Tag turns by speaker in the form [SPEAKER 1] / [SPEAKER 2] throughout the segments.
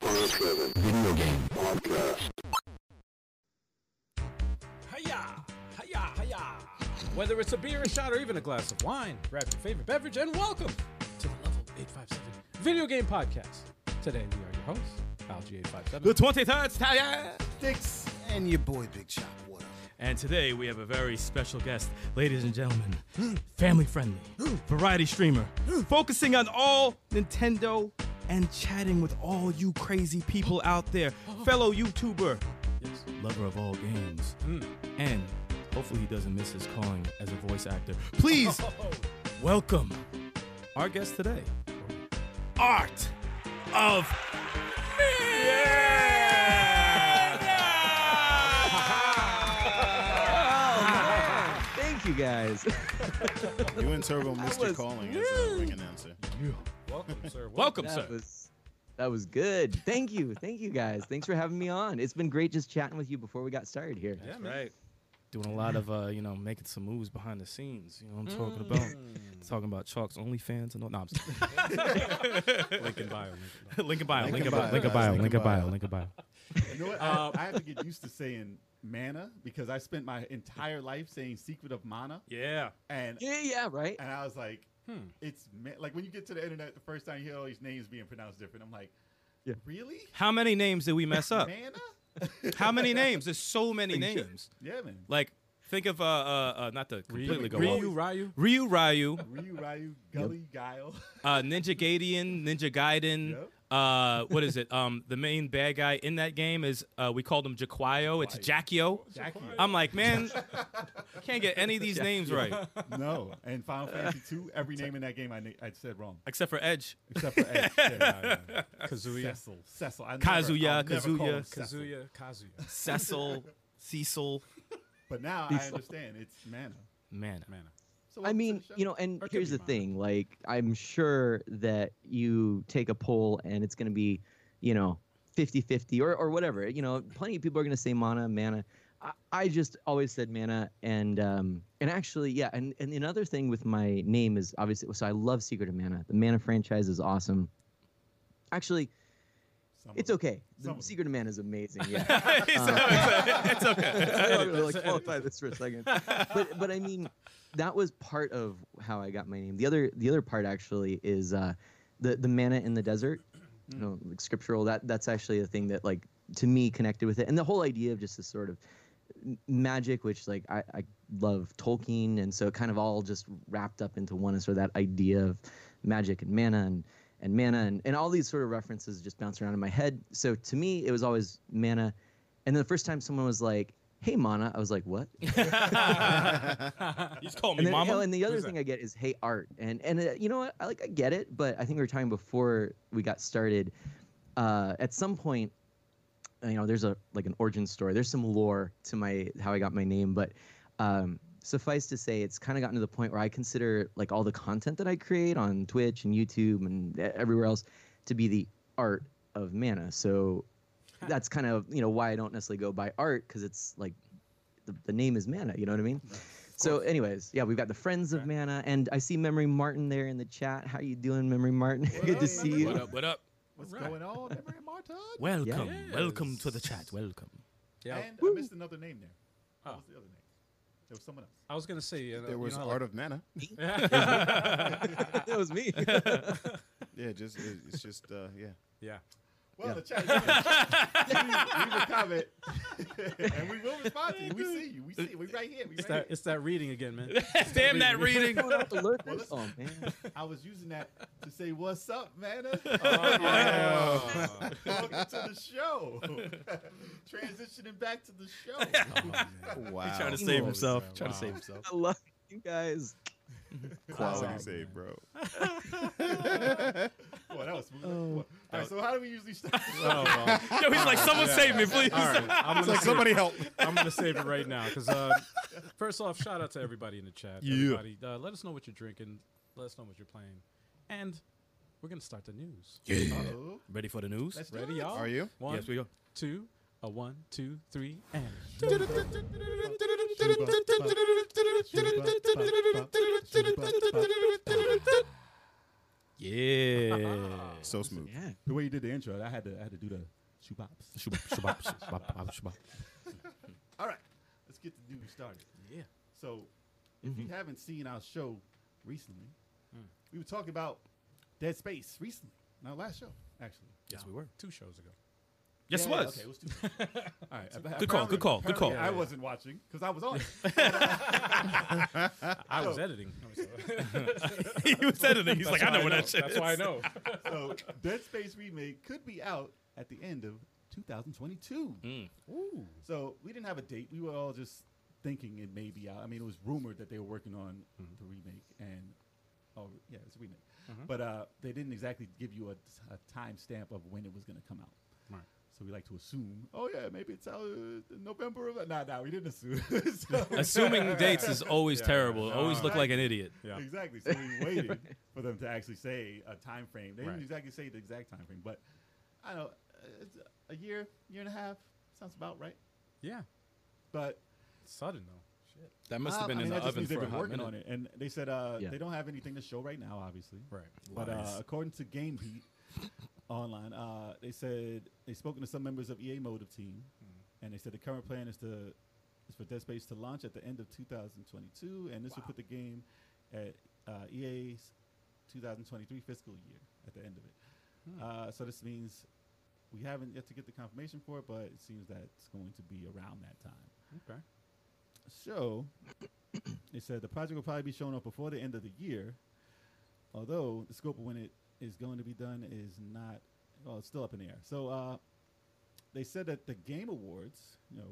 [SPEAKER 1] Driven Video Game Podcast.
[SPEAKER 2] Hiya! Hiya! Hiya! Whether it's a beer, a shot, or even a glass of wine, grab your favorite beverage and welcome to the Level 857 Video Game Podcast. Today we are your hosts,
[SPEAKER 3] The
[SPEAKER 2] Algie857.
[SPEAKER 3] 23rd Stallion!
[SPEAKER 4] Dix and your boy Big Chop. What up?
[SPEAKER 3] And today we have a very special guest, ladies and gentlemen. Family friendly, variety streamer, focusing on all Nintendo and chatting with all you crazy people out there, fellow YouTuber, Hmm. lover of all games, and hopefully he doesn't miss his calling as a voice actor. Please welcome our guest today, Art of
[SPEAKER 5] Thank you guys.
[SPEAKER 6] You and Turbo missed your
[SPEAKER 5] was-
[SPEAKER 6] calling as a ring announcer.
[SPEAKER 2] Welcome, sir.
[SPEAKER 3] Welcome,
[SPEAKER 5] That
[SPEAKER 3] sir.
[SPEAKER 5] was that was good. Thank you. Thank you guys. Thanks for having me on. It's been great just chatting with you before we got started here.
[SPEAKER 2] Yeah, man.
[SPEAKER 3] doing a lot of uh, you know, making some moves behind the scenes. You know what I'm talking about? Talking about Chalk's OnlyFans and all. No, I'm just kidding.
[SPEAKER 2] Lincoln bio. Lincoln bio.
[SPEAKER 3] link a bio, link a
[SPEAKER 6] Link
[SPEAKER 3] bio,
[SPEAKER 6] in
[SPEAKER 3] link a
[SPEAKER 6] bio,
[SPEAKER 3] bio,
[SPEAKER 6] link in
[SPEAKER 3] link a bio,
[SPEAKER 6] bio.
[SPEAKER 3] link a bio.
[SPEAKER 7] You know what? I, I have to get used to saying mana because I spent my entire life saying secret of mana,
[SPEAKER 2] Yeah.
[SPEAKER 7] and
[SPEAKER 5] Yeah, yeah, right.
[SPEAKER 7] and I was like, it's ma- like when you get to the internet the first time you hear all these names being pronounced different. I'm like, really?
[SPEAKER 3] How many names did we mess up?
[SPEAKER 7] Mana?
[SPEAKER 3] How many names? There's so many names.
[SPEAKER 7] Yeah, man.
[SPEAKER 3] Like, think of uh, uh, uh not to completely go
[SPEAKER 2] Ryu,
[SPEAKER 3] off.
[SPEAKER 2] Ryu.
[SPEAKER 3] Ryu Ryu,
[SPEAKER 7] Ryu, Ryu, Gully, Guile.
[SPEAKER 3] uh, Ninja Gaiden, Ninja Gaiden.
[SPEAKER 7] Yep.
[SPEAKER 3] Uh, what is it? Um, the main bad guy in that game is uh, we called him Jaquio. It's Jackio.
[SPEAKER 7] Jackie.
[SPEAKER 3] I'm like, man, I can't get any of these names right
[SPEAKER 7] no. And Final Fantasy 2, every name in that game I, na- I said wrong.
[SPEAKER 3] except for Edge.
[SPEAKER 7] Except for Edge. Yeah, yeah, yeah.
[SPEAKER 2] Kazuya.
[SPEAKER 7] Cecil. Cecil. I never,
[SPEAKER 3] Kazuya,
[SPEAKER 7] I'll never call him
[SPEAKER 3] Kazuya,
[SPEAKER 7] Cecil.
[SPEAKER 2] Kazuya. Kazuya.
[SPEAKER 3] Cecil, Cecil.
[SPEAKER 7] But now I understand. It's mana.
[SPEAKER 3] Man,
[SPEAKER 2] Man.
[SPEAKER 7] So
[SPEAKER 5] I
[SPEAKER 7] welcome to
[SPEAKER 5] mean,
[SPEAKER 7] the show.
[SPEAKER 5] you know, and
[SPEAKER 2] Or it could
[SPEAKER 5] here's
[SPEAKER 2] be
[SPEAKER 5] the
[SPEAKER 2] mine.
[SPEAKER 5] thing. Like, I'm sure that you take a poll and it's going to be, you know, 50 50 or, or whatever. You know, plenty of people are going to say mana, mana. I, I just always said mana. And um, and actually, yeah. And, and another thing with my name is obviously, so I love Secret of Mana. The Mana franchise is awesome. Actually,
[SPEAKER 7] Some of
[SPEAKER 5] it's
[SPEAKER 7] them.
[SPEAKER 5] okay.
[SPEAKER 7] Some
[SPEAKER 5] The
[SPEAKER 7] of them.
[SPEAKER 5] Secret of Mana is amazing. Yeah. Uh, I don't really like qualify this for a second. But but I mean, that was part of how I got my name. The other the other part actually is uh, the the manna in the desert.
[SPEAKER 7] Mm.
[SPEAKER 5] You know, like scriptural. That that's actually the thing that like to me connected with it, and the whole idea of just this sort of m- magic, which like I, I love Tolkien, and so it kind of all just wrapped up into one, and sort of that idea of magic and mana and and mana and, and all these sort of references just bounce around in my head. So to me, it was always mana. And then the first time someone was like, "Hey, mana," I was like, "What?"
[SPEAKER 3] he's calling me
[SPEAKER 5] and then,
[SPEAKER 3] mama.
[SPEAKER 5] oh, and the other
[SPEAKER 3] Who's
[SPEAKER 5] thing
[SPEAKER 3] that?
[SPEAKER 5] I get is hey art, and and uh, you know what? I like I get it, but I think we were talking before we got started. Uh, at some point, uh, you know, there's a like an origin story. There's some lore to my how I got my name, but um, suffice to say, it's kind of gotten to the point where I consider like all the content that I create on Twitch and YouTube and e- everywhere else to be the art of mana. So that's kind of you know why I don't necessarily go by art because it's like the, the name is mana. You know what I mean? So, anyways, yeah, we've got the friends of mana, and I see Memory Martin there in the chat. How you doing, Memory Martin? Good to see
[SPEAKER 3] What
[SPEAKER 5] you.
[SPEAKER 3] up? What up?
[SPEAKER 7] What's
[SPEAKER 2] Right.
[SPEAKER 7] going on, Emery Martin?
[SPEAKER 3] Welcome,
[SPEAKER 2] Yes.
[SPEAKER 3] welcome to the chat. Welcome.
[SPEAKER 2] Yeah.
[SPEAKER 7] And I missed another name there. What was the other name? There was someone else.
[SPEAKER 2] I was going to say, uh, you know,
[SPEAKER 6] There was
[SPEAKER 2] you know,
[SPEAKER 6] Art of Mana.
[SPEAKER 5] that was me.
[SPEAKER 6] Yeah, just it- it's just uh, yeah.
[SPEAKER 2] yeah.
[SPEAKER 7] Well, the chat. Leave a comment, and we will respond to you. We see you. We see. you. We right here. We
[SPEAKER 2] It's
[SPEAKER 7] right
[SPEAKER 2] that,
[SPEAKER 7] here.
[SPEAKER 2] it's that reading again, man.
[SPEAKER 3] Damn that reading.
[SPEAKER 5] Going out the lurkers.
[SPEAKER 7] Well, listen.
[SPEAKER 5] oh man,
[SPEAKER 7] I was using that to say what's up, man. Welcome to the show. Transitioning back to the show.
[SPEAKER 6] Wow.
[SPEAKER 3] Trying to save himself. Trying to save himself.
[SPEAKER 5] I love you guys.
[SPEAKER 6] Quality
[SPEAKER 7] Wow.
[SPEAKER 6] save, bro.
[SPEAKER 7] Boy, that was smooth. All right. So how do we usually start? Oh,
[SPEAKER 3] Yo, he's like, someone save me, please.
[SPEAKER 2] All right. I'm
[SPEAKER 6] It's like somebody help me.
[SPEAKER 2] I'm gonna save it right now because uh, first off, shout out to everybody in the chat.
[SPEAKER 6] Yeah.
[SPEAKER 2] Everybody, uh, let us know what you're drinking. Let us know what you're playing, and we're gonna start the news.
[SPEAKER 7] Oh,
[SPEAKER 3] Ready for the news?
[SPEAKER 7] let's
[SPEAKER 2] Ready,
[SPEAKER 7] do it.
[SPEAKER 2] y'all?
[SPEAKER 6] Are you?
[SPEAKER 2] One,
[SPEAKER 3] Yes, we are.
[SPEAKER 2] two, a one, two, three, and
[SPEAKER 3] Yeah.
[SPEAKER 6] So smooth.
[SPEAKER 5] Yeah,
[SPEAKER 7] The way you did the intro, I had to I had to do the Shoebops.
[SPEAKER 3] Shubop, shubop, shubop, shubop, shubop.
[SPEAKER 7] All right, let's get the dude started.
[SPEAKER 2] Yeah.
[SPEAKER 7] So, if
[SPEAKER 3] Mm-hmm.
[SPEAKER 7] you haven't seen our show recently,
[SPEAKER 3] Hmm.
[SPEAKER 7] we were talking about Dead Space recently, in our last show, actually.
[SPEAKER 2] Yes, we were two shows ago.
[SPEAKER 3] Yes, it
[SPEAKER 7] Yeah, yeah,
[SPEAKER 3] was.
[SPEAKER 7] Okay, it was two. All right. apparently-
[SPEAKER 3] call, good call, good
[SPEAKER 7] apparently
[SPEAKER 3] call.
[SPEAKER 7] I wasn't watching because I was on. it.
[SPEAKER 2] I was editing.
[SPEAKER 3] he was editing. He's like, I know where that shit
[SPEAKER 2] That's
[SPEAKER 3] is.
[SPEAKER 2] why I know.
[SPEAKER 7] so Dead Space remake could be out at the end of 2022.
[SPEAKER 2] Ooh.
[SPEAKER 7] So we didn't have a date. We were all just thinking it may be out. I mean, it was rumored that they were working on the remake, and oh yeah, it's a remake. But uh, they didn't exactly give you a, a time stamp of when it was going to come out.
[SPEAKER 2] Right.
[SPEAKER 7] So we like to assume, oh yeah, maybe it's out uh, November. Of, nah, nah, we didn't assume. So-
[SPEAKER 3] Assuming dates is always terrible. Always look like an idiot.
[SPEAKER 2] Yeah.
[SPEAKER 7] Exactly. So we waited for them to actually say a time frame. They
[SPEAKER 2] Right.
[SPEAKER 7] didn't exactly say the exact time frame, but I don't know uh, it's a year, year and a half sounds about right.
[SPEAKER 2] Yeah.
[SPEAKER 7] But
[SPEAKER 2] It's sudden though. Shit.
[SPEAKER 3] That must
[SPEAKER 7] uh,
[SPEAKER 3] have been
[SPEAKER 7] I
[SPEAKER 3] in
[SPEAKER 7] mean,
[SPEAKER 3] the
[SPEAKER 7] that just
[SPEAKER 3] oven
[SPEAKER 7] means
[SPEAKER 3] for
[SPEAKER 7] they've
[SPEAKER 3] a
[SPEAKER 7] been
[SPEAKER 3] hot
[SPEAKER 7] working
[SPEAKER 3] minute.
[SPEAKER 7] on it, and they said uh,
[SPEAKER 5] Yeah.
[SPEAKER 7] they don't have anything to show right now, obviously.
[SPEAKER 2] Right.
[SPEAKER 7] But uh, according to Game Heat online, uh, they said they've spoken to some members of EA Motive team, and they said the current plan is to is for Dead Space to launch at the end of 2022, and this will put the game at uh, EA's 2023 fiscal year at the end of it. Uh, so this means we haven't yet to get the confirmation for it, but it seems that it's going to be around that time.
[SPEAKER 2] Okay.
[SPEAKER 7] So they said the project will probably be shown up before the end of the year, although the scope of when it is going to be done is not, well, it's still up in the air. So uh, they said that the Game Awards, you know,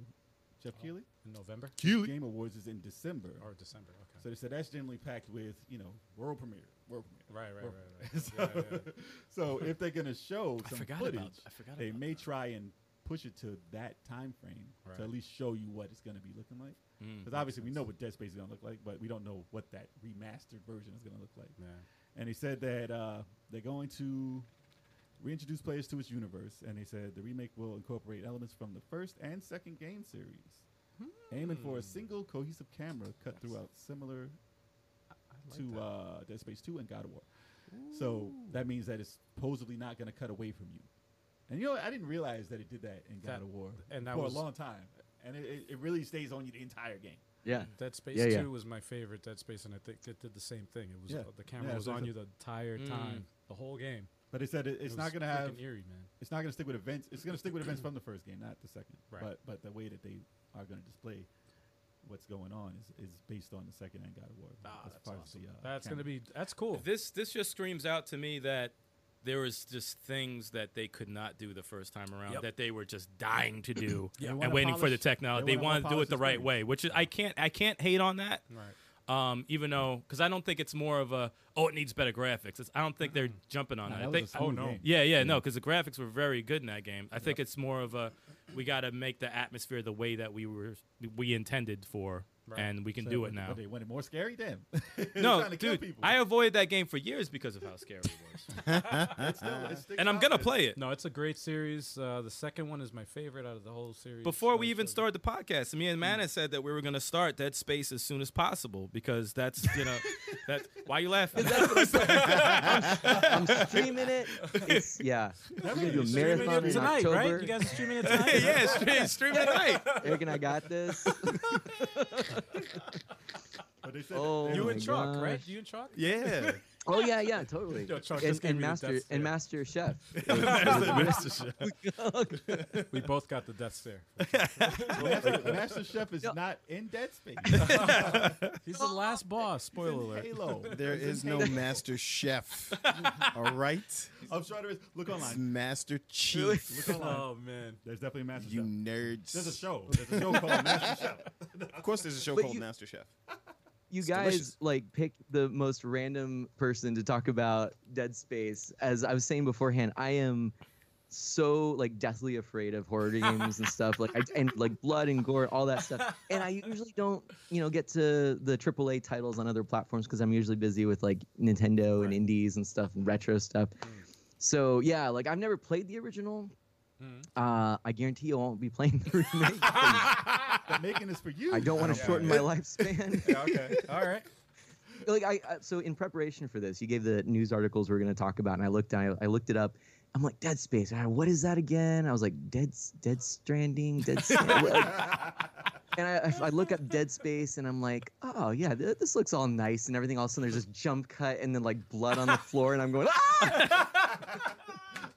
[SPEAKER 7] Jeff Keighley,
[SPEAKER 2] In November
[SPEAKER 7] Game Awards is in December.
[SPEAKER 2] or December. Okay.
[SPEAKER 7] So they said that's generally packed with, you know, world premiere, world premiere.
[SPEAKER 2] right. Right.
[SPEAKER 7] Well,
[SPEAKER 2] Right. Right. yeah, yeah.
[SPEAKER 7] So if they're going to show
[SPEAKER 3] I
[SPEAKER 7] some
[SPEAKER 3] forgot
[SPEAKER 7] footage,
[SPEAKER 3] about- I forgot
[SPEAKER 7] they
[SPEAKER 3] about
[SPEAKER 7] may
[SPEAKER 3] that.
[SPEAKER 7] try and push it to that time frame
[SPEAKER 2] Right.
[SPEAKER 7] to at least show you what it's going to be looking like.
[SPEAKER 3] Mm,
[SPEAKER 7] Because obviously we know what Dead Space is going to look like, but we don't know what that remastered version is going to look like.
[SPEAKER 2] Yeah.
[SPEAKER 7] And he said that uh, they're going to reintroduce players to its universe, and they said the remake will incorporate elements from the first and second game series,
[SPEAKER 2] Hmm.
[SPEAKER 7] aiming for a single cohesive camera cut throughout, similar to uh, Dead Space 2 and God of War. So that means that it's supposedly not going to cut away from you. And you know, what? I didn't realize that it did that in
[SPEAKER 2] That-
[SPEAKER 7] God of War
[SPEAKER 2] and that
[SPEAKER 7] for
[SPEAKER 2] was-
[SPEAKER 7] a long time, and it, it, it really stays on you the entire game.
[SPEAKER 5] Yeah.
[SPEAKER 2] Dead Space
[SPEAKER 5] Yeah, yeah.
[SPEAKER 2] Two was my favorite Dead Space, and I think it did the same thing. It was
[SPEAKER 7] Yeah.
[SPEAKER 2] uh, the camera
[SPEAKER 7] Yeah,
[SPEAKER 2] was
[SPEAKER 7] it's-
[SPEAKER 2] on you the entire
[SPEAKER 3] Mm.
[SPEAKER 2] time, the whole game.
[SPEAKER 7] But it said it,
[SPEAKER 2] It was
[SPEAKER 7] it's not going to
[SPEAKER 2] freaking
[SPEAKER 7] have
[SPEAKER 2] eerie, man.
[SPEAKER 7] it's not going to stick with events. It's going to stick with events from the first game, not the second.
[SPEAKER 2] Right.
[SPEAKER 7] But but the way that they are going to display what's going on is, is based on the second and God of War. as far as the, uh,
[SPEAKER 2] That's gonna be
[SPEAKER 7] camera.
[SPEAKER 2] that's cool.
[SPEAKER 3] This this just screams out to me that there was just things that they could not do the first time around
[SPEAKER 2] Yep.
[SPEAKER 3] that they were just dying to do
[SPEAKER 2] They
[SPEAKER 3] and
[SPEAKER 7] wanna
[SPEAKER 3] waiting for the
[SPEAKER 7] polish-
[SPEAKER 3] technology.
[SPEAKER 7] they
[SPEAKER 3] They,
[SPEAKER 7] wanna
[SPEAKER 3] want to do
[SPEAKER 7] polish
[SPEAKER 3] it the
[SPEAKER 7] the
[SPEAKER 3] right
[SPEAKER 7] screen.
[SPEAKER 3] way, which is, I can't I can't hate on that.
[SPEAKER 2] right.
[SPEAKER 3] Um, even though because I don't think it's more of a oh it needs better graphics. It's, I don't think they're jumping on
[SPEAKER 7] Nah,
[SPEAKER 3] that.
[SPEAKER 7] that
[SPEAKER 3] I
[SPEAKER 7] was
[SPEAKER 3] think,
[SPEAKER 7] a smooth game.
[SPEAKER 3] Yeah, yeah, no, because the graphics were very good in that game. I think it's more of a we got to make the atmosphere the way that we were we intended for, and we can
[SPEAKER 7] So
[SPEAKER 3] do
[SPEAKER 7] what-
[SPEAKER 3] it now.
[SPEAKER 7] What, they wanted more scary? Damn. They're
[SPEAKER 3] no,
[SPEAKER 7] trying to kill
[SPEAKER 3] dude,
[SPEAKER 7] people.
[SPEAKER 3] I avoided that game for years because of how scary it was,
[SPEAKER 7] It's still- it sticks
[SPEAKER 3] and I'm
[SPEAKER 7] out
[SPEAKER 3] gonna
[SPEAKER 7] there.
[SPEAKER 3] play it.
[SPEAKER 2] No, it's a great series. Uh, the second one is my favorite out of the whole series.
[SPEAKER 3] Before
[SPEAKER 2] Uh,
[SPEAKER 3] we even
[SPEAKER 2] so-
[SPEAKER 3] started the podcast, me and
[SPEAKER 7] Mm.
[SPEAKER 3] Mana said that we were gonna start Dead Space as soon as possible because that's you know that why you laughing?
[SPEAKER 5] I'm streaming it. It's, yeah. We're going to do a
[SPEAKER 7] streaming
[SPEAKER 2] Streaming it
[SPEAKER 5] marathon in
[SPEAKER 2] tonight,
[SPEAKER 5] October.
[SPEAKER 2] right? You guys are streaming it tonight.
[SPEAKER 3] yeah, stream, stream tonight.
[SPEAKER 5] Eric and I got this.
[SPEAKER 7] But they said
[SPEAKER 5] Oh,
[SPEAKER 2] You
[SPEAKER 5] my
[SPEAKER 2] and Chalk, right?
[SPEAKER 5] gosh.
[SPEAKER 2] You and Chalk.
[SPEAKER 3] Yeah.
[SPEAKER 5] Oh, yeah, yeah, totally.
[SPEAKER 2] Yo, Chuck,
[SPEAKER 5] and,
[SPEAKER 2] this gave
[SPEAKER 5] and,
[SPEAKER 2] me the
[SPEAKER 5] master,
[SPEAKER 2] death
[SPEAKER 5] and
[SPEAKER 2] stare.
[SPEAKER 5] Master Chef.
[SPEAKER 2] We both got the death stare.
[SPEAKER 7] Master, Master Chef is not in Dead Space.
[SPEAKER 2] He's the last boss. Spoiler
[SPEAKER 7] It's in
[SPEAKER 2] alert.
[SPEAKER 7] Halo.
[SPEAKER 6] There
[SPEAKER 7] It's in
[SPEAKER 6] is no
[SPEAKER 7] Halo.
[SPEAKER 6] Master Chef. All right?
[SPEAKER 7] I'm sure there is. Look
[SPEAKER 6] It's
[SPEAKER 7] online.
[SPEAKER 6] Master Chief.
[SPEAKER 7] Look online.
[SPEAKER 2] Oh man.
[SPEAKER 7] There's definitely a Master
[SPEAKER 6] You
[SPEAKER 7] Chef.
[SPEAKER 6] nerds.
[SPEAKER 7] There's a show. There's a show called Master Chef.
[SPEAKER 6] Of course, there's a show
[SPEAKER 5] But
[SPEAKER 6] called
[SPEAKER 5] you-
[SPEAKER 6] Master Chef.
[SPEAKER 5] You guys
[SPEAKER 6] delicious.
[SPEAKER 5] like picked the most random person to talk about Dead Space. As I was saying beforehand, I am so like deathly afraid of horror games and stuff like I, and like blood and gore all that stuff and i usually don't you know get to the aaa titles on other platforms because i'm usually busy with like nintendo and indies and stuff and retro stuff so yeah like i've never played the original uh i guarantee you i won't be playing the remake
[SPEAKER 7] They're making this for you.
[SPEAKER 5] i don't want to shorten my lifespan
[SPEAKER 7] Yeah, okay.
[SPEAKER 2] All right.
[SPEAKER 5] like I, I so in preparation for this, you gave the news articles we are going to talk about, and I looked I, I looked it up, I'm like Dead Space. ah, what is that again? I was like Dead S- Dead Stranding. Dead. Sta- like- and I, I- I look up Dead Space and I'm like, oh yeah, th- this looks all nice and everything. All of a sudden, there's this jump cut and then like blood on the floor, and I'm going, ah!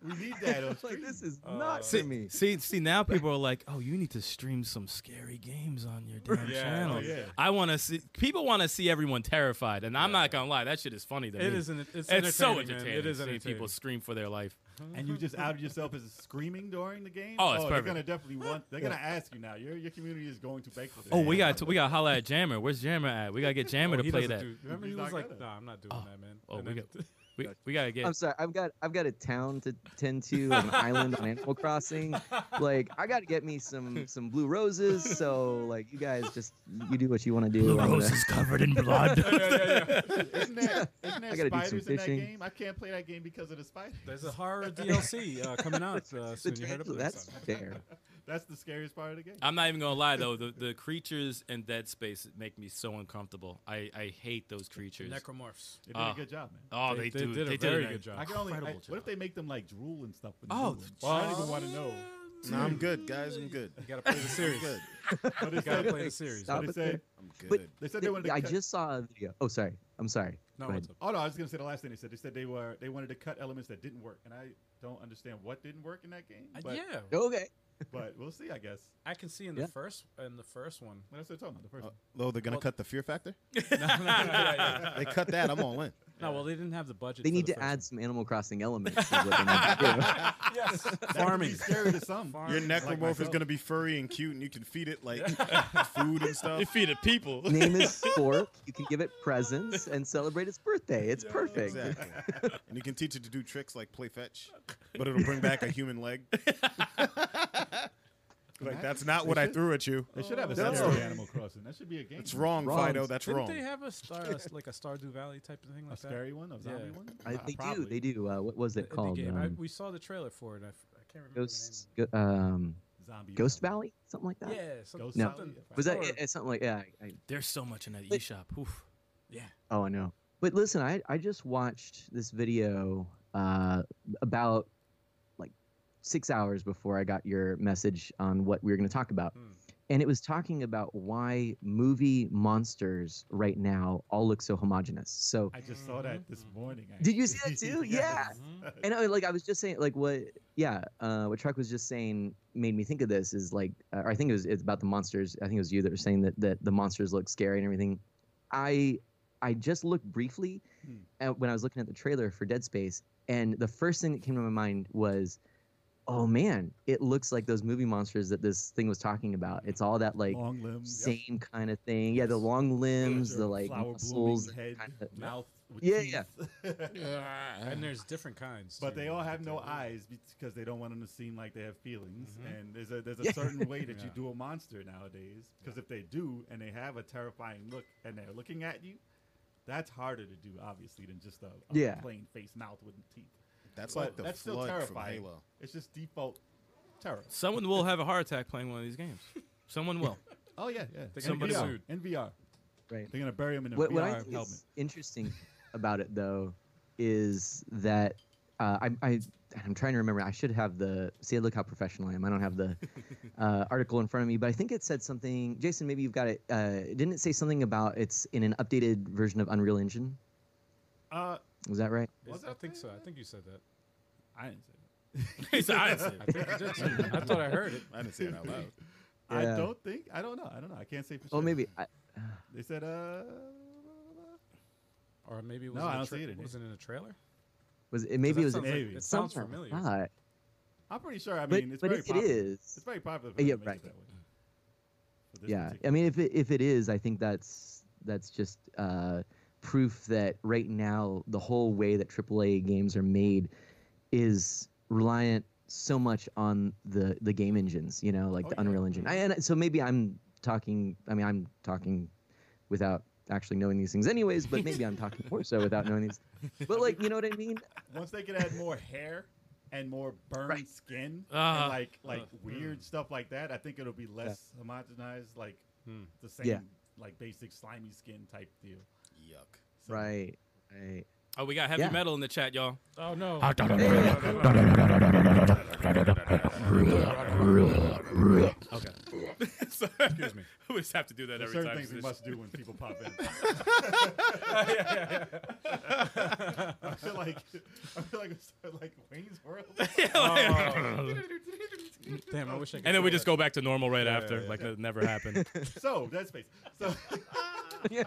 [SPEAKER 7] We need that. On
[SPEAKER 5] like
[SPEAKER 7] stream.
[SPEAKER 5] this is not
[SPEAKER 8] See,
[SPEAKER 5] for me.
[SPEAKER 8] see, see, now people are like, "Oh, you need to stream some scary games on your damn
[SPEAKER 2] Yeah,
[SPEAKER 8] channel."
[SPEAKER 2] oh, yeah.
[SPEAKER 8] I want to see people want to see everyone terrified, and I'm not gonna lie, that shit is funny to
[SPEAKER 2] It
[SPEAKER 8] me.
[SPEAKER 2] is an- it's
[SPEAKER 8] so
[SPEAKER 2] entertaining, man.
[SPEAKER 8] entertaining.
[SPEAKER 2] It is
[SPEAKER 8] seeing
[SPEAKER 2] entertaining.
[SPEAKER 8] people scream for their life.
[SPEAKER 7] and you just outed yourself as screaming during the game.
[SPEAKER 8] Oh, it's
[SPEAKER 7] they're
[SPEAKER 8] perfect.
[SPEAKER 7] gonna definitely want. They're gonna ask you now. Your your community is going to bake for this.
[SPEAKER 8] Oh, we got to, we got to holla at Jammer. Where's Jammer at? We gotta get Jammer
[SPEAKER 2] Oh,
[SPEAKER 8] to
[SPEAKER 2] he
[SPEAKER 8] play
[SPEAKER 2] doesn't
[SPEAKER 8] that.
[SPEAKER 2] do- remember, he
[SPEAKER 7] He's
[SPEAKER 2] was
[SPEAKER 7] not
[SPEAKER 2] like,
[SPEAKER 7] gonna.
[SPEAKER 2] "Nah, I'm not doing that, man."
[SPEAKER 8] oh,
[SPEAKER 2] And
[SPEAKER 8] we
[SPEAKER 2] then-
[SPEAKER 8] got we, we gotta
[SPEAKER 5] I'm
[SPEAKER 8] get.
[SPEAKER 5] sorry. I've got I've got a town to tend to, an island on Animal Crossing. Like I got to get me some some blue roses. So like you guys just you do what you want to do. I'm gonna-
[SPEAKER 8] covered in blood.
[SPEAKER 7] Isn't there, isn't there
[SPEAKER 5] I gotta do some
[SPEAKER 7] spiders in that
[SPEAKER 5] fishing.
[SPEAKER 7] game? I can't play that game because of the spiders.
[SPEAKER 2] There's a horror DLC uh, coming out uh,
[SPEAKER 5] the
[SPEAKER 2] soon. You heard
[SPEAKER 5] tarantula,
[SPEAKER 2] about
[SPEAKER 5] that's
[SPEAKER 2] this?
[SPEAKER 5] fair.
[SPEAKER 7] That's the scariest part of the game.
[SPEAKER 8] I'm not even gonna lie though, the, the creatures in Dead Space make me so uncomfortable. I, I hate those creatures.
[SPEAKER 2] Necromorphs.
[SPEAKER 7] They did
[SPEAKER 8] Ah.
[SPEAKER 7] a good job, man.
[SPEAKER 8] oh,
[SPEAKER 2] They-
[SPEAKER 8] they, do.
[SPEAKER 2] they did a
[SPEAKER 8] they
[SPEAKER 2] very
[SPEAKER 8] did
[SPEAKER 2] good uh, job.
[SPEAKER 7] I can only.
[SPEAKER 8] incredible
[SPEAKER 7] I- what if they make them like drool and stuff? in the
[SPEAKER 8] Oh,
[SPEAKER 7] new one?
[SPEAKER 8] well,
[SPEAKER 7] I don't even want to know.
[SPEAKER 6] No, I'm good, guys. I'm good.
[SPEAKER 2] You gotta play the series.
[SPEAKER 6] Good.
[SPEAKER 7] But
[SPEAKER 2] You
[SPEAKER 7] it
[SPEAKER 2] gotta
[SPEAKER 7] said,
[SPEAKER 2] play the series.
[SPEAKER 5] Stop
[SPEAKER 7] but
[SPEAKER 5] it
[SPEAKER 7] it
[SPEAKER 5] there.
[SPEAKER 7] said,
[SPEAKER 6] I'm
[SPEAKER 5] But
[SPEAKER 6] good.
[SPEAKER 7] they said they wanted to
[SPEAKER 5] I
[SPEAKER 7] cut-
[SPEAKER 5] just saw a video. Oh, sorry. I'm sorry.
[SPEAKER 2] No,
[SPEAKER 5] Go ahead.
[SPEAKER 2] what's up?
[SPEAKER 7] Oh no, I was gonna say the last thing they said. They said they were they wanted to cut elements that didn't work, and I don't understand what didn't work in that game.
[SPEAKER 2] Uh,
[SPEAKER 7] But,
[SPEAKER 2] yeah,
[SPEAKER 5] Okay.
[SPEAKER 7] but we'll see, I guess.
[SPEAKER 2] I can see in the
[SPEAKER 5] Yeah.
[SPEAKER 2] first in the first one.
[SPEAKER 7] What else they talking about? The first
[SPEAKER 6] Uh,
[SPEAKER 7] one.
[SPEAKER 6] though they're gonna
[SPEAKER 2] Well-
[SPEAKER 6] cut the fear factor.
[SPEAKER 2] no, no, no, yeah, yeah.
[SPEAKER 6] They cut that. I'm all in.
[SPEAKER 2] No, well, they didn't have the budget.
[SPEAKER 5] They
[SPEAKER 2] for
[SPEAKER 5] need
[SPEAKER 2] the
[SPEAKER 5] to
[SPEAKER 2] first
[SPEAKER 5] add some Animal Crossing elements. Is what they need to do.
[SPEAKER 2] one. yes.
[SPEAKER 7] That could
[SPEAKER 2] farming.
[SPEAKER 7] be scary to some.
[SPEAKER 2] Farm-
[SPEAKER 6] Your
[SPEAKER 2] like
[SPEAKER 6] necromorph is
[SPEAKER 2] myself.
[SPEAKER 6] gonna be furry and cute, and you can feed it like food and
[SPEAKER 8] They
[SPEAKER 6] stuff.
[SPEAKER 8] feed it people.
[SPEAKER 5] name is Fork. You can give it presents and celebrate its birthday. It's perfect.
[SPEAKER 6] Exactly. and you can teach it to do tricks like play fetch, but it'll bring back a human leg. like that's not what I threw at you.
[SPEAKER 7] They should have a
[SPEAKER 6] No.
[SPEAKER 7] separate Animal Crossing. That should be a game.
[SPEAKER 6] It's wrong,
[SPEAKER 5] Wrong.
[SPEAKER 6] Fido. That's
[SPEAKER 2] Didn't
[SPEAKER 6] wrong.
[SPEAKER 2] they have a star like a Stardew Valley type of thing
[SPEAKER 7] A
[SPEAKER 2] like that?
[SPEAKER 7] scary one, a zombie
[SPEAKER 2] Yeah.
[SPEAKER 7] one.
[SPEAKER 5] I,
[SPEAKER 7] Uh,
[SPEAKER 5] they
[SPEAKER 7] probably.
[SPEAKER 5] do. They do. Uh, what was
[SPEAKER 2] In
[SPEAKER 5] it
[SPEAKER 2] the
[SPEAKER 5] called?
[SPEAKER 2] game. I,
[SPEAKER 5] Um,
[SPEAKER 2] we saw the trailer for it. I, f- I can't remember.
[SPEAKER 5] Ghost. Go, um,
[SPEAKER 7] Zombie
[SPEAKER 5] Ghost
[SPEAKER 7] Valley.
[SPEAKER 5] Valley, something like
[SPEAKER 2] The
[SPEAKER 5] that.
[SPEAKER 2] name. Yeah. Some,
[SPEAKER 7] Ghost
[SPEAKER 5] No.
[SPEAKER 7] Valley, yeah,
[SPEAKER 5] Was that
[SPEAKER 2] Or-
[SPEAKER 5] it, it's something like yeah? I, I,
[SPEAKER 8] There's so much in that eShop. Oof.
[SPEAKER 5] oh, I know. But listen, I I just watched this video uh, about like six hours before I got your message on what we were going to talk about,
[SPEAKER 2] Hmm.
[SPEAKER 5] and it was talking about why movie monsters right now all look so homogenous. So
[SPEAKER 7] I just saw that this morning.
[SPEAKER 5] Mm. Did you see
[SPEAKER 7] actually.
[SPEAKER 5] that too?
[SPEAKER 7] Yes.
[SPEAKER 5] and I, like I was just saying, like what, yeah, uh, what Truck was just saying made me think of this is like, uh, or I think it was it's about the monsters. I think it was you that were saying that that the monsters look scary and everything. I I just looked briefly
[SPEAKER 7] Hmm.
[SPEAKER 5] at, when I was looking at the trailer for Dead Space, and the first thing that came to my mind was, oh man, it looks like those movie monsters that this thing was talking about. It's all that like
[SPEAKER 7] Long limbs.
[SPEAKER 5] same kind of thing. Yeah, the long limbs, the like
[SPEAKER 7] flower
[SPEAKER 5] muscles,
[SPEAKER 7] blooming
[SPEAKER 5] that
[SPEAKER 7] head,
[SPEAKER 5] kinda-
[SPEAKER 7] mouth. With
[SPEAKER 5] Yeah,
[SPEAKER 7] teeth.
[SPEAKER 2] uh, And there's different kinds.
[SPEAKER 7] But
[SPEAKER 2] too,
[SPEAKER 7] they all have no
[SPEAKER 2] too.
[SPEAKER 7] eyes because they don't want them to seem like they have feelings.
[SPEAKER 2] Mhm.
[SPEAKER 7] And there's a there's a
[SPEAKER 5] Mm-hmm. Yeah.
[SPEAKER 7] certain way that you
[SPEAKER 2] Yeah.
[SPEAKER 7] do a monster nowadays. Because if they do and they have a terrifying look and they're looking at you, that's harder to do obviously than just a, a
[SPEAKER 5] Yeah.
[SPEAKER 7] plain face mouth with teeth.
[SPEAKER 6] That's
[SPEAKER 7] But
[SPEAKER 6] like the
[SPEAKER 7] that's still
[SPEAKER 6] flood from
[SPEAKER 7] terrifying.
[SPEAKER 6] Halo.
[SPEAKER 7] It's just default terror.
[SPEAKER 8] Someone will have a heart attack playing one of these games. Someone will.
[SPEAKER 7] Oh yeah, yeah.
[SPEAKER 2] They're
[SPEAKER 8] gonna
[SPEAKER 7] In
[SPEAKER 8] get
[SPEAKER 7] VR.
[SPEAKER 2] sued.
[SPEAKER 7] In VR.
[SPEAKER 5] right?
[SPEAKER 7] They're gonna bury him in a
[SPEAKER 5] what,
[SPEAKER 7] VR
[SPEAKER 5] what I think
[SPEAKER 7] helmet.
[SPEAKER 5] is interesting about it though is that uh, I, I I'm trying to remember. I should have the see. Look how professional I am. I don't have the uh, article in front of me, but I think it said something. Jason, maybe you've got it. Uh, didn't it say something about it's in an updated version of Unreal Engine?
[SPEAKER 7] Uh,
[SPEAKER 5] Was that right?
[SPEAKER 2] Is-
[SPEAKER 7] Was
[SPEAKER 2] I
[SPEAKER 7] that
[SPEAKER 2] think
[SPEAKER 7] there?
[SPEAKER 2] so. I think you said that.
[SPEAKER 7] I didn't say that.
[SPEAKER 8] He's like, "I didn't see it."
[SPEAKER 2] I think you did. say that. I thought I heard it.
[SPEAKER 6] I didn't say it out loud.
[SPEAKER 5] Yeah.
[SPEAKER 7] I don't think. I don't know. I don't know. I can't say for sure.
[SPEAKER 5] Oh, maybe. I,
[SPEAKER 7] They said uh.
[SPEAKER 2] Or maybe it was in
[SPEAKER 7] No, I
[SPEAKER 2] a
[SPEAKER 7] don't
[SPEAKER 2] tra-
[SPEAKER 7] see it in here.
[SPEAKER 2] Was it in a trailer?
[SPEAKER 5] was it? Maybe it was.
[SPEAKER 2] That sounds like-
[SPEAKER 7] Maybe.
[SPEAKER 2] It sounds
[SPEAKER 5] something
[SPEAKER 2] familiar.
[SPEAKER 5] like that.
[SPEAKER 7] I'm pretty sure. I
[SPEAKER 5] but
[SPEAKER 7] mean, it's
[SPEAKER 5] but
[SPEAKER 7] very
[SPEAKER 5] if it
[SPEAKER 7] popular.
[SPEAKER 5] is.
[SPEAKER 7] It's very popular. For
[SPEAKER 5] Yeah,
[SPEAKER 7] them to make
[SPEAKER 5] right.
[SPEAKER 7] it that way. For this
[SPEAKER 5] yeah i
[SPEAKER 7] particular-
[SPEAKER 5] mean if it, if it is i think that's that's just uh, proof that right now the whole way that aaa games are made is reliant so much on the the game engines you know like
[SPEAKER 7] Oh,
[SPEAKER 5] the
[SPEAKER 7] yeah.
[SPEAKER 5] unreal engine I, and so maybe i'm talking i mean i'm talking without actually knowing these things anyways but maybe i'm talking more so without knowing these but like you know what i mean
[SPEAKER 7] once they could add more hair and more burned skin
[SPEAKER 8] Ah.
[SPEAKER 7] and like like
[SPEAKER 8] Ugh.
[SPEAKER 7] weird stuff like that, I think it'll be less homogenized. Like
[SPEAKER 2] Hmm.
[SPEAKER 7] the same
[SPEAKER 5] Yeah.
[SPEAKER 7] like basic slimy skin type deal.
[SPEAKER 6] Yuck.
[SPEAKER 7] So
[SPEAKER 5] right right
[SPEAKER 8] Oh, we got heavy
[SPEAKER 5] Yeah.
[SPEAKER 8] metal in the chat, y'all.
[SPEAKER 2] Oh no.
[SPEAKER 8] Okay.
[SPEAKER 2] Excuse me.
[SPEAKER 8] we just have to do that
[SPEAKER 7] There's
[SPEAKER 8] every time.
[SPEAKER 7] certain things we must do when people pop in. I feel like I feel like it's like Wayne's World. Oh.
[SPEAKER 2] Damn, I wish I could.
[SPEAKER 8] and then
[SPEAKER 2] do
[SPEAKER 8] we
[SPEAKER 2] that.
[SPEAKER 8] just go back to normal right after, like that never happened.
[SPEAKER 7] so Dead Space. So looking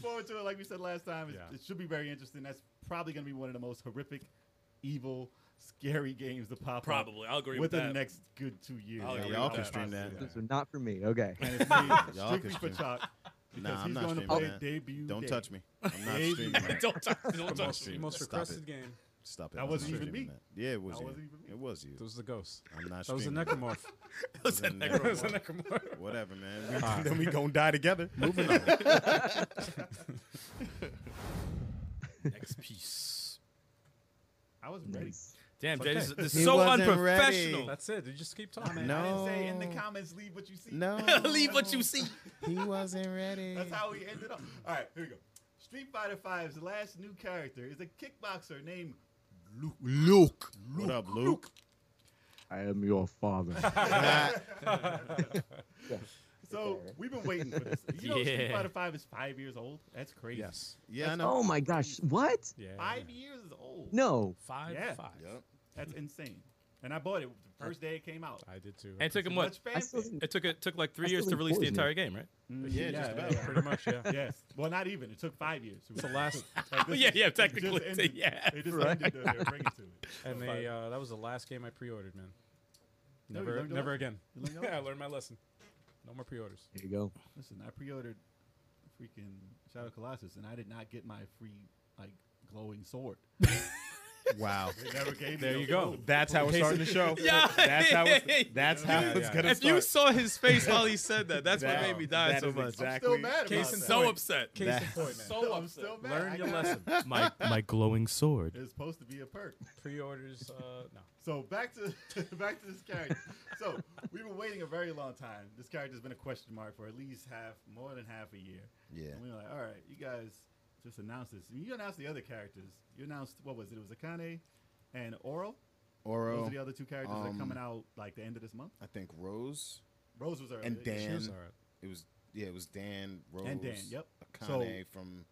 [SPEAKER 7] forward to it. Like we said last time, It's-
[SPEAKER 2] Yeah.
[SPEAKER 7] it should be very interesting. That's probably going to be one of the most horrific, evil, scary games to pop
[SPEAKER 8] Probably.
[SPEAKER 7] up
[SPEAKER 8] I'll agree with
[SPEAKER 7] within
[SPEAKER 8] that.
[SPEAKER 7] the next good two years.
[SPEAKER 8] I'll
[SPEAKER 6] Yeah,
[SPEAKER 8] agree
[SPEAKER 6] y'all
[SPEAKER 8] with
[SPEAKER 6] can
[SPEAKER 8] that.
[SPEAKER 6] stream that.
[SPEAKER 5] This was not for me. Okay.
[SPEAKER 7] And it's made
[SPEAKER 6] Y'all can
[SPEAKER 7] strictly for
[SPEAKER 6] stream.
[SPEAKER 7] Chalk because
[SPEAKER 6] Nah, I'm
[SPEAKER 7] he's
[SPEAKER 6] not
[SPEAKER 7] going to
[SPEAKER 6] streaming
[SPEAKER 7] play
[SPEAKER 6] that.
[SPEAKER 7] debut.
[SPEAKER 6] Don't
[SPEAKER 7] day.
[SPEAKER 6] touch me. I'm not
[SPEAKER 7] Maybe.
[SPEAKER 6] streaming that.
[SPEAKER 8] don't touch. Don't
[SPEAKER 6] on,
[SPEAKER 8] touch.
[SPEAKER 6] Steve.
[SPEAKER 2] The most
[SPEAKER 6] Stop it.
[SPEAKER 2] requested game.
[SPEAKER 6] Stop it.
[SPEAKER 7] That
[SPEAKER 6] I'm not
[SPEAKER 7] wasn't even
[SPEAKER 6] streaming
[SPEAKER 7] me.
[SPEAKER 6] That. Yeah, it was
[SPEAKER 7] That
[SPEAKER 6] you.
[SPEAKER 7] wasn't even me.
[SPEAKER 6] It was you.
[SPEAKER 2] That was the ghost.
[SPEAKER 6] I'm not
[SPEAKER 2] That was a
[SPEAKER 6] streaming
[SPEAKER 2] necromorph.
[SPEAKER 6] It was a
[SPEAKER 8] necromorph.
[SPEAKER 6] necromorph. Whatever, man. We- then we gonna die together. Moving on.
[SPEAKER 8] Next piece.
[SPEAKER 7] I was ready.
[SPEAKER 5] Nice.
[SPEAKER 8] Damn,
[SPEAKER 7] okay.
[SPEAKER 8] this, this
[SPEAKER 6] He
[SPEAKER 8] is so
[SPEAKER 6] wasn't
[SPEAKER 8] unprofessional.
[SPEAKER 6] ready.
[SPEAKER 2] That's it. You just keep
[SPEAKER 7] I,
[SPEAKER 2] talking.
[SPEAKER 7] mean, I didn't say in the
[SPEAKER 6] No.
[SPEAKER 7] comments, leave what you see.
[SPEAKER 6] No,
[SPEAKER 8] Leave what you see.
[SPEAKER 6] he wasn't ready.
[SPEAKER 7] That's how we ended up. All right, here we go. Street Fighter V's last new character is a kickboxer named Luke.
[SPEAKER 6] Luke. What up, Luke?
[SPEAKER 5] I am your father.
[SPEAKER 6] Nah,
[SPEAKER 7] So we've been waiting for this. You know, Street
[SPEAKER 8] Yeah.
[SPEAKER 7] Fighter Five is five years old. That's crazy.
[SPEAKER 2] Yes.
[SPEAKER 6] yeah, I know.
[SPEAKER 5] oh my gosh. What?
[SPEAKER 2] Yeah.
[SPEAKER 7] Five years old.
[SPEAKER 5] No.
[SPEAKER 2] Five.
[SPEAKER 7] Yeah.
[SPEAKER 2] Five.
[SPEAKER 6] Yep.
[SPEAKER 7] That's insane. And I bought it the first day it came out.
[SPEAKER 2] I did too.
[SPEAKER 8] And it took him what?
[SPEAKER 7] Much
[SPEAKER 5] I still
[SPEAKER 7] fanfare.
[SPEAKER 5] didn't-
[SPEAKER 8] It took it took like three
[SPEAKER 5] I
[SPEAKER 8] years
[SPEAKER 5] still
[SPEAKER 8] to release the
[SPEAKER 5] poisoned it.
[SPEAKER 8] entire game, right?
[SPEAKER 6] Yeah, just about.
[SPEAKER 2] Pretty much. Yeah.
[SPEAKER 7] Mm, Yes. Well, not even. It took five years. It's
[SPEAKER 2] the last,
[SPEAKER 8] Yeah, yeah, technically,
[SPEAKER 7] It just ended,
[SPEAKER 8] yeah.
[SPEAKER 7] It just ended. The, they were bringing to it.
[SPEAKER 2] and they uh, that was the last game I pre-ordered, man.
[SPEAKER 7] No, you
[SPEAKER 2] Never,
[SPEAKER 7] learned a
[SPEAKER 2] never
[SPEAKER 7] lesson.
[SPEAKER 2] again.
[SPEAKER 7] You learned a
[SPEAKER 2] Yeah, I
[SPEAKER 7] lesson.
[SPEAKER 2] learned my lesson. No more pre-orders.
[SPEAKER 5] There you go.
[SPEAKER 7] Listen, I pre-ordered freaking Shadow Colossus, and I did not get my free like glowing sword.
[SPEAKER 6] Wow.
[SPEAKER 7] They never gave me.
[SPEAKER 2] There
[SPEAKER 7] no
[SPEAKER 2] you go.
[SPEAKER 7] sword.
[SPEAKER 6] That's how we're starting the show.
[SPEAKER 8] Yeah.
[SPEAKER 6] That's how it's, that's how
[SPEAKER 2] Yeah,
[SPEAKER 6] it's
[SPEAKER 2] yeah.
[SPEAKER 6] gonna
[SPEAKER 8] If
[SPEAKER 6] start.
[SPEAKER 8] you saw his face while he said that, that's
[SPEAKER 6] That-
[SPEAKER 8] what made me die
[SPEAKER 6] that
[SPEAKER 8] so
[SPEAKER 6] is
[SPEAKER 8] much.
[SPEAKER 6] Exactly.
[SPEAKER 7] Still mad.
[SPEAKER 2] Case
[SPEAKER 7] about
[SPEAKER 2] in
[SPEAKER 7] that.
[SPEAKER 8] So upset.
[SPEAKER 2] Case in point, man.
[SPEAKER 8] So
[SPEAKER 7] I'm
[SPEAKER 8] upset.
[SPEAKER 7] still mad. I
[SPEAKER 2] Learn your
[SPEAKER 7] got-
[SPEAKER 2] lesson.
[SPEAKER 8] My my glowing sword.
[SPEAKER 7] It's supposed to be a perk.
[SPEAKER 2] Pre-orders. Uh, no.
[SPEAKER 7] So back to back to this character. So we've been waiting a very long time. This character's been a question mark for at least half, more than half a year.
[SPEAKER 6] Yeah.
[SPEAKER 7] And we were like, all right, you guys just announced this. You announced the other characters. You announced what was it? It was Akane and Oral. Those are the
[SPEAKER 6] Oro,
[SPEAKER 7] other two characters that are coming
[SPEAKER 6] um,
[SPEAKER 7] out like the end of this month.
[SPEAKER 6] I think Rose
[SPEAKER 7] Rose was early.
[SPEAKER 6] and Dan.
[SPEAKER 2] Shoes are up.
[SPEAKER 6] It was yeah, it was Dan Rose
[SPEAKER 7] And Dan, yep. So-
[SPEAKER 6] Akane from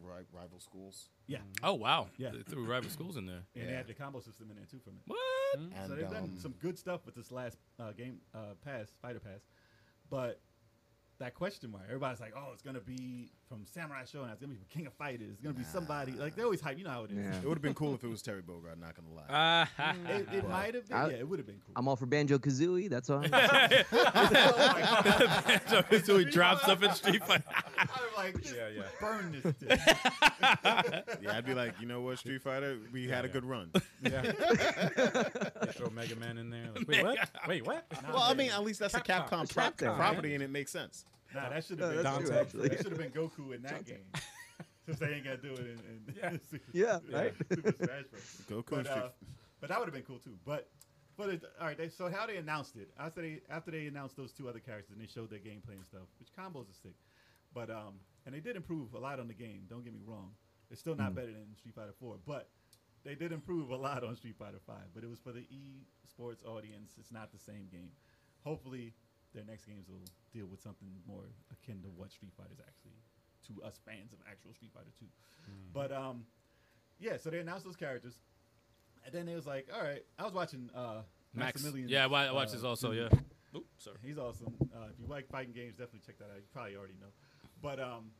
[SPEAKER 6] ri- rival schools,
[SPEAKER 7] Yeah.
[SPEAKER 8] Oh wow.
[SPEAKER 7] Yeah.
[SPEAKER 8] They threw rival schools in there.
[SPEAKER 7] And they
[SPEAKER 6] Yeah.
[SPEAKER 7] had the combo system in there too from it.
[SPEAKER 8] What?
[SPEAKER 3] Hmm.
[SPEAKER 6] and
[SPEAKER 7] Mm-hmm. so they've done
[SPEAKER 6] um,
[SPEAKER 7] some good stuff with this last uh, game uh, pass, fighter pass, but that question mark. Everybody's like, "Oh, it's gonna be from Samurai Shodown. It's gonna be from King of Fighters. It's gonna be somebody." Like they always hype. You know how it is.
[SPEAKER 5] Yeah.
[SPEAKER 6] It would have been cool if it was Terry Bogard. Not gonna lie.
[SPEAKER 8] Ah, ha, ha.
[SPEAKER 7] It, it might have been.
[SPEAKER 5] I-
[SPEAKER 7] yeah, it would have been cool. Oh
[SPEAKER 5] I'm all for Banjo Kazooie. That's all. I'm
[SPEAKER 3] Oh,
[SPEAKER 8] so, so he drops up in Street Fighter.
[SPEAKER 7] I'm like, yeah,
[SPEAKER 2] Yeah, yeah.
[SPEAKER 7] burn this. Thing.
[SPEAKER 6] yeah, I'd be like, you know what, Street Fighter, we had a
[SPEAKER 2] yeah.
[SPEAKER 6] good run.
[SPEAKER 2] Yeah. they throw Mega Man in there. Like, wait, what? Wait, what?
[SPEAKER 6] well, I mean, at least that's
[SPEAKER 2] Capcom.
[SPEAKER 6] a Capcom,
[SPEAKER 5] It's
[SPEAKER 6] pro-
[SPEAKER 5] Capcom,
[SPEAKER 6] property, and it makes sense.
[SPEAKER 7] Nah, that should
[SPEAKER 5] No,
[SPEAKER 7] have
[SPEAKER 5] that's
[SPEAKER 7] been
[SPEAKER 5] true,
[SPEAKER 7] Goku.
[SPEAKER 5] actually.
[SPEAKER 7] That should have been Goku in that game. Since they ain't gonna do it in, in
[SPEAKER 2] Yeah.
[SPEAKER 7] Super-
[SPEAKER 5] Yeah, right?
[SPEAKER 7] Super Smash Bros.
[SPEAKER 6] Goku
[SPEAKER 7] but,
[SPEAKER 6] and Street-
[SPEAKER 7] uh, but that would have been cool too. But but it, all right, they, so how they announced it after they after they announced those two other characters and they showed their gameplay and stuff, which combos are sick. But um, and they did improve a lot on the game. Don't get me wrong, it's still not better than Street Fighter Four, but they did improve a lot on Street Fighter Five. But it was for the e sports audience. It's not the same game. Hopefully, their next games will deal with something more akin to what Street Fighter is actually to us fans of actual Street Fighter Two. But um, yeah, so they announced those characters, and then it was like, all right, I was watching uh,
[SPEAKER 8] Max.
[SPEAKER 7] Maximilian.
[SPEAKER 8] Yeah, I wa- I watched
[SPEAKER 7] uh,
[SPEAKER 8] this also. Yeah.
[SPEAKER 7] video.
[SPEAKER 8] Oop, sorry.
[SPEAKER 7] He's awesome. Uh, if you like fighting games, definitely check that out. You probably already know, but um,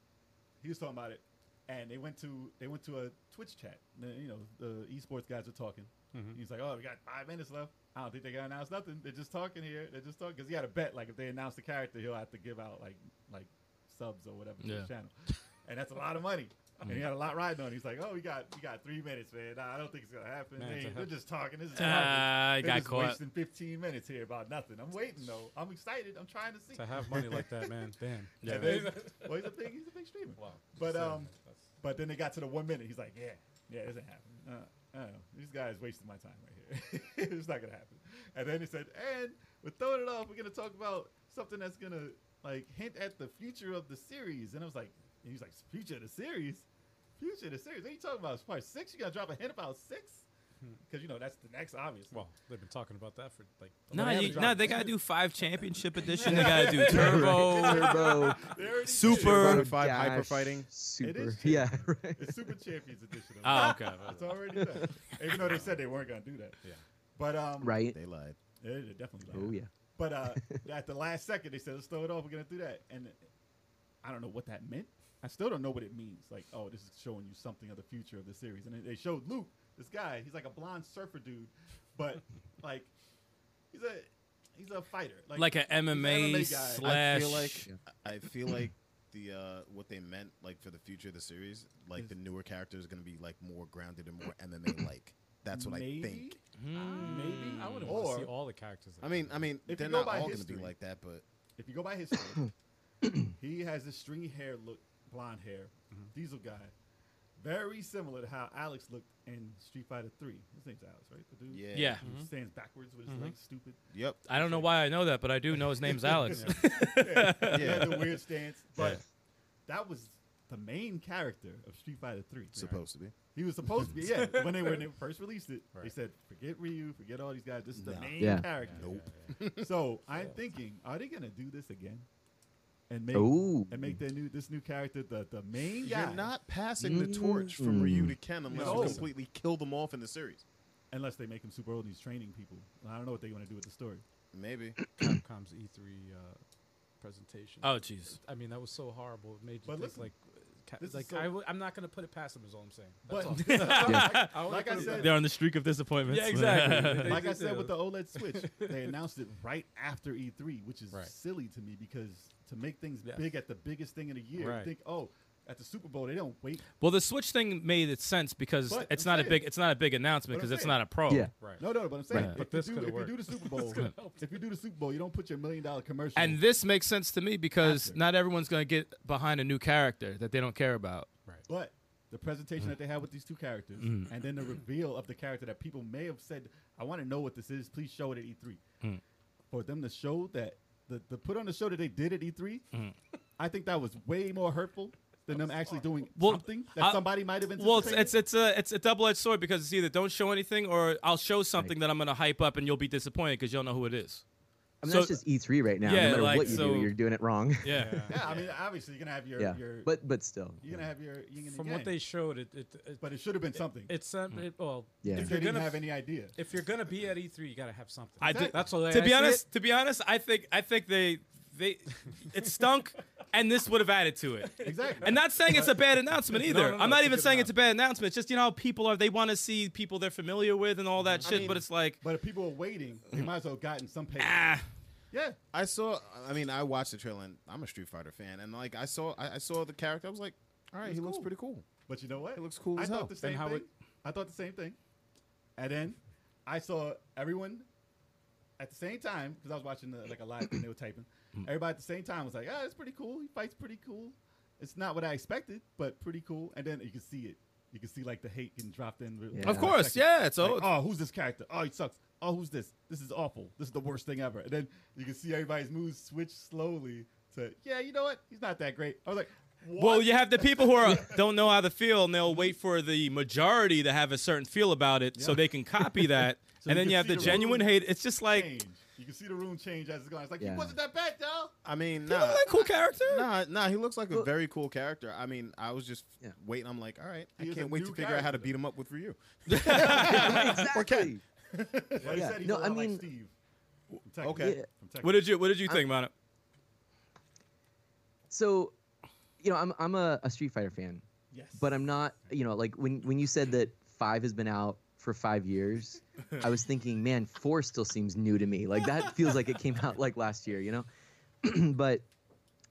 [SPEAKER 7] he was talking about it, and they went to they went to a Twitch chat. The- You know, the esports guys are talking.
[SPEAKER 2] Mm-hmm.
[SPEAKER 7] He's like, "Oh, we got five minutes left. I don't think they're gonna announce nothing. They're just talking here. They're just talking because he had a bet. Like, if they announce the character, he'll have to give out like like subs or whatever to
[SPEAKER 8] Yeah.
[SPEAKER 7] his channel, and that's a lot of money." And
[SPEAKER 2] Mm.
[SPEAKER 7] he had a lot riding on. it. He's like, "Oh, we got we got three minutes, man. Nah, I don't think it's gonna happen.
[SPEAKER 2] Man,
[SPEAKER 7] They-
[SPEAKER 2] it's a-
[SPEAKER 7] they're just talking. This is garbage."
[SPEAKER 8] Ah, I
[SPEAKER 7] They're
[SPEAKER 8] got
[SPEAKER 7] just
[SPEAKER 8] caught.
[SPEAKER 7] wasting 15 minutes here about nothing. I'm waiting though. I'm excited. I'm trying to see.
[SPEAKER 2] To have money like that, man. Damn.
[SPEAKER 8] Yeah.
[SPEAKER 7] And then- well, he's a big, he's a big streamer.
[SPEAKER 2] Wow.
[SPEAKER 7] But
[SPEAKER 2] Just saying,
[SPEAKER 7] um,
[SPEAKER 2] that's-
[SPEAKER 7] but then they got to the one minute. He's like, yeah, yeah, it doesn't happen. Uh, I don't know. This guy's wasting my time right here. it's not gonna happen. And then he said, and we're throwing it off. We're gonna talk about something that's gonna like hint at the future of the series. And I was like, and he's like, future of the series. Future the series. What are you talking about? It's part six. You gotta drop a hint about six,
[SPEAKER 2] Hmm.
[SPEAKER 7] because you know that's the next obvious.
[SPEAKER 2] Well, they've been talking about that for like.
[SPEAKER 3] Nah,
[SPEAKER 7] haven't
[SPEAKER 3] you,
[SPEAKER 7] dropped
[SPEAKER 3] nah, they gotta do five championship edition. They gotta do turbo,
[SPEAKER 5] Turbo,
[SPEAKER 3] super.
[SPEAKER 6] Five
[SPEAKER 5] Dash,
[SPEAKER 6] hyper fighting.
[SPEAKER 5] Super.
[SPEAKER 7] is
[SPEAKER 5] yeah, right.
[SPEAKER 7] It's Super Champions Edition. of
[SPEAKER 3] Oh, okay.
[SPEAKER 7] It's already done. Even though they said they weren't gonna do that.
[SPEAKER 2] Yeah.
[SPEAKER 7] But um.
[SPEAKER 5] Right.
[SPEAKER 6] They lied.
[SPEAKER 7] Yeah, they definitely.
[SPEAKER 5] Oh
[SPEAKER 7] lied.
[SPEAKER 5] yeah.
[SPEAKER 7] But uh, at the last second, they said, "Let's throw it off. We're gonna do that." And I don't know what that meant. I still don't know what it means. Like, oh, this is showing you something of the future of the series. And then they showed Luke, this guy. He's like a blonde surfer dude, but like he's a he's a fighter.
[SPEAKER 3] Like an MMA,
[SPEAKER 7] guy.
[SPEAKER 3] slash.
[SPEAKER 6] I feel like I feel like the uh, what they meant like for the future of the series, like the newer characters going to be like more grounded and more MMA like. That's what I think.
[SPEAKER 7] Maybe
[SPEAKER 2] Hmm. I wouldn't want
[SPEAKER 7] or
[SPEAKER 2] to see all the characters. like
[SPEAKER 6] I mean,
[SPEAKER 2] that.
[SPEAKER 6] I mean,
[SPEAKER 7] If
[SPEAKER 6] they're
[SPEAKER 7] you go
[SPEAKER 6] not
[SPEAKER 7] by
[SPEAKER 6] all going to be
[SPEAKER 7] history-
[SPEAKER 6] like that, but
[SPEAKER 7] if you go by his story, he has this stringy hair look, blonde hair,
[SPEAKER 6] Mm-hmm.
[SPEAKER 7] diesel guy. Very similar to how Alex looked in Street Fighter Three. His name's Alex, right? The dude.
[SPEAKER 6] yeah, Mm-hmm.
[SPEAKER 3] yeah.
[SPEAKER 7] Who stands backwards with his legs stupid.
[SPEAKER 6] yep,
[SPEAKER 3] I don't know why I know that, but I do know his name's Alex.
[SPEAKER 7] yeah, he had
[SPEAKER 6] Yeah.
[SPEAKER 7] the weird stance. But
[SPEAKER 6] Yeah.
[SPEAKER 7] that was the main character of Street Fighter Three.
[SPEAKER 6] supposed to be.
[SPEAKER 7] He was supposed to be, yeah. When they when they first released it, they
[SPEAKER 2] Right.
[SPEAKER 7] said, "Forget Ryu, forget all these guys. This is the
[SPEAKER 6] No.
[SPEAKER 7] main
[SPEAKER 5] Yeah.
[SPEAKER 7] character."
[SPEAKER 6] Nope.
[SPEAKER 7] so I'm thinking, are they gonna do this again? And make
[SPEAKER 5] Ooh.
[SPEAKER 7] and make their new this new character the the main guy.
[SPEAKER 6] You're not passing the torch from Ryu to Ken unless
[SPEAKER 7] No.
[SPEAKER 6] you completely kill them off in the series.
[SPEAKER 7] unless they make him super old. and He's training people. I don't know what they want to do with the story.
[SPEAKER 6] Maybe.
[SPEAKER 2] Capcom's E3 uh, presentation.
[SPEAKER 3] oh, jeez.
[SPEAKER 2] I mean, that was so horrible. It made you
[SPEAKER 7] But
[SPEAKER 2] think
[SPEAKER 7] listen,
[SPEAKER 2] like, uh, ca-
[SPEAKER 7] this is
[SPEAKER 2] like
[SPEAKER 7] so-
[SPEAKER 2] I w- I'm not gonna put it past them. Is all I'm saying. That's
[SPEAKER 7] But
[SPEAKER 2] all. I wouldn't
[SPEAKER 7] like I
[SPEAKER 2] put it
[SPEAKER 7] said,
[SPEAKER 3] They're on the streak of disappointments.
[SPEAKER 2] Yeah, exactly.
[SPEAKER 7] like I
[SPEAKER 2] They
[SPEAKER 7] said
[SPEAKER 2] do.
[SPEAKER 7] with the OLED Switch, they announced it right after E3, which is
[SPEAKER 2] Right.
[SPEAKER 7] silly to me because to make things
[SPEAKER 2] Yeah.
[SPEAKER 7] big at the biggest thing of the year,
[SPEAKER 2] Right.
[SPEAKER 7] you think, oh, at the Super Bowl they don't wait.
[SPEAKER 3] well, the Switch thing made it sense because
[SPEAKER 7] But
[SPEAKER 3] it's
[SPEAKER 7] I'm
[SPEAKER 3] not a
[SPEAKER 7] saying-
[SPEAKER 3] big it's not a big announcement
[SPEAKER 7] But I'm
[SPEAKER 3] because it's
[SPEAKER 7] saying-
[SPEAKER 3] not a pro.
[SPEAKER 5] Yeah.
[SPEAKER 2] Right.
[SPEAKER 7] No, no, but I'm saying
[SPEAKER 2] But
[SPEAKER 7] if,
[SPEAKER 2] this
[SPEAKER 7] you do,
[SPEAKER 2] coulda
[SPEAKER 7] if you
[SPEAKER 2] worked.
[SPEAKER 7] do the Super Bowl,
[SPEAKER 2] coulda helped.
[SPEAKER 7] if you do the Super Bowl, you don't put your million dollar commercial.
[SPEAKER 3] And this makes sense to me because
[SPEAKER 7] After.
[SPEAKER 3] not everyone's going to get behind a new character that they don't care about.
[SPEAKER 7] but the presentation
[SPEAKER 3] Mm.
[SPEAKER 7] that they had with these two characters, and then the reveal of the character that people may have said, "I want to know what this is. Please show it at E3."
[SPEAKER 3] Mm.
[SPEAKER 7] For them to show that the, the put on the show that they did at E3,
[SPEAKER 3] Mm.
[SPEAKER 7] I think that was way more hurtful than them actually doing
[SPEAKER 3] Well,
[SPEAKER 7] something that
[SPEAKER 3] I-
[SPEAKER 7] somebody might have
[SPEAKER 3] Well, it's
[SPEAKER 7] anticipated.
[SPEAKER 3] it's it's a it's a double edged sword because it's either don't show anything or I'll show something that I'm going to hype up and you'll be disappointed because you'll know who it is.
[SPEAKER 5] I mean,
[SPEAKER 3] So-
[SPEAKER 5] that's just E3 right now.
[SPEAKER 3] Yeah,
[SPEAKER 5] no matter
[SPEAKER 3] like,
[SPEAKER 5] what you
[SPEAKER 3] so-
[SPEAKER 5] do, you're doing it wrong.
[SPEAKER 3] Yeah.
[SPEAKER 7] yeah, I mean, obviously you're gonna have your
[SPEAKER 5] yeah,
[SPEAKER 7] your
[SPEAKER 5] but but still,
[SPEAKER 7] you're gonna have your yin and
[SPEAKER 2] From
[SPEAKER 7] yang,
[SPEAKER 2] what they showed, it it, it
[SPEAKER 7] but it should have been something.
[SPEAKER 2] it's um,
[SPEAKER 3] Hmm.
[SPEAKER 2] it, well,
[SPEAKER 5] Yeah.
[SPEAKER 2] if
[SPEAKER 7] if they
[SPEAKER 2] you're
[SPEAKER 7] didn't
[SPEAKER 2] gonna
[SPEAKER 7] have any idea,
[SPEAKER 2] if you're gonna be at E3, you gotta have something.
[SPEAKER 3] I do-
[SPEAKER 2] That's all.
[SPEAKER 3] to be honest, to be honest, I think I think they they it stunk and this would have added to it.
[SPEAKER 7] exactly.
[SPEAKER 3] And not saying it's a bad announcement either.
[SPEAKER 2] no, no,
[SPEAKER 3] I'm not
[SPEAKER 2] it's a
[SPEAKER 3] even
[SPEAKER 2] good
[SPEAKER 3] saying it's a bad announcement. It's just you know how people are they want to see people they're familiar with and all that shit, but it's like
[SPEAKER 7] but if people were waiting, they might as well have gotten some pay.
[SPEAKER 3] ah,
[SPEAKER 7] Yeah,
[SPEAKER 6] I saw. I mean, I watched the trailer. and I'm a Street Fighter fan, and like I saw, I, I saw the character. I was like, all right, he looks pretty cool.
[SPEAKER 7] But you know what?
[SPEAKER 6] It looks cool
[SPEAKER 7] I
[SPEAKER 6] as
[SPEAKER 7] thought
[SPEAKER 6] hell.
[SPEAKER 7] the
[SPEAKER 6] And
[SPEAKER 7] same
[SPEAKER 2] how
[SPEAKER 7] thing.
[SPEAKER 2] it-
[SPEAKER 7] I thought the same thing. And then I saw everyone at the same time because I was watching the, like a live thing they were typing. Everybody at the same time was like, "Ah, it's pretty cool. He fights pretty cool. It's not what I expected, but pretty cool." And then you can see it. You can see like the hate getting dropped in. real-
[SPEAKER 5] Yeah.
[SPEAKER 3] of
[SPEAKER 5] Yeah.
[SPEAKER 3] course,
[SPEAKER 7] Second.
[SPEAKER 3] yeah. So
[SPEAKER 7] Like, oh, who's this character? Oh, he sucks. Oh, who's this? This is awful. This is the worst thing ever. And then you can see everybody's moves switch slowly to, yeah, you know what? He's not that great. I was like, what?
[SPEAKER 3] well, you have the people who are, don't know how to feel, and they'll wait for the majority to have a certain feel about it, so
[SPEAKER 7] Yeah.
[SPEAKER 3] they can copy that. and
[SPEAKER 7] So you
[SPEAKER 3] then
[SPEAKER 7] can
[SPEAKER 3] you have
[SPEAKER 7] see
[SPEAKER 3] the
[SPEAKER 7] the
[SPEAKER 3] genuine
[SPEAKER 7] room
[SPEAKER 3] hate. It's just like,
[SPEAKER 7] change. You can see the room change as it's going. It's like
[SPEAKER 5] Yeah.
[SPEAKER 7] he wasn't that bad, y'all.
[SPEAKER 6] I mean,
[SPEAKER 3] "Oh,
[SPEAKER 6] nah,
[SPEAKER 3] that cool character.
[SPEAKER 6] nah, nah. He looks like a very cool character. I mean, I was just
[SPEAKER 5] Yeah.
[SPEAKER 6] waiting. I'm like, all right, I
[SPEAKER 7] He is a
[SPEAKER 6] can't wait to
[SPEAKER 7] new
[SPEAKER 6] figure out how to
[SPEAKER 7] character.
[SPEAKER 6] beat him up with Ryu.
[SPEAKER 5] exactly.
[SPEAKER 7] But he
[SPEAKER 5] Yeah.
[SPEAKER 7] said he's
[SPEAKER 5] No,
[SPEAKER 7] a
[SPEAKER 5] I
[SPEAKER 7] lot like
[SPEAKER 5] mean-
[SPEAKER 7] Steve. from Tekken.
[SPEAKER 6] Okay,
[SPEAKER 5] Yeah.
[SPEAKER 7] From Tekken.
[SPEAKER 3] What did you What did you think about it?
[SPEAKER 5] So, you know, I'm I'm a, a Street Fighter fan,
[SPEAKER 7] Yes.
[SPEAKER 5] but I'm not. You know, like when when you said that five has been out for five years, I was thinking, man, four still seems new to me. Like that feels like it came out like last year. You know, but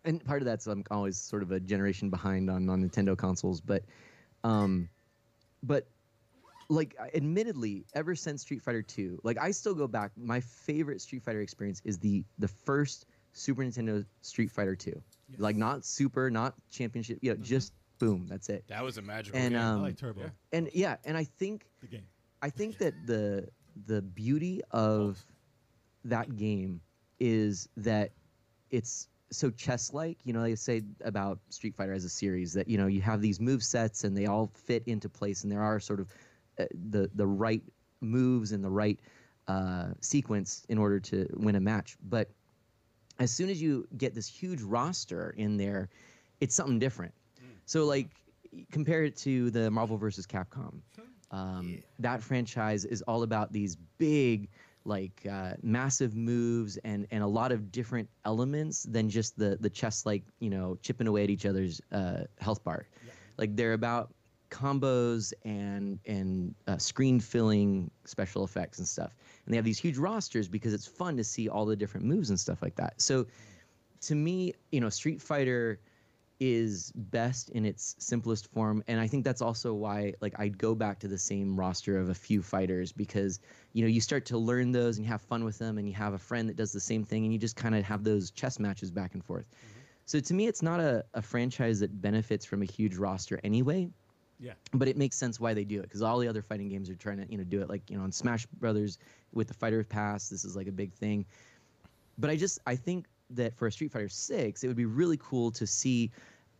[SPEAKER 5] and part of that's I'm always sort of a generation behind on on Nintendo consoles, but um, but like admittedly ever since street fighter 2 like i still go back my favorite street fighter experience is the the first super nintendo street fighter 2 like not super not championship you know just boom that's it
[SPEAKER 3] That was a magical
[SPEAKER 5] and
[SPEAKER 7] I
[SPEAKER 5] um
[SPEAKER 7] like Turbo.
[SPEAKER 5] and yeah and i think
[SPEAKER 7] The game.
[SPEAKER 5] I think that the the beauty of that game is that it's so chess like you know they say about street fighter as a series that you know you have these move sets and they all fit into place and there are sort of uh, the the right moves and the right uh, sequence in order to win a match but as soon as you get this huge roster in there it's something different so like compare it to the marvel versus capcom um, that franchise is all about these big like uh, massive moves and and a lot of different elements than just the the chess like you know chipping away at each other's uh, health bar like they're about combos and and uh, screen filling special effects and stuff and they have these huge rosters because it's fun to see all the different moves and stuff like that so to me you know street fighter is best in its simplest form and i think that's also why like i'd go back to the same roster of a few fighters because you know you start to learn those and you have fun with them and you have a friend that does the same thing and you just kind of have those chess matches back and forth so to me it's not a, a franchise that benefits from a huge roster anyway
[SPEAKER 2] Yeah.
[SPEAKER 5] but it makes sense why they do it because all the other fighting games are trying to you know do it like you know on smash brothers with the fighter pass this is like a big thing but i just i think that for a street fighter 6 it would be really cool to see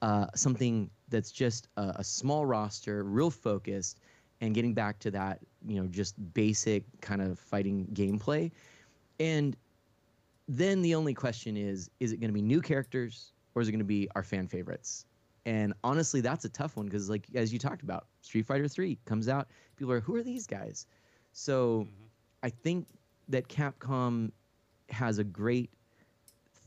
[SPEAKER 5] uh, something that's just a, a small roster real focused and getting back to that you know just basic kind of fighting gameplay and then the only question is is it going to be new characters or is it going to be our fan favorites and honestly that's a tough one because like as you talked about street fighter 3 comes out people are who are these guys so i think that capcom has a great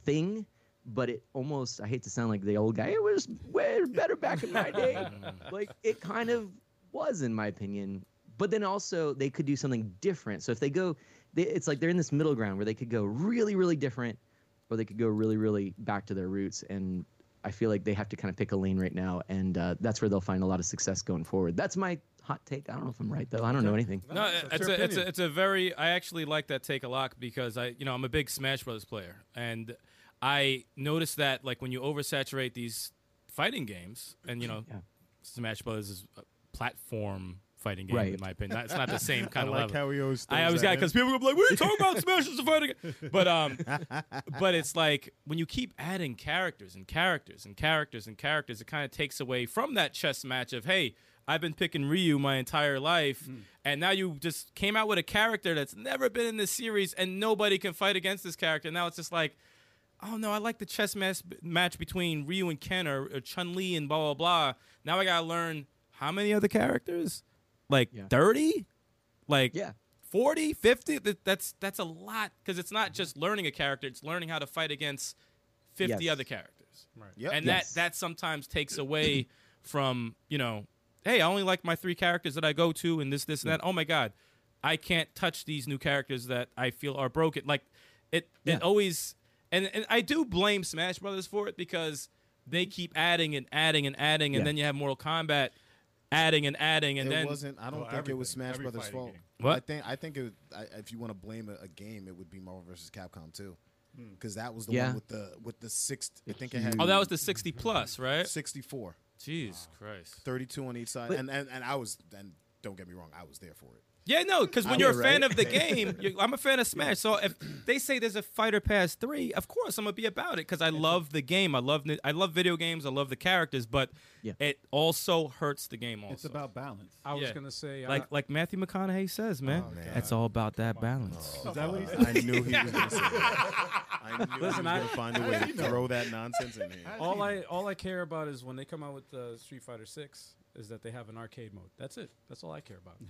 [SPEAKER 5] thing but it almost i hate to sound like the old guy it was way better back in my day like it kind of was in my opinion but then also they could do something different so if they go they, it's like they're in this middle ground where they could go really really different or they could go really really back to their roots and i feel like they have to kind of pick a lane right now and uh, that's where they'll find a lot of success going forward that's my hot take i don't know if i'm right though i don't know anything
[SPEAKER 2] No,
[SPEAKER 3] No,
[SPEAKER 2] it's-
[SPEAKER 3] it's,
[SPEAKER 2] it's your
[SPEAKER 3] a, it's, a,
[SPEAKER 2] opinion.
[SPEAKER 3] it's a very. I actually like that take a lot because I, you know, I'm a big Smash Brothers player, and I noticed that like when you oversaturate these fighting games, and you know,
[SPEAKER 5] Yeah.
[SPEAKER 3] Smash Brothers is a platform fighting game
[SPEAKER 5] Right.
[SPEAKER 3] in my opinion. Not- It's not the same
[SPEAKER 6] I
[SPEAKER 3] kind of
[SPEAKER 6] like
[SPEAKER 3] level.
[SPEAKER 6] how he always.
[SPEAKER 3] I always got because people were like, "What are you talking about? Smash is a fighting game," but um, but it's like when you keep adding characters and characters and characters and characters, it kind of takes away from that chess match of hey, I've been picking Ryu my entire life, and now you just came out with a character that's never been in this series, and nobody can fight against this character. Now it's just like. Oh no! I like the chess match, match between Ryu and Ken or, or Chun Li and blah blah blah. Now I gotta learn how many other characters, like
[SPEAKER 5] Yeah.
[SPEAKER 3] thirty, like
[SPEAKER 5] yeah
[SPEAKER 3] 40 50 Th- that's that's a lot because it's not just learning a character it's learning how to fight against 50
[SPEAKER 5] Yes.
[SPEAKER 3] other characters
[SPEAKER 6] Yep.
[SPEAKER 3] and
[SPEAKER 5] Yes.
[SPEAKER 3] that that sometimes takes away from you know hey i only like my three characters that i go to and this this and that oh my god i can't touch these new characters that i feel are broken like it
[SPEAKER 5] Yeah.
[SPEAKER 3] it always and, and i do blame smash brothers for it because they keep adding and adding and adding and
[SPEAKER 5] Yeah.
[SPEAKER 3] then you have mortal kombat adding and adding and
[SPEAKER 6] it
[SPEAKER 3] then
[SPEAKER 6] wasn't. I don't
[SPEAKER 7] Well,
[SPEAKER 6] think it was
[SPEAKER 7] everything.
[SPEAKER 6] Smash
[SPEAKER 7] Every
[SPEAKER 6] Brothers'
[SPEAKER 7] fighting
[SPEAKER 6] fault.
[SPEAKER 7] game.
[SPEAKER 3] What?
[SPEAKER 6] I think. I think it, was- I, if you want to blame a, a game, it would be Marvel versus Capcom too,
[SPEAKER 7] Hmm.
[SPEAKER 6] because that was the
[SPEAKER 5] Yeah.
[SPEAKER 6] one with the with the sixth. I think it had.
[SPEAKER 3] oh that was the 60 plus right
[SPEAKER 6] 64,
[SPEAKER 3] jeez christ
[SPEAKER 6] 32 on each side,
[SPEAKER 5] But-
[SPEAKER 6] and, and and I was. And don't get me wrong, I was there for it.
[SPEAKER 3] Yeah, no, because when
[SPEAKER 5] Yeah,
[SPEAKER 3] you're a fan
[SPEAKER 5] right.
[SPEAKER 3] of the game, you I'm a fan of Smash. So if they say there's a Fighter Pass three, of course I'm gonna be about it because I love the game. I love the- I love video games. I love the characters, but
[SPEAKER 5] Yeah.
[SPEAKER 3] it also hurts the game. Also,
[SPEAKER 7] It's about balance.
[SPEAKER 2] I was
[SPEAKER 3] Yeah.
[SPEAKER 2] gonna say, uh,
[SPEAKER 3] like
[SPEAKER 2] I,
[SPEAKER 3] like Matthew McConaughey says, man,
[SPEAKER 6] Oh, man.
[SPEAKER 3] it's all about that balance.
[SPEAKER 7] Is that what he said?
[SPEAKER 6] Uh, I knew he was going to say that. I knew
[SPEAKER 2] Listen,
[SPEAKER 6] he was
[SPEAKER 2] I-
[SPEAKER 6] going to find a way to throw that nonsense in here.
[SPEAKER 2] all I all I care about is when they come out with uh, Street Fighter Six, is that they have an arcade mode. That's it. That's all I care about.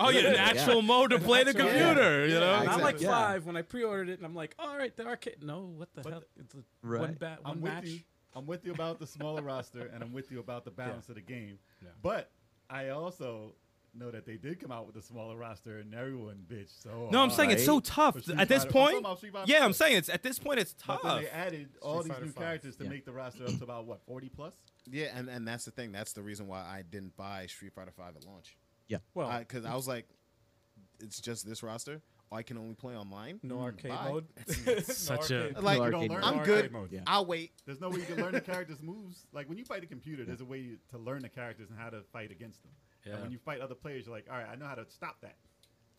[SPEAKER 3] oh yeah, natural mode to play the
[SPEAKER 2] Natural-
[SPEAKER 3] computer. You know,
[SPEAKER 2] And I'm like
[SPEAKER 6] Exactly.
[SPEAKER 5] Yeah.
[SPEAKER 2] five when I pre-ordered it, and I'm like, all right, the arcade. No, what the hell? It's a one
[SPEAKER 5] Right.
[SPEAKER 2] bat, one
[SPEAKER 7] I'm
[SPEAKER 2] match.
[SPEAKER 7] with you. I'm with you about the smaller roster, and I'm with you about the balance of the game.
[SPEAKER 2] Yeah.
[SPEAKER 7] But I also know that they did come out with a smaller roster, and everyone bitch. So
[SPEAKER 3] no, I'm saying it's so
[SPEAKER 5] Right.
[SPEAKER 3] tough
[SPEAKER 7] For Street
[SPEAKER 3] at this
[SPEAKER 7] Fighter- I'm talking
[SPEAKER 3] point.
[SPEAKER 7] about Street Fighter
[SPEAKER 3] Yeah, I'm
[SPEAKER 7] Five.
[SPEAKER 3] saying it's at this point it's
[SPEAKER 7] But
[SPEAKER 3] tough.
[SPEAKER 7] then they added all
[SPEAKER 2] Street
[SPEAKER 7] these
[SPEAKER 2] Fighter
[SPEAKER 7] new
[SPEAKER 2] five.
[SPEAKER 7] characters to
[SPEAKER 5] Yeah.
[SPEAKER 7] make the roster up to about what 40 plus.
[SPEAKER 6] Yeah, and, and that's the thing. That's the reason why I didn't buy Street Fighter Five at launch.
[SPEAKER 7] Oh.
[SPEAKER 2] Well,
[SPEAKER 6] Because I, was like, it's just this roster. I can only play online. Hmm,
[SPEAKER 2] no arcade
[SPEAKER 6] bye.
[SPEAKER 2] mode.
[SPEAKER 3] Such a-
[SPEAKER 2] mode.
[SPEAKER 6] Like,
[SPEAKER 5] No
[SPEAKER 7] You
[SPEAKER 5] arcade mode.
[SPEAKER 7] don't learn the
[SPEAKER 6] I'm
[SPEAKER 7] arcade
[SPEAKER 6] good.
[SPEAKER 7] mode.
[SPEAKER 5] Yeah.
[SPEAKER 6] I'll wait.
[SPEAKER 7] There's no way you can learn the characters' moves. Like when you fight a computer, there's a way to learn the characters and how to fight against them.
[SPEAKER 3] Yeah.
[SPEAKER 7] And when you fight other players, you're like, all right, I know how to stop that.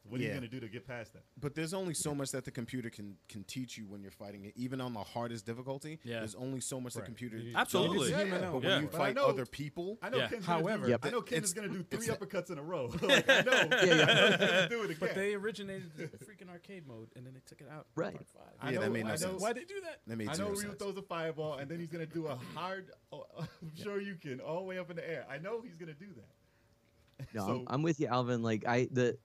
[SPEAKER 7] What are
[SPEAKER 6] Yeah.
[SPEAKER 7] you gonna do to get past that?
[SPEAKER 6] But there's only so much that the computer can can teach you when you're fighting it, even on the hardest difficulty.
[SPEAKER 3] Yeah.
[SPEAKER 6] There's only so much
[SPEAKER 7] Right.
[SPEAKER 6] the computer.
[SPEAKER 7] You-
[SPEAKER 3] Absolutely. Yeah,
[SPEAKER 6] Yeah, yeah.
[SPEAKER 2] yeah.
[SPEAKER 6] But
[SPEAKER 3] Yeah.
[SPEAKER 6] when you
[SPEAKER 7] But I
[SPEAKER 6] fight
[SPEAKER 7] know-
[SPEAKER 6] other people,
[SPEAKER 7] I know
[SPEAKER 3] Yeah.
[SPEAKER 7] Ken's
[SPEAKER 2] However-
[SPEAKER 7] gonna
[SPEAKER 5] Yep.
[SPEAKER 7] do, I know Ken's
[SPEAKER 6] It's-
[SPEAKER 7] gonna do
[SPEAKER 6] it's-
[SPEAKER 7] three uppercuts in a row. like, I know. I know he's gonna do it again.
[SPEAKER 2] But they originated the freaking arcade mode, and then they took it out.
[SPEAKER 5] Right.
[SPEAKER 2] Part five.
[SPEAKER 7] I
[SPEAKER 6] Yeah,
[SPEAKER 7] know,
[SPEAKER 6] that made no
[SPEAKER 7] I know,
[SPEAKER 6] sense.
[SPEAKER 2] Why'd they do that?
[SPEAKER 6] that made
[SPEAKER 7] I know
[SPEAKER 6] zero
[SPEAKER 7] Ryu
[SPEAKER 6] sense.
[SPEAKER 7] throws a fireball, and then he's gonna do a hard. Oh, I'm sure you can all the way up in the air. I know he's gonna do that.
[SPEAKER 5] No,
[SPEAKER 7] So-
[SPEAKER 5] I'm, I'm with you, Alvin. Like I the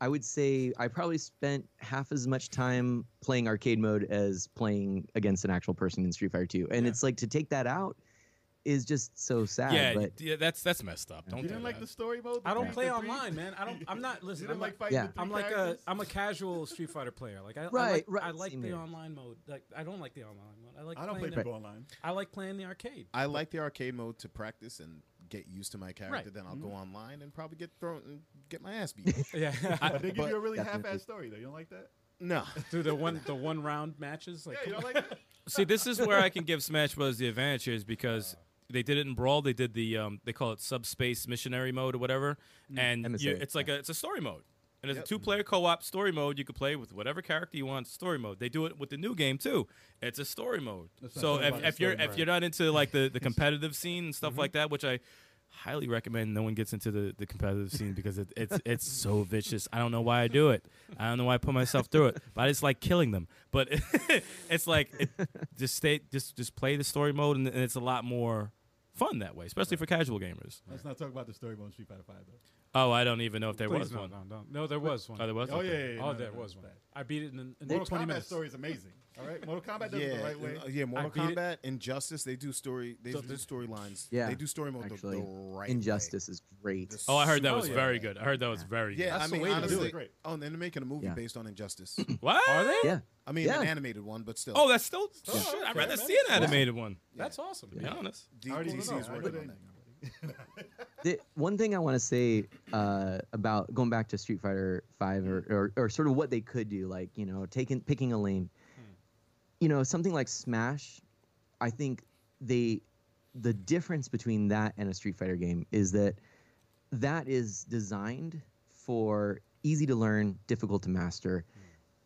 [SPEAKER 5] I would say I probably spent half as much time playing arcade mode as playing against an actual person in Street Fighter 2. And it's like to take that out is just so sad.
[SPEAKER 3] yeah,
[SPEAKER 5] but
[SPEAKER 3] yeah, that's that's messed up. Don't
[SPEAKER 7] You
[SPEAKER 3] do
[SPEAKER 7] didn't like the
[SPEAKER 3] that.
[SPEAKER 7] story mode?
[SPEAKER 2] I don't
[SPEAKER 7] The
[SPEAKER 2] play
[SPEAKER 7] three-
[SPEAKER 2] online, man. I don't. I'm not.
[SPEAKER 7] You
[SPEAKER 2] Listen,
[SPEAKER 7] didn't
[SPEAKER 2] I'm
[SPEAKER 7] like
[SPEAKER 2] like.
[SPEAKER 7] fighting.
[SPEAKER 5] Yeah.
[SPEAKER 7] the three
[SPEAKER 2] I'm like a
[SPEAKER 7] characters?
[SPEAKER 2] I'm a casual Street Fighter player. Like I, I like,
[SPEAKER 5] Right, right,
[SPEAKER 2] I like
[SPEAKER 5] same
[SPEAKER 2] the
[SPEAKER 5] here.
[SPEAKER 2] online mode. Like I don't like the online mode. I like
[SPEAKER 7] I don't play
[SPEAKER 2] playing
[SPEAKER 7] people
[SPEAKER 2] the,
[SPEAKER 7] online.
[SPEAKER 2] I like playing the arcade.
[SPEAKER 6] I like the arcade mode to practice and get used to my character. Then I'll go
[SPEAKER 7] Mm-hmm.
[SPEAKER 6] online and probably get thrown and get my ass beat.
[SPEAKER 2] Yeah,
[SPEAKER 7] But they give
[SPEAKER 6] but-
[SPEAKER 7] you a really
[SPEAKER 5] Definitely.
[SPEAKER 7] half-ass story though. You don't like that?
[SPEAKER 6] no,
[SPEAKER 2] through the one the one round matches. Like
[SPEAKER 7] Yeah, you
[SPEAKER 2] come
[SPEAKER 7] don't
[SPEAKER 2] on.
[SPEAKER 7] like that.
[SPEAKER 3] See, this is where I can give Smash Bros. the advantage here is because they did it in Brawl. They did the um, they call it subspace missionary mode or whatever, and
[SPEAKER 5] MSA,
[SPEAKER 3] you, it's like a it's a story mode. And it's
[SPEAKER 6] Yep.
[SPEAKER 3] a two-player co-op story mode. You can play with whatever character you want. Story mode. They do it with the new game too. It's a story mode.
[SPEAKER 7] That's not
[SPEAKER 3] so
[SPEAKER 7] talking
[SPEAKER 3] if,
[SPEAKER 7] about the
[SPEAKER 3] if you're
[SPEAKER 7] story
[SPEAKER 3] if you're not into like the, the competitive scene and stuff like that, which I highly recommend, no one gets into the, the competitive scene because it, it's it's so vicious. I don't know why I do it. I don't know why I put myself through it. But I just like killing them. But it's like it, just stay just just play the story mode, and, and it's a lot more fun that way, especially for casual gamers.
[SPEAKER 7] Let's not talk about the story mode in Street Fighter Five though.
[SPEAKER 3] Oh, I don't even know if there
[SPEAKER 2] Please,
[SPEAKER 3] was
[SPEAKER 2] no,
[SPEAKER 3] one.
[SPEAKER 2] no, no, no. There was one.
[SPEAKER 3] Oh, there was.
[SPEAKER 7] Oh
[SPEAKER 3] Okay.
[SPEAKER 7] yeah, yeah, yeah,
[SPEAKER 2] Oh,
[SPEAKER 7] no, no,
[SPEAKER 2] there
[SPEAKER 7] no,
[SPEAKER 2] was
[SPEAKER 7] no.
[SPEAKER 2] one. I beat it in, in
[SPEAKER 7] Mortal
[SPEAKER 2] 20
[SPEAKER 7] Kombat
[SPEAKER 2] minutes.
[SPEAKER 7] story is amazing. All right, Mortal Kombat does it
[SPEAKER 6] yeah,
[SPEAKER 7] the right way.
[SPEAKER 6] uh, yeah. Mortal
[SPEAKER 2] beat it.
[SPEAKER 6] Kombat, Injustice, they do story, they
[SPEAKER 2] So
[SPEAKER 6] do
[SPEAKER 2] the-
[SPEAKER 6] storylines.
[SPEAKER 5] Yeah,
[SPEAKER 6] they do story mode the-
[SPEAKER 5] actually,
[SPEAKER 6] the right way.
[SPEAKER 5] Injustice is great.
[SPEAKER 6] The
[SPEAKER 3] Oh, I heard that
[SPEAKER 2] Oh,
[SPEAKER 3] was
[SPEAKER 2] yeah.
[SPEAKER 3] very good. I heard that was very
[SPEAKER 6] Yeah,
[SPEAKER 7] That's
[SPEAKER 6] I
[SPEAKER 7] the
[SPEAKER 6] mean,
[SPEAKER 7] way to do it.
[SPEAKER 6] honestly,
[SPEAKER 7] Great.
[SPEAKER 6] oh, and then they're making a movie
[SPEAKER 5] Yeah.
[SPEAKER 6] based on Injustice.
[SPEAKER 3] good. What?
[SPEAKER 2] Are they?
[SPEAKER 5] yeah.
[SPEAKER 6] I mean, an
[SPEAKER 5] Yeah.
[SPEAKER 6] animated one, but still.
[SPEAKER 3] Oh, that's still
[SPEAKER 2] Yeah.
[SPEAKER 3] shit. I'd
[SPEAKER 2] Okay,
[SPEAKER 3] rather
[SPEAKER 2] man.
[SPEAKER 3] see an animated one.
[SPEAKER 2] That's awesome.
[SPEAKER 3] To be honest.
[SPEAKER 6] D-
[SPEAKER 7] I already
[SPEAKER 6] DC's
[SPEAKER 7] know. I
[SPEAKER 6] working
[SPEAKER 7] already
[SPEAKER 6] on
[SPEAKER 7] know.
[SPEAKER 6] that.
[SPEAKER 5] the, one thing I want to say uh, about going back to Street Fighter Five or, or or sort of what they could do, like you know, taking picking a lane. You know, something like Smash, I think they the difference between that and a Street Fighter game is that that is designed for easy to learn, difficult to master.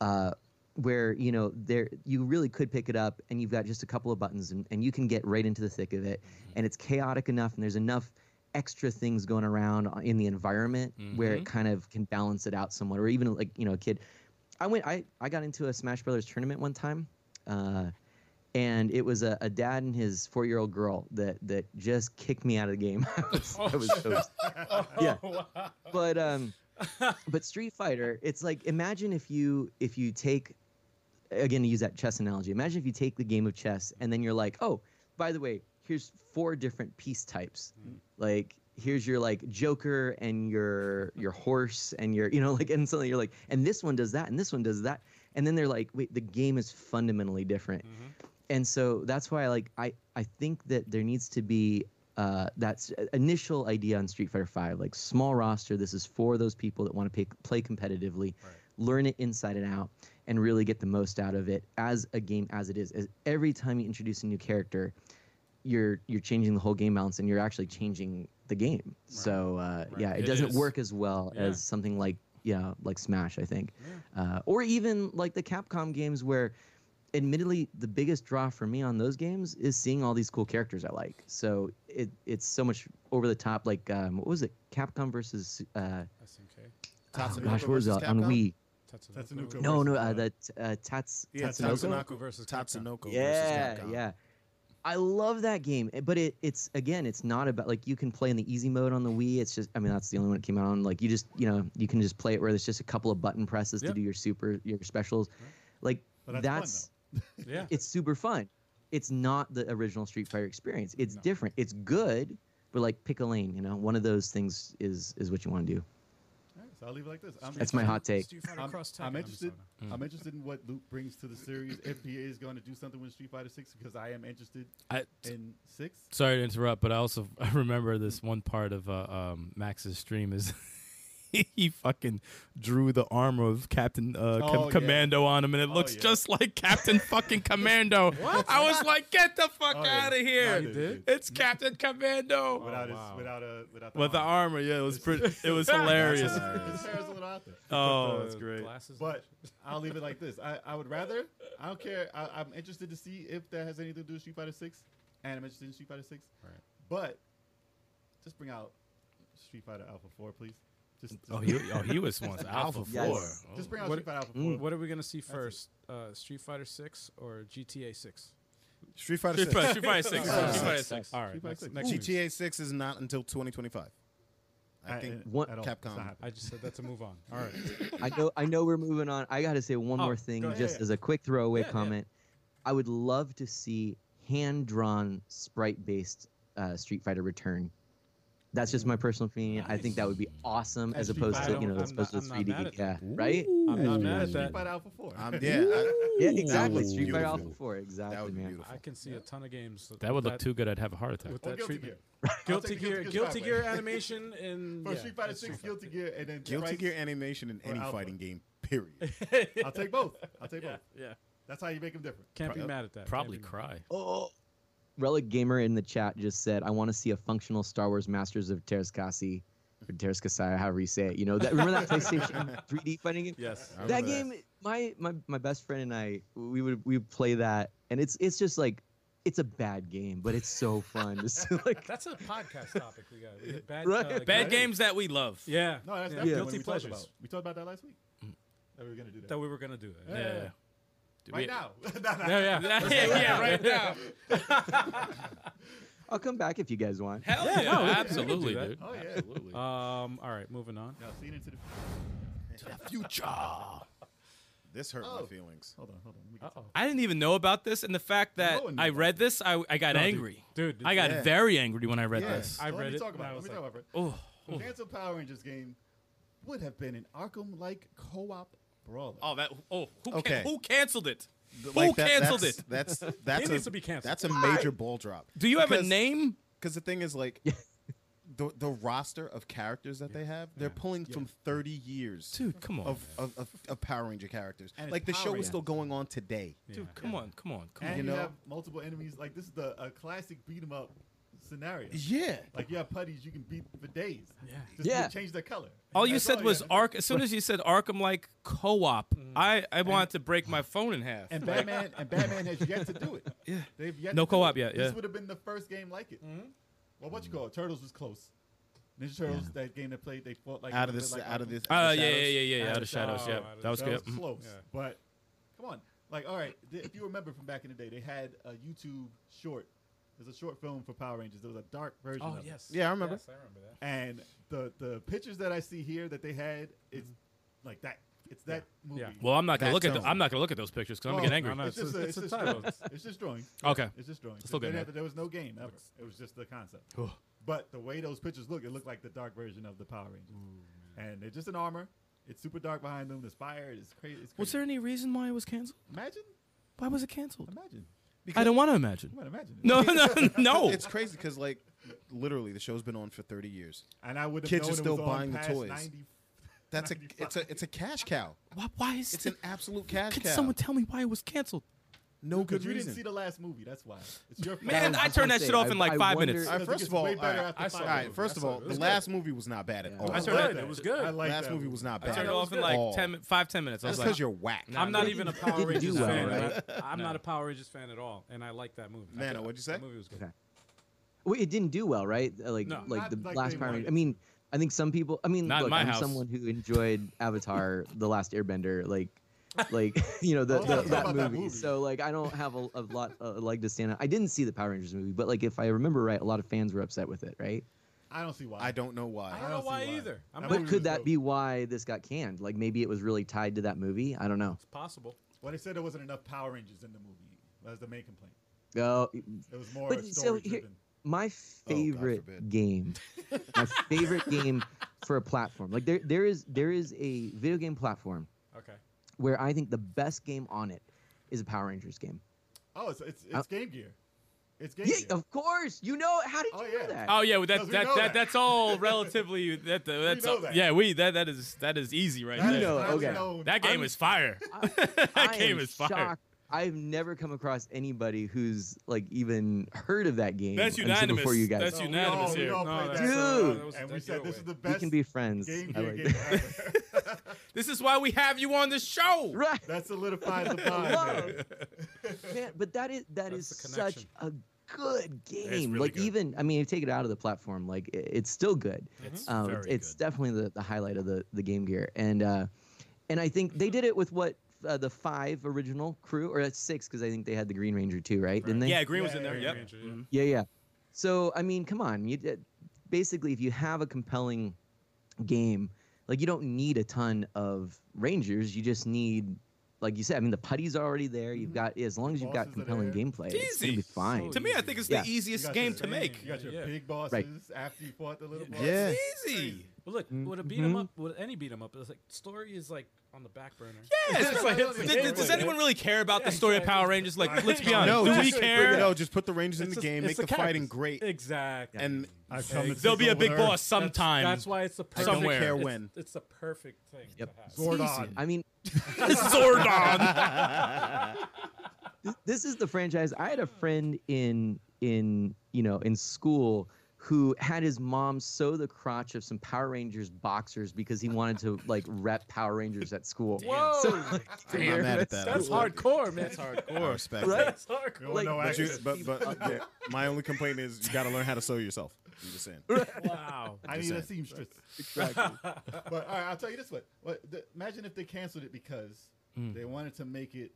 [SPEAKER 5] Uh, where you know there you really could pick it up and you've got just a couple of buttons and, and you can get right into the thick of it and it's chaotic enough and there's enough extra things going around on- in the environment where it kind of can balance it out somewhat or even like you know a kid i went i, I got into a smash brothers tournament one time uh, and it was a, a dad and his four-year-old girl that that just kicked me out of the game I was- I was so
[SPEAKER 2] Oh,
[SPEAKER 5] yeah. But um, but Street Fighter, it's like imagine if you if you take, again to use that chess analogy. Imagine if you take the game of chess and then you're like, oh, by the way, here's four different piece types. Like here's your like Joker and your your horse and your you know like and suddenly you're like and this one does that and this one does that and then they're like wait the game is fundamentally different and so that's why like i i think that there needs to be uh that's initial idea on street fighter 5 like small roster this is for those people that want to pay, play competitively learn it inside and out and really get the most out of it as a game as it is as every time you introduce a new character you're you're changing the whole game balance and you're actually changing the game so uh, yeah it,
[SPEAKER 3] It
[SPEAKER 5] doesn't
[SPEAKER 3] is.
[SPEAKER 5] work as well
[SPEAKER 2] Yeah.
[SPEAKER 5] as something like yeah like smash i think uh, or even like the capcom games where admittedly the biggest draw for me on those games is seeing all these cool characters I like. So it it's so much over the top. Like um, what was it? Capcom versus uh,
[SPEAKER 2] SNK.
[SPEAKER 5] oh
[SPEAKER 6] Tatsunoko
[SPEAKER 5] gosh, uh, what was
[SPEAKER 6] versus
[SPEAKER 5] it on
[SPEAKER 6] Capcom?
[SPEAKER 5] Wii?
[SPEAKER 7] That's a new
[SPEAKER 2] versus-
[SPEAKER 7] Who
[SPEAKER 5] No,
[SPEAKER 7] versus,
[SPEAKER 5] no, uh,
[SPEAKER 7] uh,
[SPEAKER 5] that uh, Tats
[SPEAKER 6] Yeah,
[SPEAKER 5] Tatsunoko.
[SPEAKER 6] Tatsunoko versus
[SPEAKER 2] versus Capcom.
[SPEAKER 6] Tatsunoko
[SPEAKER 5] Yeah,
[SPEAKER 6] versus Capcom.
[SPEAKER 5] yeah. I love that game, eh, but it, it's again, it's not about like you can play in the easy mode on the Wii. It's just, I mean, that's the only one it came out on. Like you just, you know, you can just play it where there's just a couple of button presses to
[SPEAKER 2] Yep.
[SPEAKER 5] do your super, your specials. Like
[SPEAKER 7] But that's fun,
[SPEAKER 5] that's
[SPEAKER 7] though.
[SPEAKER 2] Yeah.
[SPEAKER 5] it's super fun. It's not the original Street Fighter experience. It's different. It's good, but like pick a lane. You know, one of those things is is what you want to do.
[SPEAKER 7] All right, so I'll leave it like this. I'm
[SPEAKER 5] That's my hot take.
[SPEAKER 2] Street Fighter
[SPEAKER 7] I'm,
[SPEAKER 2] Cross Tekken,
[SPEAKER 7] I'm
[SPEAKER 2] I'm
[SPEAKER 7] interested.
[SPEAKER 2] sorry.
[SPEAKER 7] I'm interested in what Luke brings to the series. If he is going to do something with Street Fighter Six, because I am interested
[SPEAKER 3] I,
[SPEAKER 7] in six.
[SPEAKER 3] sorry to interrupt, but I also I remember this one part of uh, um, Max's stream is he fucking drew the armor of Captain uh, Com-
[SPEAKER 7] Oh, yeah. Oh,
[SPEAKER 3] Commando on him, and it looks
[SPEAKER 7] yeah.
[SPEAKER 3] just like Captain fucking Commando. I was like, get the fuck
[SPEAKER 7] Oh, yeah.
[SPEAKER 3] out of here!
[SPEAKER 7] No, he did.
[SPEAKER 3] It's Captain Commando
[SPEAKER 7] without his, without a without the
[SPEAKER 3] with Oh, the
[SPEAKER 7] arm.
[SPEAKER 3] armor. Yeah, it was pretty. It was hilarious.
[SPEAKER 7] His hair is a little out there.
[SPEAKER 3] Oh, that's great.
[SPEAKER 2] Glasses.
[SPEAKER 7] But I'll leave it like this. I, I would rather. I don't care. I, I'm interested to see if that has anything to do with Street Fighter Six, and I'm interested in Street Fighter Six. Right. But just bring out Street Fighter Alpha Four, please. Just, just
[SPEAKER 3] Oh, he, oh, he was once Alpha Four. Oh.
[SPEAKER 5] Yes.
[SPEAKER 7] just bring out
[SPEAKER 2] What- Mm,
[SPEAKER 7] Street Fighter Alpha Four.
[SPEAKER 2] what are we gonna see first? Uh, Street Fighter Six or GTA Six?
[SPEAKER 6] Street Fighter
[SPEAKER 3] Street
[SPEAKER 6] 6.
[SPEAKER 3] Fighter, Street Fighter Six.
[SPEAKER 6] Uh,
[SPEAKER 3] Street Fighter
[SPEAKER 7] six.
[SPEAKER 3] Six.
[SPEAKER 2] All right,
[SPEAKER 7] Street Fighter
[SPEAKER 2] next,
[SPEAKER 7] six.
[SPEAKER 2] next movie.
[SPEAKER 6] GTA 6 is not until 2025. I
[SPEAKER 7] At-
[SPEAKER 6] think.
[SPEAKER 7] at-
[SPEAKER 5] One-
[SPEAKER 7] at all.
[SPEAKER 6] Capcom.
[SPEAKER 7] It's not happening.
[SPEAKER 2] I just said that to move on.
[SPEAKER 6] All right.
[SPEAKER 5] I know I know we're moving on. I gotta say one
[SPEAKER 2] Oh,
[SPEAKER 5] more thing
[SPEAKER 2] go ahead.
[SPEAKER 5] just as a quick throwaway
[SPEAKER 2] Yeah, yeah.
[SPEAKER 5] comment. I would love to see hand drawn sprite based uh, Street Fighter return. That's just my personal opinion. I think that would be awesome
[SPEAKER 7] As
[SPEAKER 5] as,
[SPEAKER 7] Street
[SPEAKER 5] opposed
[SPEAKER 7] Fighter.
[SPEAKER 5] to you know
[SPEAKER 2] I
[SPEAKER 5] as
[SPEAKER 2] don't-
[SPEAKER 5] opposed to
[SPEAKER 2] I'm
[SPEAKER 5] the
[SPEAKER 2] not-
[SPEAKER 5] three D.
[SPEAKER 2] I'm not mad at
[SPEAKER 5] Yeah,
[SPEAKER 2] that.
[SPEAKER 5] right?
[SPEAKER 2] I'm not mad at
[SPEAKER 7] Street
[SPEAKER 2] that.
[SPEAKER 7] Fighter Alpha Four.
[SPEAKER 6] Um, yeah. I,
[SPEAKER 5] Yeah,
[SPEAKER 6] That
[SPEAKER 5] exactly.
[SPEAKER 6] would
[SPEAKER 5] Street
[SPEAKER 6] be
[SPEAKER 5] Fighter
[SPEAKER 6] beautiful.
[SPEAKER 5] Alpha Four,
[SPEAKER 6] that
[SPEAKER 5] exactly,
[SPEAKER 6] would be
[SPEAKER 5] man.
[SPEAKER 6] beautiful.
[SPEAKER 2] I can see a ton of games
[SPEAKER 3] That would
[SPEAKER 2] with
[SPEAKER 3] look too good. I'd have a heart attack.
[SPEAKER 2] with
[SPEAKER 7] Or
[SPEAKER 2] that
[SPEAKER 7] Guilty
[SPEAKER 2] treatment.
[SPEAKER 7] Gear. I'll
[SPEAKER 2] Guilty
[SPEAKER 7] take
[SPEAKER 2] Gear,
[SPEAKER 7] Guilty Gear
[SPEAKER 2] Guilty
[SPEAKER 7] Strike
[SPEAKER 2] Gear
[SPEAKER 7] Wave.
[SPEAKER 2] animation in
[SPEAKER 7] For
[SPEAKER 2] yeah,
[SPEAKER 7] Street Fighter
[SPEAKER 2] that's
[SPEAKER 7] Six,
[SPEAKER 2] Fighter.
[SPEAKER 7] Guilty Gear, and then
[SPEAKER 6] Guilty
[SPEAKER 7] Strikes.
[SPEAKER 6] Gear animation in any
[SPEAKER 7] Alpha.
[SPEAKER 6] fighting game, period.
[SPEAKER 7] I'll take both. I'll take
[SPEAKER 2] Yeah,
[SPEAKER 7] both.
[SPEAKER 2] yeah.
[SPEAKER 7] That's how you make them different.
[SPEAKER 2] Can't be
[SPEAKER 6] Pro-
[SPEAKER 2] mad at that. Can't
[SPEAKER 3] Probably
[SPEAKER 2] be mad.
[SPEAKER 3] cry.
[SPEAKER 5] Oh. Relic Gamer in the chat just said, "I want to see a functional Star Wars Masters of Terrascasi, or Terrascasi, however you say it." You know that remember that PlayStation 3D fighting game?
[SPEAKER 3] Yes.
[SPEAKER 6] I
[SPEAKER 5] that
[SPEAKER 6] remember
[SPEAKER 5] game my, my my best friend and i we would we would play that and it's it's just like it's a bad game but it's so fun just like
[SPEAKER 2] That's a podcast topic we got. We got bad,
[SPEAKER 5] Right.
[SPEAKER 2] uh,
[SPEAKER 3] Bad
[SPEAKER 2] guilty-
[SPEAKER 3] games that we love.
[SPEAKER 2] Yeah.
[SPEAKER 7] No, that's
[SPEAKER 2] yeah.
[SPEAKER 7] definitely what
[SPEAKER 2] guilty
[SPEAKER 7] we talked about.
[SPEAKER 2] pleasures. Mm.
[SPEAKER 7] We talked about that last week. That we were gonna do that.
[SPEAKER 2] That we were gonna do that.
[SPEAKER 3] Yeah.
[SPEAKER 7] Yeah.
[SPEAKER 3] Do
[SPEAKER 7] right
[SPEAKER 3] we-
[SPEAKER 7] now. No, no.
[SPEAKER 2] Yeah, yeah.
[SPEAKER 3] yeah, yeah, right now.
[SPEAKER 5] i'll come back if you guys want
[SPEAKER 3] Hell
[SPEAKER 2] no,
[SPEAKER 3] yeah,
[SPEAKER 2] we can- we can
[SPEAKER 3] absolutely,
[SPEAKER 2] do that.
[SPEAKER 3] dude.
[SPEAKER 7] Oh yeah.
[SPEAKER 3] Absolutely.
[SPEAKER 2] Um. All right. Moving on.
[SPEAKER 7] Now seen into the
[SPEAKER 6] This hurt
[SPEAKER 7] Oh.
[SPEAKER 6] my feelings.
[SPEAKER 7] Hold on, hold on. Let me get
[SPEAKER 2] Uh-oh.
[SPEAKER 3] I didn't even know about this, and the fact that
[SPEAKER 7] No one knew
[SPEAKER 3] I
[SPEAKER 7] about
[SPEAKER 3] read this, I, I got angry.
[SPEAKER 2] Dude.
[SPEAKER 3] I got
[SPEAKER 6] Yeah.
[SPEAKER 3] very angry when I read
[SPEAKER 7] Yeah,
[SPEAKER 3] this.
[SPEAKER 7] so
[SPEAKER 2] I
[SPEAKER 7] let
[SPEAKER 2] read
[SPEAKER 7] me
[SPEAKER 2] it,
[SPEAKER 7] talk
[SPEAKER 2] and I
[SPEAKER 7] about it. Let
[SPEAKER 2] was
[SPEAKER 7] me
[SPEAKER 2] like,
[SPEAKER 7] talk about it.
[SPEAKER 3] Oh,
[SPEAKER 7] The Canceled Power Rangers game would have been an Arkham-like co-op brawler.
[SPEAKER 3] oh, that. Oh, who, can,
[SPEAKER 6] Okay.
[SPEAKER 3] who canceled it?
[SPEAKER 6] Th-
[SPEAKER 3] who
[SPEAKER 6] like that-
[SPEAKER 3] canceled
[SPEAKER 6] that's,
[SPEAKER 3] it?
[SPEAKER 6] That's that's
[SPEAKER 2] It
[SPEAKER 6] a,
[SPEAKER 2] needs to be canceled.
[SPEAKER 6] That's a major ball drop.
[SPEAKER 3] Do you have a
[SPEAKER 6] Because-
[SPEAKER 3] name?
[SPEAKER 6] Because the thing is, like, the the roster of characters that they have, they're pulling from thirty years,
[SPEAKER 3] Dude, come on.
[SPEAKER 6] of, of, of, of Power Ranger characters.
[SPEAKER 7] And it's
[SPEAKER 6] like the
[SPEAKER 7] Power
[SPEAKER 6] show is
[SPEAKER 7] Rangers.
[SPEAKER 6] still going on today.
[SPEAKER 3] Dude, come on, come on, come
[SPEAKER 7] and
[SPEAKER 3] on.
[SPEAKER 7] you,
[SPEAKER 6] know-
[SPEAKER 7] have multiple enemies. Like this is the a classic beat 'em up scenario.
[SPEAKER 6] Yeah.
[SPEAKER 7] Like you have putties you can beat for days.
[SPEAKER 2] Yeah.
[SPEAKER 7] Just
[SPEAKER 5] Yeah.
[SPEAKER 7] change their color.
[SPEAKER 3] All you
[SPEAKER 7] That's
[SPEAKER 3] said was
[SPEAKER 7] yeah.
[SPEAKER 3] Ark. As soon as you said Arkham like co-op, I I wanted to break my phone in half.
[SPEAKER 7] And Batman and Batman has yet to do it. Yeah, they've yet
[SPEAKER 3] No
[SPEAKER 7] to do
[SPEAKER 3] co-op
[SPEAKER 7] it.
[SPEAKER 3] yet, yeah.
[SPEAKER 7] This would have been the first game like it. Well, what you call it? Turtles was close. Ninja Turtles, that game that played, they fought like
[SPEAKER 6] Out
[SPEAKER 7] a
[SPEAKER 6] of
[SPEAKER 7] bit
[SPEAKER 6] this,
[SPEAKER 7] like
[SPEAKER 6] out of
[SPEAKER 7] Arkham.
[SPEAKER 6] this.
[SPEAKER 3] Uh,
[SPEAKER 6] out of
[SPEAKER 3] yeah, yeah,
[SPEAKER 6] shadows.
[SPEAKER 3] yeah, yeah,
[SPEAKER 2] Out
[SPEAKER 3] yeah.
[SPEAKER 2] of
[SPEAKER 3] Out of shadows.
[SPEAKER 2] shadow,
[SPEAKER 3] Yeah,
[SPEAKER 2] out of
[SPEAKER 3] that was
[SPEAKER 7] That
[SPEAKER 3] good.
[SPEAKER 7] was
[SPEAKER 3] Mm.
[SPEAKER 7] close,
[SPEAKER 2] Yeah.
[SPEAKER 7] but come on. Like, all right, th- if you remember from back in the day, they had a YouTube short. There's a short film for Power Rangers. There was a dark version.
[SPEAKER 2] Oh
[SPEAKER 7] of it.
[SPEAKER 2] yes.
[SPEAKER 6] Yeah, I remember.
[SPEAKER 2] Yes, I remember that.
[SPEAKER 7] And the the pictures that I see here that they had, it's like that. It's that movie.
[SPEAKER 2] Yeah.
[SPEAKER 3] Well, I'm not gonna
[SPEAKER 6] That
[SPEAKER 3] look at. The,
[SPEAKER 6] sounds-
[SPEAKER 3] I'm not gonna look at those pictures because I'm gonna
[SPEAKER 7] Well,
[SPEAKER 3] get angry.
[SPEAKER 2] no, no,
[SPEAKER 7] It's just,
[SPEAKER 2] it's- it's
[SPEAKER 7] a- it's
[SPEAKER 2] a
[SPEAKER 7] just
[SPEAKER 2] title.
[SPEAKER 7] drawings. It's just drawings.
[SPEAKER 3] Okay.
[SPEAKER 7] It's just drawings.
[SPEAKER 3] Still good,
[SPEAKER 7] They didn't
[SPEAKER 3] man.
[SPEAKER 7] have- there was no game ever. It was just the concept. but the way those pictures look, it looked like the dark version of the Power Rangers. and they're just in armor. It's super dark behind them. There's fire. It's crazy. It's crazy.
[SPEAKER 3] Was there any reason why it was canceled?
[SPEAKER 7] Imagine.
[SPEAKER 3] Why was it canceled?
[SPEAKER 7] Imagine.
[SPEAKER 3] I don't want to imagine.
[SPEAKER 7] You might imagine it.
[SPEAKER 3] No, no, no.
[SPEAKER 6] It's crazy because, like, literally, the show's been on for thirty years.
[SPEAKER 7] And I would have
[SPEAKER 6] Kids
[SPEAKER 7] known
[SPEAKER 6] are still
[SPEAKER 7] it was on
[SPEAKER 6] buying the
[SPEAKER 7] past
[SPEAKER 6] toys.
[SPEAKER 7] 90
[SPEAKER 6] That's a it's a it's a cash cow.
[SPEAKER 3] Why, why is
[SPEAKER 6] It's
[SPEAKER 3] it?
[SPEAKER 6] an absolute cash
[SPEAKER 3] Can
[SPEAKER 6] cow.
[SPEAKER 3] someone tell me why it was canceled?
[SPEAKER 6] no good
[SPEAKER 7] Because you didn't
[SPEAKER 6] reason.
[SPEAKER 7] see the last movie. That's why. It's your fault.
[SPEAKER 3] Man,
[SPEAKER 5] was
[SPEAKER 3] I
[SPEAKER 5] just
[SPEAKER 3] turned
[SPEAKER 5] gonna
[SPEAKER 3] that shit
[SPEAKER 5] say,
[SPEAKER 3] off in
[SPEAKER 5] I-
[SPEAKER 3] like
[SPEAKER 5] I
[SPEAKER 3] five
[SPEAKER 5] wonder-
[SPEAKER 3] minutes.
[SPEAKER 6] All right,
[SPEAKER 7] Because it
[SPEAKER 6] first
[SPEAKER 7] gets
[SPEAKER 6] of all,
[SPEAKER 7] way
[SPEAKER 6] all
[SPEAKER 7] better
[SPEAKER 6] right,
[SPEAKER 7] after
[SPEAKER 6] I
[SPEAKER 7] five
[SPEAKER 6] saw- all right,
[SPEAKER 7] movies.
[SPEAKER 6] first
[SPEAKER 7] I
[SPEAKER 6] of
[SPEAKER 7] saw
[SPEAKER 6] all,
[SPEAKER 7] it. It
[SPEAKER 6] the
[SPEAKER 7] was
[SPEAKER 6] last movie was not bad at all.
[SPEAKER 7] I
[SPEAKER 2] I
[SPEAKER 7] turned
[SPEAKER 2] turned
[SPEAKER 7] it-
[SPEAKER 2] it.
[SPEAKER 7] that.
[SPEAKER 2] It was good.
[SPEAKER 6] Last
[SPEAKER 7] that
[SPEAKER 6] movie
[SPEAKER 7] movie.
[SPEAKER 6] was not
[SPEAKER 3] I
[SPEAKER 6] bad.
[SPEAKER 3] turned
[SPEAKER 6] at
[SPEAKER 3] it off in like
[SPEAKER 6] all.
[SPEAKER 3] 10, five, 10 minutes. I was
[SPEAKER 6] That's
[SPEAKER 3] like,
[SPEAKER 6] because you're whack.
[SPEAKER 3] Nah,
[SPEAKER 2] I'm not even a Power
[SPEAKER 5] didn't
[SPEAKER 2] Rangers
[SPEAKER 5] do well,
[SPEAKER 2] fan.
[SPEAKER 5] right?
[SPEAKER 2] and I- I'm not a Power Rangers fan at all, and I like that movie. I
[SPEAKER 6] Nana,
[SPEAKER 2] thought
[SPEAKER 6] what'd you say?
[SPEAKER 2] That movie was good.
[SPEAKER 5] Okay. well, it didn't do well right Uh, like
[SPEAKER 2] No,
[SPEAKER 5] like
[SPEAKER 7] not
[SPEAKER 5] the
[SPEAKER 7] like they
[SPEAKER 5] last power
[SPEAKER 7] wanted.
[SPEAKER 5] Ranger- i mean i think some people i mean
[SPEAKER 3] Not in
[SPEAKER 5] look
[SPEAKER 3] my
[SPEAKER 5] i'm
[SPEAKER 3] house.
[SPEAKER 5] someone who enjoyed avatar the last airbender like like you know the,
[SPEAKER 7] Oh,
[SPEAKER 5] the,
[SPEAKER 7] yeah,
[SPEAKER 5] that,
[SPEAKER 7] about
[SPEAKER 5] movie.
[SPEAKER 7] that movie.
[SPEAKER 5] so like i don't have a, a lot a leg to stand on i didn't see the power rangers movie but like if i remember right a lot of fans were upset with it right
[SPEAKER 7] I don't see why.
[SPEAKER 6] I don't know why.
[SPEAKER 2] I don't know
[SPEAKER 7] see
[SPEAKER 2] why either. I'm not-
[SPEAKER 7] That
[SPEAKER 5] But
[SPEAKER 7] movie was
[SPEAKER 5] could that
[SPEAKER 7] dope.
[SPEAKER 5] be why this got canned? Like maybe it was really tied to that movie. I don't know.
[SPEAKER 2] It's possible.
[SPEAKER 7] Well, they said there wasn't enough Power Rangers in the movie. That was the main complaint.
[SPEAKER 5] Oh,
[SPEAKER 7] It was more
[SPEAKER 5] But
[SPEAKER 7] story
[SPEAKER 5] so here-
[SPEAKER 7] driven.
[SPEAKER 5] my favorite
[SPEAKER 6] forbid.
[SPEAKER 5] game, my favorite game for a platform. Like there, there is there is a video game platform
[SPEAKER 2] Okay.
[SPEAKER 5] where I think the best game on it is a Power Rangers game.
[SPEAKER 7] Oh, it's it's, it's
[SPEAKER 5] Uh,
[SPEAKER 7] Game Gear. It's game.
[SPEAKER 5] Yeah,
[SPEAKER 7] Gear.
[SPEAKER 5] of course. You know how did you
[SPEAKER 7] Oh,
[SPEAKER 5] know
[SPEAKER 7] yeah.
[SPEAKER 5] that?
[SPEAKER 3] Oh yeah, well, that,
[SPEAKER 7] Because we
[SPEAKER 3] that,
[SPEAKER 7] know
[SPEAKER 3] that,
[SPEAKER 7] that.
[SPEAKER 3] that's all relatively that, that that's
[SPEAKER 7] know
[SPEAKER 3] all-
[SPEAKER 7] that.
[SPEAKER 3] yeah we that that is that is easy right
[SPEAKER 5] You
[SPEAKER 3] there.
[SPEAKER 5] know,
[SPEAKER 7] That's
[SPEAKER 5] okay.
[SPEAKER 7] known.
[SPEAKER 3] That game
[SPEAKER 5] I'm-
[SPEAKER 3] is fire.
[SPEAKER 5] I
[SPEAKER 3] that
[SPEAKER 5] am
[SPEAKER 3] game is fire.
[SPEAKER 5] shocked. I've never come across anybody who's like even heard of that game.
[SPEAKER 3] That's
[SPEAKER 5] until
[SPEAKER 3] unanimous.
[SPEAKER 5] before you guys.
[SPEAKER 3] That's
[SPEAKER 7] No, we
[SPEAKER 3] unanimous
[SPEAKER 7] all- we
[SPEAKER 3] here.
[SPEAKER 7] all
[SPEAKER 2] No,
[SPEAKER 7] played
[SPEAKER 2] that's-
[SPEAKER 7] that.
[SPEAKER 5] Dude.
[SPEAKER 2] that was-
[SPEAKER 7] And
[SPEAKER 2] that
[SPEAKER 7] we
[SPEAKER 2] was
[SPEAKER 7] said
[SPEAKER 2] your
[SPEAKER 7] this
[SPEAKER 2] way.
[SPEAKER 7] is the
[SPEAKER 5] we
[SPEAKER 7] best
[SPEAKER 5] can be friends.
[SPEAKER 7] game
[SPEAKER 5] I
[SPEAKER 7] gear
[SPEAKER 5] like
[SPEAKER 7] game
[SPEAKER 5] that.
[SPEAKER 7] ever.
[SPEAKER 3] This is why we have you on the show.
[SPEAKER 5] Right.
[SPEAKER 7] That solidifies the bond.
[SPEAKER 5] Whoa. Man, but that is that
[SPEAKER 2] That's
[SPEAKER 5] is
[SPEAKER 2] the
[SPEAKER 5] such a good game.
[SPEAKER 3] really
[SPEAKER 5] like
[SPEAKER 3] good.
[SPEAKER 5] even I mean, you take it out of the platform, like it, it's still good.
[SPEAKER 3] It's
[SPEAKER 5] Um,
[SPEAKER 3] very
[SPEAKER 5] it's it's
[SPEAKER 3] good.
[SPEAKER 5] definitely the, the highlight of the, the Game Gear, and uh, and I think they did it with what uh, the five original crew or that's six because I think they had the Green Ranger too, right? Didn't they?
[SPEAKER 3] yeah, Green was
[SPEAKER 7] Yeah,
[SPEAKER 3] in there.
[SPEAKER 7] yeah,
[SPEAKER 3] Yep.
[SPEAKER 2] Ranger, yeah.
[SPEAKER 5] Yeah, yeah. So I mean, come on. You did- basically, if you have a compelling game, like you don't need a ton of rangers. You just need, like you said, I mean, the putty's already there. You've got as long as you've got
[SPEAKER 7] Bosses are
[SPEAKER 5] compelling
[SPEAKER 7] there.
[SPEAKER 5] gameplay, it's gonna
[SPEAKER 3] Easy.
[SPEAKER 5] be fine.
[SPEAKER 3] To me, I think it's the
[SPEAKER 5] Yeah.
[SPEAKER 7] You
[SPEAKER 3] easiest
[SPEAKER 7] got
[SPEAKER 3] game
[SPEAKER 7] your
[SPEAKER 3] to
[SPEAKER 7] big-
[SPEAKER 3] make.
[SPEAKER 7] You got your
[SPEAKER 2] Yeah.
[SPEAKER 7] big bosses after you fought the little bosses.
[SPEAKER 4] Yeah.
[SPEAKER 3] Easy.
[SPEAKER 2] Well, look, with a beat 'em
[SPEAKER 5] Mm-hmm.
[SPEAKER 2] up, with any beat 'em up, it's like story is like on the back burner.
[SPEAKER 3] Yes, it's like,
[SPEAKER 2] It's
[SPEAKER 3] th-
[SPEAKER 2] like-
[SPEAKER 3] th- does anyone really care about the story of
[SPEAKER 2] exactly.
[SPEAKER 3] Power Rangers? Like, let's be honest.
[SPEAKER 6] No,
[SPEAKER 3] Do we
[SPEAKER 6] just-
[SPEAKER 3] care?
[SPEAKER 6] No, just put the Rangers in the
[SPEAKER 2] just-
[SPEAKER 6] game,
[SPEAKER 2] it's
[SPEAKER 6] make the, fighting
[SPEAKER 2] characters.
[SPEAKER 6] great,
[SPEAKER 2] Exactly.
[SPEAKER 6] and
[SPEAKER 7] I've come to
[SPEAKER 3] There'll be a big
[SPEAKER 7] take over Earth.
[SPEAKER 3] boss
[SPEAKER 2] That's-
[SPEAKER 3] sometime.
[SPEAKER 2] That's why it's the
[SPEAKER 3] I
[SPEAKER 2] perfect.
[SPEAKER 3] don't care
[SPEAKER 2] it's,
[SPEAKER 6] when.
[SPEAKER 2] It's the perfect thing.
[SPEAKER 5] Yep.
[SPEAKER 2] To have.
[SPEAKER 4] Zordon.
[SPEAKER 5] I mean,
[SPEAKER 3] Zordon.
[SPEAKER 5] this is the franchise. I had a friend in in you know in school who had his mom sew the crotch of some Power Rangers boxers because he wanted to like rep Power Rangers at school.
[SPEAKER 2] Whoa,
[SPEAKER 6] I'm not mad at that.
[SPEAKER 2] that's
[SPEAKER 6] I love it.
[SPEAKER 2] hardcore, man.
[SPEAKER 6] That's hardcore. I respect
[SPEAKER 5] Right?
[SPEAKER 6] that.
[SPEAKER 2] That's hardcore.
[SPEAKER 5] Like,
[SPEAKER 7] no,
[SPEAKER 6] But, you,
[SPEAKER 7] Access.
[SPEAKER 6] but, but yeah, my only complaint is you got to learn how to sew yourself. I'm just saying.
[SPEAKER 2] Wow.
[SPEAKER 7] I need
[SPEAKER 6] Just
[SPEAKER 7] a
[SPEAKER 6] saying.
[SPEAKER 7] seamstress. but all right, I'll tell you this way. What, the, imagine if they canceled it because
[SPEAKER 3] Mm.
[SPEAKER 7] they wanted to make it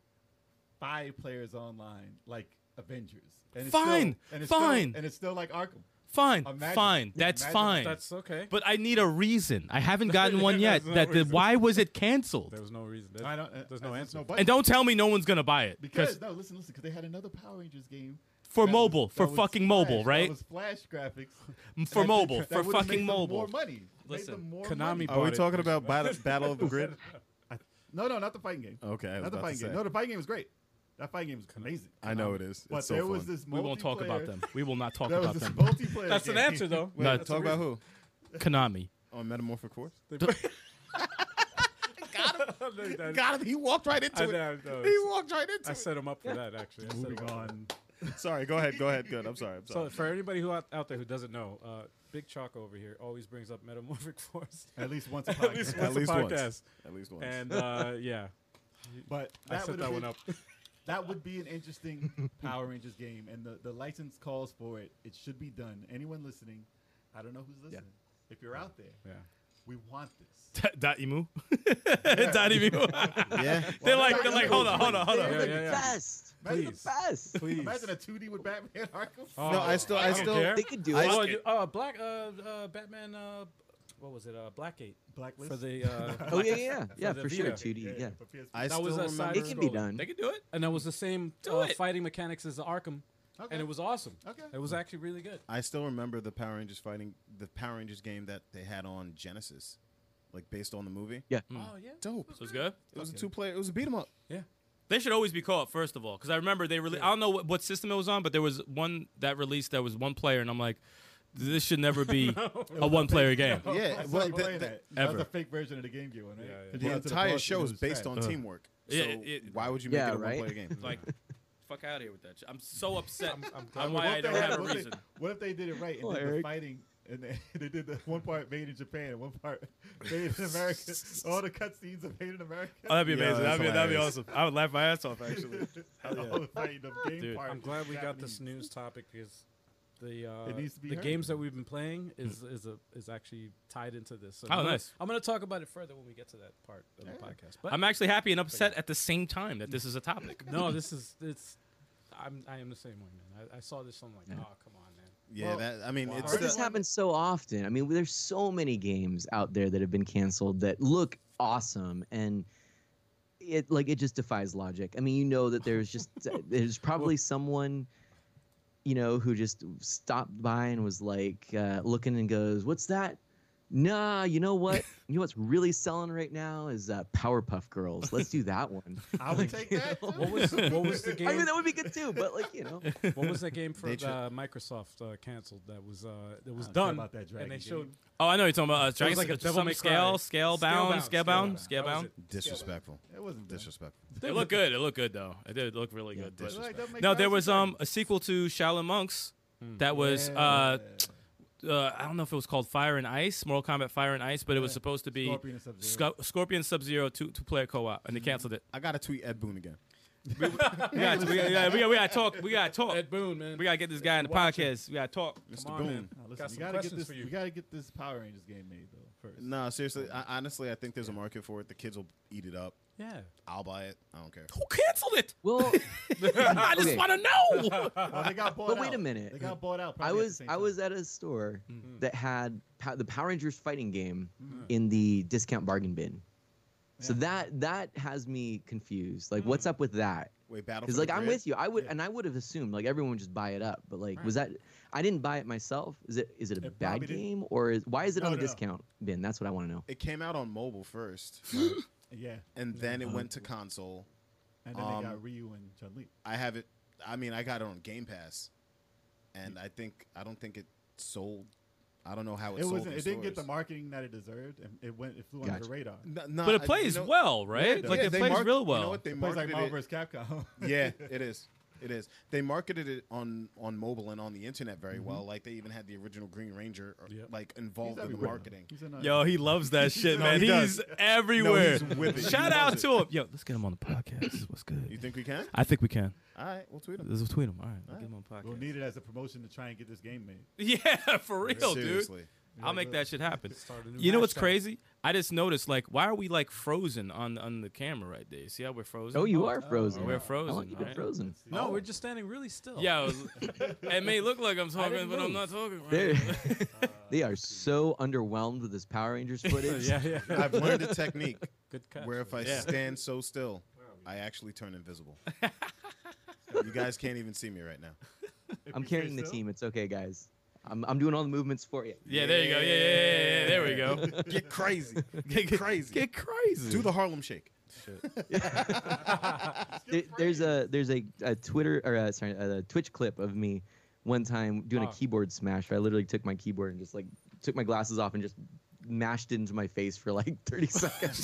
[SPEAKER 7] five players online, like Avengers. And it's
[SPEAKER 3] Fine,
[SPEAKER 7] Still, and it's
[SPEAKER 3] fine.
[SPEAKER 7] Still, and it's still like Arkham.
[SPEAKER 3] Fine,
[SPEAKER 7] Imagine-
[SPEAKER 3] fine. That's
[SPEAKER 7] imagine
[SPEAKER 3] fine.
[SPEAKER 2] That's okay.
[SPEAKER 3] But I need a reason. I haven't gotten one yet.
[SPEAKER 2] There's no
[SPEAKER 3] that the,
[SPEAKER 2] reason.
[SPEAKER 3] why was it canceled?
[SPEAKER 2] there was no reason.
[SPEAKER 7] I don't. uh,
[SPEAKER 2] There's no
[SPEAKER 7] there's
[SPEAKER 2] answer.
[SPEAKER 7] No budget.
[SPEAKER 3] And don't tell me no one's gonna buy it
[SPEAKER 7] because no, listen, listen, because they had another Power Rangers game.
[SPEAKER 3] for
[SPEAKER 7] that was-
[SPEAKER 3] mobile,
[SPEAKER 7] that
[SPEAKER 3] for
[SPEAKER 7] was
[SPEAKER 3] fucking
[SPEAKER 7] Flash,
[SPEAKER 3] mobile, right?
[SPEAKER 7] That was Flash graphics.
[SPEAKER 3] for
[SPEAKER 7] And that-
[SPEAKER 3] mobile,
[SPEAKER 7] that
[SPEAKER 3] for
[SPEAKER 7] would've
[SPEAKER 3] fucking
[SPEAKER 7] made them
[SPEAKER 3] mobile.
[SPEAKER 7] More money. Made
[SPEAKER 2] Listen,
[SPEAKER 7] them more
[SPEAKER 2] Konami
[SPEAKER 7] money. Oh,
[SPEAKER 2] bought
[SPEAKER 6] Are we
[SPEAKER 2] it.
[SPEAKER 6] talking about battle, battle of the Grid?
[SPEAKER 7] No, no, not the fighting game.
[SPEAKER 6] Okay, I was
[SPEAKER 7] not the
[SPEAKER 6] about to
[SPEAKER 7] fighting game.
[SPEAKER 6] say.
[SPEAKER 7] No, the fighting game was great. That fighting game was amazing.
[SPEAKER 6] I know it is.
[SPEAKER 7] But
[SPEAKER 6] It's so
[SPEAKER 7] there was
[SPEAKER 6] fun.
[SPEAKER 7] this.
[SPEAKER 3] we won't talk about
[SPEAKER 7] multiplayer-
[SPEAKER 3] them. We will not talk
[SPEAKER 7] There
[SPEAKER 3] about
[SPEAKER 7] was this
[SPEAKER 3] them.
[SPEAKER 7] multiplayer.
[SPEAKER 2] That's an
[SPEAKER 7] game.
[SPEAKER 2] answer, though.
[SPEAKER 6] Wait,
[SPEAKER 3] No,
[SPEAKER 6] talk about who?
[SPEAKER 3] Konami.
[SPEAKER 6] On Metamorphic Force?
[SPEAKER 2] I,
[SPEAKER 6] Got him. He walked right into
[SPEAKER 2] I
[SPEAKER 6] it.
[SPEAKER 2] know, I know.
[SPEAKER 6] He walked right into
[SPEAKER 2] I
[SPEAKER 6] it.
[SPEAKER 2] set him up for that, actually. I set him
[SPEAKER 7] Moving
[SPEAKER 2] up.
[SPEAKER 7] on.
[SPEAKER 6] Sorry, go ahead. Go ahead. Good. I'm sorry. I'm
[SPEAKER 2] So,
[SPEAKER 6] sorry.
[SPEAKER 2] for anybody who out, out there who doesn't know, uh, Big Chalk over here always brings up Metamorphic Force.
[SPEAKER 7] At least once a
[SPEAKER 2] At least
[SPEAKER 7] podcast.
[SPEAKER 2] once
[SPEAKER 6] least
[SPEAKER 2] a podcast.
[SPEAKER 6] once. At least once.
[SPEAKER 2] And uh, yeah,
[SPEAKER 7] But
[SPEAKER 2] I
[SPEAKER 7] that
[SPEAKER 2] set
[SPEAKER 7] would
[SPEAKER 2] that one
[SPEAKER 7] been,
[SPEAKER 2] up.
[SPEAKER 7] that would be an interesting Power Rangers game, and the, the license calls for it. It should be done. Anyone listening, I don't know who's listening. If you're out there,
[SPEAKER 2] Yeah.
[SPEAKER 7] we want this.
[SPEAKER 3] Dot emu. Dot emu.
[SPEAKER 4] Yeah.
[SPEAKER 3] They're like, they're like, hold on, hold on, hold on.
[SPEAKER 2] Yeah,
[SPEAKER 5] They're the
[SPEAKER 2] yeah, yeah.
[SPEAKER 5] best. They're the
[SPEAKER 2] Please.
[SPEAKER 5] best.
[SPEAKER 2] Please.
[SPEAKER 7] Imagine a 2D with Batman Arkham.
[SPEAKER 2] Oh,
[SPEAKER 4] No, I still, I
[SPEAKER 2] don't
[SPEAKER 4] still.
[SPEAKER 2] care.
[SPEAKER 5] They could do
[SPEAKER 4] I-
[SPEAKER 5] it.
[SPEAKER 2] Oh,
[SPEAKER 4] Fuck
[SPEAKER 2] you- uh, Black, uh, uh, Batman, uh, what was it? Uh, Blackgate
[SPEAKER 7] Blacklist.
[SPEAKER 2] for the. Uh,
[SPEAKER 5] Oh yeah, yeah, yeah,
[SPEAKER 2] the
[SPEAKER 5] for sure.
[SPEAKER 2] Vita.
[SPEAKER 5] 2D, yeah.
[SPEAKER 7] for PSP.
[SPEAKER 6] I
[SPEAKER 2] that
[SPEAKER 6] still
[SPEAKER 2] was a
[SPEAKER 6] remember.
[SPEAKER 2] side
[SPEAKER 5] It can be
[SPEAKER 2] scrolling.
[SPEAKER 5] done.
[SPEAKER 3] They can do it.
[SPEAKER 2] and that was the same
[SPEAKER 3] Do
[SPEAKER 2] uh,
[SPEAKER 3] it.
[SPEAKER 2] fighting mechanics as the Arkham,
[SPEAKER 7] Okay.
[SPEAKER 2] and it was awesome.
[SPEAKER 7] Okay.
[SPEAKER 2] it was actually really good.
[SPEAKER 6] I still remember the Power Rangers fighting the Power Rangers game that they had on Genesis, like based on the movie.
[SPEAKER 5] Yeah.
[SPEAKER 2] Oh yeah,
[SPEAKER 6] Dope.
[SPEAKER 3] So it's good.
[SPEAKER 6] It was a two player. It was a beat 'em up.
[SPEAKER 2] yeah.
[SPEAKER 3] They should always be caught first of all, because I remember they really. I don't know what, what system it was on, but there was one that released that was one player, and I'm like, this should never be a one player game.
[SPEAKER 6] Yeah.
[SPEAKER 7] I saw
[SPEAKER 6] Well,
[SPEAKER 7] you
[SPEAKER 6] the-
[SPEAKER 7] playing
[SPEAKER 6] the-
[SPEAKER 7] that. That was
[SPEAKER 3] ever.
[SPEAKER 7] a fake version of the Game Gear one, right?
[SPEAKER 2] Yeah, yeah.
[SPEAKER 7] They
[SPEAKER 6] the
[SPEAKER 7] brought it to
[SPEAKER 6] entire
[SPEAKER 7] boss
[SPEAKER 6] show
[SPEAKER 7] and
[SPEAKER 6] is Uh-huh.
[SPEAKER 7] it was
[SPEAKER 6] based
[SPEAKER 7] fast.
[SPEAKER 6] on teamwork. So
[SPEAKER 3] Yeah, it-
[SPEAKER 6] why would you make
[SPEAKER 5] Yeah,
[SPEAKER 6] it a
[SPEAKER 5] right?
[SPEAKER 6] one player game?
[SPEAKER 3] Like, fuck out of here with that. shit. I'm so upset
[SPEAKER 2] I'm glad
[SPEAKER 3] on
[SPEAKER 2] we
[SPEAKER 3] why
[SPEAKER 7] What
[SPEAKER 3] I
[SPEAKER 7] if
[SPEAKER 3] don't
[SPEAKER 7] they-
[SPEAKER 3] have a
[SPEAKER 7] what if they-
[SPEAKER 3] reason.
[SPEAKER 7] What if they did it right and
[SPEAKER 5] Oh,
[SPEAKER 7] did the
[SPEAKER 5] Eric.
[SPEAKER 7] fighting and they, they did the one part made in Japan and one part made in America? All the cutscenes are made in America.
[SPEAKER 3] Oh, that'd be
[SPEAKER 6] Yeah,
[SPEAKER 3] amazing.
[SPEAKER 6] that's
[SPEAKER 3] that'd be that'd be
[SPEAKER 6] hilarious.
[SPEAKER 3] awesome. I would laugh my ass off actually.
[SPEAKER 7] All the fighting, the game
[SPEAKER 3] Dude,
[SPEAKER 7] part.
[SPEAKER 2] I'm
[SPEAKER 7] is
[SPEAKER 2] glad we got
[SPEAKER 7] Japanese.
[SPEAKER 2] this news topic because the uh,
[SPEAKER 7] It needs to be
[SPEAKER 2] the
[SPEAKER 7] heard.
[SPEAKER 2] games that we've been playing is is a, is actually tied into this. So
[SPEAKER 3] Oh,
[SPEAKER 2] I'm gonna-
[SPEAKER 3] nice.
[SPEAKER 2] I'm going to talk about it further when we get to that part of the podcast. But
[SPEAKER 3] I'm actually happy and upset at the same time that this is a topic.
[SPEAKER 2] no, this is it's. I'm I am the same way, man. I, I saw this. I'm like, oh come on, man.
[SPEAKER 6] Yeah,
[SPEAKER 7] Well,
[SPEAKER 6] that. I mean,
[SPEAKER 7] wow.
[SPEAKER 6] it's
[SPEAKER 5] But this
[SPEAKER 6] the,
[SPEAKER 5] happens so often. I mean, there's so many games out there that have been canceled that look awesome and it like it just defies logic. I mean, you know that there's just there's probably someone you know who just stopped by and was like uh, looking and goes, "What's that?" nah, you know what? you know what's really selling right now is uh, Powerpuff Girls. Let's do that one.
[SPEAKER 6] I would take that. too.
[SPEAKER 2] What was what was the game?
[SPEAKER 5] I mean, that would be good too, but like you know,
[SPEAKER 2] what was that game for
[SPEAKER 6] They
[SPEAKER 2] the
[SPEAKER 6] tr-
[SPEAKER 2] Microsoft uh, canceled? That was uh, that was
[SPEAKER 7] I don't care
[SPEAKER 2] done.
[SPEAKER 7] about that dragon
[SPEAKER 2] and they
[SPEAKER 7] game.
[SPEAKER 2] showed
[SPEAKER 3] Oh, I know you're talking about uh, Dragon's
[SPEAKER 2] like a
[SPEAKER 3] some
[SPEAKER 2] Devil May Cry.
[SPEAKER 3] scale, scale bound, scale bound,
[SPEAKER 2] Scale
[SPEAKER 3] scale
[SPEAKER 2] bound.
[SPEAKER 3] bound.
[SPEAKER 2] That was it.
[SPEAKER 6] Disrespectful.
[SPEAKER 7] It wasn't bad.
[SPEAKER 6] Disrespectful.
[SPEAKER 3] It looked good. It looked good though. It did look really good. but-
[SPEAKER 6] disrespectful.
[SPEAKER 7] Like,
[SPEAKER 3] No, there was um a sequel to Shaolin Monks that was uh, uh I don't know if it was called Fire and Ice, Mortal Kombat Fire and Ice, but it was supposed to be
[SPEAKER 7] Scorpion and Sub-Zero.
[SPEAKER 3] Sco- Scorpion Sub Zero two two player co op, and they canceled it.
[SPEAKER 6] I gotta tweet Ed Boon again.
[SPEAKER 3] We gotta, we, gotta, we, gotta, we gotta talk. We gotta talk.
[SPEAKER 2] Ed Boon, man.
[SPEAKER 3] We gotta get this guy in the podcast. We gotta talk.
[SPEAKER 6] Mr.
[SPEAKER 2] Come on,
[SPEAKER 6] Boone.
[SPEAKER 2] man.
[SPEAKER 7] Nah, listen,
[SPEAKER 2] Got
[SPEAKER 7] we
[SPEAKER 2] some
[SPEAKER 7] gotta get
[SPEAKER 2] questions
[SPEAKER 7] this.
[SPEAKER 2] for you.
[SPEAKER 7] We gotta get this Power Rangers game made though first.
[SPEAKER 6] No, seriously. I, honestly, I think there's a market for it. The kids will eat it up.
[SPEAKER 2] Yeah.
[SPEAKER 6] I'll buy it. I don't care.
[SPEAKER 3] Who canceled it?
[SPEAKER 5] well,
[SPEAKER 3] I just
[SPEAKER 5] Okay.
[SPEAKER 3] want to know.
[SPEAKER 7] Well, they got bought
[SPEAKER 5] But wait
[SPEAKER 7] out.
[SPEAKER 5] a minute.
[SPEAKER 7] They got bought out.
[SPEAKER 5] I
[SPEAKER 7] probably at the
[SPEAKER 5] was
[SPEAKER 7] same
[SPEAKER 5] I
[SPEAKER 7] time. Mm.
[SPEAKER 5] was at a store that had pow- the Power Rangers fighting game in the discount bargain bin. So that that has me confused. Like,
[SPEAKER 7] Mm.
[SPEAKER 5] what's up with that?
[SPEAKER 6] Wait, battle.
[SPEAKER 5] Because like I'm with you, I would and I would have assumed like everyone would just buy it up. But like, was that I didn't buy it myself? Is it is it a
[SPEAKER 7] It
[SPEAKER 5] bad
[SPEAKER 7] probably didn't-
[SPEAKER 5] game or is why is it
[SPEAKER 7] No,
[SPEAKER 5] on the
[SPEAKER 7] no.
[SPEAKER 5] discount bin? That's what I want to know.
[SPEAKER 6] It came out on mobile first,
[SPEAKER 7] Yeah,
[SPEAKER 6] and then it went to console.
[SPEAKER 7] and then
[SPEAKER 6] Um,
[SPEAKER 7] they got Ryu and Chun Li.
[SPEAKER 6] I have it. I mean, I got it on Game Pass, and I think I don't think it sold. I don't know how it,
[SPEAKER 7] It
[SPEAKER 6] sold.
[SPEAKER 7] wasn't.
[SPEAKER 6] in
[SPEAKER 7] It didn't get the
[SPEAKER 6] stores.
[SPEAKER 7] marketing that it deserved, and it went. It flew under
[SPEAKER 5] Gotcha.
[SPEAKER 7] the radar.
[SPEAKER 6] No, no,
[SPEAKER 3] but it
[SPEAKER 6] I-
[SPEAKER 3] plays
[SPEAKER 6] you know-
[SPEAKER 3] well, right?
[SPEAKER 7] it
[SPEAKER 3] like
[SPEAKER 6] Yeah,
[SPEAKER 3] it
[SPEAKER 6] they
[SPEAKER 3] plays
[SPEAKER 6] mark-
[SPEAKER 3] real well.
[SPEAKER 6] You know what? They
[SPEAKER 7] It plays like
[SPEAKER 6] marketed
[SPEAKER 7] Marvel
[SPEAKER 6] it-
[SPEAKER 7] vs. Capcom.
[SPEAKER 6] yeah, it is. It is. They marketed it on on mobile and on the internet very well. Like they even had the original Green Ranger or,
[SPEAKER 2] Yep.
[SPEAKER 6] like involved in the
[SPEAKER 7] everywhere.
[SPEAKER 6] marketing.
[SPEAKER 7] Mm-hmm. He's in a-
[SPEAKER 3] Yo, he loves that shit,
[SPEAKER 6] No,
[SPEAKER 3] man.
[SPEAKER 6] he
[SPEAKER 3] he's
[SPEAKER 6] does.
[SPEAKER 3] everywhere.
[SPEAKER 6] No, he's with it.
[SPEAKER 3] Shout
[SPEAKER 6] He
[SPEAKER 3] out
[SPEAKER 6] loves
[SPEAKER 3] to him. Yo, let's get him on the podcast. What's
[SPEAKER 6] You
[SPEAKER 3] good?
[SPEAKER 6] think we can?
[SPEAKER 3] I think we can.
[SPEAKER 6] All right, we'll tweet him.
[SPEAKER 3] Let's tweet him. All right, we'll get him on the podcast.
[SPEAKER 7] We'll need it as a promotion to try and get this game made.
[SPEAKER 3] Yeah, for real,
[SPEAKER 6] Seriously.
[SPEAKER 3] dude. I'll make that shit happen.
[SPEAKER 2] Start a new
[SPEAKER 3] You know
[SPEAKER 2] match
[SPEAKER 3] what's
[SPEAKER 2] then.
[SPEAKER 3] crazy? I just noticed, like, why are we like frozen on on the camera right there? See how we're frozen?
[SPEAKER 5] Oh, you are frozen.
[SPEAKER 3] We're
[SPEAKER 5] How
[SPEAKER 3] frozen.
[SPEAKER 5] long you been
[SPEAKER 3] right?
[SPEAKER 5] frozen?
[SPEAKER 2] No, we're just standing really still.
[SPEAKER 3] Yo, it may look like I'm talking,
[SPEAKER 2] didn't
[SPEAKER 3] but
[SPEAKER 2] move.
[SPEAKER 3] I'm not talking. Right?
[SPEAKER 5] They're, they are so underwhelmed with this Power Rangers footage.
[SPEAKER 2] yeah, yeah.
[SPEAKER 6] I've learned a technique
[SPEAKER 2] Good catch.
[SPEAKER 6] where if I
[SPEAKER 3] Yeah.
[SPEAKER 6] stand so still, I actually turn invisible. you guys can't even see me right now.
[SPEAKER 7] If
[SPEAKER 5] I'm
[SPEAKER 7] you stay
[SPEAKER 5] carrying the
[SPEAKER 7] still,
[SPEAKER 5] team. It's okay, guys. I'm I'm doing all the movements for you.
[SPEAKER 3] Yeah, there you go. Yeah, yeah, yeah, yeah, yeah. There we go.
[SPEAKER 6] Get crazy. Get crazy.
[SPEAKER 3] Get crazy.
[SPEAKER 6] Do the Harlem Shake.
[SPEAKER 5] There, there's a there's a, a Twitter or uh sorry a Twitch clip of me one time
[SPEAKER 7] Ah.
[SPEAKER 5] doing
[SPEAKER 2] Oh.
[SPEAKER 5] a keyboard smash. Where I literally took my keyboard and just like took my glasses off and just mashed it into my face for like 30 seconds.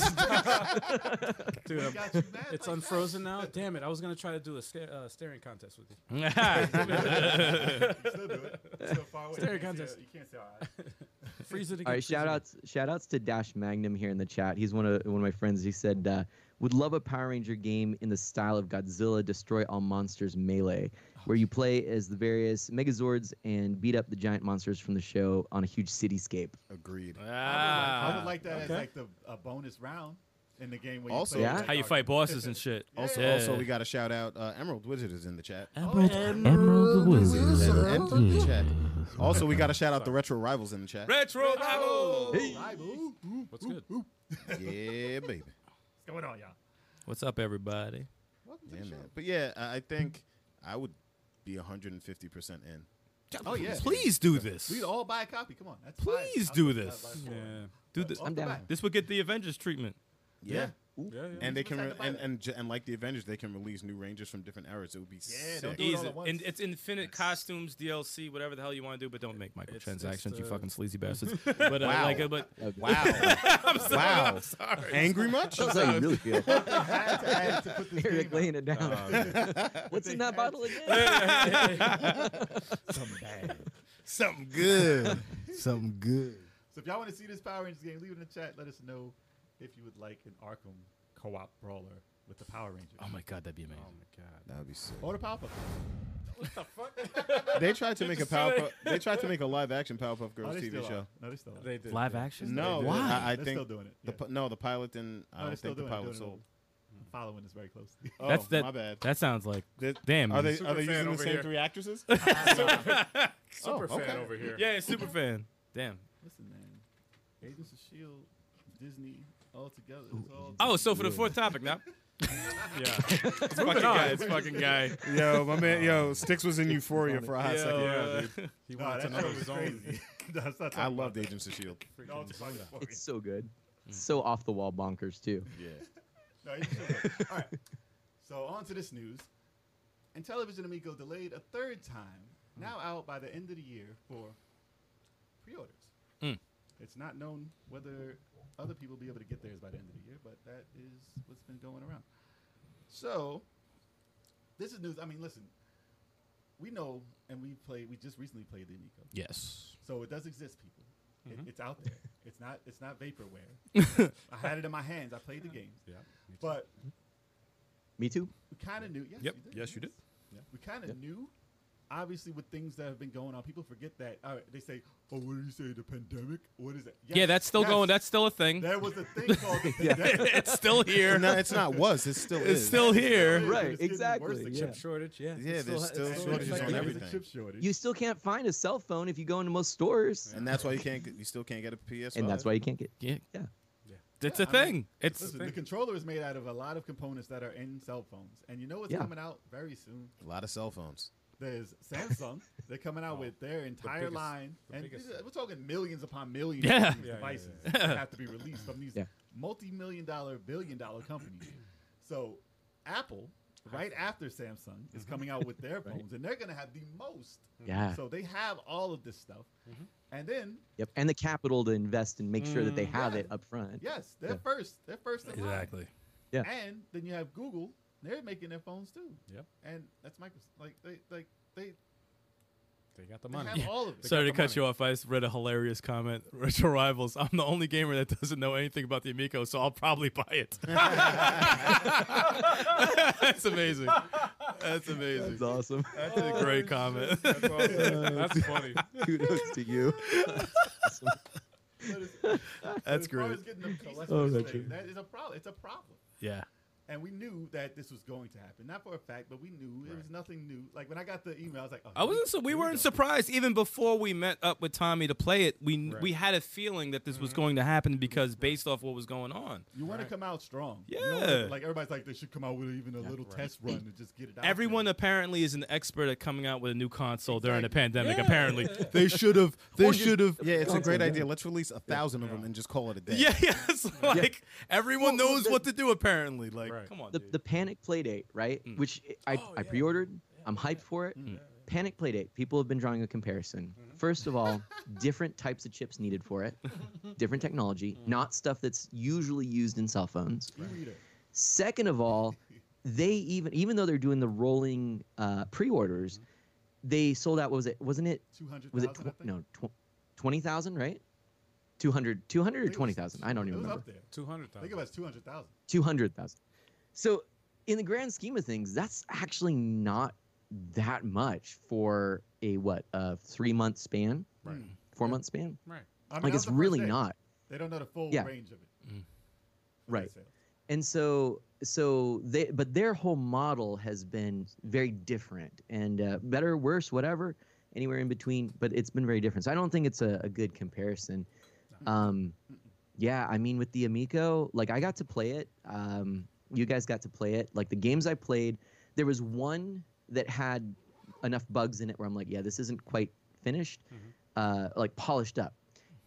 [SPEAKER 2] Dude, I'm-
[SPEAKER 7] got you mad
[SPEAKER 2] it's
[SPEAKER 7] like
[SPEAKER 2] unfrozen now. Damn it! I was gonna try to do a sta- uh, staring contest with you.
[SPEAKER 7] that. Still do it. It's Still far away. You
[SPEAKER 2] Stare
[SPEAKER 7] can't see
[SPEAKER 2] contest.
[SPEAKER 7] our- You can't see our eyes.
[SPEAKER 2] Freeze it again.
[SPEAKER 5] all right,
[SPEAKER 2] freeze
[SPEAKER 5] shout
[SPEAKER 2] it
[SPEAKER 5] outs shout outs to Dash Magnum here in the chat. He's one of one of my friends. He said uh, would love a Power Ranger game in the style of Godzilla Destroy All Monsters Melee, where you play as the various Megazords and beat up the giant monsters from the show on a huge cityscape.
[SPEAKER 6] Agreed.
[SPEAKER 7] I
[SPEAKER 3] Ah.
[SPEAKER 7] would like that as
[SPEAKER 2] okay.
[SPEAKER 7] like the a bonus round in the game. Where
[SPEAKER 6] Also-
[SPEAKER 7] you play
[SPEAKER 5] Yeah?
[SPEAKER 7] like
[SPEAKER 3] how you
[SPEAKER 7] our-
[SPEAKER 3] fight bosses and shit.
[SPEAKER 6] Also,
[SPEAKER 3] Yeah.
[SPEAKER 6] also, we got to shout out uh, Emerald Wizard is in the chat.
[SPEAKER 3] Emerald, Emerald Wizard.
[SPEAKER 6] Emerald in the chat. Also, we got to shout out the Retro Rivals in the chat.
[SPEAKER 3] Retro Bible.
[SPEAKER 2] again. What's good?
[SPEAKER 6] Yeah, baby.
[SPEAKER 7] What's going on, y'all?
[SPEAKER 3] What's up, everybody?
[SPEAKER 6] Yeah, man. But yeah, I I think I would be 150% in.
[SPEAKER 7] Oh yeah.
[SPEAKER 3] Please do this.
[SPEAKER 7] We'd all buy a copy. Come on. That's fire.
[SPEAKER 3] Please
[SPEAKER 7] I'll
[SPEAKER 3] do
[SPEAKER 7] put that
[SPEAKER 3] this.
[SPEAKER 7] last
[SPEAKER 2] Yeah.
[SPEAKER 7] one.
[SPEAKER 3] Do this.
[SPEAKER 5] I'm down.
[SPEAKER 3] Oh. This would get the Avengers treatment.
[SPEAKER 6] Yeah.
[SPEAKER 2] Yeah, yeah.
[SPEAKER 6] And they can
[SPEAKER 7] Who's
[SPEAKER 6] re-
[SPEAKER 7] excited
[SPEAKER 6] and,
[SPEAKER 7] by
[SPEAKER 6] and ju- and like the Avengers, they can release new Rangers from different eras. It would be
[SPEAKER 7] Yeah,
[SPEAKER 6] sick.
[SPEAKER 7] don't do it all
[SPEAKER 3] Easy.
[SPEAKER 7] at once.
[SPEAKER 3] And it's infinite costumes, DLC, whatever the hell you want to do, but don't make microtransactions,
[SPEAKER 2] it's,
[SPEAKER 3] you
[SPEAKER 2] uh,
[SPEAKER 3] fucking sleazy bastards. but uh,
[SPEAKER 6] Wow.
[SPEAKER 3] like, uh, but
[SPEAKER 6] Wow. wow. Angry much?
[SPEAKER 5] That's how you really feel.
[SPEAKER 7] I had to, I had to put this
[SPEAKER 5] Eric
[SPEAKER 7] game out.
[SPEAKER 5] laying it down. What's in that bottle again?
[SPEAKER 6] Something good. Something good.
[SPEAKER 7] So if y'all want to see this Power Rangers game, leave it in the chat. Let us know if you would like an Arkham co-op brawler with the Power Rangers
[SPEAKER 3] oh my god, that'd be amazing.
[SPEAKER 6] That would be sick.
[SPEAKER 7] or the Power Puff.
[SPEAKER 6] Oh, They tried to make a Powerpuff. They tried to make a live action Powerpuff
[SPEAKER 7] Oh,
[SPEAKER 6] Girls
[SPEAKER 7] they still
[SPEAKER 6] TV
[SPEAKER 7] are.
[SPEAKER 6] show.
[SPEAKER 7] No, they still are.
[SPEAKER 2] They did.
[SPEAKER 3] Live action?
[SPEAKER 6] No, I, I
[SPEAKER 7] They're
[SPEAKER 6] think
[SPEAKER 7] still doing it.
[SPEAKER 6] the
[SPEAKER 7] Yeah.
[SPEAKER 6] pi- no the pilot didn't. I
[SPEAKER 7] No, they're
[SPEAKER 6] don't
[SPEAKER 7] still
[SPEAKER 6] think the
[SPEAKER 7] doing it. They're
[SPEAKER 6] pilot
[SPEAKER 7] doing
[SPEAKER 6] sold.
[SPEAKER 7] it. I'm following this very closely.
[SPEAKER 6] Oh,
[SPEAKER 3] That's that-
[SPEAKER 6] my bad.
[SPEAKER 3] That sounds like
[SPEAKER 6] Did-
[SPEAKER 3] damn.
[SPEAKER 6] Are
[SPEAKER 3] man.
[SPEAKER 6] they are
[SPEAKER 2] fan
[SPEAKER 6] they using the
[SPEAKER 2] over
[SPEAKER 6] same
[SPEAKER 2] here.
[SPEAKER 6] three actresses?
[SPEAKER 2] Super
[SPEAKER 6] Oh,
[SPEAKER 2] fan
[SPEAKER 6] okay.
[SPEAKER 2] over here.
[SPEAKER 3] Yeah, super fan. Damn.
[SPEAKER 7] Listen, man. Agents of Shield, E Disney, all together. It's all
[SPEAKER 3] Oh, so for the fourth topic now.
[SPEAKER 2] Yeah.
[SPEAKER 3] It's fucking guy. It's fucking guy.
[SPEAKER 6] yo, my man. Yo, Sticks was in Euphoria for a hot
[SPEAKER 3] Yeah,
[SPEAKER 6] second.
[SPEAKER 3] uh,
[SPEAKER 2] He
[SPEAKER 7] Nah,
[SPEAKER 2] wanted
[SPEAKER 7] that
[SPEAKER 2] to know
[SPEAKER 7] show
[SPEAKER 2] his
[SPEAKER 7] was
[SPEAKER 2] own.
[SPEAKER 7] crazy. That's not
[SPEAKER 6] I E
[SPEAKER 7] talking
[SPEAKER 6] loved
[SPEAKER 7] about
[SPEAKER 6] Agents of Shield.
[SPEAKER 7] that. No, it's talking about
[SPEAKER 5] It's so good. So off the wall bonkers too.
[SPEAKER 6] Yeah.
[SPEAKER 7] No, you should go. All right. So on to this news. And Television Amigo delayed a third time, now out by the end of the year for pre-orders.
[SPEAKER 3] Mm.
[SPEAKER 7] It's not known whether other people will be able to get theirs by the end of the year, but that is what's been going around. So this is news. I mean, listen, we know, and we played. We just recently played the Amigo.
[SPEAKER 3] Yes.
[SPEAKER 7] So it does exist, people. It, it's out there. It's not. It's not vaporware. I had it in my hands. I played the games. Yeah. But
[SPEAKER 5] Me too.
[SPEAKER 7] we kind of knew. Yes,
[SPEAKER 3] Yep.
[SPEAKER 7] you did.
[SPEAKER 3] Yes, you did.
[SPEAKER 7] Yeah. We kind of knew. Obviously, with things that have been going on, people forget that. All right, they say, "Oh, what do you say? The pandemic? What is it?"
[SPEAKER 3] Yeah, that's still
[SPEAKER 7] yes.
[SPEAKER 3] going. That's still a thing.
[SPEAKER 7] there was a thing called the pandemic.
[SPEAKER 3] it's still here.
[SPEAKER 6] No, it's not was. It still
[SPEAKER 3] It's
[SPEAKER 6] is.
[SPEAKER 3] still here.
[SPEAKER 7] It's
[SPEAKER 5] Right,
[SPEAKER 7] getting worse,
[SPEAKER 5] exactly,
[SPEAKER 7] like,
[SPEAKER 5] yeah.
[SPEAKER 2] Chip shortage, yeah.
[SPEAKER 6] Yeah, there's still
[SPEAKER 7] it's
[SPEAKER 6] shortages
[SPEAKER 7] like there's
[SPEAKER 6] on
[SPEAKER 7] a
[SPEAKER 6] everything.
[SPEAKER 7] Chip shortage.
[SPEAKER 5] You still can't find a cell phone if you go into most stores,
[SPEAKER 6] And that's why you can't. get- You still can't get a PS.
[SPEAKER 5] and that's why you can't get.
[SPEAKER 3] Yeah.
[SPEAKER 5] Yeah.
[SPEAKER 3] It's
[SPEAKER 7] Yeah,
[SPEAKER 3] a
[SPEAKER 7] I mean,
[SPEAKER 3] thing. It's
[SPEAKER 7] Listen, the controller is made out of a lot of components that are in cell phones, and you know what's
[SPEAKER 5] Yeah.
[SPEAKER 7] coming out very soon.
[SPEAKER 6] a lot of cell phones.
[SPEAKER 7] There's Samsung. They're coming out with their entire
[SPEAKER 2] biggest-
[SPEAKER 7] line,
[SPEAKER 2] the
[SPEAKER 7] and
[SPEAKER 2] biggest-
[SPEAKER 7] these are- we're talking millions upon millions
[SPEAKER 3] Yeah.
[SPEAKER 7] of these
[SPEAKER 2] Yeah, yeah,
[SPEAKER 7] devices
[SPEAKER 2] yeah.
[SPEAKER 7] that have to be released from these
[SPEAKER 5] Yeah.
[SPEAKER 7] multi-million dollar, billion dollar companies. So, Apple, right after Samsung,
[SPEAKER 2] Mm-hmm.
[SPEAKER 7] is coming out with their phones, and they're going to have the most.
[SPEAKER 5] Yeah.
[SPEAKER 7] So they have all of this stuff,
[SPEAKER 2] Mm-hmm.
[SPEAKER 7] and then
[SPEAKER 5] Yep. And the capital to invest and make sure that they
[SPEAKER 2] Mm,
[SPEAKER 5] have
[SPEAKER 7] yeah.
[SPEAKER 5] it up front.
[SPEAKER 7] yes, they're first. They're first. In line.
[SPEAKER 5] Yeah.
[SPEAKER 7] And then you have Google. They're making their phones too.
[SPEAKER 2] Yep.
[SPEAKER 7] And that's Microsoft. Like they, like they,
[SPEAKER 2] They got the
[SPEAKER 7] they
[SPEAKER 2] money.
[SPEAKER 7] have all of it.
[SPEAKER 3] Sorry to
[SPEAKER 2] the
[SPEAKER 3] cut you off. I just read a hilarious comment. Retro Rivals. I'm the only gamer that doesn't know anything about the Amico, so I'll probably buy it. That's amazing. That's amazing.
[SPEAKER 5] That's awesome.
[SPEAKER 3] That's a great comment.
[SPEAKER 5] Uh,
[SPEAKER 2] That's funny.
[SPEAKER 5] Kudos to you. Awesome.
[SPEAKER 7] But
[SPEAKER 3] That's
[SPEAKER 7] as- as far
[SPEAKER 3] great.
[SPEAKER 7] as getting the pieces
[SPEAKER 5] Oh,
[SPEAKER 7] straight,
[SPEAKER 5] that's true.
[SPEAKER 7] that is a problem. It's a problem.
[SPEAKER 3] Yeah.
[SPEAKER 7] And we knew that this was going to happen. Not for a fact, but we knew it was nothing new. Like when I got the email, I was like, oh,
[SPEAKER 3] I wasn't. So we
[SPEAKER 7] here
[SPEAKER 3] weren't
[SPEAKER 7] go.
[SPEAKER 3] surprised even before we met up with Tommy to play it. We
[SPEAKER 2] Right. Mm-hmm.
[SPEAKER 3] we had a feeling that this was going to happen because based off what was going on,
[SPEAKER 7] You want to come out strong. You don't
[SPEAKER 3] Yeah.
[SPEAKER 7] wanna- like everybody's like, they should come out with even a little test run to just get it out. there.
[SPEAKER 3] everyone apparently is an expert at coming out with a new console during the
[SPEAKER 7] Exactly.
[SPEAKER 3] pandemic.
[SPEAKER 2] Yeah,
[SPEAKER 3] apparently,
[SPEAKER 2] yeah, yeah.
[SPEAKER 3] they should have. They should have.
[SPEAKER 6] Yeah, it's a great
[SPEAKER 5] Yeah.
[SPEAKER 6] idea. Let's release a thousand of them and just call it a day.
[SPEAKER 3] Yeah, yeah. It's like everyone
[SPEAKER 5] Well,
[SPEAKER 3] knows
[SPEAKER 5] the-
[SPEAKER 3] what to do. Apparently, like
[SPEAKER 2] Right.
[SPEAKER 3] come on,
[SPEAKER 5] the,
[SPEAKER 3] dude.
[SPEAKER 5] the Panic Playdate, right?
[SPEAKER 3] Mm.
[SPEAKER 5] Which I,
[SPEAKER 2] Oh,
[SPEAKER 5] I
[SPEAKER 2] yeah. Mm.
[SPEAKER 5] pre-ordered. I'm hyped for it. Panic Playdate. People have been drawing a comparison.
[SPEAKER 2] Mm-hmm.
[SPEAKER 5] First of all, different types of chips needed for it, different technology,
[SPEAKER 2] Mm.
[SPEAKER 5] not stuff that's usually used in cell phones.
[SPEAKER 7] E-reader.
[SPEAKER 5] Second of all, they even even though they're doing the rolling uh, pre-orders,
[SPEAKER 2] Mm-hmm.
[SPEAKER 5] they sold out. What was it? Wasn't it? Was it
[SPEAKER 7] 200,000, I
[SPEAKER 5] tw-
[SPEAKER 7] think.
[SPEAKER 5] no tw- twenty thousand? Right? 200, 200 or
[SPEAKER 7] It was-
[SPEAKER 5] twenty thousand? I don't
[SPEAKER 7] it
[SPEAKER 5] even
[SPEAKER 7] was
[SPEAKER 5] remember.
[SPEAKER 7] up there.
[SPEAKER 2] Two hundred
[SPEAKER 7] I think
[SPEAKER 2] thousand.
[SPEAKER 7] it was 200,000.
[SPEAKER 5] Two hundred thousand. So, in the grand scheme of things, that's actually not that much for a what a three month span,
[SPEAKER 2] Right.
[SPEAKER 5] four month span.
[SPEAKER 2] Right.
[SPEAKER 7] I mean, that
[SPEAKER 5] like
[SPEAKER 7] was
[SPEAKER 5] it's
[SPEAKER 7] the first
[SPEAKER 5] really
[SPEAKER 7] day.
[SPEAKER 5] not
[SPEAKER 7] They don't know the full
[SPEAKER 5] Yeah.
[SPEAKER 7] range of it.
[SPEAKER 3] Mm.
[SPEAKER 7] Of
[SPEAKER 5] Right.
[SPEAKER 7] their sales.
[SPEAKER 5] and so so they but their whole model has been very different and uh, better worse whatever anywhere in between but it's been very different so i don't think it's a, a good comparison um yeah i mean with the amico like i got to play it um you guys got to play it like the games i played there was one that had enough bugs in it where i'm like yeah this isn't quite finished uh like polished up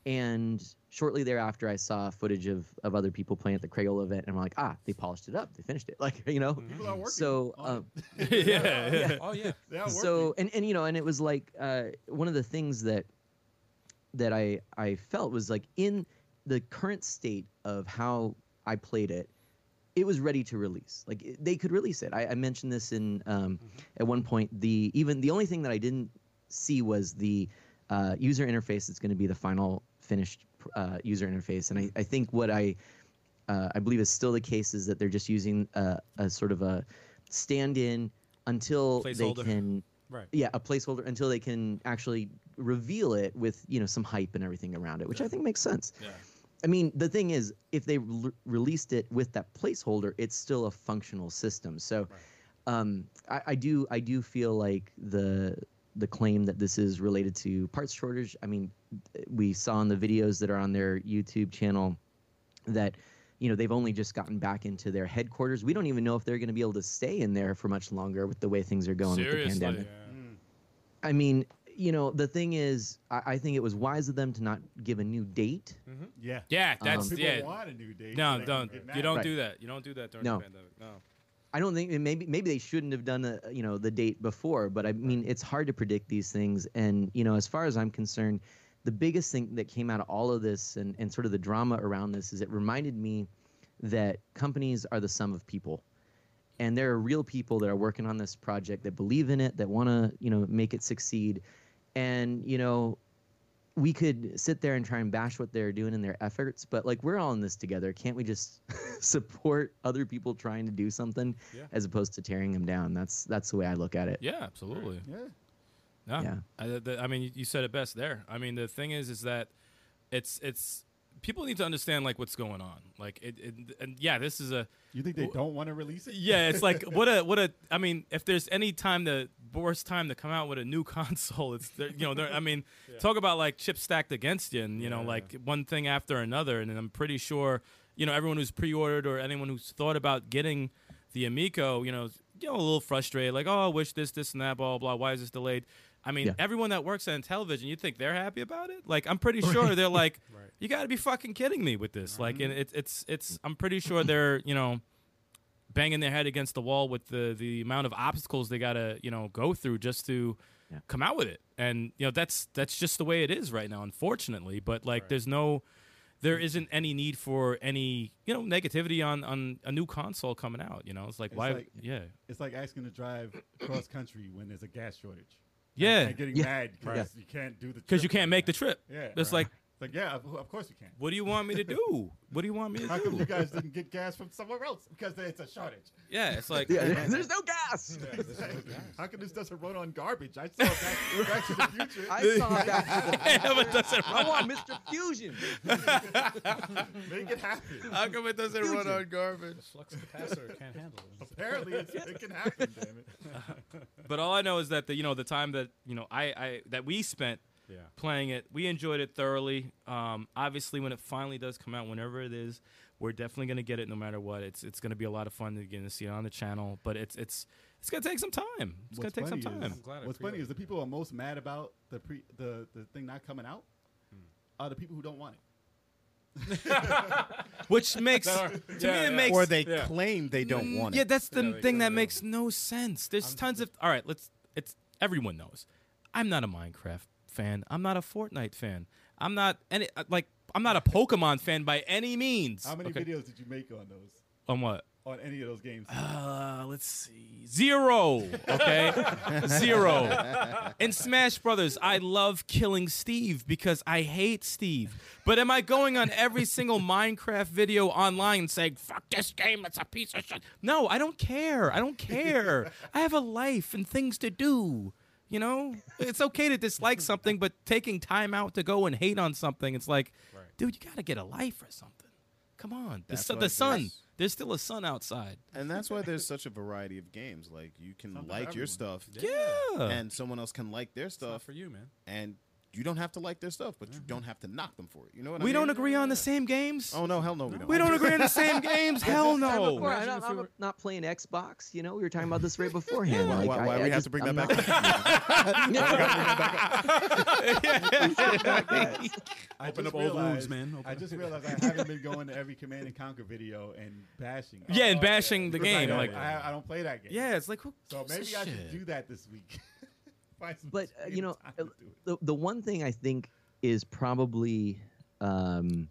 [SPEAKER 5] and shortly thereafter, I saw footage of, of other people playing at the Crayola event, and I'm like, ah, they polished it up. They finished it. Like, you know?
[SPEAKER 7] People are working.
[SPEAKER 5] So,
[SPEAKER 7] on
[SPEAKER 5] um,
[SPEAKER 7] it.
[SPEAKER 3] yeah, yeah.
[SPEAKER 2] Oh yeah.
[SPEAKER 7] They are
[SPEAKER 5] so, and, and, you know, and it was like uh, one of the things that that I, I felt was like in the current state of how I played it, it was ready to release. Like it- they could release it. I, I mentioned this in um, at one point. The even the only thing that I didn't see was the uh, user interface. That's going to be the final finished uh, user interface. And I, I think what I uh, I believe is still the case is that they're just using a, a sort of a stand-in until they
[SPEAKER 3] Placeholder.
[SPEAKER 5] can
[SPEAKER 2] Right.
[SPEAKER 5] yeah a placeholder until they can actually reveal it with you know some hype and everything around it, which I think makes sense.
[SPEAKER 3] Yeah.
[SPEAKER 5] I mean, the thing is, if they re- released it with that placeholder, it's still a functional system. So, um, I, I do, I do feel like the the claim that this is related to parts shortage. I mean, we saw in the videos that are on their YouTube channel that you know they've only just gotten back into their headquarters. We don't even know if they're going to be able to stay in there for much longer with the way things are going with the
[SPEAKER 3] Seriously.
[SPEAKER 5] pandemic. I mean, you know, the thing is, I, I think it was wise of them to not give a new date.
[SPEAKER 7] Yeah.
[SPEAKER 3] Yeah,
[SPEAKER 5] Um,
[SPEAKER 3] that's
[SPEAKER 7] People
[SPEAKER 3] yeah.
[SPEAKER 7] want a new date.
[SPEAKER 3] No,
[SPEAKER 7] They
[SPEAKER 3] don't.
[SPEAKER 7] get
[SPEAKER 3] You
[SPEAKER 7] mad.
[SPEAKER 3] don't
[SPEAKER 5] Right.
[SPEAKER 3] do that. You don't do that during
[SPEAKER 5] No.
[SPEAKER 3] the pandemic. No.
[SPEAKER 5] I don't think and maybe maybe they shouldn't have done a, you know the date before, but I mean it's hard to predict these things. And you know, as far as I'm concerned, the biggest thing that came out of all of this and, and sort of the drama around this is it reminded me that companies are the sum of people, and there are real people that are working on this project that believe in it, that want to you know make it succeed, and you know we could sit there and try and bash what they're doing and their efforts, but like we're all in this together. Can't we just support other people trying to do something
[SPEAKER 2] Yeah.
[SPEAKER 5] as opposed to tearing them down? That's that's the way I look at it.
[SPEAKER 3] Yeah, absolutely.
[SPEAKER 7] Yeah.
[SPEAKER 3] No.
[SPEAKER 5] Yeah.
[SPEAKER 3] I, th- th- I mean, you- you said it best there. I mean, the thing is, is that it's it's people need to understand like what's going on. Like it, it and yeah, this is a
[SPEAKER 7] You think they don't want to release it?
[SPEAKER 3] yeah. It's like what a what a. I mean, if there's any time the worst time to come out with a new console, it's they're- you know. they're- I mean, talk about like chips stacked against you, and you know, like one thing after another. And I'm pretty sure you know everyone who's pre-ordered or anyone who's thought about getting the Amico, you know, is, you know, a little frustrated, like oh, I wish this, this, and that, blah, blah. blah. Why is this delayed? I mean,
[SPEAKER 5] Yeah.
[SPEAKER 3] everyone that works on television, you think they're happy about it? Like, I'm pretty sure they're like, you got to be fucking kidding me with this. Like, and it's, it's, it's. I'm pretty sure they're, you know, banging their head against the wall with the the amount of obstacles they gotta you know go through just to
[SPEAKER 5] Yeah.
[SPEAKER 3] come out with it and you know that's that's just the way it is right now unfortunately but like there's no there isn't any need for any you know negativity on on a new console coming out you know it's like
[SPEAKER 7] It's
[SPEAKER 3] why
[SPEAKER 7] like-
[SPEAKER 3] yeah
[SPEAKER 7] It's like asking to drive cross country when there's a gas shortage.
[SPEAKER 3] Yeah.
[SPEAKER 7] And getting
[SPEAKER 5] Yeah.
[SPEAKER 7] mad because
[SPEAKER 3] Right.
[SPEAKER 7] you can't do the
[SPEAKER 3] because you
[SPEAKER 7] trip
[SPEAKER 3] can't
[SPEAKER 7] like
[SPEAKER 3] make the trip
[SPEAKER 7] that. Yeah.
[SPEAKER 3] it's
[SPEAKER 7] right.
[SPEAKER 3] like
[SPEAKER 7] It's like, yeah, of, of course you can.
[SPEAKER 3] what do you want me to do what do you want me
[SPEAKER 7] How
[SPEAKER 3] to
[SPEAKER 7] come
[SPEAKER 3] do
[SPEAKER 7] you guys didn't get gas from somewhere else? Because it's a shortage.
[SPEAKER 3] yeah it's like
[SPEAKER 5] Yeah, there's no gas.
[SPEAKER 7] How come this doesn't run on garbage? I saw Back, back to the Future.
[SPEAKER 5] I saw that.
[SPEAKER 3] Yeah, but doesn't
[SPEAKER 5] I want Mr. Fusion.
[SPEAKER 7] Make it happen.
[SPEAKER 3] how come it doesn't run on garbage
[SPEAKER 2] Flux capacitor can't handle it.
[SPEAKER 7] Apparently, it's, it can happen. Damn it.
[SPEAKER 3] but all I know is that the you know the time that you know I, I that we spent
[SPEAKER 2] Yeah.
[SPEAKER 3] playing it, we enjoyed it thoroughly. Um, obviously, when it finally does come out, whenever it is, we're definitely gonna get it no matter what. It's it's gonna be a lot of fun to get to see it on the channel, but it's it's it's gonna take some time. It's
[SPEAKER 7] What's
[SPEAKER 3] gonna take some
[SPEAKER 7] funny
[SPEAKER 3] time.
[SPEAKER 7] Is,
[SPEAKER 2] I'm glad I
[SPEAKER 7] what's funny
[SPEAKER 2] pre-ordered.
[SPEAKER 7] is the people who are most mad about the pre the, the thing not coming out are the people who don't want it.
[SPEAKER 3] Which makes to me
[SPEAKER 2] yeah.
[SPEAKER 3] it makes
[SPEAKER 6] or they
[SPEAKER 2] yeah.
[SPEAKER 6] claim they don't want
[SPEAKER 3] Mm, yeah,
[SPEAKER 6] it.
[SPEAKER 3] that's the
[SPEAKER 2] Yeah, they
[SPEAKER 3] thing that
[SPEAKER 2] clearly
[SPEAKER 3] makes no sense. There's tons of all right. Let's. It's everyone knows. I'm not a Minecraft fan. I'm not a Fortnite fan. I'm not any uh, like. I'm not a Pokemon fan by any means.
[SPEAKER 7] How many
[SPEAKER 3] Okay.
[SPEAKER 7] videos did you make on those?
[SPEAKER 3] On what?
[SPEAKER 7] On any of those games?
[SPEAKER 3] Uh, let's see. Zero. Okay. Zero. In Smash Brothers, I love killing Steve because I hate Steve. But am I going on every single Minecraft video online and saying, fuck this game, it's a piece of shit? No, I don't care. I don't care. I have a life and things to do. You know? It's okay to dislike something, but taking time out to go and hate on something, it's like, dude, you got to get a life or something. Come on. The,
[SPEAKER 6] That's
[SPEAKER 3] sun
[SPEAKER 6] what
[SPEAKER 3] the
[SPEAKER 6] it
[SPEAKER 3] sun.
[SPEAKER 6] is.
[SPEAKER 3] There's still a sun outside.
[SPEAKER 6] And that's why there's such a variety of games. Like you can
[SPEAKER 7] Something for
[SPEAKER 6] like
[SPEAKER 7] everyone.
[SPEAKER 6] your stuff,
[SPEAKER 3] Yeah.
[SPEAKER 6] and someone else can like their
[SPEAKER 5] Uh,
[SPEAKER 2] It's not
[SPEAKER 6] stuff,
[SPEAKER 2] for you, man.
[SPEAKER 6] and you don't have to like their stuff, but you don't have to knock them for it. You know what I
[SPEAKER 3] we
[SPEAKER 6] mean?
[SPEAKER 3] don't agree on the same games.
[SPEAKER 6] Oh no, hell no, we don't.
[SPEAKER 3] We don't agree on the same games. Hell
[SPEAKER 5] Before,
[SPEAKER 3] no.
[SPEAKER 5] I,
[SPEAKER 2] Imagine if
[SPEAKER 5] am
[SPEAKER 2] we were-
[SPEAKER 5] not playing Xbox. You know, we were talking about this right beforehand.
[SPEAKER 6] Why,
[SPEAKER 5] Like,
[SPEAKER 6] why, why
[SPEAKER 5] I-
[SPEAKER 6] we
[SPEAKER 5] I
[SPEAKER 6] have
[SPEAKER 5] just-
[SPEAKER 6] to bring
[SPEAKER 5] I'm
[SPEAKER 6] that
[SPEAKER 5] not-
[SPEAKER 6] back? up?
[SPEAKER 7] I
[SPEAKER 2] Open
[SPEAKER 7] just
[SPEAKER 2] up old wounds,
[SPEAKER 7] realized-
[SPEAKER 2] man. Open
[SPEAKER 7] I
[SPEAKER 2] up-
[SPEAKER 7] just realized I haven't been going to every Command and Conquer video and bashing. it.
[SPEAKER 3] Yeah, and bashing the
[SPEAKER 7] Because I
[SPEAKER 3] game.
[SPEAKER 7] don't-
[SPEAKER 3] Like,
[SPEAKER 7] I, I don't play that game.
[SPEAKER 3] yeah, it's like who
[SPEAKER 7] So
[SPEAKER 3] gives a
[SPEAKER 7] maybe I should
[SPEAKER 3] shit?
[SPEAKER 7] do that this week. Find some
[SPEAKER 5] But, uh, you
[SPEAKER 7] creative
[SPEAKER 5] know,
[SPEAKER 7] time to do it.
[SPEAKER 5] the, the one thing I think is probably um,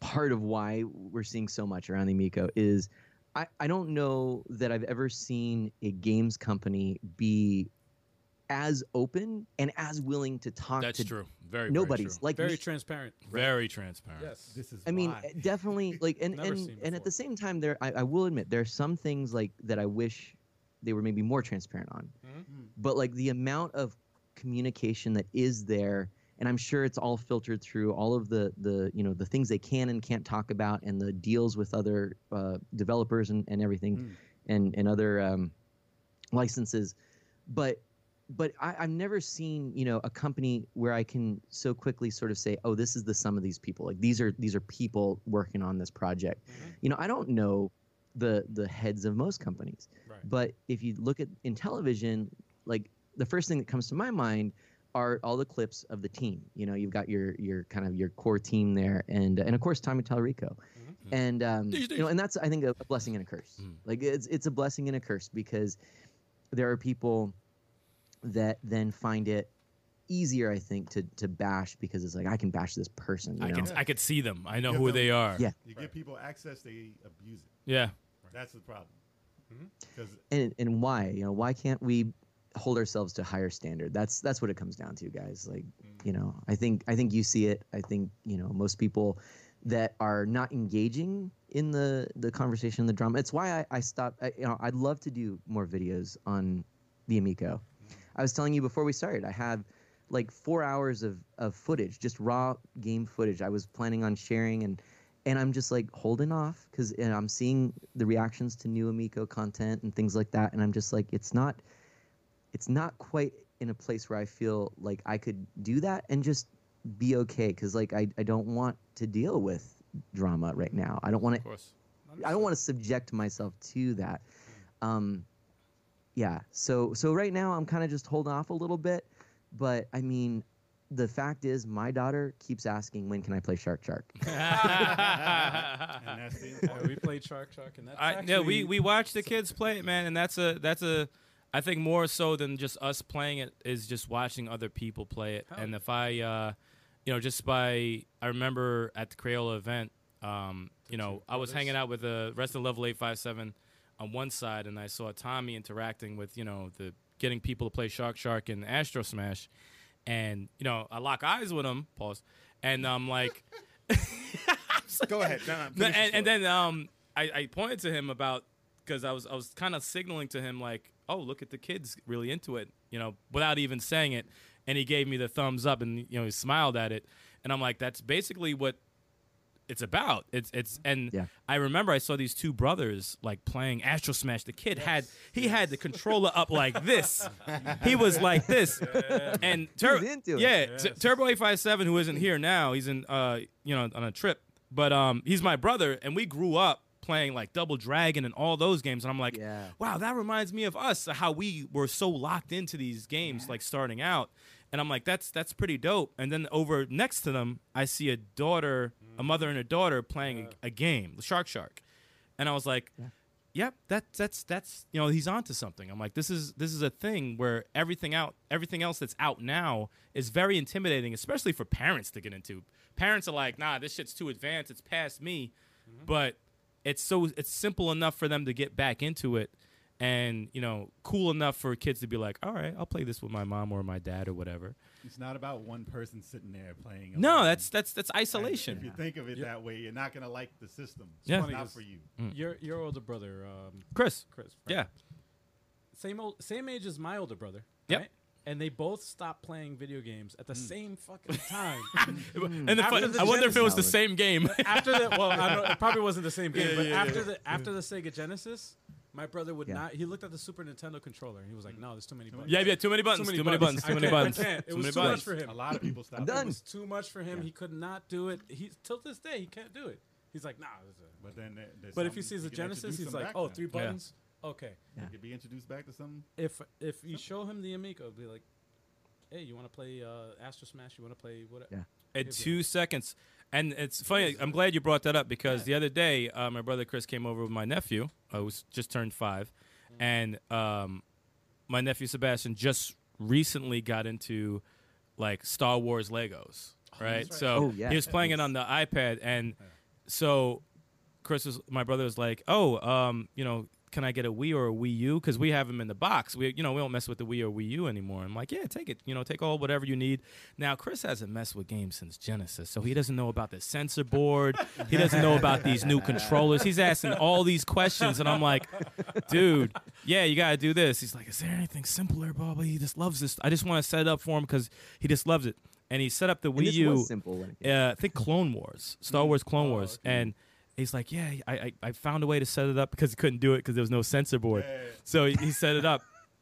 [SPEAKER 5] part of why we're seeing so much around the Amico is I, I don't know that I've ever seen a games company be as open and as willing to talk
[SPEAKER 3] That's
[SPEAKER 5] to
[SPEAKER 3] true. Very
[SPEAKER 5] nobody's
[SPEAKER 3] Very, true.
[SPEAKER 5] like
[SPEAKER 2] Very
[SPEAKER 5] me.
[SPEAKER 2] transparent.
[SPEAKER 3] very transparent.
[SPEAKER 2] Yes.
[SPEAKER 7] This is
[SPEAKER 5] I mean, eh, uh,
[SPEAKER 7] why.
[SPEAKER 5] definitely like and
[SPEAKER 2] Never
[SPEAKER 5] and,
[SPEAKER 2] seen
[SPEAKER 5] and at
[SPEAKER 2] before.
[SPEAKER 5] the same time there I, I will admit there are some things like that I wish they were maybe more transparent on.
[SPEAKER 2] Mm-hmm.
[SPEAKER 5] But like the amount of communication that is there and I'm sure it's all filtered through all of the the you know the things they can and can't talk about and the deals with other uh, developers and, and everything and and other um, licenses but but I, I've never seen you know a company where I can so quickly sort of say, oh, this is the sum of these people. Like these are these are people working on this project.
[SPEAKER 2] Mm-hmm.
[SPEAKER 5] You know, I don't know the the heads of most companies,
[SPEAKER 2] Right.
[SPEAKER 5] but if you look at in television, like the first thing that comes to my mind are all the clips of the team. You know, you've got your your kind of your core team there, and and of course Tommy Tallarico,
[SPEAKER 3] Mm-hmm.
[SPEAKER 5] and um, you know, and that's I think a, a blessing and a curse.
[SPEAKER 3] Mm.
[SPEAKER 5] Like it's it's a blessing and a curse because there are people that then find it easier, I think, to to bash because it's like I can bash this person. You
[SPEAKER 3] I
[SPEAKER 5] know?
[SPEAKER 3] can I could see them. I know
[SPEAKER 7] Yeah,
[SPEAKER 3] who
[SPEAKER 7] no.
[SPEAKER 3] they are.
[SPEAKER 5] Yeah.
[SPEAKER 7] You give people access, they abuse it.
[SPEAKER 3] Yeah.
[SPEAKER 7] That's the problem. Because
[SPEAKER 5] and and why you know why can't we hold ourselves to higher standard that's that's what it comes down to guys like you know i think i think you see it i think you know most people that are not engaging in the the conversation the drama it's why i, I stopped I, you know i'd love to do more videos on the amico i was telling you before we started i have like four hours of of footage just raw game footage i was planning on sharing and and I'm just like holding off because and I'm seeing the reactions to new Amico content and things like that, and I'm just like it's not, it's not quite in a place where I feel like I could do that and just be okay because like I, I don't want to deal with drama right now. I don't want to
[SPEAKER 3] Of course.
[SPEAKER 5] I don't want to subject myself to that. Um, yeah. So so right now I'm kind of just holding off a little bit, but I mean, the fact is my daughter keeps asking when can I play Shark Shark.
[SPEAKER 3] I,
[SPEAKER 7] and that's the
[SPEAKER 2] Yeah, we played Shark Shark, and that's actually
[SPEAKER 3] yeah, we we watch the kids play it, man, and that's a that's a I think more so than just us playing it is just watching other people play it. and if I, uh, you know, just by I remember at the Crayola event, um, you know, I was hanging out with the rest of Level Eight Five Seven on one side, and I saw Tommy interacting with you know the getting people to play Shark Shark and Astro Smash, and you know I lock eyes with him, pause, and I'm like.
[SPEAKER 6] Go ahead. No, no,
[SPEAKER 3] No,
[SPEAKER 6] finish
[SPEAKER 3] and,
[SPEAKER 6] the
[SPEAKER 3] and
[SPEAKER 6] story.
[SPEAKER 3] then um, I, I pointed to him about because I was I was kind of signaling to him like, oh, look at the kids really into it, you know, without even saying it, and he gave me the thumbs up and you know he smiled at it, and I'm like, that's basically what it's about. It's it's and
[SPEAKER 5] Yeah.
[SPEAKER 3] I remember I saw these two brothers like playing Astro Smash. The kid had he had the controller up like this. he was like this, and Tur-
[SPEAKER 5] was into it.
[SPEAKER 3] yeah, T- Turbo Eight Five Seven, who isn't here now, he's in uh you know on a trip, but um he's my brother, and we grew up playing like Double Dragon and all those games, and I'm like,
[SPEAKER 5] Yeah.
[SPEAKER 3] wow, that reminds me of us, how we were so locked into these games, like starting out. And I'm like, that's that's pretty dope. And then over next to them, I see a daughter, a mother and a daughter playing a, a game, the Shark Shark. And I was like, yep, that that's that's you know he's onto something. I'm like, this is this is a thing where everything out everything else that's out now is very intimidating, especially for parents to get into. Parents are like, nah, this shit's too advanced. It's past me, but it's so it's simple enough for them to get back into it, and you know, cool enough for kids to be like, all right, I'll play this with my mom or my dad or whatever.
[SPEAKER 7] it's not about one person sitting there playing.
[SPEAKER 3] No,
[SPEAKER 7] alone.
[SPEAKER 3] that's that's that's
[SPEAKER 7] And
[SPEAKER 3] isolation.
[SPEAKER 7] If you think of it that way, you're not gonna like the system. It's
[SPEAKER 3] Yeah.
[SPEAKER 7] not for you.
[SPEAKER 5] Mm.
[SPEAKER 2] your your older brother, um,
[SPEAKER 3] Chris,
[SPEAKER 2] Chris. right?
[SPEAKER 3] yeah,
[SPEAKER 2] same old, same age as my older brother.
[SPEAKER 3] Yep.
[SPEAKER 2] Right? And they both stopped playing video games at the
[SPEAKER 5] Mm.
[SPEAKER 2] same fucking time.
[SPEAKER 3] and the
[SPEAKER 2] After
[SPEAKER 3] fun,
[SPEAKER 2] the
[SPEAKER 3] I wonder if it was the
[SPEAKER 5] Genesis-
[SPEAKER 3] same game.
[SPEAKER 2] after the well, I don't, it probably wasn't the same game,
[SPEAKER 3] Yeah,
[SPEAKER 2] but
[SPEAKER 3] yeah,
[SPEAKER 2] after the after the Sega Genesis, my brother would
[SPEAKER 5] Yeah.
[SPEAKER 2] not. He looked at the Super Nintendo controller and he was like, "No, there's too many buttons.
[SPEAKER 3] yeah, yeah, too many buttons, too many buttons, too
[SPEAKER 2] I
[SPEAKER 3] many
[SPEAKER 2] can't- I
[SPEAKER 3] buttons,
[SPEAKER 2] can't. It
[SPEAKER 3] too
[SPEAKER 2] was
[SPEAKER 3] many
[SPEAKER 2] too much
[SPEAKER 3] buttons.
[SPEAKER 2] for him.
[SPEAKER 7] A lot of people stop.
[SPEAKER 5] done.
[SPEAKER 2] It was too much for him. He could not do it. He till this day he can't do it. He's like, "Nah." this is a-"
[SPEAKER 7] But then, there- there's
[SPEAKER 2] But if he
[SPEAKER 7] something-
[SPEAKER 2] sees the
[SPEAKER 7] you can introduce
[SPEAKER 2] Genesis, he's
[SPEAKER 7] them
[SPEAKER 2] like,
[SPEAKER 7] back
[SPEAKER 2] "Oh,
[SPEAKER 7] now.
[SPEAKER 2] three buttons. Okay."
[SPEAKER 7] You could be introduced back to some.
[SPEAKER 2] if if you show him the Amico, be like, "Hey, you want to play uh, Astro Smash? You want to play what?"
[SPEAKER 5] Yeah.
[SPEAKER 3] in two seconds. And it's funny. I'm glad you brought that up because the other day, uh, my brother Chris came over with my nephew, uh, who's just turned five, and um, my nephew Sebastian just recently got into like Star Wars Legos, right? So
[SPEAKER 5] Oh, yeah.
[SPEAKER 3] he was playing it on the iPad, and so Chris was my brother was like, "Oh, um, you know, can I get a Wii or a Wii U? Because we have them in the box. We, you know, we don't mess with the Wii or Wii U anymore." I'm like, "Yeah, take it. You know, take all whatever you need." Now Chris hasn't messed with games since Genesis, so he doesn't know about the sensor board. He doesn't know about these new controllers. He's asking all these questions, and I'm like, "Dude, yeah, you gotta do this." He's like, "Is there anything simpler?" Blah blah. He just loves this. I just want to set it up for him because he just loves it. And he set up the Wii
[SPEAKER 5] And this
[SPEAKER 3] U
[SPEAKER 5] was simple when it came.
[SPEAKER 3] uh, I think
[SPEAKER 7] Mm-hmm.
[SPEAKER 3] Clone Wars, Star Wars
[SPEAKER 7] Oh,
[SPEAKER 3] Clone Wars, and he's like, yeah, I, I, I found a way to set it up because he couldn't do it because there was no censor board, so he, he set it up,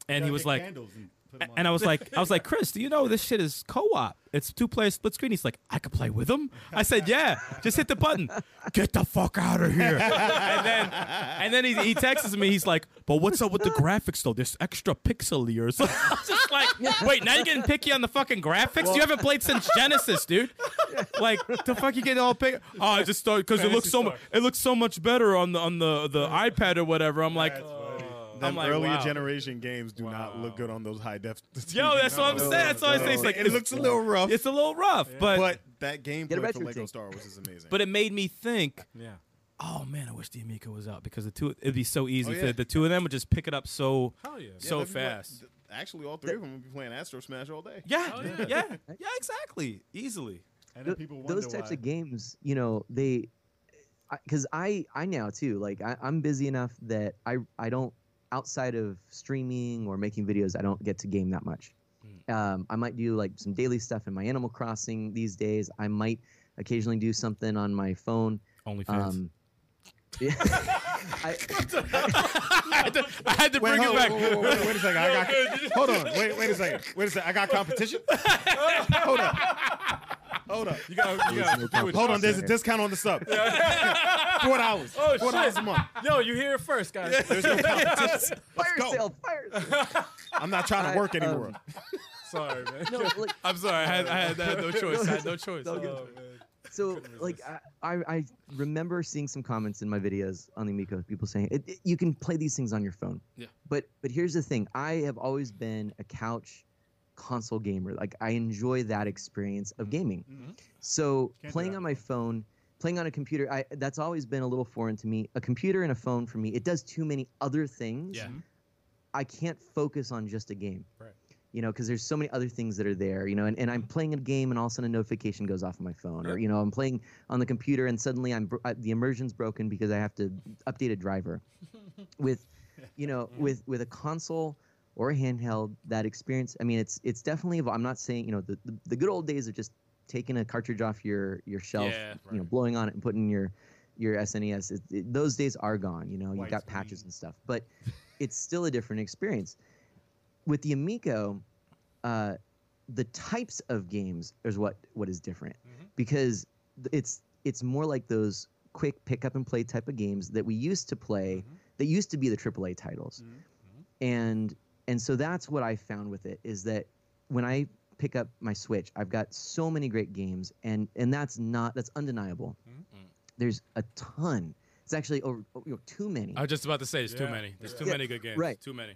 [SPEAKER 3] and he
[SPEAKER 7] Gotta
[SPEAKER 3] was
[SPEAKER 7] get
[SPEAKER 3] like,
[SPEAKER 7] candles and Put 'em on.
[SPEAKER 3] and I was like, I was like, Chris, do you know this shit is co-op? It's two player split screen. He's like, I could play with him. I said, yeah, just hit the button. Get the fuck out of here. and then, and then he, he texts me. He's like, but what's up with the graphics though? This extra pixely or something. I was just like, wait, now you're getting picky on the fucking graphics. you haven't played since Genesis, dude. Like the fuck you getting all picky? Oh, I just thought because it looks so much, it looks so much better on the on the the iPad or whatever. I'm like. I'm
[SPEAKER 6] Them
[SPEAKER 3] like,
[SPEAKER 6] earlier
[SPEAKER 3] wow.
[SPEAKER 6] generation games do not look good on those high def.
[SPEAKER 3] Yo, that's what I'm saying. That's what I say. It's like
[SPEAKER 6] it looks a little rough,
[SPEAKER 3] It's a little rough, but
[SPEAKER 6] but that gameplay
[SPEAKER 5] about
[SPEAKER 6] for
[SPEAKER 5] your
[SPEAKER 6] Lego
[SPEAKER 5] team.
[SPEAKER 6] Star Wars is amazing.
[SPEAKER 3] but it made me think.
[SPEAKER 2] Yeah.
[SPEAKER 3] Oh man, I wish the Amico was out because the two it'd be so easy.
[SPEAKER 6] Oh, yeah.
[SPEAKER 3] for the two of them would just pick it up so
[SPEAKER 2] Hell yeah.
[SPEAKER 6] Yeah,
[SPEAKER 3] so
[SPEAKER 6] they'll be play-
[SPEAKER 3] fast.
[SPEAKER 6] th- actually, all three of them will be playing Astro Smash all day.
[SPEAKER 3] yeah,
[SPEAKER 2] Oh,
[SPEAKER 3] yeah,
[SPEAKER 2] yeah.
[SPEAKER 3] yeah, exactly, easily.
[SPEAKER 7] and then
[SPEAKER 5] Th-
[SPEAKER 7] people wonder
[SPEAKER 5] those types
[SPEAKER 7] why.
[SPEAKER 5] of games you know they because I, I now too like I, i'm busy enough that i i don't outside of streaming or making videos i don't get to game that much um, i might do like some daily stuff in my animal crossing these days i might occasionally do something on my phone
[SPEAKER 3] Only fans.
[SPEAKER 5] um, yeah. I,
[SPEAKER 3] I had to, I had to bring it
[SPEAKER 6] hold,
[SPEAKER 3] back.
[SPEAKER 6] Wait, wait, wait, wait a second. I got, hold on. Wait, wait a second. Wait a second. I got competition. hold up. Hold up.
[SPEAKER 3] You gotta, you gotta do it.
[SPEAKER 6] Hold on. There's a discount on the sub. Four dollars.
[SPEAKER 2] Oh,
[SPEAKER 6] Four dollars a month.
[SPEAKER 2] Yo, you hear it first, guys.
[SPEAKER 5] fire
[SPEAKER 6] go.
[SPEAKER 5] sale, fire sale.
[SPEAKER 6] I'm not trying to work
[SPEAKER 5] I, um,
[SPEAKER 6] anymore.
[SPEAKER 2] Sorry, man.
[SPEAKER 5] No, like,
[SPEAKER 3] I'm sorry. I had, I had, I had no choice. I had no choice.
[SPEAKER 5] No,
[SPEAKER 3] Oh,
[SPEAKER 5] good. so like I, I I remember seeing some comments in my videos on the Amico, people saying it, it- you can play these things on your phone.
[SPEAKER 3] Yeah.
[SPEAKER 5] But but here's the thing: I have always been a couch console gamer. Like I enjoy that experience of gaming. So
[SPEAKER 7] Can't do
[SPEAKER 5] playing
[SPEAKER 7] that
[SPEAKER 5] on
[SPEAKER 7] with
[SPEAKER 5] my phone, playing on a computer, I that's always been a little foreign to me. A computer and a phone for me, it does too many other things.
[SPEAKER 3] yeah.
[SPEAKER 5] I can't focus on just a game.
[SPEAKER 2] Right.
[SPEAKER 5] You know, because there's so many other things that are there, you know, and, and I'm playing a game and all of a sudden a notification goes off on my phone, or, you know, I'm playing on the computer and suddenly I'm bro- uh, the immersion's broken because I have to update a driver. with, you know, with with a console or a handheld, that experience, I mean, it's it's definitely, evol- I'm not saying, you know, the, the, the good old days of just taking a cartridge off your, your shelf,
[SPEAKER 3] Yeah,
[SPEAKER 5] you know, blowing on it and putting your, your SNES, it, it- those days are gone, you know, you
[SPEAKER 7] White
[SPEAKER 5] got patches and stuff, but it's still a different experience. With the Amico, uh, the types of games is what what is different because th- it's it's more like those quick pick up and play type of games that we used to play
[SPEAKER 2] Mm-hmm.
[SPEAKER 5] that used to be the AAA titles, and and so that's what I found with it is that when I pick up my Switch, I've got so many great games, and and that's not that's undeniable. There's a ton. It's actually over you know, too many.
[SPEAKER 3] I was just about to say, there's too
[SPEAKER 2] Yeah.
[SPEAKER 3] many. There's too
[SPEAKER 5] Yeah.
[SPEAKER 3] many good games.
[SPEAKER 5] Right.
[SPEAKER 3] Too many.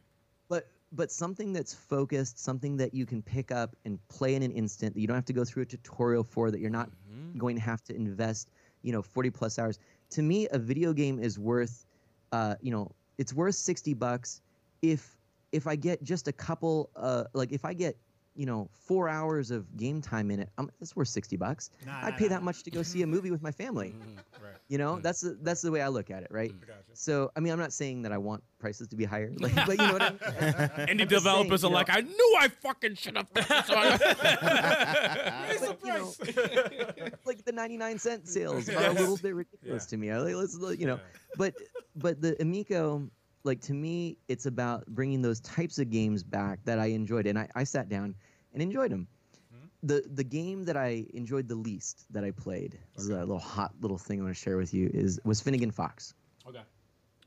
[SPEAKER 5] but but something that's focused, something that you can pick up and play in an instant that you don't have to go through a tutorial for, that you're not going to have to invest, you know, 40 plus hours. To me, a video game is worth, uh, you know, it's worth 60 bucks if if I get just a couple, uh, like if I get, you know, four hours of game time in it, um, it's worth 60 bucks. I pay that much to go see a movie with my family.
[SPEAKER 2] Mm-hmm. Right.
[SPEAKER 5] You know, that's the, that's the way I look at it, right?
[SPEAKER 2] Gotcha.
[SPEAKER 5] So, I mean, I'm not saying that I want prices to be higher, like, but you know what I mean?
[SPEAKER 3] Indie
[SPEAKER 5] I'm just saying,
[SPEAKER 3] developers
[SPEAKER 5] you
[SPEAKER 3] are
[SPEAKER 5] know-
[SPEAKER 3] like, I knew I fucking should have.
[SPEAKER 2] Raise the
[SPEAKER 5] But, you know,
[SPEAKER 2] price.
[SPEAKER 5] like the 99 cent sales are a little bit ridiculous
[SPEAKER 2] Yeah.
[SPEAKER 5] to me. I like let's you know, but but the Amico like to me it's about bringing those types of games back that I enjoyed and I, I sat down and enjoyed them.
[SPEAKER 7] Hmm?
[SPEAKER 5] The the game that I enjoyed the least that I played this is a little hot little thing I want to share with you is was Finnegan Fox.
[SPEAKER 2] Okay.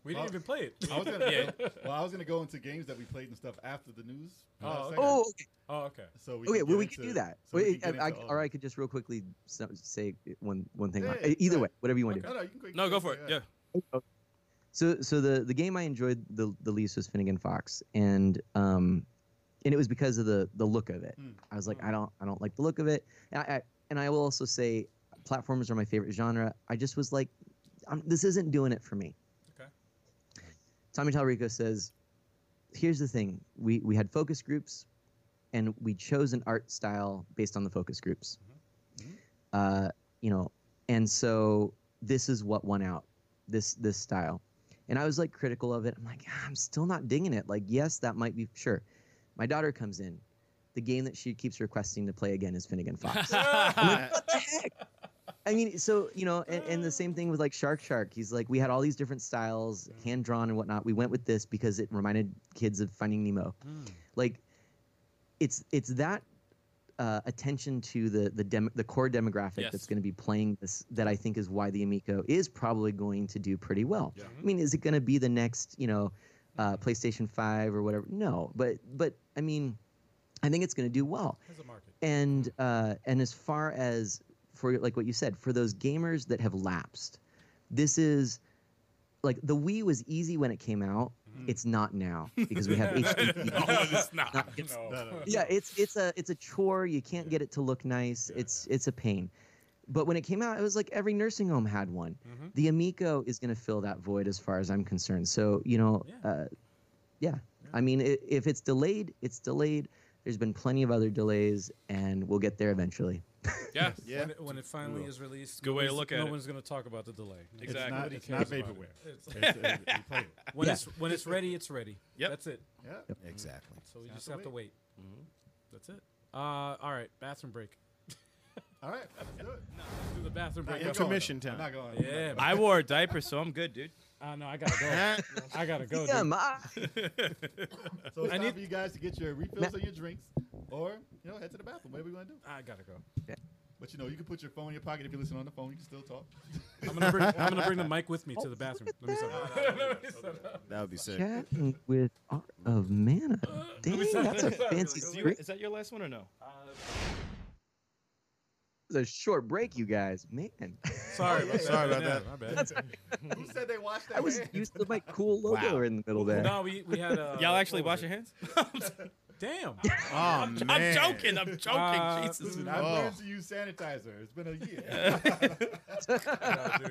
[SPEAKER 2] We didn't even play it.
[SPEAKER 7] I was gonna,
[SPEAKER 3] Yeah.
[SPEAKER 7] Well, I was gonna go into games that we played and stuff after the news.
[SPEAKER 2] Oh,
[SPEAKER 7] last
[SPEAKER 2] okay.
[SPEAKER 7] segment,
[SPEAKER 5] Oh,
[SPEAKER 2] Oh, okay.
[SPEAKER 7] so we
[SPEAKER 5] okay.
[SPEAKER 7] could
[SPEAKER 5] Well,
[SPEAKER 7] get
[SPEAKER 5] we could do
[SPEAKER 7] into-
[SPEAKER 5] that.
[SPEAKER 7] so we could
[SPEAKER 5] Wait,
[SPEAKER 7] get
[SPEAKER 5] I, I,
[SPEAKER 7] into all
[SPEAKER 5] or
[SPEAKER 7] of
[SPEAKER 5] I
[SPEAKER 7] it.
[SPEAKER 5] could just real quickly so- say one one thing.
[SPEAKER 7] Yeah,
[SPEAKER 5] about-
[SPEAKER 7] yeah,
[SPEAKER 5] Either
[SPEAKER 7] yeah.
[SPEAKER 5] way, whatever you want to do.
[SPEAKER 7] No, no, you can go-
[SPEAKER 3] no, go for it. Yeah.
[SPEAKER 5] So, so the the game I enjoyed the the least was Finnegan Fox, and um, and it was because of the the look of it.
[SPEAKER 7] Hmm.
[SPEAKER 5] I was like, I don't I don't like the look of it. And I, I and I will also say, platformers are my favorite genre. I just was like, i this isn't doing it for me.
[SPEAKER 2] Okay.
[SPEAKER 5] Tommy Talrico says, here's the thing: we we had focus groups, and we chose an art style based on the focus groups.
[SPEAKER 7] Mm-hmm.
[SPEAKER 5] Uh, you know, and so this is what won out this this style and i was like critical of it i'm like "Ah, i'm still not digging it like yes that might be sure my daughter comes in the game that she keeps requesting to play again is finnegan fox i mean so you know and, and the same thing with like shark shark he's like we had all these different styles hand drawn and whatnot we went with this because it reminded kids of finding nemo like it's it's that uh, attention to the the dem- the core demographic
[SPEAKER 3] Yes.
[SPEAKER 5] that's going to be playing this that I think is why the Amico is probably going to do pretty well. I mean, is it going to be the next you know uh, PlayStation Five or whatever? No, but but I mean, I think it's going to do well.
[SPEAKER 2] Has a market.
[SPEAKER 5] And uh, and as far as for like what you said, for those gamers that have lapsed, this is like the Wii was easy when it came out. It's not now because we have HD.
[SPEAKER 3] Mm-hmm. no, it's not.
[SPEAKER 5] It's-
[SPEAKER 2] No.
[SPEAKER 5] yeah, it's it's a it's a chore. You can't get it to look nice. It's it's a pain. But when it came out, it was like every nursing home had one.
[SPEAKER 3] Mm-hmm.
[SPEAKER 5] The Amico is going to fill that void, as far as I'm concerned. So you know,
[SPEAKER 2] Yeah.
[SPEAKER 5] Uh, yeah. I mean, i if it's delayed, it's delayed. There's been plenty of other delays, and we'll get there eventually.
[SPEAKER 3] Yeah.
[SPEAKER 6] Yeah.
[SPEAKER 2] When it, when it finally is released,
[SPEAKER 3] good way to
[SPEAKER 2] nobody's-
[SPEAKER 3] look at
[SPEAKER 2] no
[SPEAKER 3] it.
[SPEAKER 2] one's going to talk about the delay.
[SPEAKER 3] Exactly.
[SPEAKER 7] It's not,
[SPEAKER 3] Nobody
[SPEAKER 7] it's not
[SPEAKER 2] cares about
[SPEAKER 7] vaporware.
[SPEAKER 2] it. It's-
[SPEAKER 7] It's, uh, you play it.
[SPEAKER 2] When
[SPEAKER 5] Yeah.
[SPEAKER 2] it's when it's ready, it's ready.
[SPEAKER 3] Yep.
[SPEAKER 2] That's it.
[SPEAKER 7] Yeah.
[SPEAKER 6] Exactly.
[SPEAKER 2] So we
[SPEAKER 7] Just
[SPEAKER 2] just have
[SPEAKER 7] have
[SPEAKER 2] to
[SPEAKER 7] to
[SPEAKER 2] wait. Mm-hmm. That's it. Uh, all right, bathroom break.
[SPEAKER 7] All right. Let's do it.
[SPEAKER 2] Let's do the bathroom break.
[SPEAKER 6] you're Intermission time.
[SPEAKER 7] I'm not going.
[SPEAKER 2] yeah.
[SPEAKER 3] I wore a diaper, so I'm good, dude.
[SPEAKER 2] I know. I gotta go. I gotta
[SPEAKER 3] Oh,
[SPEAKER 2] go.
[SPEAKER 5] yeah,
[SPEAKER 2] dude.
[SPEAKER 5] my,
[SPEAKER 7] So it's
[SPEAKER 2] I
[SPEAKER 7] time
[SPEAKER 2] need-
[SPEAKER 7] for you guys to get your refills on your drinks, or you know, head to the bathroom. Whatever you want to do.
[SPEAKER 2] I gotta go.
[SPEAKER 7] But you know, you can put your phone in your pocket if you listen on the phone. You can still talk.
[SPEAKER 2] I'm gonna bring, I'm gonna bring the mic with me to the bathroom. Let me set up.
[SPEAKER 6] That would be sick.
[SPEAKER 5] chatting with Art of Mana. Dang, that's a fancy
[SPEAKER 3] Is, you,
[SPEAKER 5] script.
[SPEAKER 3] is that your last one or no?
[SPEAKER 5] It's a short break, you guys. Man,
[SPEAKER 2] Sorry, about
[SPEAKER 6] Sorry
[SPEAKER 2] that.
[SPEAKER 6] about
[SPEAKER 2] Yeah,
[SPEAKER 6] that.
[SPEAKER 2] My bad.
[SPEAKER 7] Who said they watched that?
[SPEAKER 5] I was
[SPEAKER 7] man?
[SPEAKER 5] used to my cool logo in the middle there.
[SPEAKER 2] No, we we had uh, a.
[SPEAKER 3] Y'all actually wash your hands?
[SPEAKER 2] Damn.
[SPEAKER 6] Oh,
[SPEAKER 3] I'm
[SPEAKER 6] man.
[SPEAKER 3] joking. I'm joking.
[SPEAKER 2] Uh,
[SPEAKER 3] Jesus.
[SPEAKER 7] Listen, I've
[SPEAKER 6] Oh.
[SPEAKER 7] learned to use sanitizer. It's been a year. Oh,
[SPEAKER 2] Yeah,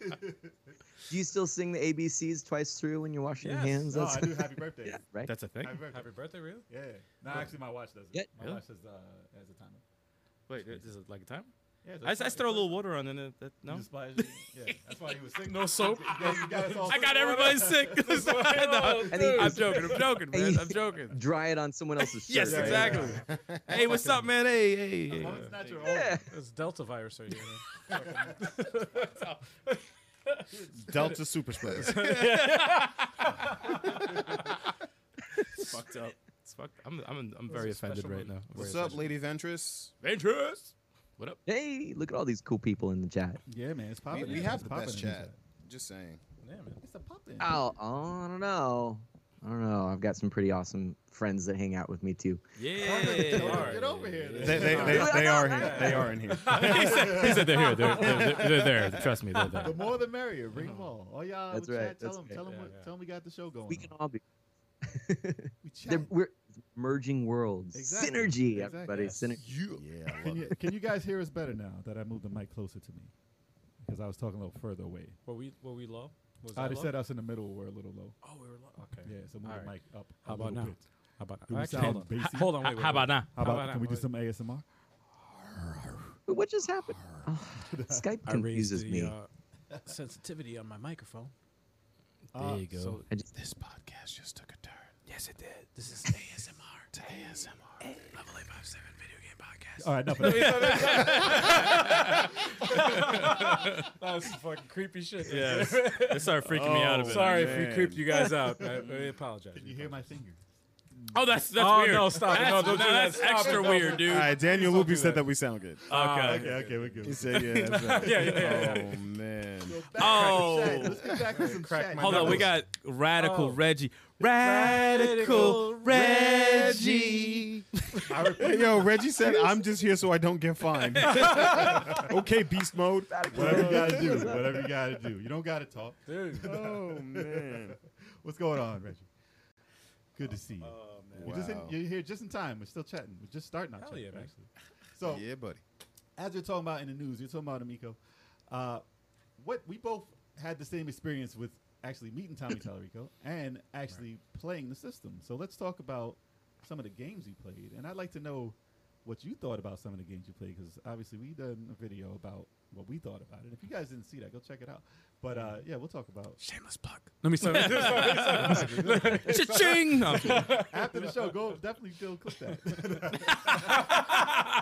[SPEAKER 2] dude.
[SPEAKER 5] Do you still sing the ABCs twice through when you're washing
[SPEAKER 2] Yes.
[SPEAKER 5] your hands?
[SPEAKER 7] no,
[SPEAKER 5] That's-
[SPEAKER 7] I do. Happy birthday.
[SPEAKER 5] yeah, right.
[SPEAKER 3] That's a thing.
[SPEAKER 7] Happy birthday.
[SPEAKER 2] Happy birthday, really?
[SPEAKER 7] Yeah. No, actually, my watch does it.
[SPEAKER 5] Yeah.
[SPEAKER 7] My
[SPEAKER 3] Really?
[SPEAKER 7] watch has, uh, has a timer.
[SPEAKER 3] Wait, is it like a time?
[SPEAKER 7] Yeah, it's
[SPEAKER 3] I, I
[SPEAKER 7] timer.
[SPEAKER 3] stir a little water on, and it, that,
[SPEAKER 7] You
[SPEAKER 3] no.
[SPEAKER 7] just splash it. Yeah, that's why he was sick.
[SPEAKER 3] No soap?
[SPEAKER 7] Yeah, you got us all
[SPEAKER 3] I got
[SPEAKER 7] sick.
[SPEAKER 3] everybody sick. No,
[SPEAKER 5] And he
[SPEAKER 3] I'm
[SPEAKER 5] just-
[SPEAKER 3] joking. I'm joking,
[SPEAKER 5] and
[SPEAKER 3] man.
[SPEAKER 5] you-
[SPEAKER 3] I'm joking.
[SPEAKER 5] Dry it on someone else's shirt.
[SPEAKER 3] Yes,
[SPEAKER 5] right?
[SPEAKER 3] exactly. Hey, what's up, man? Hey, hey. hey.
[SPEAKER 7] As long as it's not your own.
[SPEAKER 2] It's Delta virus right here. man.
[SPEAKER 6] Delta super spreaders.
[SPEAKER 3] It's fucked up. It's fucked. I'm, I'm, I'm very
[SPEAKER 2] a special
[SPEAKER 3] offended right
[SPEAKER 2] move.
[SPEAKER 3] now.
[SPEAKER 6] What's up, Lady Ventress?
[SPEAKER 3] Ventress? What up?
[SPEAKER 5] Hey, look at all these cool people in the chat.
[SPEAKER 7] Yeah, man, it's
[SPEAKER 6] We,
[SPEAKER 7] popping.
[SPEAKER 6] we
[SPEAKER 7] in.
[SPEAKER 6] have
[SPEAKER 7] It's
[SPEAKER 6] the
[SPEAKER 7] popping
[SPEAKER 6] best
[SPEAKER 7] in.
[SPEAKER 6] chat. Just saying.
[SPEAKER 2] Yeah, man.
[SPEAKER 7] It's a popping.
[SPEAKER 5] Oh, oh, I don't know. I don't know. I've got some pretty awesome friends that hang out with me too.
[SPEAKER 3] Yeah.
[SPEAKER 7] Get over here. then.
[SPEAKER 6] They, they, they, they are here. They are in here.
[SPEAKER 3] he, said, he said they're here. They're, they're, they're, they're there. Trust me, they're there.
[SPEAKER 7] The more the merrier. Bring them all. Oh yeah,
[SPEAKER 5] That's
[SPEAKER 7] we
[SPEAKER 5] right,
[SPEAKER 7] chat. Tell
[SPEAKER 5] that's
[SPEAKER 7] them.
[SPEAKER 5] right.
[SPEAKER 7] Tell them.
[SPEAKER 2] Yeah,
[SPEAKER 7] what-
[SPEAKER 2] yeah.
[SPEAKER 7] Tell them we got the show going.
[SPEAKER 5] We can
[SPEAKER 7] on.
[SPEAKER 5] all be.
[SPEAKER 7] we
[SPEAKER 5] They're,
[SPEAKER 7] chat.
[SPEAKER 5] we're merging worlds.
[SPEAKER 7] Exactly,
[SPEAKER 5] Synergy,
[SPEAKER 7] exactly.
[SPEAKER 5] everybody.
[SPEAKER 7] Yes.
[SPEAKER 5] Synergy.
[SPEAKER 6] Yeah, I
[SPEAKER 7] Can
[SPEAKER 6] love
[SPEAKER 7] you,
[SPEAKER 6] it.
[SPEAKER 7] can you guys hear us better now that I moved the mic closer to me? Because I was talking a little further away.
[SPEAKER 2] Were we were we low? Was
[SPEAKER 7] I
[SPEAKER 2] that
[SPEAKER 7] just
[SPEAKER 2] low?
[SPEAKER 7] said us in the middle were a little low.
[SPEAKER 2] Oh, we were
[SPEAKER 5] uh,
[SPEAKER 2] low. Okay.
[SPEAKER 7] Yeah, so move
[SPEAKER 2] All
[SPEAKER 7] the
[SPEAKER 2] right.
[SPEAKER 7] mic up.
[SPEAKER 2] How
[SPEAKER 7] a
[SPEAKER 2] about
[SPEAKER 7] little
[SPEAKER 2] now?
[SPEAKER 7] Bit.
[SPEAKER 2] How about
[SPEAKER 7] Do we
[SPEAKER 2] Actually,
[SPEAKER 7] sound
[SPEAKER 2] hold on.
[SPEAKER 7] basic?
[SPEAKER 2] Hold on. Wait,
[SPEAKER 3] How,
[SPEAKER 2] wait,
[SPEAKER 3] how about
[SPEAKER 2] wait.
[SPEAKER 3] now?
[SPEAKER 7] How about,
[SPEAKER 2] about
[SPEAKER 7] can
[SPEAKER 2] now?
[SPEAKER 7] we do some ASMR?
[SPEAKER 5] Wait, What just happened? Oh, Skype
[SPEAKER 2] I raised
[SPEAKER 5] confuses
[SPEAKER 2] the
[SPEAKER 5] me.
[SPEAKER 2] uh, sensitivity on my microphone.
[SPEAKER 3] There you go.
[SPEAKER 2] So
[SPEAKER 5] I just-
[SPEAKER 6] This podcast just took a turn.
[SPEAKER 2] yes, it did. This is ASMR. To ASMR. Level eight five seven video game podcast.
[SPEAKER 7] All right, enough of that.
[SPEAKER 2] That was some fucking creepy shit.
[SPEAKER 3] Yeah, it started freaking me out a bit.
[SPEAKER 2] Sorry if
[SPEAKER 6] man.
[SPEAKER 2] we creeped you guys out. I, I apologize.
[SPEAKER 7] you hear my fingers?
[SPEAKER 3] Oh, that's that's
[SPEAKER 2] Oh,
[SPEAKER 3] weird.
[SPEAKER 2] no, stop it.
[SPEAKER 3] That's,
[SPEAKER 2] No, don't do
[SPEAKER 3] now
[SPEAKER 2] that.
[SPEAKER 3] That's
[SPEAKER 2] Stop it.
[SPEAKER 3] extra
[SPEAKER 2] Don't do
[SPEAKER 3] weird, dude.
[SPEAKER 6] All right, Daniel
[SPEAKER 2] do
[SPEAKER 6] Loopy said
[SPEAKER 2] that.
[SPEAKER 6] that we sound good.
[SPEAKER 3] Okay.
[SPEAKER 7] Okay, okay, we're
[SPEAKER 6] He
[SPEAKER 7] good.
[SPEAKER 6] said, yeah, that's right.
[SPEAKER 2] Yeah, yeah, yeah.
[SPEAKER 6] Oh, man.
[SPEAKER 3] Oh.
[SPEAKER 7] Let's get back to some chat.
[SPEAKER 3] Hold on, we got Radical Reggie. Radical,
[SPEAKER 2] Oh. Radical
[SPEAKER 3] Reggie.
[SPEAKER 6] Hey, yo, Reggie said, I'm just here so I don't get fined. okay, beast mode.
[SPEAKER 7] Whatever you gotta do, whatever you gotta do. You don't gotta talk.
[SPEAKER 2] Dude,
[SPEAKER 6] Oh, man.
[SPEAKER 7] What's going on, Reggie?
[SPEAKER 2] Oh,
[SPEAKER 7] Good to see you. You're, just in,
[SPEAKER 6] Wow.
[SPEAKER 7] you're here just in time. We're still chatting. We're just starting our
[SPEAKER 2] Hell
[SPEAKER 7] chat.
[SPEAKER 2] yeah, man.
[SPEAKER 7] actually. So
[SPEAKER 6] Yeah, buddy.
[SPEAKER 7] as you're talking about in the news, you're talking about Amico. Uh, what we both had the same experience with actually meeting Tommy Tallarico and actually playing the system. So let's talk about some of the games you played, and I'd like to know what you thought about some of the games you played because obviously we done a video about what we thought about it. If you guys didn't see that, go check it out. But uh,
[SPEAKER 2] Mm-hmm.
[SPEAKER 7] yeah, we'll talk about
[SPEAKER 2] shameless plug. Let me stop.
[SPEAKER 3] Cha-ching. No, I'm kidding.
[SPEAKER 7] after the show. Go definitely go click that.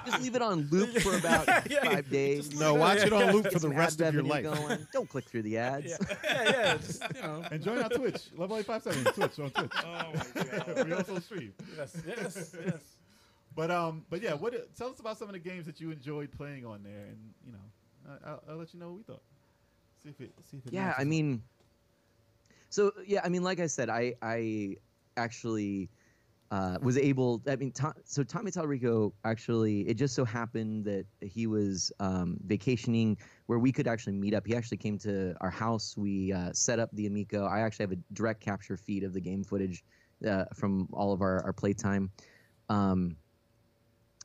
[SPEAKER 5] Just leave it on loop for about five days.
[SPEAKER 6] No, watch it on loop for
[SPEAKER 5] Get
[SPEAKER 6] the
[SPEAKER 5] some
[SPEAKER 6] rest
[SPEAKER 5] ad
[SPEAKER 6] of your
[SPEAKER 5] revenue
[SPEAKER 6] life.
[SPEAKER 5] going. Don't click through the ads.
[SPEAKER 2] yeah, yeah. Just, you know.
[SPEAKER 7] and join our Twitch, Level Eight Five Seven Twitch on Twitch. Oh my god, we also stream.
[SPEAKER 2] Yes, yes, yes.
[SPEAKER 7] But um, but yeah, what tell us about some of the games that you enjoyed playing on there, and you know, I, I'll, I'll let you know what we thought. See if it, see if it
[SPEAKER 5] yeah
[SPEAKER 7] matches
[SPEAKER 5] i
[SPEAKER 7] up.
[SPEAKER 5] mean so yeah i mean like i said i i actually uh, was able i mean Tom, so tommy talrico actually it just so happened that he was um, vacationing where we could actually meet up he actually came to our house we uh, set up the amico i actually have a direct capture feed of the game footage uh, from all of our, our playtime um,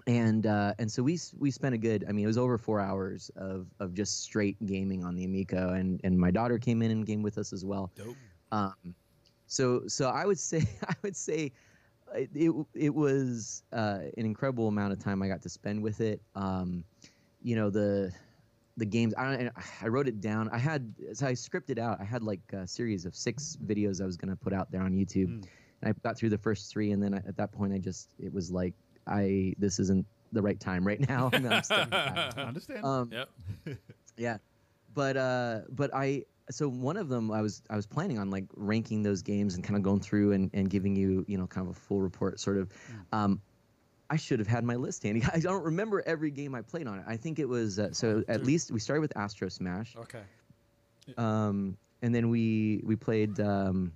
[SPEAKER 5] and uh, and so we s- we spent a good I mean it was over four hours of of just straight gaming on the Amico and and my daughter came in and game with us as well. Dope. Um, so so I would say I would say uh, it it, it was uh, an incredible amount of time I got to spend with it. Um, you know the the games I don't- I wrote it down. I had so I scripted out. I had like a series of six videos I was gonna put out there on YouTube. And I got through the first three, and then I, at that point, I just it was like I this isn't the right time right now. and I'm stepping back.
[SPEAKER 7] I understand.
[SPEAKER 5] um,
[SPEAKER 3] Yep.
[SPEAKER 5] yeah, but uh, but I so one of them I was I was planning on like ranking those games and kind of going through and, and giving you you know kind of a full report sort of. Um, I should have had my list handy. I don't remember every game I played on it. I think it was uh, so at least we started with Astro Smash
[SPEAKER 2] Okay.
[SPEAKER 5] um, and then we we played. Um,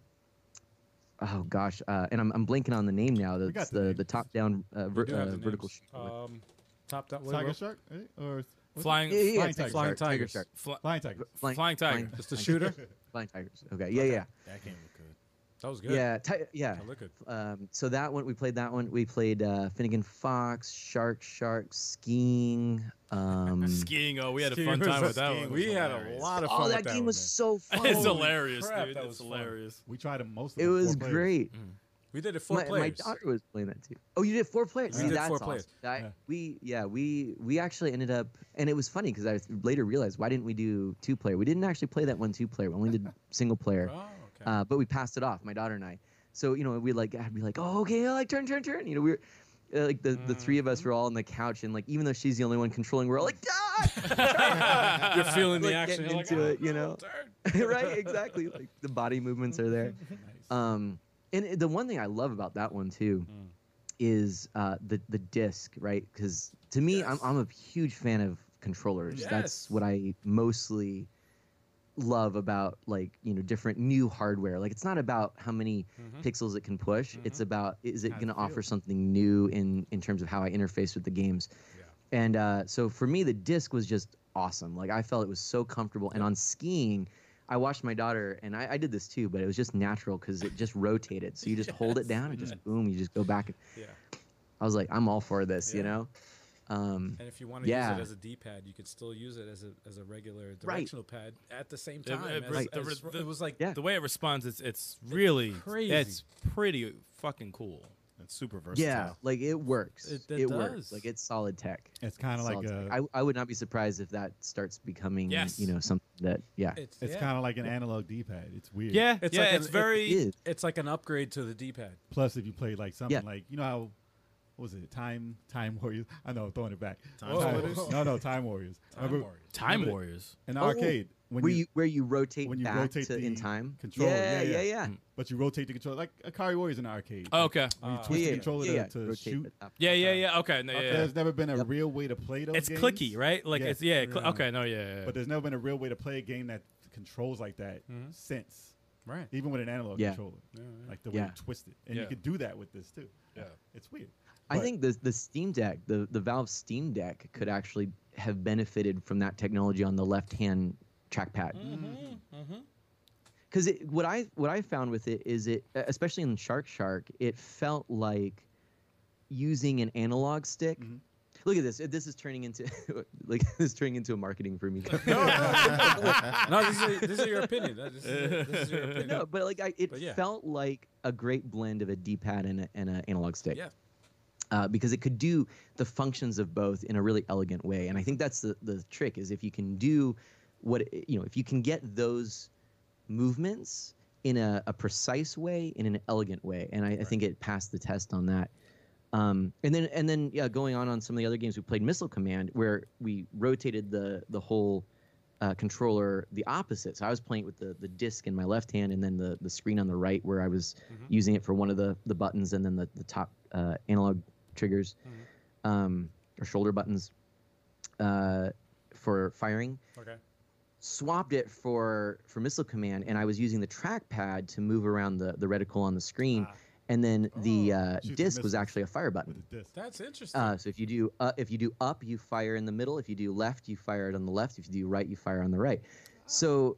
[SPEAKER 5] oh gosh, uh, and I'm, I'm blanking on the name now.
[SPEAKER 7] got
[SPEAKER 5] That's
[SPEAKER 7] the
[SPEAKER 5] the, the,
[SPEAKER 7] name.
[SPEAKER 5] top down uh,
[SPEAKER 2] We
[SPEAKER 5] ver-
[SPEAKER 2] do
[SPEAKER 5] uh,
[SPEAKER 2] have the
[SPEAKER 5] vertical
[SPEAKER 2] names.
[SPEAKER 5] shooter. one.
[SPEAKER 2] Um, top down.
[SPEAKER 7] Tiger Shark, right? Or what's
[SPEAKER 3] Flying,
[SPEAKER 5] yeah, yeah, yeah, Tiger
[SPEAKER 7] Flying
[SPEAKER 2] Flying
[SPEAKER 5] Shark, Tiger
[SPEAKER 7] Tiger.
[SPEAKER 2] Tigers.
[SPEAKER 5] Shark,
[SPEAKER 3] fl-
[SPEAKER 7] it? Flying Tiger.
[SPEAKER 5] Flying-
[SPEAKER 3] Flying Tiger.
[SPEAKER 5] Flying-
[SPEAKER 2] Just the shooter.
[SPEAKER 5] Flying tigers. Okay. Yeah. Yeah.
[SPEAKER 6] That game looked good.
[SPEAKER 2] That was good.
[SPEAKER 5] Yeah. Ti- yeah.
[SPEAKER 2] That looked good.
[SPEAKER 5] Um, so that one we played. That one we played. Uh, Finnegan Fox, Shark, Shark, skiing. Um,
[SPEAKER 3] Skiing. Oh, we had a
[SPEAKER 2] Skiing
[SPEAKER 3] fun
[SPEAKER 2] was-
[SPEAKER 3] time with that
[SPEAKER 2] skiing
[SPEAKER 3] one.
[SPEAKER 2] We
[SPEAKER 3] It was
[SPEAKER 2] had a
[SPEAKER 3] hilarious.
[SPEAKER 2] lot of fun.
[SPEAKER 5] oh,
[SPEAKER 2] with
[SPEAKER 5] that game
[SPEAKER 2] one,
[SPEAKER 5] was
[SPEAKER 2] man.
[SPEAKER 5] so fun.
[SPEAKER 3] It's
[SPEAKER 2] Holy
[SPEAKER 3] hilarious,
[SPEAKER 2] crap,
[SPEAKER 3] dude.
[SPEAKER 2] that
[SPEAKER 3] It's
[SPEAKER 2] was fun.
[SPEAKER 3] hilarious.
[SPEAKER 7] We tried them most. Of
[SPEAKER 5] It
[SPEAKER 7] them,
[SPEAKER 5] was
[SPEAKER 7] four players.
[SPEAKER 5] great.
[SPEAKER 2] We did it four
[SPEAKER 5] My, my
[SPEAKER 2] players.
[SPEAKER 5] daughter was playing that too. Oh, you did four players.
[SPEAKER 2] We
[SPEAKER 5] See,
[SPEAKER 2] did
[SPEAKER 5] that's
[SPEAKER 2] four
[SPEAKER 5] awesome.
[SPEAKER 2] players.
[SPEAKER 5] I-
[SPEAKER 7] Yeah.
[SPEAKER 5] We yeah we we actually ended up, and it was funny because I later realized why didn't we do two player? We didn't actually play that one two player. We only did single player,
[SPEAKER 2] Oh, okay.
[SPEAKER 5] uh, but we passed it off. My daughter and I. So you know we like I'd be like oh okay like turn turn turn. You know we were. Uh, like the, the three
[SPEAKER 2] Mm.
[SPEAKER 5] of us were all on the couch and like even though she's the only one controlling we're all like ah!
[SPEAKER 2] You're feeling the
[SPEAKER 5] Like,
[SPEAKER 2] action.
[SPEAKER 5] getting
[SPEAKER 2] You're like,
[SPEAKER 5] into
[SPEAKER 2] "Ah,
[SPEAKER 5] it, you
[SPEAKER 2] no,
[SPEAKER 5] know?"
[SPEAKER 2] turn."
[SPEAKER 5] right exactly like the body movements are there um, and it- the one thing I love about that one too
[SPEAKER 2] Mm.
[SPEAKER 5] is uh, the the disc, right? Because to me, I'm
[SPEAKER 2] Yes.
[SPEAKER 5] I'm a huge fan of controllers.
[SPEAKER 2] Yes.
[SPEAKER 5] That's what I mostly love about like you know different new hardware. Like it's not about how many
[SPEAKER 2] Mhm.
[SPEAKER 5] pixels it can push. It's about is it
[SPEAKER 7] How it
[SPEAKER 5] going to offer
[SPEAKER 7] feels.
[SPEAKER 5] something new in in terms of how I interface with the games.
[SPEAKER 2] Yeah.
[SPEAKER 5] And uh, so for me, the disc was just awesome. Like I felt it was so comfortable. And on skiing, I watched my daughter, and I, I did this too, but it was just natural because it just rotated. So you just hold it down and just boom, you just go back.
[SPEAKER 2] Yeah.
[SPEAKER 5] I was like, I'm all for this, you
[SPEAKER 2] Yeah.
[SPEAKER 5] know. Um,
[SPEAKER 2] And if you want to
[SPEAKER 5] Yeah.
[SPEAKER 2] use it as a D-pad, you could still use it as a as a regular
[SPEAKER 5] Right.
[SPEAKER 2] directional pad at the same time.
[SPEAKER 3] it
[SPEAKER 2] as-
[SPEAKER 3] was- the
[SPEAKER 2] as-
[SPEAKER 3] re- the-
[SPEAKER 2] it was like
[SPEAKER 5] Yeah.
[SPEAKER 3] The way it responds, it's it's really
[SPEAKER 2] crazy.
[SPEAKER 3] It's pretty fucking cool.
[SPEAKER 6] It's super versatile.
[SPEAKER 5] yeah, like it works.
[SPEAKER 2] It-
[SPEAKER 5] It,
[SPEAKER 2] it
[SPEAKER 5] works.
[SPEAKER 2] does.
[SPEAKER 5] Like it's solid tech.
[SPEAKER 7] It's kind of like
[SPEAKER 5] Solid
[SPEAKER 7] a.
[SPEAKER 5] tech. I, I would not be surprised if that starts becoming,
[SPEAKER 3] Yes.
[SPEAKER 5] you know, something that, yeah.
[SPEAKER 2] it's
[SPEAKER 7] It's
[SPEAKER 2] yeah.
[SPEAKER 7] kind of like an analog D-pad. It's weird.
[SPEAKER 3] Yeah,
[SPEAKER 2] It's
[SPEAKER 3] yeah,
[SPEAKER 2] like an-
[SPEAKER 3] it's very.
[SPEAKER 5] is.
[SPEAKER 2] it's like an upgrade to the D-pad.
[SPEAKER 7] Plus, if you play like something like you know how, what was it? Time Time Warriors. I know, throwing it back. Oh,
[SPEAKER 6] Time Splitters?
[SPEAKER 7] No, no, Time Warriors.
[SPEAKER 2] Time
[SPEAKER 7] Remember
[SPEAKER 2] Warriors.
[SPEAKER 3] Time Warriors.
[SPEAKER 7] in the
[SPEAKER 5] Oh,
[SPEAKER 7] arcade when
[SPEAKER 5] where
[SPEAKER 7] you,
[SPEAKER 5] you, where you rotate
[SPEAKER 7] when you
[SPEAKER 5] back
[SPEAKER 7] rotate
[SPEAKER 5] to
[SPEAKER 7] the
[SPEAKER 5] in time.
[SPEAKER 7] controller,
[SPEAKER 5] Yeah,
[SPEAKER 7] yeah,
[SPEAKER 5] yeah,
[SPEAKER 7] yeah. Hmm.
[SPEAKER 5] yeah.
[SPEAKER 7] but you rotate the controller like Akari Warriors in the arcade.
[SPEAKER 3] Hmm. Oh, okay.
[SPEAKER 7] when you
[SPEAKER 2] Ah.
[SPEAKER 7] twist
[SPEAKER 5] yeah,
[SPEAKER 7] the controller
[SPEAKER 5] yeah, yeah.
[SPEAKER 7] to, to
[SPEAKER 5] rotate
[SPEAKER 7] shoot.
[SPEAKER 5] it up.
[SPEAKER 3] Yeah, yeah, yeah. Okay, no, yeah. yeah.
[SPEAKER 7] There's never been a
[SPEAKER 5] Yep.
[SPEAKER 7] real way to play those.
[SPEAKER 3] It's
[SPEAKER 7] games,
[SPEAKER 3] clicky, right? Like
[SPEAKER 7] Yeah.
[SPEAKER 3] it's yeah. Cl-
[SPEAKER 2] Mm-hmm.
[SPEAKER 7] Yeah.
[SPEAKER 3] okay, no, yeah. yeah, yeah.
[SPEAKER 7] But there's never been a real way to play a game that controls like that
[SPEAKER 3] Mm-hmm.
[SPEAKER 2] Mhm.
[SPEAKER 7] since,
[SPEAKER 2] Right.
[SPEAKER 7] even with an analog
[SPEAKER 5] Yeah.
[SPEAKER 7] controller,
[SPEAKER 2] Yeah, yeah.
[SPEAKER 7] like the way you
[SPEAKER 5] Yeah.
[SPEAKER 7] twist it, and
[SPEAKER 3] Yeah.
[SPEAKER 7] you could do that with this too.
[SPEAKER 3] Yeah.
[SPEAKER 7] it's weird.
[SPEAKER 5] I
[SPEAKER 7] But- Hmm.
[SPEAKER 5] think the the Steam Deck, the the Valve Steam Deck, could actually have benefited from that technology on the left hand trackpad. Because what I what I found with it is it, e, especially in Shark Shark, it felt like using an analog stick.
[SPEAKER 7] Mhm.
[SPEAKER 5] Look at this. This is turning into like this is turning into a marketing for me.
[SPEAKER 2] no, this is, this is your opinion. That- This is, this is your opinion.
[SPEAKER 5] no, but like I, it
[SPEAKER 2] But yeah.
[SPEAKER 5] felt like a great blend of a D-pad and a, and a analog stick.
[SPEAKER 2] Yeah.
[SPEAKER 5] Uh, because it could do the functions of both in a really elegant way, and I think that's the the trick is if you can do what you know, if you can get those movements in a, a precise way, in an elegant way, and I, I think it passed the test on that. Um, and then and then yeah, going on on some of the other games we played, Missile Command, where we rotated the the whole uh, controller the opposite. So I was playing it with the the disc in my left hand, and then the the screen on the right, where I was using it for one of the the buttons, and then the the top uh, analog triggers um, or shoulder buttons uh, for firing.
[SPEAKER 2] Okay.
[SPEAKER 5] Swapped it for for missile command, and I was using the trackpad to move around the the reticle on the screen, and then the uh,
[SPEAKER 7] Oh. Shoot the
[SPEAKER 5] disc
[SPEAKER 7] missiles.
[SPEAKER 5] was actually a fire button.
[SPEAKER 7] with a disc.
[SPEAKER 2] That's interesting.
[SPEAKER 5] Uh, so if you do uh, if you do up, you fire in the middle. If you do left, you fire it on the left. If you do right, you fire on the right. So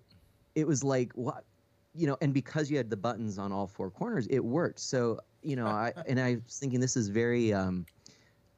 [SPEAKER 5] it was like what you know, and because you had the buttons on all four corners, it worked. So you know, I and I was thinking this is very um,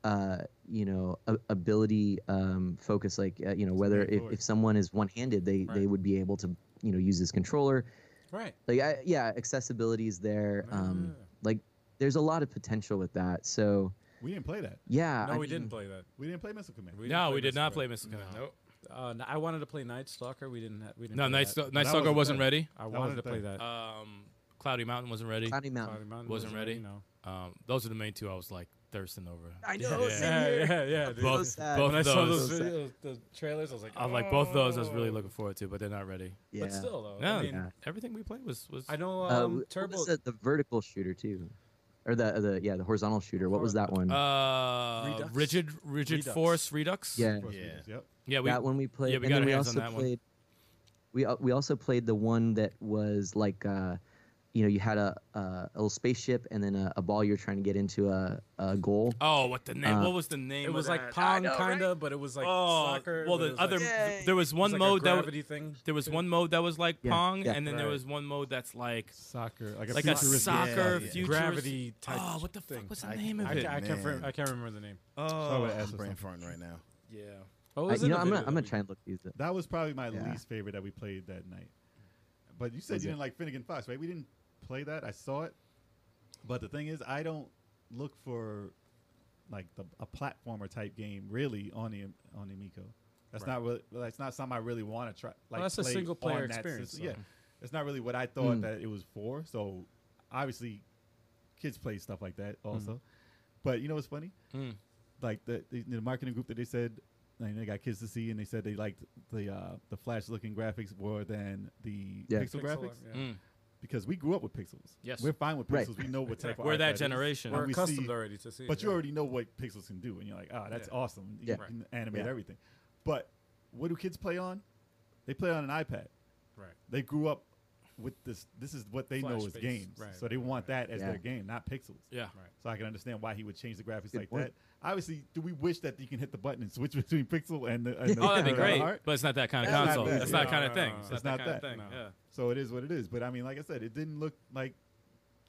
[SPEAKER 5] uh, you know a- ability um, focus. Like uh, you know whether if,
[SPEAKER 7] straightforward.
[SPEAKER 5] if someone is one handed, they they would be able to you know use this controller
[SPEAKER 2] right.
[SPEAKER 5] like I, yeah accessibility is there um
[SPEAKER 2] Yeah.
[SPEAKER 5] like there's a lot of potential with that so
[SPEAKER 7] We didn't play that.
[SPEAKER 5] yeah
[SPEAKER 2] No,
[SPEAKER 5] I
[SPEAKER 2] we
[SPEAKER 5] mean,
[SPEAKER 2] didn't play that.
[SPEAKER 7] We didn't play Missile Command.
[SPEAKER 2] didn't
[SPEAKER 3] No, we did
[SPEAKER 2] Mr.
[SPEAKER 3] not
[SPEAKER 2] Bell.
[SPEAKER 3] play Mr. Command. Nope.
[SPEAKER 2] Uh, no, I wanted to play Night Stalker. We didn't. Ha- we didn't.
[SPEAKER 3] No,
[SPEAKER 2] play
[SPEAKER 3] Night,
[SPEAKER 2] that.
[SPEAKER 3] St- Night
[SPEAKER 7] That
[SPEAKER 3] Stalker
[SPEAKER 7] wasn't
[SPEAKER 3] wasn't
[SPEAKER 7] bad.
[SPEAKER 3] ready.
[SPEAKER 2] I
[SPEAKER 7] That
[SPEAKER 2] wanted to
[SPEAKER 7] wasn't
[SPEAKER 2] play
[SPEAKER 7] bad.
[SPEAKER 2] that.
[SPEAKER 3] Um, Cloudy Mountain wasn't ready.
[SPEAKER 5] Cloudy Mountain.
[SPEAKER 2] Cloudy Mountain
[SPEAKER 3] wasn't ready.
[SPEAKER 2] No.
[SPEAKER 3] Um, those are the main two I was like thirsting over.
[SPEAKER 5] I know.
[SPEAKER 3] Yeah.
[SPEAKER 5] same here.
[SPEAKER 2] yeah, yeah. Dude.
[SPEAKER 3] Both,
[SPEAKER 5] sad.
[SPEAKER 3] both
[SPEAKER 2] when I
[SPEAKER 3] of
[SPEAKER 2] saw
[SPEAKER 3] those.
[SPEAKER 2] those
[SPEAKER 5] So sad.
[SPEAKER 2] videos, the trailers, I was like,
[SPEAKER 3] I like both of those. I was really looking forward to, but they're not ready.
[SPEAKER 5] Yeah.
[SPEAKER 2] But still, though,
[SPEAKER 3] No,
[SPEAKER 2] Oh, I mean,
[SPEAKER 5] Yeah.
[SPEAKER 3] everything we played was was.
[SPEAKER 2] I know
[SPEAKER 5] Uh,
[SPEAKER 2] um,
[SPEAKER 5] what
[SPEAKER 2] Turbo.
[SPEAKER 5] was the, the vertical shooter too, or the the yeah the horizontal shooter. What was that one?
[SPEAKER 3] Uh,
[SPEAKER 2] Redux?
[SPEAKER 3] rigid, rigid
[SPEAKER 2] Redux.
[SPEAKER 3] force redux.
[SPEAKER 5] yeah,
[SPEAKER 7] Of course we
[SPEAKER 6] Yeah.
[SPEAKER 7] did, Yep.
[SPEAKER 3] yeah. We,
[SPEAKER 5] that one we played.
[SPEAKER 3] yeah, we
[SPEAKER 5] and
[SPEAKER 3] got
[SPEAKER 5] then
[SPEAKER 3] our
[SPEAKER 5] we
[SPEAKER 3] hands on
[SPEAKER 5] also
[SPEAKER 3] that one.
[SPEAKER 5] played. We uh, we also played the one that was like, uh, you know, you had a, a, a little spaceship and then a, a ball you're trying to get into a, a goal.
[SPEAKER 3] Oh, what the name?
[SPEAKER 5] Uh,
[SPEAKER 3] what was the name?
[SPEAKER 2] it
[SPEAKER 3] of
[SPEAKER 2] was like
[SPEAKER 3] that?
[SPEAKER 2] Pong, kind of, but it was like
[SPEAKER 3] oh,
[SPEAKER 2] soccer.
[SPEAKER 3] well,
[SPEAKER 2] but it
[SPEAKER 3] the
[SPEAKER 2] was, like,
[SPEAKER 3] other
[SPEAKER 2] it
[SPEAKER 5] Yay.
[SPEAKER 3] there was one
[SPEAKER 2] was like a
[SPEAKER 3] mode that was
[SPEAKER 2] gravity thing.
[SPEAKER 3] there was one mode that was like
[SPEAKER 5] Yeah,
[SPEAKER 3] Pong,
[SPEAKER 5] yeah.
[SPEAKER 3] and then there
[SPEAKER 2] Right.
[SPEAKER 3] was one mode that's like
[SPEAKER 7] Soccer. Like a,
[SPEAKER 3] like a
[SPEAKER 7] futuristic-
[SPEAKER 3] soccer
[SPEAKER 6] yeah.
[SPEAKER 3] futuristic-
[SPEAKER 2] Gravity type
[SPEAKER 3] Oh, what the fuck
[SPEAKER 2] thing.
[SPEAKER 3] was the
[SPEAKER 6] I-
[SPEAKER 3] name
[SPEAKER 2] I,
[SPEAKER 3] of it?
[SPEAKER 2] ca- I can't.
[SPEAKER 6] Man.
[SPEAKER 2] Rem- I can't remember the name.
[SPEAKER 7] Sorry, I
[SPEAKER 3] Oh,
[SPEAKER 7] would've asked
[SPEAKER 6] I'm
[SPEAKER 7] for
[SPEAKER 6] brain
[SPEAKER 7] something.
[SPEAKER 6] farting right now.
[SPEAKER 3] yeah.
[SPEAKER 2] Oh,
[SPEAKER 5] I, you know, I'm gonna I'm gonna try and look these up.
[SPEAKER 7] That was probably my
[SPEAKER 5] Yeah.
[SPEAKER 7] least favorite that we played that night. But you said
[SPEAKER 5] Was
[SPEAKER 7] you
[SPEAKER 5] it-
[SPEAKER 7] didn't like Finnegan Fox, right? We didn't play that. I saw it. But the thing is, I don't look for like the, a platformer type game really on the on the Amico. That's not really, that's not something I really want to try. Like
[SPEAKER 2] that's a
[SPEAKER 7] play
[SPEAKER 2] single player
[SPEAKER 7] on that
[SPEAKER 2] experience,
[SPEAKER 7] system. Yeah,
[SPEAKER 2] so.
[SPEAKER 7] it's not really what I thought
[SPEAKER 5] Mm.
[SPEAKER 7] that it was for. So obviously, kids play stuff like that also.
[SPEAKER 5] Hmm.
[SPEAKER 7] But you know what's funny?
[SPEAKER 3] Mm.
[SPEAKER 7] Like the, the the marketing group that they said like, they got kids to see, and they said they liked the uh, the flash looking graphics more than the
[SPEAKER 5] Yeah.
[SPEAKER 7] pixel, graphics
[SPEAKER 2] yeah.
[SPEAKER 3] Mm.
[SPEAKER 7] because we grew up with pixels.
[SPEAKER 3] Yes.
[SPEAKER 7] we're fine with
[SPEAKER 5] Right.
[SPEAKER 7] pixels. We know what type of
[SPEAKER 3] We're
[SPEAKER 7] art
[SPEAKER 3] that
[SPEAKER 7] is.
[SPEAKER 3] generation.
[SPEAKER 7] And
[SPEAKER 2] We're
[SPEAKER 7] we
[SPEAKER 2] accustomed
[SPEAKER 7] see-
[SPEAKER 2] already to see.
[SPEAKER 7] but
[SPEAKER 2] yeah.
[SPEAKER 7] you already know what pixels can do, and you're like, oh, that's
[SPEAKER 2] Yeah.
[SPEAKER 7] awesome. You
[SPEAKER 5] Yeah.
[SPEAKER 7] can animate
[SPEAKER 5] Yeah.
[SPEAKER 7] everything. But what do kids play on? They play on an iPad.
[SPEAKER 2] Right.
[SPEAKER 7] They grew up with this. This is what they know as
[SPEAKER 2] Flash-based,
[SPEAKER 7] games,
[SPEAKER 2] right,
[SPEAKER 7] so they want that as
[SPEAKER 5] Yeah.
[SPEAKER 7] their game, not pixels.
[SPEAKER 3] Yeah.
[SPEAKER 7] So I can understand why he would change the graphics
[SPEAKER 5] Good
[SPEAKER 7] like
[SPEAKER 5] point.
[SPEAKER 7] that. Obviously, do we wish that you can hit the button and switch between pixel and the, and the
[SPEAKER 3] Oh, that'd be
[SPEAKER 7] and the
[SPEAKER 3] great,
[SPEAKER 7] art?
[SPEAKER 3] but it's not that kind of
[SPEAKER 7] That's not
[SPEAKER 3] console.
[SPEAKER 7] that,
[SPEAKER 3] That's
[SPEAKER 7] yeah.
[SPEAKER 3] not kind of
[SPEAKER 2] No,
[SPEAKER 3] thing.
[SPEAKER 2] no, no.
[SPEAKER 3] It's not
[SPEAKER 7] It's
[SPEAKER 3] that
[SPEAKER 7] not
[SPEAKER 3] kind of
[SPEAKER 7] that,
[SPEAKER 3] thing.
[SPEAKER 2] no.
[SPEAKER 3] Yeah.
[SPEAKER 7] So it is what it is. But I mean, like I said, it didn't look like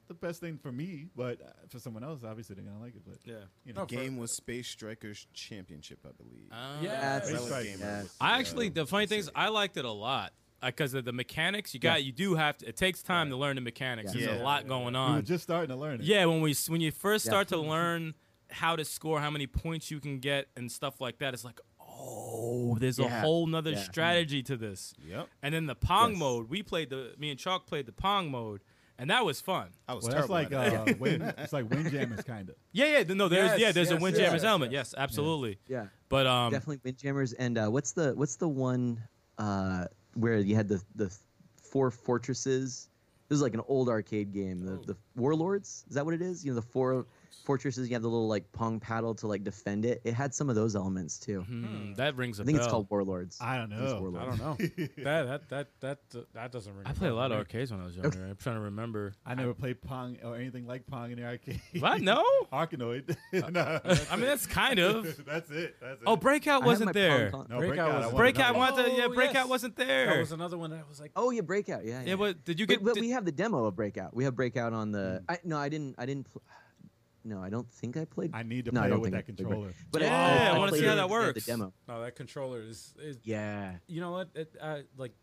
[SPEAKER 7] the best thing for me, but uh, for someone else, obviously they're gonna like it. But
[SPEAKER 3] Yeah.
[SPEAKER 7] you know,
[SPEAKER 2] No,
[SPEAKER 6] The game was Space Strikers Championship, I believe.
[SPEAKER 5] That's
[SPEAKER 6] That was
[SPEAKER 7] Strike,
[SPEAKER 6] game
[SPEAKER 5] yeah.
[SPEAKER 6] I was-
[SPEAKER 3] I actually,
[SPEAKER 6] yeah.
[SPEAKER 3] the funny thing is, I liked it a lot because of the mechanics. You got, you do have to. It takes time to learn the mechanics.
[SPEAKER 5] Yeah.
[SPEAKER 3] There's a
[SPEAKER 6] Yeah.
[SPEAKER 3] lot going
[SPEAKER 7] we were
[SPEAKER 3] on.
[SPEAKER 7] just starting to learn it.
[SPEAKER 3] Yeah, when we s- when you first
[SPEAKER 5] Yeah.
[SPEAKER 3] start to learn how to score, how many points you can get, and stuff like that, it's like, oh, there's a
[SPEAKER 5] Yeah.
[SPEAKER 3] whole nother
[SPEAKER 5] Yeah.
[SPEAKER 3] strategy to this.
[SPEAKER 6] Yep.
[SPEAKER 3] And then the Pong
[SPEAKER 5] Yes.
[SPEAKER 3] mode, we played the me and Chalk played the Pong mode, and that was fun.
[SPEAKER 6] I was
[SPEAKER 7] Well, that's
[SPEAKER 6] terrible.
[SPEAKER 7] like
[SPEAKER 6] at it.
[SPEAKER 7] uh, wind, it's like windjammers, kind of.
[SPEAKER 3] Yeah, yeah, th- no, there's
[SPEAKER 2] Yes,
[SPEAKER 3] yeah, there's
[SPEAKER 2] yes,
[SPEAKER 3] a Windjammers
[SPEAKER 2] yes,
[SPEAKER 3] element. Yes, absolutely.
[SPEAKER 5] Yeah.
[SPEAKER 3] But um,
[SPEAKER 5] definitely windjammers and uh, what's the what's the one uh, where you had the the four fortresses it was like an old arcade game the, the warlords is that what it is you know the four fortresses you have the little like pong paddle to like defend it it had some of those elements too
[SPEAKER 3] hmm, that rings a
[SPEAKER 5] i think
[SPEAKER 3] bell.
[SPEAKER 5] it's called warlords
[SPEAKER 7] I don't
[SPEAKER 5] I think it's
[SPEAKER 7] know.
[SPEAKER 2] I
[SPEAKER 5] Warlords.
[SPEAKER 2] don't know. that that that that that doesn't ring.
[SPEAKER 3] I played a
[SPEAKER 2] bell
[SPEAKER 3] lot
[SPEAKER 2] to me.
[SPEAKER 3] of arcades when I was younger. I'm trying to remember.
[SPEAKER 7] I never played Pong or anything like Pong in the arcade.
[SPEAKER 3] What? No. Uh,
[SPEAKER 7] Arkanoid. no,
[SPEAKER 3] I mean, that's kind of.
[SPEAKER 7] that's it. That's it.
[SPEAKER 3] Oh, Breakout
[SPEAKER 5] I had my
[SPEAKER 3] wasn't
[SPEAKER 5] Pong
[SPEAKER 3] there.
[SPEAKER 5] con-
[SPEAKER 7] no,
[SPEAKER 2] Breakout
[SPEAKER 7] breakout.
[SPEAKER 2] was-
[SPEAKER 7] I wanted
[SPEAKER 3] Breakout
[SPEAKER 7] another
[SPEAKER 2] wanted-
[SPEAKER 3] wasn't. Yeah,
[SPEAKER 2] Oh,
[SPEAKER 3] Breakout
[SPEAKER 2] yes.
[SPEAKER 3] wasn't there.
[SPEAKER 2] That was another one that I was like,
[SPEAKER 5] oh yeah breakout yeah yeah,
[SPEAKER 3] yeah, but did you
[SPEAKER 5] but,
[SPEAKER 3] get?
[SPEAKER 5] but
[SPEAKER 3] did-
[SPEAKER 5] we have the demo of breakout we have breakout on the I, no i didn't i didn't pl- no i don't think i played
[SPEAKER 7] I need to
[SPEAKER 5] No, I
[SPEAKER 7] play
[SPEAKER 5] don't
[SPEAKER 7] with
[SPEAKER 5] think
[SPEAKER 7] that
[SPEAKER 5] I played Breakout.
[SPEAKER 7] controller.
[SPEAKER 5] but
[SPEAKER 3] Yeah,
[SPEAKER 5] I,
[SPEAKER 3] I wanna
[SPEAKER 5] played
[SPEAKER 3] see how
[SPEAKER 5] it
[SPEAKER 3] that
[SPEAKER 5] at the
[SPEAKER 3] works.
[SPEAKER 5] demo
[SPEAKER 2] no, that controller is. is
[SPEAKER 5] yeah
[SPEAKER 2] You know what? It, I, like,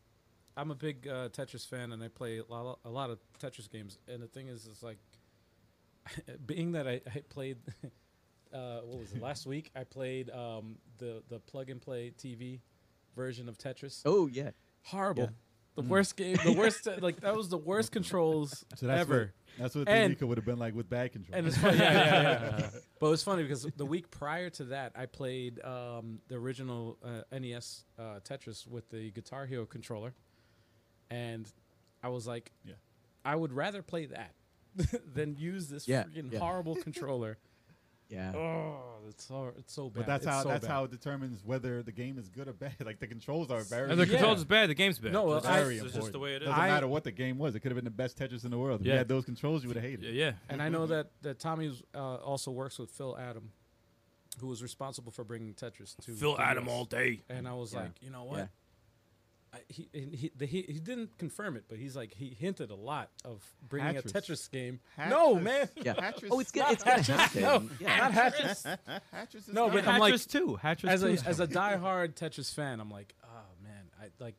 [SPEAKER 2] I'm a big uh, Tetris fan, and I play a lot, a lot of Tetris games. And the thing is, it's like, being that I, I played, uh, what was it? Last week, I played um, the the plug and play TV version of Tetris.
[SPEAKER 5] oh yeah
[SPEAKER 2] horrible! The worst game. The worst. like that was the worst controls
[SPEAKER 7] Mm. So that's
[SPEAKER 2] ever.
[SPEAKER 7] What, that's what
[SPEAKER 2] And-
[SPEAKER 7] the would have been like with bad control.
[SPEAKER 2] And it's funny, yeah, yeah, yeah. but it's funny because the week prior to that, I played um, the original uh, NES uh, Tetris with the Guitar Hero controller, and I was like,
[SPEAKER 7] Yeah.
[SPEAKER 2] I would rather play that than use this
[SPEAKER 5] Yeah,
[SPEAKER 2] freaking
[SPEAKER 5] yeah.
[SPEAKER 2] horrible controller
[SPEAKER 5] Yeah.
[SPEAKER 2] Oh, it's so it's so bad.
[SPEAKER 7] But that's
[SPEAKER 2] It's
[SPEAKER 7] how
[SPEAKER 2] so
[SPEAKER 7] that's
[SPEAKER 2] bad.
[SPEAKER 7] how it determines whether the game is good or bad. Like the controls are very.
[SPEAKER 3] And the
[SPEAKER 2] Yeah.
[SPEAKER 3] controls is bad. The game's bad.
[SPEAKER 2] No, well,
[SPEAKER 3] it's,
[SPEAKER 2] I-
[SPEAKER 3] just-
[SPEAKER 7] very
[SPEAKER 3] it's
[SPEAKER 7] important.
[SPEAKER 3] just the way it is.
[SPEAKER 7] Doesn't
[SPEAKER 2] I-
[SPEAKER 7] matter what the game was. It could have been the best Tetris in the world. If
[SPEAKER 3] Yeah.
[SPEAKER 7] you had those controls, you would have hated
[SPEAKER 3] yeah,
[SPEAKER 7] it.
[SPEAKER 3] yeah.
[SPEAKER 2] And I know that that Tommy uh, also works with Phil Adam, who was responsible for bringing Tetris to
[SPEAKER 3] Phil
[SPEAKER 2] the
[SPEAKER 3] Adam
[SPEAKER 2] US.
[SPEAKER 3] all day.
[SPEAKER 2] And I was like, you know what?
[SPEAKER 5] Yeah.
[SPEAKER 2] I, he, and he, the, he he didn't confirm it, but he's like he hinted a lot of bringing
[SPEAKER 7] Hatris.
[SPEAKER 2] a Tetris game. No man,
[SPEAKER 5] Yeah.
[SPEAKER 7] Hatris-
[SPEAKER 5] Oh, it's gonna it's gonna happen. yeah.
[SPEAKER 2] not Hatris.
[SPEAKER 7] Hatris is
[SPEAKER 2] No, but
[SPEAKER 7] not-
[SPEAKER 2] I'm like
[SPEAKER 8] Hatchers too. Hatchers
[SPEAKER 2] as
[SPEAKER 8] too.
[SPEAKER 2] a as a diehard Tetris fan, I'm like, oh man, I like,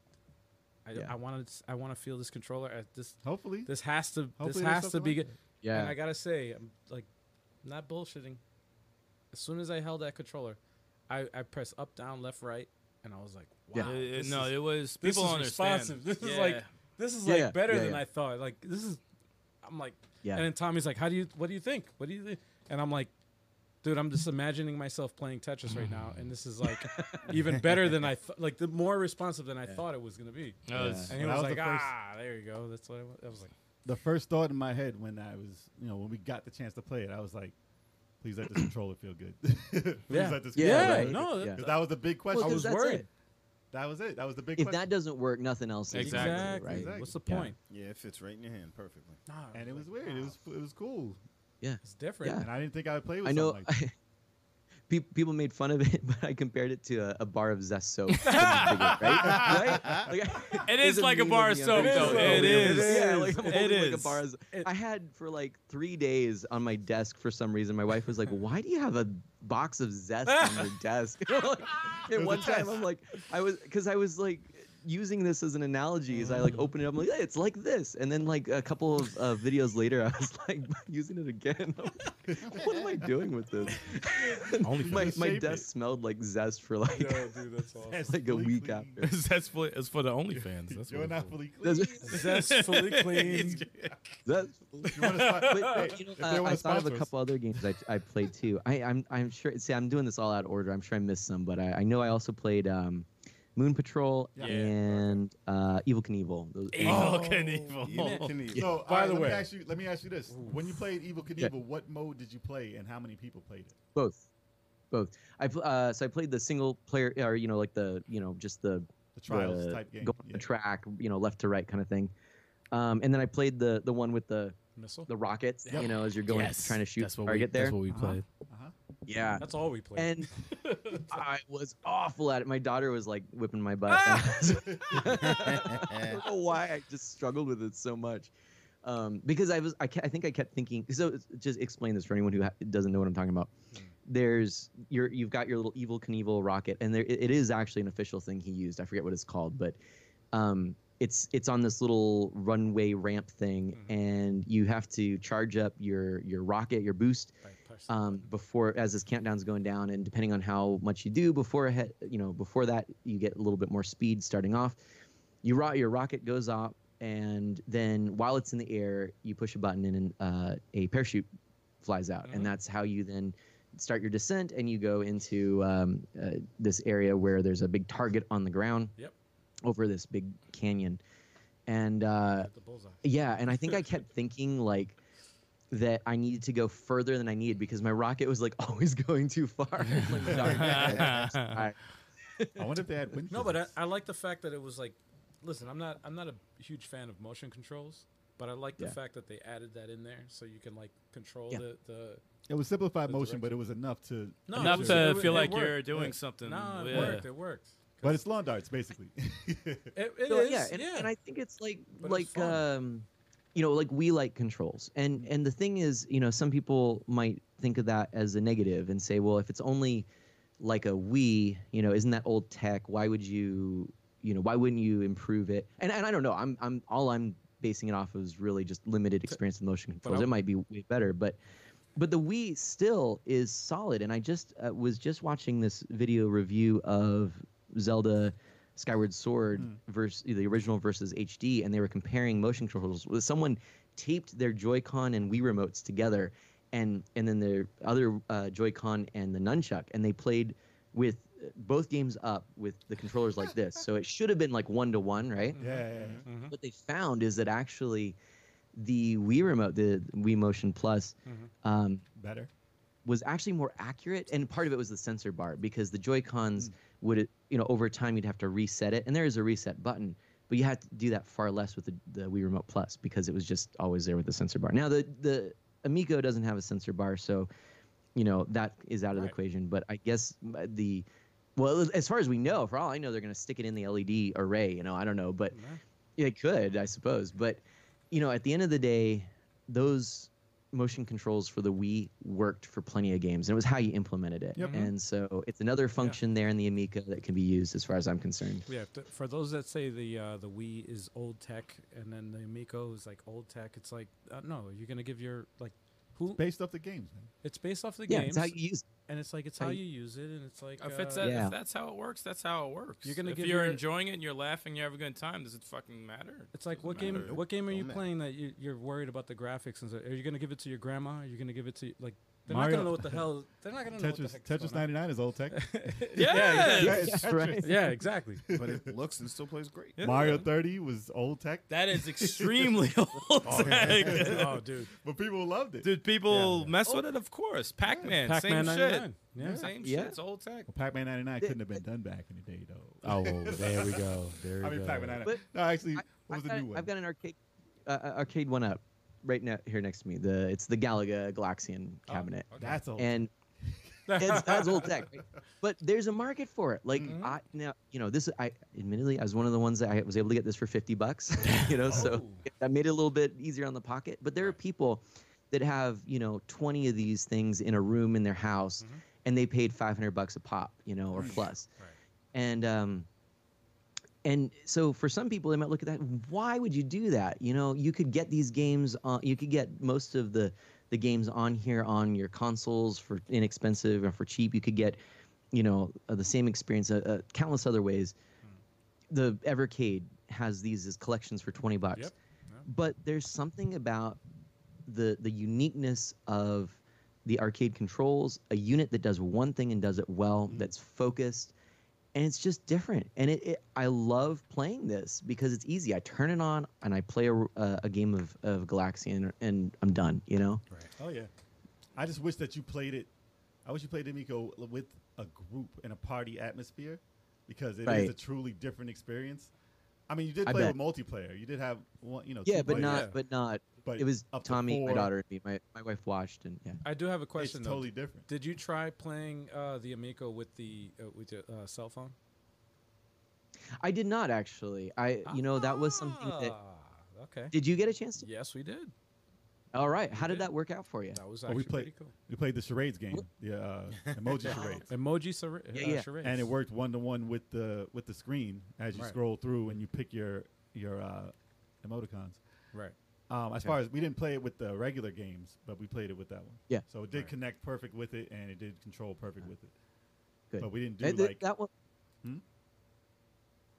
[SPEAKER 2] I,
[SPEAKER 5] Yeah.
[SPEAKER 2] I want to I want to feel this controller. I, this
[SPEAKER 7] hopefully.
[SPEAKER 2] this has to this
[SPEAKER 7] Hopefully there's
[SPEAKER 2] has to
[SPEAKER 7] something
[SPEAKER 2] be
[SPEAKER 7] like
[SPEAKER 2] good. And I
[SPEAKER 5] yeah.
[SPEAKER 2] gotta say, I'm like, not bullshitting. As soon as I held that controller, I I pressed up, down, left, right, and I was like,
[SPEAKER 5] Yeah.
[SPEAKER 2] wow,
[SPEAKER 3] Uh,
[SPEAKER 2] this
[SPEAKER 3] no,
[SPEAKER 2] is-
[SPEAKER 3] it was
[SPEAKER 2] this
[SPEAKER 3] people
[SPEAKER 2] is
[SPEAKER 3] understand.
[SPEAKER 2] responsive. This is
[SPEAKER 3] Yeah.
[SPEAKER 2] like this is
[SPEAKER 5] Yeah,
[SPEAKER 2] like
[SPEAKER 5] yeah,
[SPEAKER 2] better
[SPEAKER 5] yeah,
[SPEAKER 2] than
[SPEAKER 5] yeah.
[SPEAKER 2] I thought. Like this is, I'm like,
[SPEAKER 5] Yeah.
[SPEAKER 2] and then Tommy's like, how do you? What do you think? What do you? Think? And I'm like. Dude, I'm just imagining myself playing Tetris right now, and this is like even better than I thought. Like the more responsive than I thought it was gonna be.
[SPEAKER 3] No, it's-
[SPEAKER 2] And he
[SPEAKER 7] That
[SPEAKER 2] was,
[SPEAKER 7] was
[SPEAKER 2] like,
[SPEAKER 7] the first-
[SPEAKER 2] "Ah, there you go. That's what I, wa-" I was like."
[SPEAKER 7] the first thought in my head when I was, you know, when we got the chance to play it, I was like, please let this controller feel good. please
[SPEAKER 2] Yeah.
[SPEAKER 7] let this
[SPEAKER 5] Yeah,
[SPEAKER 7] controller
[SPEAKER 5] right.
[SPEAKER 7] feel
[SPEAKER 2] no,
[SPEAKER 7] good.
[SPEAKER 5] Yeah.
[SPEAKER 7] 'Cause that was the big question.
[SPEAKER 5] Well, 'cause
[SPEAKER 2] was
[SPEAKER 5] that's
[SPEAKER 2] worried.
[SPEAKER 5] it.
[SPEAKER 7] that was it. That was the big
[SPEAKER 5] If
[SPEAKER 7] question.
[SPEAKER 5] that doesn't work, nothing else is
[SPEAKER 3] Exactly.
[SPEAKER 5] right.
[SPEAKER 7] Exactly.
[SPEAKER 2] What's the
[SPEAKER 5] Yeah.
[SPEAKER 2] point?
[SPEAKER 6] Yeah, it fits right in your hand perfectly.
[SPEAKER 2] Nah,
[SPEAKER 7] and it was
[SPEAKER 2] like,
[SPEAKER 7] weird. It was it was cool.
[SPEAKER 5] Yeah.
[SPEAKER 2] It's different.
[SPEAKER 5] Yeah.
[SPEAKER 7] And I didn't think I would play with
[SPEAKER 5] I know.
[SPEAKER 7] something like that.
[SPEAKER 5] pe- people made fun of it, but I compared it to a, a bar of zest soap. It's pretty big, right? right? Like,
[SPEAKER 3] It
[SPEAKER 5] there's
[SPEAKER 3] is like a
[SPEAKER 5] meme
[SPEAKER 3] bar of
[SPEAKER 5] of me on
[SPEAKER 3] soap,
[SPEAKER 2] Facebook.
[SPEAKER 3] though.
[SPEAKER 2] It
[SPEAKER 3] It
[SPEAKER 2] is.
[SPEAKER 3] is.
[SPEAKER 5] Yeah, like I'm
[SPEAKER 3] It
[SPEAKER 5] holding like a
[SPEAKER 3] is.
[SPEAKER 5] bar. Of,
[SPEAKER 2] It-
[SPEAKER 5] I had for like three days on my desk for some reason. My wife was like, "Why do you have a box of zest on your desk?" like, at
[SPEAKER 7] was
[SPEAKER 5] one
[SPEAKER 7] a
[SPEAKER 5] time,
[SPEAKER 7] test.
[SPEAKER 5] I'm like, I was because I was like using this as an analogy as I like
[SPEAKER 3] Mm.
[SPEAKER 5] opened it up. I'm like, "Yeah, it's like this, and then like a couple of uh, videos later, I was like using it again. I'm like, what am I doing with this?
[SPEAKER 7] Only
[SPEAKER 5] my my desk smelled like zest for like
[SPEAKER 2] dude, that's awesome.
[SPEAKER 5] like a week after.
[SPEAKER 3] that's for it's for the OnlyFans. That's
[SPEAKER 7] You're
[SPEAKER 3] what
[SPEAKER 7] not fully clean.
[SPEAKER 5] That's-
[SPEAKER 2] Zestfully clean.
[SPEAKER 5] That's
[SPEAKER 7] You wanna spot-
[SPEAKER 5] but,
[SPEAKER 7] hey,
[SPEAKER 5] you know,
[SPEAKER 7] if they
[SPEAKER 5] uh,
[SPEAKER 7] wanna
[SPEAKER 5] I thought of a
[SPEAKER 7] sponsor us-
[SPEAKER 5] couple other games I, I played too. I, I'm I'm sure. See, I'm doing this all out of order. I'm sure I missed some, but I, I know I also played um, Moon Patrol
[SPEAKER 7] Yeah. Yeah.
[SPEAKER 5] and uh, Evil Knievel. Those,
[SPEAKER 3] Evil Knievel.
[SPEAKER 6] Evil Knievel.
[SPEAKER 7] So,
[SPEAKER 2] By
[SPEAKER 7] alright,
[SPEAKER 2] the
[SPEAKER 7] let
[SPEAKER 2] way-
[SPEAKER 7] me ask you, let me ask you this: When you played Evil Knievel, what mode did you play, and how many people played it?
[SPEAKER 5] both, both. I pl- uh, so I played the single player, or you know, like the you know just the
[SPEAKER 7] The trials
[SPEAKER 5] the-
[SPEAKER 7] type game.
[SPEAKER 5] uh, go on
[SPEAKER 7] Yeah.
[SPEAKER 5] the track, you know, left to right kind of thing. Um, and then I played the the one with the
[SPEAKER 2] Missile.
[SPEAKER 5] the rockets,
[SPEAKER 7] Yep.
[SPEAKER 5] you know, as you're going trying to shoot
[SPEAKER 3] That's what
[SPEAKER 5] target
[SPEAKER 3] we,
[SPEAKER 5] there.
[SPEAKER 3] That's what we
[SPEAKER 7] Uh-huh.
[SPEAKER 3] played.
[SPEAKER 7] Uh-huh.
[SPEAKER 5] yeah,
[SPEAKER 2] That's all we played.
[SPEAKER 5] and I was awful at it. My daughter was like whipping my butt.
[SPEAKER 3] Ah!
[SPEAKER 5] and I don't know why I just struggled with it so much. Um, because I was, I, ke- I think I kept thinking. So it's- just explain this for anyone who ha- doesn't know what I'm talking about. There's your, you've got your little evil Knievel rocket, and there it, it is actually an official thing he used. I forget what it's called, but um, it's it's on this little runway ramp thing, and you have to charge up your your rocket, your boost,
[SPEAKER 2] Right, press the
[SPEAKER 5] um,
[SPEAKER 2] button.
[SPEAKER 5] before as this countdown's going down, and depending on how much you do before ahead, you know, before that you get a little bit more speed starting off. You ro- your rocket goes up, and then while it's in the air, you push a button, and uh, a parachute flies out, and that's how you then start your descent, and you go into um, uh, this area where there's a big target on the ground
[SPEAKER 2] Yep.
[SPEAKER 5] over this big canyon, and uh,
[SPEAKER 2] Hit the bullseye.
[SPEAKER 5] yeah, and I think I kept thinking like that I needed to go further than I needed because my rocket was like always going too far. Like, no, I-
[SPEAKER 7] I wonder if they had wind.
[SPEAKER 2] No, but uh, I,
[SPEAKER 7] physics.
[SPEAKER 2] I like the fact that it was like, listen, I'm not I'm not a huge fan of motion controls, but I like the
[SPEAKER 5] Yeah.
[SPEAKER 2] fact that they added that in there so you can like control
[SPEAKER 5] Yeah.
[SPEAKER 2] the the.
[SPEAKER 7] it was simplified
[SPEAKER 2] the
[SPEAKER 7] motion, but
[SPEAKER 2] direction.
[SPEAKER 7] it was enough to
[SPEAKER 2] No, it
[SPEAKER 3] Enough
[SPEAKER 2] was-
[SPEAKER 3] to
[SPEAKER 2] it wa-
[SPEAKER 3] feel
[SPEAKER 2] it
[SPEAKER 3] like
[SPEAKER 2] worked.
[SPEAKER 3] you're doing
[SPEAKER 7] Yeah.
[SPEAKER 3] something.
[SPEAKER 2] No, it
[SPEAKER 3] yeah.
[SPEAKER 2] worked. It worked.
[SPEAKER 7] But it's lawn darts, basically.
[SPEAKER 2] It, it
[SPEAKER 5] so,
[SPEAKER 2] is,
[SPEAKER 5] yeah, and, and I think it's like
[SPEAKER 2] But it's
[SPEAKER 5] like
[SPEAKER 2] fun.
[SPEAKER 5] um, you know, like we like controls, and and the thing is, you know, some people might think of that as a negative and say, well, if it's only like a Wii, you know, isn't that old tech? Why would you, you know, why wouldn't you improve it? And and I don't know. I'm I'm all I'm basing it off of is really just limited experience with motion controls.
[SPEAKER 2] I-
[SPEAKER 5] It might be way better, but but the Wii still is solid. And I just uh, was just watching this video review of Zelda Skyward Sword versus the original versus HD, and they were comparing motion controls. Someone taped their Joy-Con and Wii remotes together, and and then the other uh, Joy-Con and the nunchuck, and they played with uh, both games up with the controllers like this. So it should have been like one to one, right?
[SPEAKER 7] yeah, yeah, yeah.
[SPEAKER 5] what they found is that actually the Wii remote, the Wii Motion Plus, um,
[SPEAKER 7] better.
[SPEAKER 5] was actually more accurate, and part of it was the sensor bar because the Joy Cons would, you know, over time you'd have to reset it, and there is a reset button, but you had to do that far less with the, the Wii Remote Plus because it was just always there with the sensor bar. Now the the Amigo doesn't have a sensor bar, so you know that is out of the equation. But I guess uh, the well, as far as we know, for all I know, they're going to stick it in the LED array. You know, I don't know, but it could, I suppose. But you know, at the end of the day, those motion controls for the Wii worked for plenty of games, and it was how you implemented it. And so it's another function there in the Amiga that can be used, as far as I'm concerned.
[SPEAKER 2] Yeah, th- for those that say the uh, the Wii is old tech and then the Amico is like old tech, it's like uh, no, you're gonna give your like who
[SPEAKER 7] Based off the games, man.
[SPEAKER 2] it's based off the
[SPEAKER 5] Yeah,
[SPEAKER 2] games
[SPEAKER 5] it's how you use.
[SPEAKER 2] and it's like it's
[SPEAKER 5] how
[SPEAKER 2] how
[SPEAKER 5] you-
[SPEAKER 2] you use it and it's like
[SPEAKER 3] If it's
[SPEAKER 2] uh,
[SPEAKER 3] that,
[SPEAKER 5] Yeah.
[SPEAKER 3] if that's how it works, that's how it works.
[SPEAKER 2] You're gonna
[SPEAKER 3] if
[SPEAKER 2] give
[SPEAKER 3] you're
[SPEAKER 2] your-
[SPEAKER 3] enjoying it and you're laughing, you're having a good time. Does it fucking matter?
[SPEAKER 2] it's like
[SPEAKER 3] Doesn't
[SPEAKER 2] what game
[SPEAKER 3] matter.
[SPEAKER 2] what game are
[SPEAKER 6] Don't
[SPEAKER 2] you
[SPEAKER 6] matter.
[SPEAKER 2] playing that you, you're worried about the graphics and so, are you gonna give it to your grandma? Are you gonna give it to like they're not
[SPEAKER 7] Mario-
[SPEAKER 2] gonna know what the hell they're not gonna know what the
[SPEAKER 7] Tetris,
[SPEAKER 2] heck
[SPEAKER 7] Tetris 99 is old tech.
[SPEAKER 3] Yeah,
[SPEAKER 7] Yeah,
[SPEAKER 5] Yes,
[SPEAKER 7] it's Tetris.
[SPEAKER 5] right.
[SPEAKER 2] Yeah, exactly.
[SPEAKER 6] but it looks and still plays great.
[SPEAKER 3] Yeah.
[SPEAKER 7] Mario 30 was old tech,
[SPEAKER 3] that is extremely old tech.
[SPEAKER 2] oh, dude,
[SPEAKER 7] but people loved it.
[SPEAKER 3] Did people mess with it? Of course. Pac-Man,
[SPEAKER 2] Pac-Man
[SPEAKER 3] same
[SPEAKER 2] 99.
[SPEAKER 3] shit.
[SPEAKER 2] Yeah.
[SPEAKER 3] Same
[SPEAKER 5] Yeah.
[SPEAKER 3] shit. It's old tech.
[SPEAKER 7] Well, Pac-Man 99 couldn't have been done back in the day, though.
[SPEAKER 9] Oh, there we go. There we
[SPEAKER 7] I mean,
[SPEAKER 9] go.
[SPEAKER 7] Pac-Man 99.
[SPEAKER 5] But
[SPEAKER 7] No, actually, what was
[SPEAKER 5] I've
[SPEAKER 7] the
[SPEAKER 5] got,
[SPEAKER 7] new one?
[SPEAKER 5] I've got an arcade uh, uh, arcade one up right now here next to me. The it's the Galaga Galaxian cabinet.
[SPEAKER 7] That's old.
[SPEAKER 5] and it's, that's old tech. right? But there's a market for it. Like I now, you know, this I admittedly I was one of the ones that I was able to get this for fifty bucks. you know, so that made it a little bit easier on the pocket. But there are people that have you know twenty of these things in a room in their house, and they paid five hundred bucks a pop, you know, or plus. And um, and so for some people they might look at that why would you do that you know you could get these games on you could get most of the the games on here on your consoles for inexpensive and for cheap you could get you know uh, the same experience uh, uh, countless other ways the evercade has these as collections for 20 bucks
[SPEAKER 2] Yep.
[SPEAKER 5] but there's something about the the uniqueness of the arcade controls a unit that does one thing and does it well that's focused and it's just different and it, it i love playing this because it's easy i turn it on and i play a, uh, a, a game of, of galaxian and i'm done you know
[SPEAKER 7] Oh yeah, I just wish that you played it. I wish you played Amico with a group in a party atmosphere because it is
[SPEAKER 5] Right.
[SPEAKER 7] a truly different experience. I mean, you did
[SPEAKER 5] I
[SPEAKER 7] play
[SPEAKER 5] bet.
[SPEAKER 7] with multiplayer. You did have one, you know.
[SPEAKER 5] yeah
[SPEAKER 7] two
[SPEAKER 5] but
[SPEAKER 7] players,
[SPEAKER 5] not
[SPEAKER 2] yeah.
[SPEAKER 5] but not
[SPEAKER 7] But
[SPEAKER 5] it was
[SPEAKER 7] up to
[SPEAKER 5] tommy my
[SPEAKER 7] four,
[SPEAKER 5] daughter and me my, my wife watched and yeah
[SPEAKER 2] I do have a
[SPEAKER 7] It's
[SPEAKER 2] question. though.
[SPEAKER 7] totally different.
[SPEAKER 2] Did you try playing uh, the Amico with the uh, with your uh, cell phone?
[SPEAKER 5] i did not actually i you know that was something that
[SPEAKER 2] Ah, okay.
[SPEAKER 5] did you get a chance to
[SPEAKER 2] Yes, we did.
[SPEAKER 5] all right how did that work out for you
[SPEAKER 2] That was
[SPEAKER 7] Oh,
[SPEAKER 2] actually
[SPEAKER 7] we played.
[SPEAKER 2] pretty cool.
[SPEAKER 7] We played the charades game. Yeah, uh, emoji charades.
[SPEAKER 2] Emoji sar-
[SPEAKER 5] Yeah,
[SPEAKER 2] uh,
[SPEAKER 5] yeah.
[SPEAKER 2] charades.
[SPEAKER 7] and it worked one to one with the with the screen as you
[SPEAKER 2] Right.
[SPEAKER 7] scroll through and you pick your your uh, emoticons.
[SPEAKER 2] Right.
[SPEAKER 7] Um, as far as we didn't play it with the regular games, but we played it with that one.
[SPEAKER 5] Yeah.
[SPEAKER 7] So it did connect perfect with it, and it did control perfect with it.
[SPEAKER 5] Good.
[SPEAKER 7] But we didn't do
[SPEAKER 5] Uh, th-
[SPEAKER 7] like
[SPEAKER 5] that one.
[SPEAKER 7] Hmm?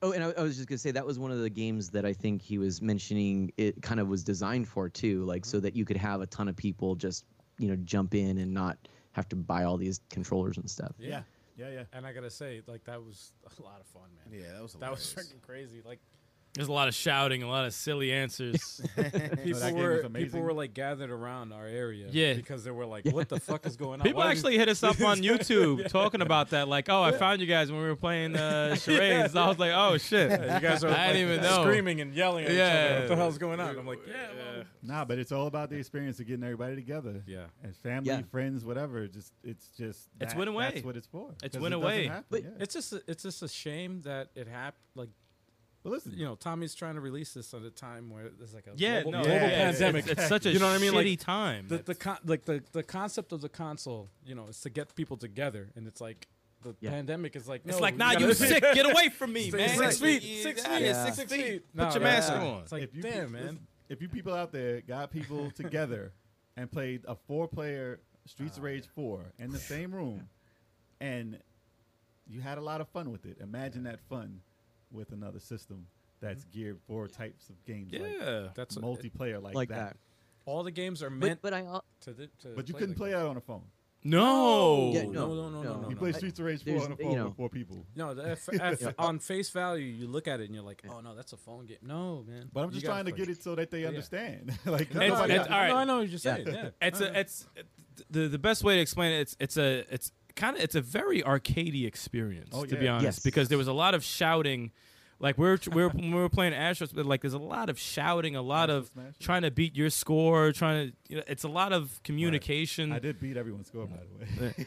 [SPEAKER 5] Oh, and I, I was just gonna say that was one of the games that I think he was mentioning. It kind of was designed for too, like so that you could have a ton of people just you know jump in and not have to buy all these controllers and stuff.
[SPEAKER 2] Yeah.
[SPEAKER 7] yeah, yeah, yeah.
[SPEAKER 2] And I gotta say, like that was a lot of fun, man.
[SPEAKER 6] Yeah, that was
[SPEAKER 2] That was
[SPEAKER 6] hilarious.
[SPEAKER 2] freaking crazy. Like
[SPEAKER 3] There's a lot of shouting, a lot of silly answers.
[SPEAKER 2] people
[SPEAKER 7] game was
[SPEAKER 2] were people
[SPEAKER 7] amazing.
[SPEAKER 2] were like gathered around our area.
[SPEAKER 3] Yeah.
[SPEAKER 2] Because they were like, "What the fuck is going on?"
[SPEAKER 3] People
[SPEAKER 2] Why did-
[SPEAKER 3] actually hit us up on YouTube talking about that. Like, oh, I found you guys when we were playing uh, charades. I was like, oh shit,
[SPEAKER 2] you guys are
[SPEAKER 3] I didn't
[SPEAKER 2] like,
[SPEAKER 3] even know.
[SPEAKER 2] screaming and yelling. At Each other.
[SPEAKER 3] Yeah.
[SPEAKER 2] What the hell's going on? I'm like, yeah. well,
[SPEAKER 7] Nah, but it's all about the experience of getting everybody together.
[SPEAKER 2] Yeah.
[SPEAKER 7] As family,
[SPEAKER 5] Yeah.
[SPEAKER 7] friends, whatever. Just it's just
[SPEAKER 3] It's
[SPEAKER 7] that-
[SPEAKER 3] went away.
[SPEAKER 7] That's what it's for.
[SPEAKER 3] It's
[SPEAKER 7] 'Cause
[SPEAKER 3] went
[SPEAKER 7] it doesn't
[SPEAKER 3] away.
[SPEAKER 7] happen,
[SPEAKER 5] But
[SPEAKER 7] yeah.
[SPEAKER 2] It's just a, it's just a shame that it happened. Like
[SPEAKER 7] but listen,
[SPEAKER 2] you know, Tommy's trying to release this at a time where there's like a
[SPEAKER 3] Yeah,
[SPEAKER 2] global,
[SPEAKER 3] no,
[SPEAKER 2] global
[SPEAKER 3] yeah, it's-
[SPEAKER 2] pandemic.
[SPEAKER 3] It's, it's such a
[SPEAKER 2] You know what I mean? Like,
[SPEAKER 3] shitty time.
[SPEAKER 2] the, the con- like the, the concept of the console, you know, is to get people together, and it's like the
[SPEAKER 5] Yeah.
[SPEAKER 2] pandemic is like no,
[SPEAKER 3] it's like,
[SPEAKER 2] we
[SPEAKER 3] nah,
[SPEAKER 2] gotta-
[SPEAKER 3] you sick. Get away from me,
[SPEAKER 2] Stay
[SPEAKER 3] man.
[SPEAKER 2] Six feet,
[SPEAKER 3] Yeah,
[SPEAKER 2] six
[SPEAKER 3] yeah,
[SPEAKER 2] feet,
[SPEAKER 5] yeah.
[SPEAKER 2] six feet.
[SPEAKER 3] Put your mask on.
[SPEAKER 2] It's like
[SPEAKER 7] if you
[SPEAKER 2] damn,
[SPEAKER 7] peop-
[SPEAKER 2] man.
[SPEAKER 7] listen, if you people out there got people together and played a four-player Streets of Rage four in the same room, and you had a lot of fun with it. Imagine that fun with another system that's geared for types of games like
[SPEAKER 3] Yeah.
[SPEAKER 2] That's what-
[SPEAKER 7] multiplayer like,
[SPEAKER 5] Like
[SPEAKER 7] that.
[SPEAKER 5] that.
[SPEAKER 2] all the games are
[SPEAKER 5] But
[SPEAKER 2] meant
[SPEAKER 5] but I al-
[SPEAKER 2] to, the, to.
[SPEAKER 7] But you couldn't
[SPEAKER 2] like
[SPEAKER 7] play
[SPEAKER 2] that.
[SPEAKER 7] that on a phone.
[SPEAKER 3] No.
[SPEAKER 5] Yeah,
[SPEAKER 2] no, no, no, no,
[SPEAKER 5] no.
[SPEAKER 2] no.
[SPEAKER 7] You
[SPEAKER 2] no.
[SPEAKER 7] play Streets of Rage four
[SPEAKER 5] There's-
[SPEAKER 7] on a
[SPEAKER 5] you
[SPEAKER 7] phone
[SPEAKER 5] know.
[SPEAKER 7] with four people.
[SPEAKER 2] No, the F- F- on face value, you look at it and you're like, oh no, that's a phone game. No, man.
[SPEAKER 7] But I'm
[SPEAKER 2] You
[SPEAKER 7] just
[SPEAKER 2] gotta
[SPEAKER 7] trying to
[SPEAKER 2] play.
[SPEAKER 7] get it so that they
[SPEAKER 2] yeah.
[SPEAKER 7] understand. like
[SPEAKER 2] No,
[SPEAKER 3] It's-
[SPEAKER 2] no,
[SPEAKER 7] nobody-
[SPEAKER 3] it's-
[SPEAKER 2] I-
[SPEAKER 3] all right.
[SPEAKER 2] no, I know what you're saying. Yeah.
[SPEAKER 3] It's
[SPEAKER 2] I know.
[SPEAKER 3] a, it's the the best way to explain it, it's it's a it's kind of it's a very arcadey experience
[SPEAKER 7] Oh,
[SPEAKER 3] to be
[SPEAKER 7] yeah.
[SPEAKER 3] honest
[SPEAKER 5] Yes.
[SPEAKER 3] because there was a lot of shouting. Like we were we were, when we were playing Astros, but like there's a lot of shouting, a lot of
[SPEAKER 7] Smash it.
[SPEAKER 3] trying to beat your score, trying to you know, it's a lot of communication.
[SPEAKER 7] I did beat everyone's score, by the way.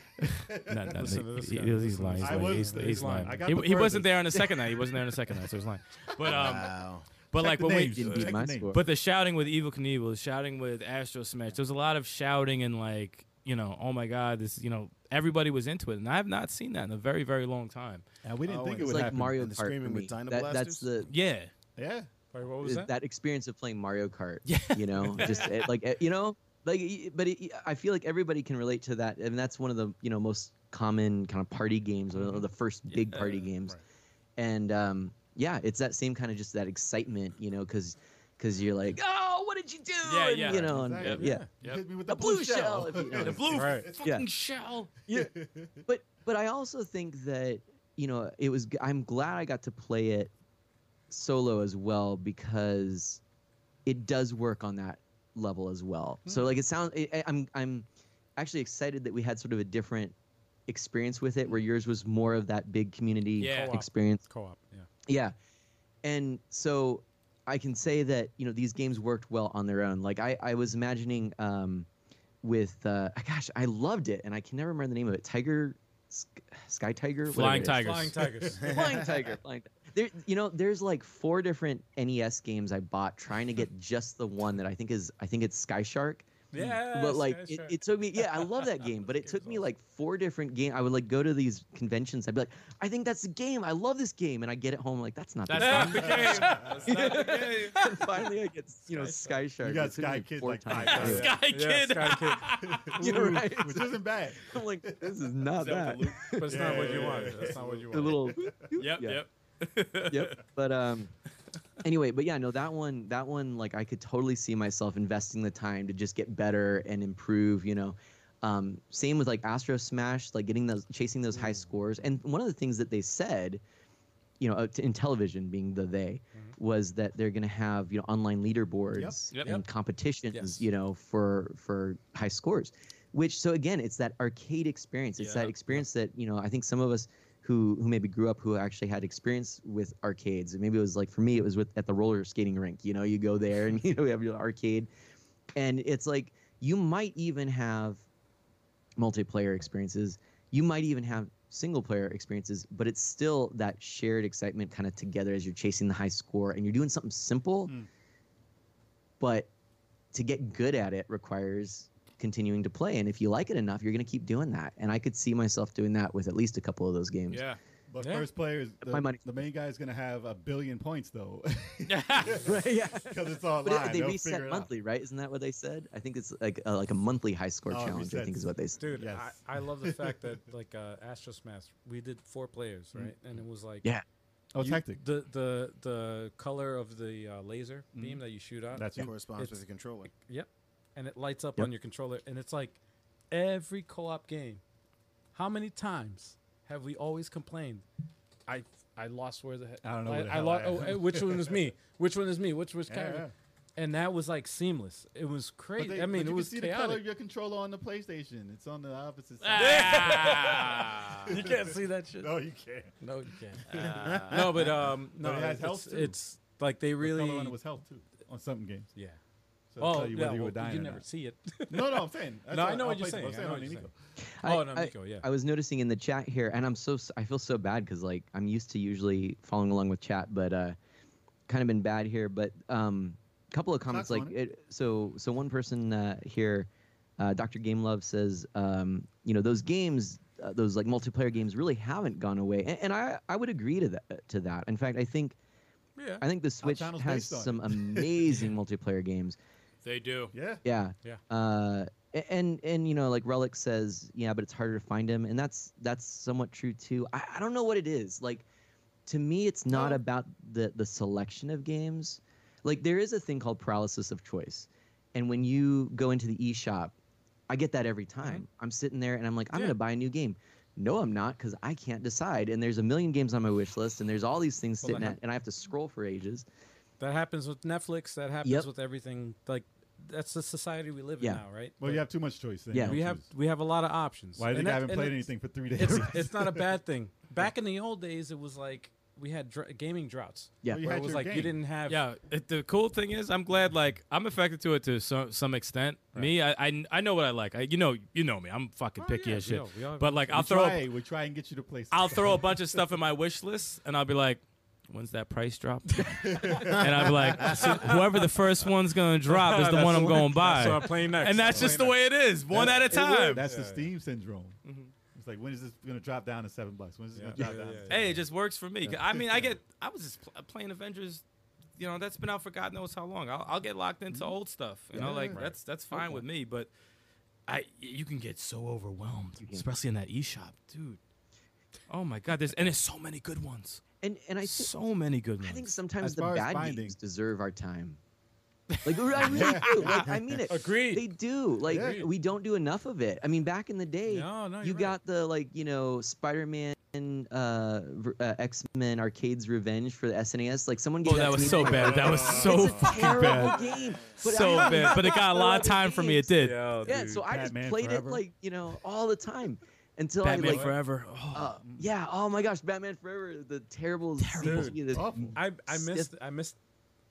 [SPEAKER 3] No, no,
[SPEAKER 2] Listen
[SPEAKER 3] no,
[SPEAKER 2] to this
[SPEAKER 3] he-
[SPEAKER 2] guy.
[SPEAKER 3] he-
[SPEAKER 9] He's lying. He's
[SPEAKER 7] I
[SPEAKER 9] lying.
[SPEAKER 7] was-
[SPEAKER 9] He's, he's lying.
[SPEAKER 7] I got
[SPEAKER 3] he,
[SPEAKER 7] the
[SPEAKER 3] he wasn't
[SPEAKER 7] furthest.
[SPEAKER 3] there on the second night. He wasn't there on the second night, so he's lying. But um,
[SPEAKER 6] Wow.
[SPEAKER 3] but
[SPEAKER 7] Check
[SPEAKER 3] like
[SPEAKER 7] the
[SPEAKER 3] when
[SPEAKER 7] names.
[SPEAKER 3] we
[SPEAKER 5] Didn't
[SPEAKER 7] Check
[SPEAKER 5] beat
[SPEAKER 7] the
[SPEAKER 5] my
[SPEAKER 7] names.
[SPEAKER 5] score.
[SPEAKER 3] But the shouting with Evil Knievel, the shouting with Astro Smash, there was a lot of shouting and like, you know, oh my God, this, you know, everybody was into it. And I have not seen that in a very, very long time.
[SPEAKER 7] And we didn't
[SPEAKER 6] Oh,
[SPEAKER 7] think
[SPEAKER 6] and
[SPEAKER 7] it
[SPEAKER 5] it's
[SPEAKER 7] would
[SPEAKER 5] like
[SPEAKER 7] happen.
[SPEAKER 5] Mario
[SPEAKER 6] And the
[SPEAKER 5] Kart. For
[SPEAKER 6] screaming with
[SPEAKER 5] me.
[SPEAKER 6] Dino
[SPEAKER 5] That, that's the
[SPEAKER 6] blasters?
[SPEAKER 3] Yeah.
[SPEAKER 7] yeah.
[SPEAKER 2] Sorry, what was
[SPEAKER 5] is
[SPEAKER 2] that?
[SPEAKER 5] that experience of playing Mario Kart. Yeah. You know, just it, like it- you know, like y- but it, I feel like everybody can relate to that, and that's one of the you know most common kind of party games or,
[SPEAKER 3] Mm-hmm.
[SPEAKER 5] the first big party games, and um, yeah, it's that same kind of just that excitement, you know, because because you're like, oh, what did you do?
[SPEAKER 3] Yeah,
[SPEAKER 5] And,
[SPEAKER 3] yeah.
[SPEAKER 5] you know, and,
[SPEAKER 7] Exactly.
[SPEAKER 5] yeah.
[SPEAKER 7] You
[SPEAKER 3] Yep.
[SPEAKER 7] hit me with
[SPEAKER 5] A blue shell. If you know.
[SPEAKER 3] The blue
[SPEAKER 7] Right.
[SPEAKER 3] fucking
[SPEAKER 5] Yeah.
[SPEAKER 3] shell.
[SPEAKER 5] but but I also think that you know it was. g- I'm glad I got to play it solo as well because it does work on that level as well. So like it sounds. I, I- I'm I'm actually excited that we had sort of a different experience with it, where yours was more of that big community
[SPEAKER 3] Yeah. Co-op.
[SPEAKER 5] experience.
[SPEAKER 2] Co-op. Yeah.
[SPEAKER 5] Yeah. And so I can say that, you know, these games worked well on their own. Like I, I was imagining um, with, uh, gosh, I loved it. And I can never remember the name of it. Tiger, Sk- Sky Tiger? Whatever
[SPEAKER 3] Flying
[SPEAKER 5] it is.
[SPEAKER 2] Flying
[SPEAKER 3] Tigers.
[SPEAKER 2] tigers.
[SPEAKER 5] Flying Tiger. Flying Tiger. There, you know, there's like four different NES games I bought trying to get just the one that I think is, I think it's Sky Shark
[SPEAKER 2] yeah.
[SPEAKER 5] but like it, it took me yeah i love that game but it
[SPEAKER 2] Game's
[SPEAKER 5] took me
[SPEAKER 2] awesome.
[SPEAKER 5] like four different games i would like go to these conventions i'd be like i think that's the game i love this game and i get it home like that's not
[SPEAKER 3] That's
[SPEAKER 5] the
[SPEAKER 3] not
[SPEAKER 5] game
[SPEAKER 3] the game. That's not the game.
[SPEAKER 5] and finally i get you know sky shark
[SPEAKER 7] You got
[SPEAKER 5] It took me,
[SPEAKER 7] Sky Kid
[SPEAKER 5] four
[SPEAKER 7] like
[SPEAKER 5] times
[SPEAKER 7] five
[SPEAKER 5] to do it.
[SPEAKER 3] Sky Kid.
[SPEAKER 2] Sky Kid.
[SPEAKER 5] You're right
[SPEAKER 7] Which isn't bad.
[SPEAKER 5] i'm like this is not that
[SPEAKER 2] But it's not what you
[SPEAKER 7] Yeah.
[SPEAKER 2] want. That's not what you want.
[SPEAKER 5] the little
[SPEAKER 3] Yep,
[SPEAKER 5] Yeah.
[SPEAKER 3] yep.
[SPEAKER 5] yep. But um, anyway, but yeah, no, that one, that one, like I could totally see myself investing the time to just get better and improve. You know, um, same with like Astro Smash, like getting those, chasing those
[SPEAKER 3] Mm.
[SPEAKER 5] high scores. And one of the things that they said, you know, uh, t- in television, being the they, was that they're going to have you know online leaderboards
[SPEAKER 3] Mm-hmm. Yep.
[SPEAKER 5] and competitions,
[SPEAKER 2] Yes.
[SPEAKER 5] you know, for for high scores. Which so again, it's that arcade experience. It's
[SPEAKER 3] Yeah.
[SPEAKER 5] that experience that you know I think some of us who who maybe grew up who actually had experience with arcades and maybe it was like for me it was with at the roller skating rink you know you go there and you know you have your arcade and it's like you might even have multiplayer experiences you might even have single player experiences but it's still that shared excitement kind of together as you're chasing the high score and you're doing something simple
[SPEAKER 7] Mm.
[SPEAKER 5] but to get good at it requires continuing to play and if you like it enough you're going to keep doing that and i could see myself doing that with at least a couple of those games
[SPEAKER 3] Yeah.
[SPEAKER 7] But
[SPEAKER 2] Yeah.
[SPEAKER 7] first player is the,
[SPEAKER 5] My money.
[SPEAKER 7] the main guy is going to have a billion points though,
[SPEAKER 5] right yeah
[SPEAKER 7] because it's
[SPEAKER 5] But it-
[SPEAKER 7] online.
[SPEAKER 5] they
[SPEAKER 7] They'll
[SPEAKER 5] reset
[SPEAKER 7] figure it out.
[SPEAKER 5] monthly, right? Isn't that what they said? I think it's like a, like a monthly high score
[SPEAKER 7] Oh, it
[SPEAKER 5] challenge. I think
[SPEAKER 7] resets.
[SPEAKER 5] is what they said.
[SPEAKER 2] Dude,
[SPEAKER 7] Yes.
[SPEAKER 2] I, I love the fact that like uh, Astro Smash, we did four players, right? And it was like
[SPEAKER 5] Yeah.
[SPEAKER 7] Oh,
[SPEAKER 2] you-
[SPEAKER 7] Mm. tactic. Mm.
[SPEAKER 2] The the the color of the uh, laser beam that you shoot out.
[SPEAKER 7] That's it.
[SPEAKER 6] corresponds with
[SPEAKER 2] It's-
[SPEAKER 6] the controller.
[SPEAKER 2] Yep. And it lights up on your controller, and it's like every co-op game. How many times have we always complained? I I lost where the he-
[SPEAKER 7] I don't know
[SPEAKER 2] I,
[SPEAKER 7] where the
[SPEAKER 2] I
[SPEAKER 7] hell
[SPEAKER 2] lo-
[SPEAKER 7] I am.
[SPEAKER 2] oh, eh, which one was me? Which one is me? Which was
[SPEAKER 7] Yeah,
[SPEAKER 2] character?
[SPEAKER 7] yeah.
[SPEAKER 2] And that was like seamless. It was
[SPEAKER 7] But
[SPEAKER 2] crazy.
[SPEAKER 7] they-
[SPEAKER 2] I
[SPEAKER 7] but
[SPEAKER 2] mean,
[SPEAKER 7] you
[SPEAKER 2] it
[SPEAKER 7] can
[SPEAKER 2] was
[SPEAKER 7] see
[SPEAKER 2] chaotic.
[SPEAKER 7] the color of your controller on the PlayStation. It's on the opposite side.
[SPEAKER 3] Ah.
[SPEAKER 2] you can't see that shit.
[SPEAKER 7] no, you can't.
[SPEAKER 2] No, you can't. no, but um, no,
[SPEAKER 7] But it has
[SPEAKER 2] it's,
[SPEAKER 7] health, too.
[SPEAKER 2] it's like they
[SPEAKER 7] The
[SPEAKER 2] really,
[SPEAKER 7] color on it was health too on some games.
[SPEAKER 2] yeah.
[SPEAKER 7] So it'll
[SPEAKER 2] Oh,
[SPEAKER 7] tell you
[SPEAKER 2] yeah.
[SPEAKER 7] whether you
[SPEAKER 2] well,
[SPEAKER 7] were dying
[SPEAKER 2] you
[SPEAKER 7] or
[SPEAKER 2] never
[SPEAKER 7] not.
[SPEAKER 2] see it.
[SPEAKER 7] No, no, I'm saying. that's
[SPEAKER 2] No,
[SPEAKER 7] on-
[SPEAKER 2] I know
[SPEAKER 7] on
[SPEAKER 2] what you're saying.
[SPEAKER 7] PlayStation. I'm
[SPEAKER 2] I know
[SPEAKER 7] on
[SPEAKER 2] what you're
[SPEAKER 7] Amico.
[SPEAKER 2] saying. Oh, no, Nico, yeah.
[SPEAKER 5] I was noticing in the chat here, and I'm so s- I feel so bad because like I'm used to usually following along with chat, but uh, kind of been bad here. But um, couple of comments
[SPEAKER 7] Sucks
[SPEAKER 5] like
[SPEAKER 7] on
[SPEAKER 5] it, so so one person uh, here, uh, Dr. Gamelove says, um, you know those games. Uh, those like multiplayer games really haven't gone away, and, and I I would agree to that. To that, in fact, I think
[SPEAKER 2] Yeah.
[SPEAKER 5] I think the Switch
[SPEAKER 7] channel's
[SPEAKER 5] has
[SPEAKER 7] based on it.
[SPEAKER 5] some amazing multiplayer games.
[SPEAKER 3] They do.
[SPEAKER 7] Yeah.
[SPEAKER 5] Yeah.
[SPEAKER 2] Yeah.
[SPEAKER 5] Uh, a- and and you know, like Relic says, yeah, but it's harder to find him, and that's that's somewhat true too. I, I don't know what it is. Like, to me, it's not about the the selection of games. Like, there is a thing called paralysis of choice, and when you go into the eShop, I get that
[SPEAKER 2] Mm-hmm.
[SPEAKER 5] every time. I'm sitting there and I'm like, I'm gonna buy a new game. No, I'm not, because I can't decide. And there's a million games on my wish list, and there's all these things
[SPEAKER 2] Well,
[SPEAKER 5] sitting
[SPEAKER 2] that
[SPEAKER 5] at, and I have to scroll for ages.
[SPEAKER 2] That happens with Netflix. That happens
[SPEAKER 5] Yep.
[SPEAKER 2] with everything. Like that's the society we live
[SPEAKER 5] Yeah.
[SPEAKER 2] in now, right?
[SPEAKER 7] Well, you have too much choice. Then
[SPEAKER 5] Yeah.
[SPEAKER 7] you
[SPEAKER 2] we
[SPEAKER 7] don't
[SPEAKER 2] have
[SPEAKER 7] choose.
[SPEAKER 2] we have a lot of options.
[SPEAKER 7] Well, I
[SPEAKER 2] And
[SPEAKER 7] think I
[SPEAKER 2] that-
[SPEAKER 7] haven't
[SPEAKER 2] and
[SPEAKER 7] played
[SPEAKER 2] it-
[SPEAKER 7] anything for three days.
[SPEAKER 2] It's, it's not a bad thing. Back in the old days, it was like we had dr- gaming droughts.
[SPEAKER 5] Yeah.
[SPEAKER 7] Well, you
[SPEAKER 2] where
[SPEAKER 7] had
[SPEAKER 2] it was
[SPEAKER 7] your
[SPEAKER 2] like you
[SPEAKER 7] game.
[SPEAKER 2] didn't have.
[SPEAKER 3] Yeah, it, the cool thing is, I'm glad. Like, I'm affected to it to some some extent. Me, I, I I know what I like. I, you know, you know me. I'm fucking
[SPEAKER 2] Oh,
[SPEAKER 3] picky
[SPEAKER 2] yeah,
[SPEAKER 3] as
[SPEAKER 2] we
[SPEAKER 3] shit.
[SPEAKER 2] all- we all-
[SPEAKER 3] but like, I'll
[SPEAKER 7] we
[SPEAKER 3] throw
[SPEAKER 7] try, we try and get you to play.
[SPEAKER 3] I'll
[SPEAKER 7] something.
[SPEAKER 3] throw a bunch of stuff in my wish list, and I'll be like, "When's that price drop?" and I'll be like, "So "Whoever the first one's gonna drop is the one I'm going to buy."
[SPEAKER 2] So I'm playing next.
[SPEAKER 3] and that's just the way it is, one at a time. Mm-hmm.
[SPEAKER 7] That's the Steam syndrome. It's like when is this going to drop down to seven bucks? When is this going to drop
[SPEAKER 2] yeah,
[SPEAKER 7] down?
[SPEAKER 2] yeah,
[SPEAKER 7] to
[SPEAKER 2] yeah.
[SPEAKER 3] Hey, it just works for me. 'Cause I mean, I get. I was just pl- playing Avengers. You know, that's been out for God knows how long. I'll, I'll get locked into old stuff. You know, like that's that's fine with me. But I, you can get so overwhelmed, especially in that eShop, dude. Oh my God, there's and there's so many good ones.
[SPEAKER 5] And and I think
[SPEAKER 3] So many good ones.
[SPEAKER 5] I think sometimes
[SPEAKER 7] Mm. As
[SPEAKER 5] the
[SPEAKER 7] far as
[SPEAKER 5] bad
[SPEAKER 7] finding-
[SPEAKER 5] games deserve our time. Like I really do. Like I mean it.
[SPEAKER 2] Agreed.
[SPEAKER 5] They do. Like
[SPEAKER 2] Agreed.
[SPEAKER 5] we don't do enough of it. I mean, back in the day,
[SPEAKER 2] No, no,
[SPEAKER 5] you
[SPEAKER 2] you're right.
[SPEAKER 5] got the like you know Spider-Man, uh, v- uh X Men Arcades Revenge for the SNES. Like someone gave
[SPEAKER 3] Oh, that
[SPEAKER 5] to
[SPEAKER 3] was
[SPEAKER 5] me,
[SPEAKER 3] so
[SPEAKER 5] like,
[SPEAKER 3] bad. That was so
[SPEAKER 5] it's a
[SPEAKER 3] fucking
[SPEAKER 5] terrible
[SPEAKER 3] bad.
[SPEAKER 5] game. But
[SPEAKER 3] So
[SPEAKER 5] I-
[SPEAKER 3] bad. But it got a lot of time from me. It did.
[SPEAKER 5] Yeah, so I just
[SPEAKER 7] Batman
[SPEAKER 5] played
[SPEAKER 7] Forever.
[SPEAKER 5] it like you know all the time until I
[SPEAKER 3] Batman
[SPEAKER 5] like.
[SPEAKER 3] Forever. Oh.
[SPEAKER 5] Uh, yeah. Oh my gosh, Batman Forever. The terrible.
[SPEAKER 7] Dude,
[SPEAKER 5] CG, the-
[SPEAKER 7] awful.
[SPEAKER 2] I I missed I missed.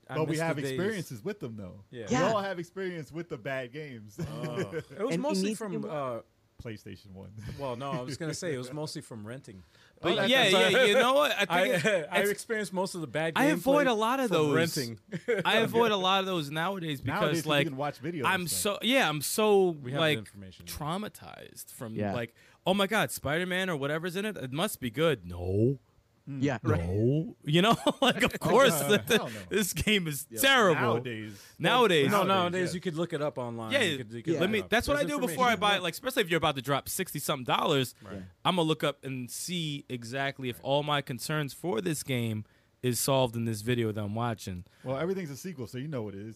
[SPEAKER 2] I
[SPEAKER 7] But we
[SPEAKER 2] missed the
[SPEAKER 7] have
[SPEAKER 2] days.
[SPEAKER 7] experiences with them though.
[SPEAKER 2] Yeah. Uh,
[SPEAKER 5] Yeah.
[SPEAKER 7] We all have experience with the bad games.
[SPEAKER 2] It was
[SPEAKER 5] And it
[SPEAKER 2] mostly
[SPEAKER 5] needs to be
[SPEAKER 2] from.
[SPEAKER 5] more-
[SPEAKER 2] Uh,
[SPEAKER 7] PlayStation One.
[SPEAKER 2] well, no, I was gonna say it was mostly from renting.
[SPEAKER 3] But
[SPEAKER 2] Oh,
[SPEAKER 3] yeah,
[SPEAKER 2] that's-
[SPEAKER 3] yeah,
[SPEAKER 2] sorry.
[SPEAKER 3] you know what? I think
[SPEAKER 2] I,
[SPEAKER 3] it-
[SPEAKER 2] I
[SPEAKER 3] it's-
[SPEAKER 2] experienced most of the bad.
[SPEAKER 3] I avoid
[SPEAKER 2] gameplay
[SPEAKER 3] a lot of
[SPEAKER 2] from
[SPEAKER 3] those.
[SPEAKER 2] renting.
[SPEAKER 3] I avoid a lot of those nowadays because
[SPEAKER 7] Nowadays, 'cause
[SPEAKER 3] like
[SPEAKER 7] you can watch videos.
[SPEAKER 3] I'm
[SPEAKER 7] and stuff.
[SPEAKER 3] so yeah, I'm so
[SPEAKER 2] We have the
[SPEAKER 3] like
[SPEAKER 2] information.
[SPEAKER 3] traumatized from
[SPEAKER 5] Yeah.
[SPEAKER 3] like oh my god, Spider Man or whatever's in it. It must be good. No,
[SPEAKER 5] yeah. Right.
[SPEAKER 3] no, you know, like of course
[SPEAKER 7] no,
[SPEAKER 3] that- that-
[SPEAKER 7] hell no.
[SPEAKER 3] this game is terrible.
[SPEAKER 7] nowadays.
[SPEAKER 3] Nowadays.
[SPEAKER 2] no,
[SPEAKER 7] Nowadays,
[SPEAKER 2] nowadays
[SPEAKER 7] yes.
[SPEAKER 2] you could look it up online.
[SPEAKER 3] Yeah,
[SPEAKER 2] you could, you could
[SPEAKER 5] yeah.
[SPEAKER 2] look
[SPEAKER 3] let
[SPEAKER 2] it
[SPEAKER 3] me.
[SPEAKER 2] up.
[SPEAKER 3] That's what I
[SPEAKER 2] There's
[SPEAKER 3] do before I
[SPEAKER 2] information.
[SPEAKER 3] buy it. Like, especially if you're about to drop sixty something dollars,
[SPEAKER 2] Right.
[SPEAKER 3] I'm gonna look up and see exactly if all my concerns for this game is solved in this video that I'm watching.
[SPEAKER 7] Well, everything's a sequel, so you know what it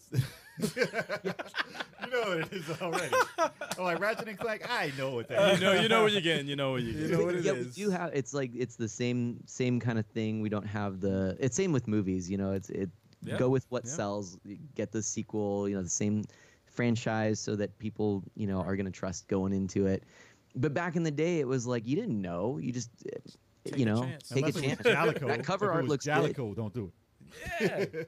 [SPEAKER 7] is. you know what it is already. Oh, like Ratchet and Clank. I know what that
[SPEAKER 3] You
[SPEAKER 7] is.
[SPEAKER 3] know, you know what you're getting. You know what you're getting.
[SPEAKER 2] know what it
[SPEAKER 5] yeah,
[SPEAKER 2] is.
[SPEAKER 5] we do have. It's like it's the same same kind of thing. We don't have the. It's same with movies. You know, it's it
[SPEAKER 2] Yeah,
[SPEAKER 5] go with what
[SPEAKER 2] yeah.
[SPEAKER 5] sells. Get the sequel. You know, the same franchise so that people you know are gonna trust going into it. But back in the day, it was like you didn't know. You just eh,
[SPEAKER 2] Take a
[SPEAKER 5] you know
[SPEAKER 2] chance.
[SPEAKER 5] take
[SPEAKER 7] Unless
[SPEAKER 5] a
[SPEAKER 7] it was
[SPEAKER 5] chance.
[SPEAKER 7] Jalico.
[SPEAKER 5] That cover
[SPEAKER 7] If it
[SPEAKER 5] art
[SPEAKER 7] was
[SPEAKER 5] looks good.
[SPEAKER 7] Jalico, don't do it.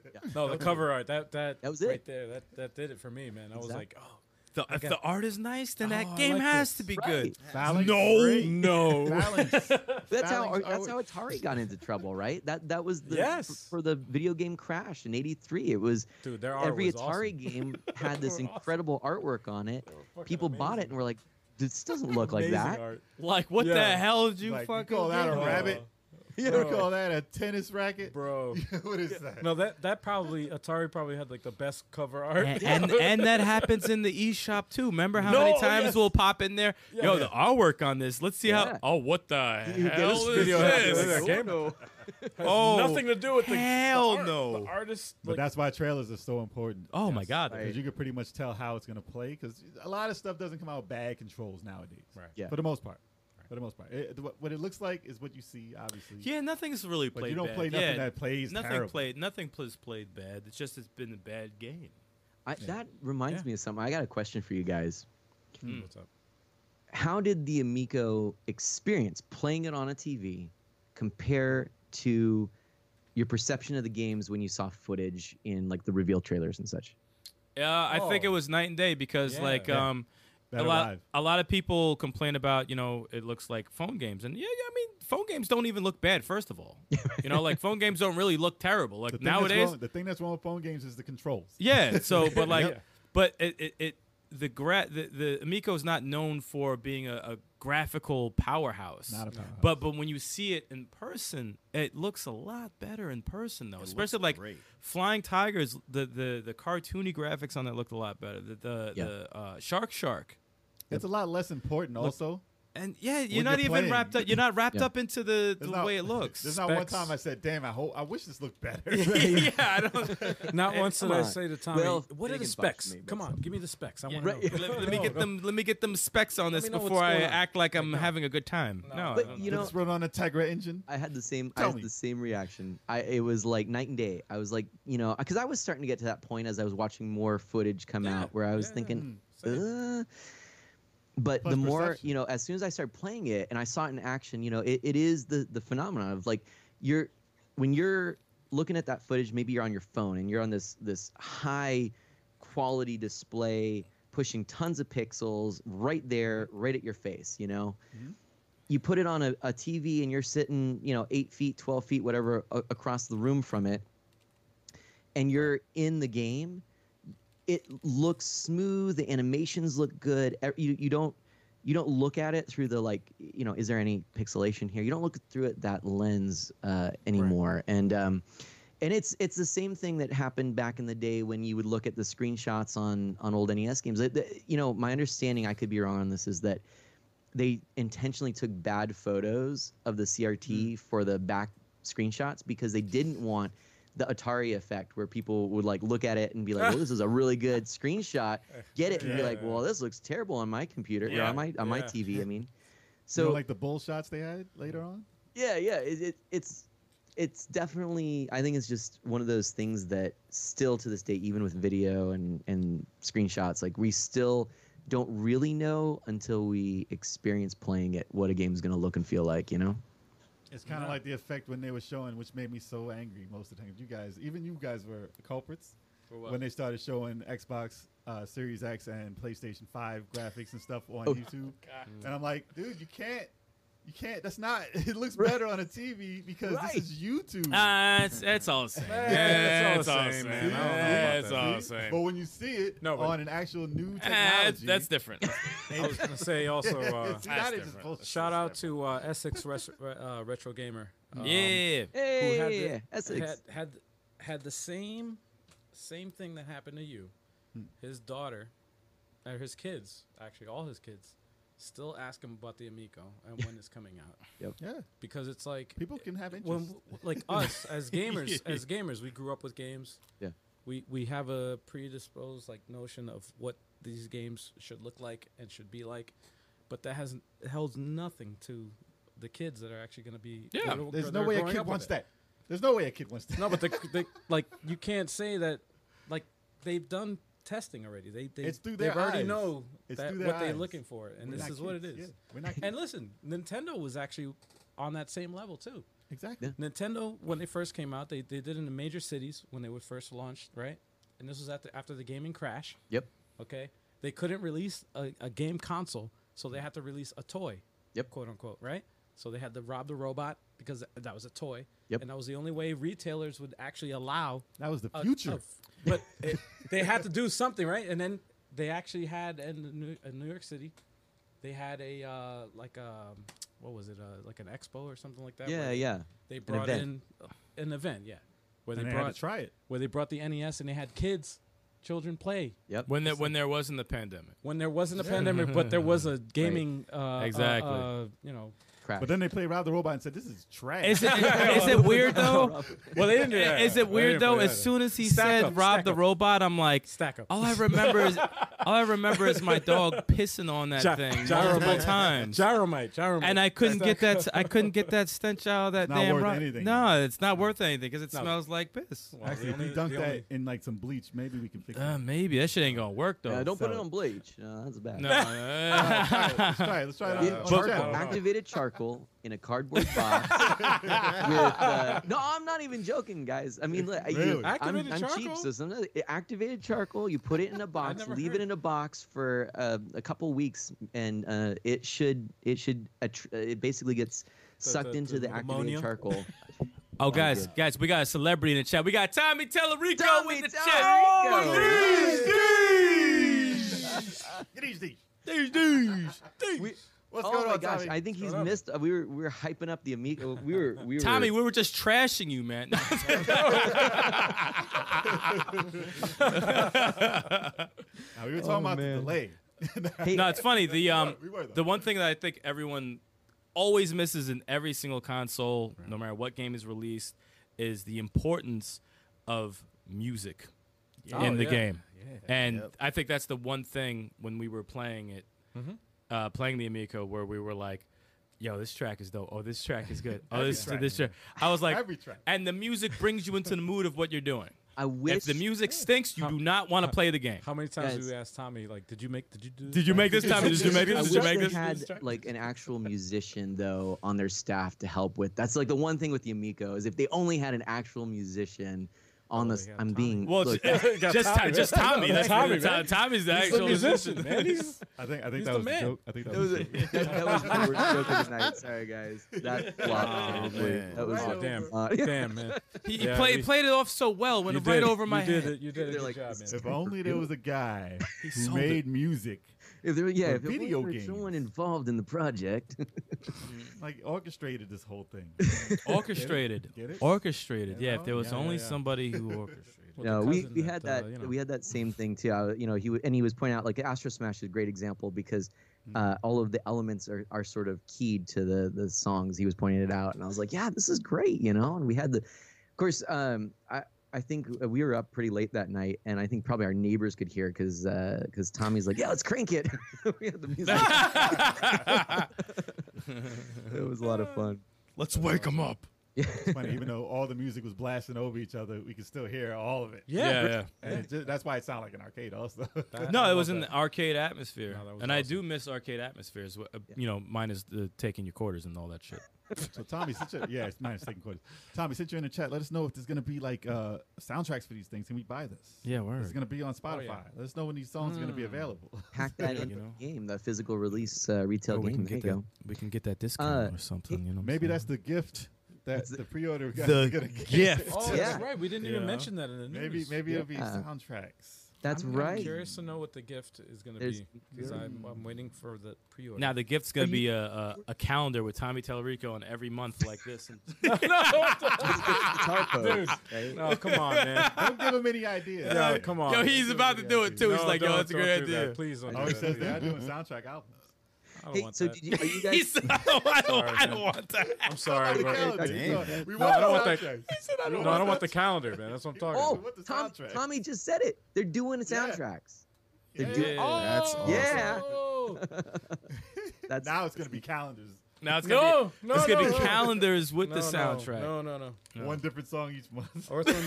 [SPEAKER 2] No, the cover art. That that
[SPEAKER 5] That was
[SPEAKER 2] right
[SPEAKER 5] it.
[SPEAKER 2] there. That that did it for me, man. I was
[SPEAKER 5] Exactly.
[SPEAKER 2] like, oh,
[SPEAKER 3] The, if
[SPEAKER 2] got-
[SPEAKER 3] the art is nice, then
[SPEAKER 2] Oh,
[SPEAKER 3] that
[SPEAKER 2] I
[SPEAKER 3] game
[SPEAKER 2] like
[SPEAKER 3] has
[SPEAKER 2] this.
[SPEAKER 3] to be
[SPEAKER 5] Right.
[SPEAKER 3] good.
[SPEAKER 7] Balance
[SPEAKER 3] No,
[SPEAKER 7] great.
[SPEAKER 3] no.
[SPEAKER 7] Balance.
[SPEAKER 5] That's how
[SPEAKER 7] Phalanx oh,
[SPEAKER 5] that's
[SPEAKER 7] are-
[SPEAKER 5] how Atari got into trouble, right? That that was the
[SPEAKER 2] Yes.
[SPEAKER 5] for the video game crash in '83. It was
[SPEAKER 2] dude, their art
[SPEAKER 5] every
[SPEAKER 2] was
[SPEAKER 5] Atari
[SPEAKER 2] awesome.
[SPEAKER 5] game had this
[SPEAKER 2] They were awesome.
[SPEAKER 5] incredible artwork on it. People bought it and were like, "This doesn't look like
[SPEAKER 2] Amazing
[SPEAKER 5] that."
[SPEAKER 2] art.
[SPEAKER 3] Like, what the
[SPEAKER 2] Yeah.
[SPEAKER 3] hell did you
[SPEAKER 7] Like, you
[SPEAKER 3] fucking
[SPEAKER 7] call that a
[SPEAKER 3] do?
[SPEAKER 7] rabbit? You
[SPEAKER 2] Bro.
[SPEAKER 7] call that a tennis racket?
[SPEAKER 2] bro.
[SPEAKER 7] what is that?
[SPEAKER 2] No, that that probably Atari probably had like the best cover art.
[SPEAKER 3] And, and and that happens in the eShop too. Remember how many
[SPEAKER 2] No,
[SPEAKER 3] times
[SPEAKER 2] yes.
[SPEAKER 3] we'll pop in there?
[SPEAKER 2] Yeah.
[SPEAKER 3] Yo, the artwork on this. Let's see
[SPEAKER 5] Yeah.
[SPEAKER 3] how. Oh, what the
[SPEAKER 5] you get
[SPEAKER 3] hell
[SPEAKER 5] this
[SPEAKER 3] is
[SPEAKER 2] video has to do
[SPEAKER 3] this?
[SPEAKER 2] with that game.
[SPEAKER 3] Oh,
[SPEAKER 2] nothing to do with the the
[SPEAKER 3] hell
[SPEAKER 2] art.
[SPEAKER 3] no.
[SPEAKER 2] The artist,
[SPEAKER 7] But
[SPEAKER 2] like,
[SPEAKER 7] that's why trailers are so important.
[SPEAKER 3] Oh my God.
[SPEAKER 7] Because you can pretty much tell how it's going to play. Because a lot of stuff doesn't come out with bad controls nowadays.
[SPEAKER 2] Right.
[SPEAKER 5] Yeah.
[SPEAKER 7] For the most part. For the most part, It- what- what it looks like is what you see. Obviously.
[SPEAKER 3] Yeah, nothing's really
[SPEAKER 7] But
[SPEAKER 3] played.
[SPEAKER 7] you don't
[SPEAKER 3] bad.
[SPEAKER 7] play nothing
[SPEAKER 3] Yeah,
[SPEAKER 7] that plays
[SPEAKER 3] Nothing
[SPEAKER 7] terrible.
[SPEAKER 3] played. Nothing was played bad. It's just it's been a bad game.
[SPEAKER 5] I, that reminds
[SPEAKER 2] Yeah.
[SPEAKER 5] me of something. I got a question for you guys.
[SPEAKER 2] what's up?
[SPEAKER 5] How did the Amico experience playing it on a TV compare to your perception of the games when you saw footage in like the reveal trailers and such?
[SPEAKER 3] Yeah, I think it
[SPEAKER 2] Oh.
[SPEAKER 3] was night and day because
[SPEAKER 2] Yeah.
[SPEAKER 3] like
[SPEAKER 2] Yeah.
[SPEAKER 3] um
[SPEAKER 7] Better
[SPEAKER 3] a lot
[SPEAKER 7] live.
[SPEAKER 3] a lot of people complain about, you know, it looks like phone games and yeah, yeah, I mean, phone games don't even look bad first of all. you know, like phone games don't really look terrible. Like
[SPEAKER 7] The thing that's
[SPEAKER 3] nowadays
[SPEAKER 7] wrong- the thing that's wrong with phone games is the controls.
[SPEAKER 3] Yeah, so but like
[SPEAKER 2] Yeah.
[SPEAKER 3] but it it, it the, gra- the the Amico's not known for being a, a graphical powerhouse.
[SPEAKER 7] Not a powerhouse.
[SPEAKER 3] But but when you see it in person, it looks a lot better in person though. Especially like
[SPEAKER 6] great.
[SPEAKER 3] Flying Tigers, the, the the cartoony graphics on that looked a lot better. The the,
[SPEAKER 5] Yeah.
[SPEAKER 3] the uh, Shark Shark.
[SPEAKER 7] It's a lot less important. also,
[SPEAKER 3] And yeah, you're
[SPEAKER 4] When
[SPEAKER 3] not
[SPEAKER 4] you're
[SPEAKER 3] even
[SPEAKER 4] playing.
[SPEAKER 3] wrapped up. You're not wrapped
[SPEAKER 5] Yeah.
[SPEAKER 3] up into the, the
[SPEAKER 4] There's not-
[SPEAKER 3] way it looks.
[SPEAKER 4] There's not one
[SPEAKER 2] Specs.
[SPEAKER 4] time I said, "Damn, I hope I wish this looked better."
[SPEAKER 3] yeah, I don't.
[SPEAKER 2] Not once did
[SPEAKER 5] come
[SPEAKER 2] I
[SPEAKER 5] on.
[SPEAKER 2] say to Tommy,
[SPEAKER 5] Well,
[SPEAKER 2] "What
[SPEAKER 5] they
[SPEAKER 2] are the
[SPEAKER 5] can box
[SPEAKER 2] specs?
[SPEAKER 5] me,
[SPEAKER 2] Come
[SPEAKER 5] but-
[SPEAKER 2] on, give me the specs. I want
[SPEAKER 5] Right.
[SPEAKER 2] to know."
[SPEAKER 3] let, let me get them. Let me get them specs on this
[SPEAKER 2] me know what's
[SPEAKER 3] before I
[SPEAKER 2] going on.
[SPEAKER 3] act like I'm having a good time. No, I
[SPEAKER 5] But
[SPEAKER 3] don't
[SPEAKER 5] you
[SPEAKER 3] know.
[SPEAKER 5] know,
[SPEAKER 4] Let's run on a Tigra engine.
[SPEAKER 5] I had the same. I
[SPEAKER 4] Tell
[SPEAKER 5] had
[SPEAKER 4] me.
[SPEAKER 5] the same reaction. I it was like night and day. I was like, you know, because I was starting to get to that point as I was watching more footage come
[SPEAKER 2] Yeah,
[SPEAKER 5] out, where I was
[SPEAKER 2] yeah,
[SPEAKER 5] thinking,
[SPEAKER 2] same.
[SPEAKER 5] "Uh," but
[SPEAKER 4] Plus
[SPEAKER 5] the more
[SPEAKER 4] perception.
[SPEAKER 5] you know, as soon as I started playing it and I saw it in action, you know, it, it is the the phenomenon of like you're when you're looking at that footage, maybe you're on your phone and you're on this this high quality display pushing tons of pixels right there, right at your face, you know
[SPEAKER 4] Mm-hmm.
[SPEAKER 5] you put it on a, a TV and you're sitting, you know, eight feet, 12 feet, whatever, a- across the room from it, and you're in the game, it looks smooth. The animations look good. e- You, you don't you don't look at it through the like you know is there any pixelation here you don't look through it that lens uh, anymore and um, and it's it's the same thing that happened back in the day when you would look at the screenshots on on old nes games Like, the- you know my understanding i could be wrong on this is that they intentionally took bad photos of the
[SPEAKER 2] Mm-hmm.
[SPEAKER 5] CRT for the back screenshots because they didn't want the Atari effect where people would like look at it and be like, "Well, this is a really good screenshot." Get it and be like,
[SPEAKER 2] Yeah.
[SPEAKER 5] "Well, this looks terrible on my computer or
[SPEAKER 3] Yeah,
[SPEAKER 5] on my on my
[SPEAKER 2] yeah.
[SPEAKER 5] TV." I mean,
[SPEAKER 4] So
[SPEAKER 5] so
[SPEAKER 4] like the bull shots they had later on.
[SPEAKER 5] yeah, yeah, it, it, it's it's definitely. I think it's just one of those things that still to this day, even with video and and screenshots, like we still don't really know until we experience playing it what a game's gonna look and feel like. You know?
[SPEAKER 4] It's kind of like the effect when they were showing, which made me so angry most of the time. You guys, even you guys were culprits when they started showing Xbox uh, Series X and PlayStation 5 graphics and stuff on YouTube. And I'm like, dude, you can't. You can't. That's not. It looks better on a TV because
[SPEAKER 5] Right.
[SPEAKER 4] this is YouTube.
[SPEAKER 3] Ah, that's, that's all I'm saying.
[SPEAKER 2] that's all
[SPEAKER 3] That's all I'm
[SPEAKER 2] same,
[SPEAKER 3] saying.
[SPEAKER 2] man. I don't know
[SPEAKER 3] That's
[SPEAKER 4] See?
[SPEAKER 3] all I'm
[SPEAKER 4] But
[SPEAKER 3] saying.
[SPEAKER 4] when you see it
[SPEAKER 2] No, but-
[SPEAKER 4] on an actual new
[SPEAKER 3] Ah,
[SPEAKER 4] technology, Um,
[SPEAKER 3] that's different.
[SPEAKER 2] I was gonna say also, uh,
[SPEAKER 4] See, that is
[SPEAKER 3] different.
[SPEAKER 4] just bullshit.
[SPEAKER 2] shout out to uh, Essex Res- uh, Retro Gamer. um,
[SPEAKER 3] yeah.
[SPEAKER 2] who
[SPEAKER 5] Hey,
[SPEAKER 2] had the-
[SPEAKER 5] Essex.
[SPEAKER 2] Had, had had the same same thing that happened to you.
[SPEAKER 5] Hmm.
[SPEAKER 2] His daughter, or his kids, actually all his kids, still ask him about the Amico and when it's coming out
[SPEAKER 4] Yeah,
[SPEAKER 2] because it's like
[SPEAKER 4] people can have interest.
[SPEAKER 2] when like us as gamers as gamers we grew up with games
[SPEAKER 5] Yeah.
[SPEAKER 2] we we have a predisposed like notion of what these games should look like and should be like but that hasn't holds nothing to the kids that are actually going to be
[SPEAKER 3] Yeah.
[SPEAKER 2] that are-
[SPEAKER 4] There's
[SPEAKER 2] that
[SPEAKER 4] no
[SPEAKER 2] are
[SPEAKER 4] way a
[SPEAKER 2] growing
[SPEAKER 4] kid
[SPEAKER 2] up with
[SPEAKER 4] wants
[SPEAKER 2] it.
[SPEAKER 4] that. There's no way a kid wants that.
[SPEAKER 2] no but the, the like you can't say that like they've done testing already they they
[SPEAKER 4] It's through
[SPEAKER 2] they
[SPEAKER 4] their
[SPEAKER 2] already
[SPEAKER 4] eyes.
[SPEAKER 2] know
[SPEAKER 4] It's
[SPEAKER 2] that,
[SPEAKER 4] through
[SPEAKER 2] what
[SPEAKER 4] their
[SPEAKER 2] they're
[SPEAKER 4] eyes.
[SPEAKER 2] looking for and
[SPEAKER 4] We're
[SPEAKER 2] this
[SPEAKER 4] not
[SPEAKER 2] is what it
[SPEAKER 4] kids.
[SPEAKER 2] is
[SPEAKER 4] Yeah, we're not
[SPEAKER 2] and
[SPEAKER 4] kids.
[SPEAKER 2] listen nintendo was actually on that same level too
[SPEAKER 4] exactly.
[SPEAKER 2] Nintendo, when they first came out, they, they did it in the major cities when they were first launched, right? And this was after after the gaming crash.
[SPEAKER 5] Yep.
[SPEAKER 2] Okay, they couldn't release a, a game console, so they had to release a toy.
[SPEAKER 5] Yep.
[SPEAKER 2] Quote unquote, right? So they had to rob the robot because th- that was a toy.
[SPEAKER 5] Yep.
[SPEAKER 2] And that was the only way retailers would actually allow
[SPEAKER 4] That was the
[SPEAKER 3] Oh,
[SPEAKER 2] a-
[SPEAKER 4] future.
[SPEAKER 2] a f- but it, they had to do something, right? And then they actually had in, the New, in New York City, they had a uh, like a what was it uh, like an expo or something like that? where
[SPEAKER 5] yeah,
[SPEAKER 2] they-
[SPEAKER 5] yeah.
[SPEAKER 2] they brought
[SPEAKER 5] event.
[SPEAKER 2] in an event, yeah, where
[SPEAKER 4] and
[SPEAKER 2] they
[SPEAKER 4] they had
[SPEAKER 2] brought
[SPEAKER 4] to try it.
[SPEAKER 2] where they brought the NES and they had kids, children play
[SPEAKER 5] Yep.
[SPEAKER 3] When there when there wasn't the pandemic.
[SPEAKER 2] when there wasn't a pandemic, but there was a gaming uh,
[SPEAKER 3] Exactly.
[SPEAKER 2] uh, uh, you know.
[SPEAKER 5] Crash.
[SPEAKER 4] But then they played Rob the Robot and said, "This is trash."
[SPEAKER 3] Is it is it weird though?
[SPEAKER 2] Well, they didn't.
[SPEAKER 3] Is it weird though? As soon as he
[SPEAKER 2] Stack up,
[SPEAKER 3] said Rob
[SPEAKER 2] stack
[SPEAKER 3] the
[SPEAKER 2] up.
[SPEAKER 3] robot, I'm like,
[SPEAKER 2] stack up?
[SPEAKER 3] all I remember is all I remember is my dog pissing on that
[SPEAKER 2] Gy-
[SPEAKER 3] thing
[SPEAKER 2] gyromite.
[SPEAKER 3] multiple times.
[SPEAKER 2] Gyromite, gyromite,
[SPEAKER 3] and I couldn't get that. I couldn't get that stench out of that
[SPEAKER 4] not
[SPEAKER 3] damn
[SPEAKER 4] worth
[SPEAKER 3] rock.
[SPEAKER 4] anything.
[SPEAKER 3] No, it's not worth anything because it
[SPEAKER 2] No.
[SPEAKER 3] smells like piss.
[SPEAKER 2] Well,
[SPEAKER 4] Actually,
[SPEAKER 2] the
[SPEAKER 4] if we
[SPEAKER 2] only-
[SPEAKER 4] dunk
[SPEAKER 2] the
[SPEAKER 4] that
[SPEAKER 2] only-
[SPEAKER 4] in like some bleach, maybe we can fix
[SPEAKER 3] Uh,
[SPEAKER 4] it.
[SPEAKER 3] maybe that shit ain't gonna work though.
[SPEAKER 5] Yeah, don't put it
[SPEAKER 4] so-
[SPEAKER 5] on bleach. No, that's bad.
[SPEAKER 3] No.
[SPEAKER 4] Oh,
[SPEAKER 3] uh,
[SPEAKER 4] Let's try it. Let's try it. on-
[SPEAKER 7] Uh,
[SPEAKER 5] Did
[SPEAKER 4] on
[SPEAKER 5] charcoal,
[SPEAKER 4] the channel.
[SPEAKER 5] activated charcoal in a cardboard box. with, uh, no, I'm not even joking, guys. I mean, like, I-
[SPEAKER 4] Really?
[SPEAKER 5] I'm,
[SPEAKER 2] Activated
[SPEAKER 5] I'm cheap,
[SPEAKER 2] charcoal?
[SPEAKER 5] so sometimes activated charcoal. You put it in a box,
[SPEAKER 2] never
[SPEAKER 5] leave
[SPEAKER 2] heard-
[SPEAKER 5] it in a box for uh, a couple weeks, and uh, it should it should attr- uh, it basically gets sucked
[SPEAKER 2] the-
[SPEAKER 5] into
[SPEAKER 2] the
[SPEAKER 5] the activated
[SPEAKER 2] ammonia?
[SPEAKER 5] charcoal.
[SPEAKER 3] oh, guys, guys, we got a celebrity in the chat. We got Tommy Tellerico
[SPEAKER 5] Tommy
[SPEAKER 3] in the
[SPEAKER 5] Tallarico!
[SPEAKER 4] Get these these.
[SPEAKER 3] chat.
[SPEAKER 4] What's
[SPEAKER 5] oh
[SPEAKER 4] going
[SPEAKER 5] my
[SPEAKER 4] on,
[SPEAKER 5] gosh,
[SPEAKER 4] Tommy?
[SPEAKER 5] I think he's missed. Uh, we were we were hyping up the amigo. We were we were
[SPEAKER 3] Tommy, we were just trashing you, man.
[SPEAKER 5] Oh,
[SPEAKER 4] Now, we were talking about the delay.
[SPEAKER 5] Hey,
[SPEAKER 3] No, it's funny. The um,
[SPEAKER 7] We were, though.
[SPEAKER 3] the one thing that I think everyone always misses in every single console, no matter what game is released, is the importance of music in the
[SPEAKER 2] yeah.
[SPEAKER 3] game. And
[SPEAKER 6] Yep.
[SPEAKER 3] I think that's the one thing when we were playing it, uh, playing the Amico, where we were like, "Yo, this track is dope. Oh, this track is good. Oh, this this track." I was like,
[SPEAKER 7] Every track.
[SPEAKER 3] and the music brings you into the mood of what you're doing.
[SPEAKER 5] I wish
[SPEAKER 3] If the music stinks, you do not want to play the game.
[SPEAKER 2] How many times
[SPEAKER 5] Guys.
[SPEAKER 2] did we ask Tommy? Like, did you make? Did you do?
[SPEAKER 3] Did you make this time? Did you make
[SPEAKER 5] I
[SPEAKER 3] this?
[SPEAKER 5] wish
[SPEAKER 3] Did you make
[SPEAKER 5] they
[SPEAKER 3] this?
[SPEAKER 5] had like an actual musician though on their staff to help with. That's like the one thing with the Amico is if they only had an actual musician on the. s-
[SPEAKER 2] Oh, yeah, Tommy.
[SPEAKER 5] I'm being
[SPEAKER 3] Well,
[SPEAKER 5] look,
[SPEAKER 3] just, just, Tommy, just Tommy. That's
[SPEAKER 2] Tommy,
[SPEAKER 3] Tommy.
[SPEAKER 2] man.
[SPEAKER 3] Tommy's the
[SPEAKER 2] He's a
[SPEAKER 3] actual
[SPEAKER 2] musician, man. He's,
[SPEAKER 7] I think I think
[SPEAKER 2] He's
[SPEAKER 7] that
[SPEAKER 2] the
[SPEAKER 7] was the
[SPEAKER 2] man.
[SPEAKER 7] joke. I think that was. a joke.
[SPEAKER 5] that, that was the worst joke of the night. Sorry guys, that flopped.
[SPEAKER 6] Oh,
[SPEAKER 5] horribly.
[SPEAKER 6] man.
[SPEAKER 5] That was
[SPEAKER 2] oh damn,
[SPEAKER 5] Uh,
[SPEAKER 2] damn man.
[SPEAKER 3] He
[SPEAKER 2] Yeah,
[SPEAKER 3] played
[SPEAKER 2] we-
[SPEAKER 3] played it off so well, went
[SPEAKER 2] You
[SPEAKER 3] right
[SPEAKER 2] did-
[SPEAKER 3] over my
[SPEAKER 2] you
[SPEAKER 3] head.
[SPEAKER 2] Did it, you did a
[SPEAKER 5] They're
[SPEAKER 2] good
[SPEAKER 5] like,
[SPEAKER 2] job,
[SPEAKER 5] this
[SPEAKER 2] man.
[SPEAKER 7] If only there was a guy who
[SPEAKER 3] sold it.
[SPEAKER 7] made music,
[SPEAKER 5] If there, yeah,
[SPEAKER 7] For
[SPEAKER 5] if it
[SPEAKER 7] video
[SPEAKER 5] wasn't for someone
[SPEAKER 7] games.
[SPEAKER 5] involved in the project,
[SPEAKER 7] like orchestrated this whole thing.
[SPEAKER 3] Orchestrated.
[SPEAKER 7] Get it?
[SPEAKER 3] Orchestrated. Yeah, if there was
[SPEAKER 2] Yeah,
[SPEAKER 3] only
[SPEAKER 2] yeah, yeah.
[SPEAKER 3] somebody who orchestrated.
[SPEAKER 2] Well,
[SPEAKER 5] no,
[SPEAKER 2] the
[SPEAKER 5] we,
[SPEAKER 2] cousin
[SPEAKER 5] we had that
[SPEAKER 2] uh, you know,
[SPEAKER 5] we had that same thing too. I, you know, he w- and he was pointing out like Astro Smash is a great example because
[SPEAKER 2] Mm-hmm.
[SPEAKER 5] uh, all of the elements are, are sort of keyed to the the songs. He was pointing it out, and I was like, yeah, this is great, you know. And we had the, of course, um, I I think uh, we were up pretty late that night, and I think probably our neighbors could hear because because Tommy's like, yeah, let's crank it. we had the music. it was a lot of fun.
[SPEAKER 8] Let's wake him up.
[SPEAKER 5] Yeah.
[SPEAKER 7] Funny, even though all the music was blasting over each other, we could still hear all of it.
[SPEAKER 3] yeah, yeah.
[SPEAKER 7] And it ju- that's why it sounded like an arcade, also.
[SPEAKER 2] That- I
[SPEAKER 3] No, it
[SPEAKER 2] love
[SPEAKER 3] was in
[SPEAKER 2] that.
[SPEAKER 3] the arcade atmosphere,
[SPEAKER 2] No, that was
[SPEAKER 3] and I
[SPEAKER 2] awesome.
[SPEAKER 3] do miss arcade atmospheres. wh- uh, You know, minus the taking your quarters and all that shit.
[SPEAKER 7] so Tommy, since you're, yeah, it's minus second quarter. Tommy, since you're in the chat, let us know if there's gonna be like uh, soundtracks for these things. Can we buy this?
[SPEAKER 3] Yeah, word.
[SPEAKER 7] It's gonna be on Spotify.
[SPEAKER 2] Oh, yeah. Hmm.
[SPEAKER 7] Let us know when these songs are gonna be available.
[SPEAKER 5] Pack that into
[SPEAKER 3] know.
[SPEAKER 5] the game, that physical release uh, retail
[SPEAKER 2] Oh,
[SPEAKER 3] Or we
[SPEAKER 5] game.
[SPEAKER 3] can
[SPEAKER 5] There you
[SPEAKER 3] get
[SPEAKER 5] go.
[SPEAKER 3] that. We can get that discount
[SPEAKER 5] Uh,
[SPEAKER 3] or something. You know, what I'm
[SPEAKER 7] Maybe
[SPEAKER 3] saying?
[SPEAKER 7] that's the gift that the pre-order guys are gonna
[SPEAKER 8] The
[SPEAKER 7] get.
[SPEAKER 8] gift.
[SPEAKER 2] Oh,
[SPEAKER 5] Yeah.
[SPEAKER 2] that's right. We didn't even
[SPEAKER 3] Yeah.
[SPEAKER 2] mention that in the news.
[SPEAKER 7] Maybe maybe it'll be
[SPEAKER 5] Yeah.
[SPEAKER 7] soundtracks.
[SPEAKER 5] That's
[SPEAKER 2] I'm,
[SPEAKER 5] right.
[SPEAKER 2] I'm curious to know what the gift is going to
[SPEAKER 5] There's-
[SPEAKER 2] be because I'm, I'm waiting for the pre-order.
[SPEAKER 3] Now the gift's gonna
[SPEAKER 5] you-
[SPEAKER 3] be a, a, a calendar with Tommy Tellerico on every month like this. And
[SPEAKER 5] Dude,
[SPEAKER 2] no, come on, man.
[SPEAKER 7] Don't give them any ideas.
[SPEAKER 2] No, come on.
[SPEAKER 3] yo, he's about to do it too. he's
[SPEAKER 2] No,
[SPEAKER 3] like, yo,
[SPEAKER 2] don't-
[SPEAKER 3] that's a
[SPEAKER 2] don't
[SPEAKER 3] great
[SPEAKER 2] do that.
[SPEAKER 3] idea.
[SPEAKER 2] Please don't.
[SPEAKER 7] Oh, he
[SPEAKER 2] do
[SPEAKER 7] says they're
[SPEAKER 2] that.
[SPEAKER 7] doing soundtrack albums.
[SPEAKER 2] I don't
[SPEAKER 5] Hey,
[SPEAKER 2] want
[SPEAKER 5] so
[SPEAKER 2] that.
[SPEAKER 5] did you, are you guys?
[SPEAKER 3] He said, I don't, I don't, I don't want that.
[SPEAKER 2] I'm sorry,
[SPEAKER 7] The
[SPEAKER 2] bro.
[SPEAKER 7] calendar.
[SPEAKER 6] Damn.
[SPEAKER 7] So We
[SPEAKER 2] No,
[SPEAKER 7] want
[SPEAKER 2] I don't want that.
[SPEAKER 7] soundtracks.
[SPEAKER 2] No, I don't want the calendar, man. That's what I'm talking
[SPEAKER 5] oh,
[SPEAKER 2] about.
[SPEAKER 7] What the
[SPEAKER 5] Tom,
[SPEAKER 7] soundtrack?
[SPEAKER 5] Tommy just said it. They're doing the
[SPEAKER 7] Yeah.
[SPEAKER 5] soundtracks.
[SPEAKER 7] Yeah.
[SPEAKER 5] They're doing,
[SPEAKER 6] That's awesome.
[SPEAKER 5] Yeah.
[SPEAKER 2] Oh,
[SPEAKER 5] That's
[SPEAKER 7] Now it's gonna be calendars.
[SPEAKER 3] Now it's gonna
[SPEAKER 2] no,
[SPEAKER 3] be,
[SPEAKER 2] no,
[SPEAKER 3] it's gonna
[SPEAKER 2] no,
[SPEAKER 3] be
[SPEAKER 2] no.
[SPEAKER 3] calendars with
[SPEAKER 2] No,
[SPEAKER 3] the
[SPEAKER 2] no,
[SPEAKER 3] soundtrack.
[SPEAKER 2] No, no, no.
[SPEAKER 7] One different song each month
[SPEAKER 2] Earthworm, Jim-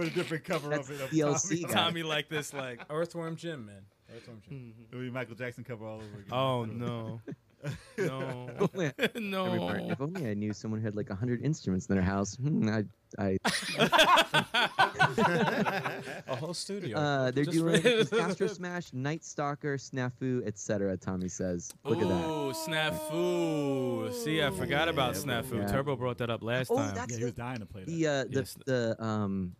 [SPEAKER 7] with a different cover
[SPEAKER 5] that's
[SPEAKER 7] of it. Of
[SPEAKER 5] DLC
[SPEAKER 7] Tommy.
[SPEAKER 5] guy.
[SPEAKER 3] Tommy like this, like,
[SPEAKER 2] Earthworm Jim, man. Earthworm Jim.
[SPEAKER 7] It'll be Michael Jackson cover all over again.
[SPEAKER 3] oh no, no,
[SPEAKER 5] Only- every part.
[SPEAKER 3] no.
[SPEAKER 5] If only I knew someone who had like hundred instruments in their house. Hmm, I, I,
[SPEAKER 2] A whole studio.
[SPEAKER 5] uh, they're
[SPEAKER 2] Just
[SPEAKER 5] doing
[SPEAKER 2] re-
[SPEAKER 5] Astro Smash, Night Stalker, Snafu, etc. Tommy says. Look at that.
[SPEAKER 3] Ooh, snafu. See, I forgot about snafu.
[SPEAKER 5] Yeah.
[SPEAKER 3] Turbo brought that up last
[SPEAKER 5] Oh,
[SPEAKER 3] time.
[SPEAKER 5] that's
[SPEAKER 7] Yeah, he was dying to play that.
[SPEAKER 5] the uh, the,
[SPEAKER 3] Yes.
[SPEAKER 5] the um,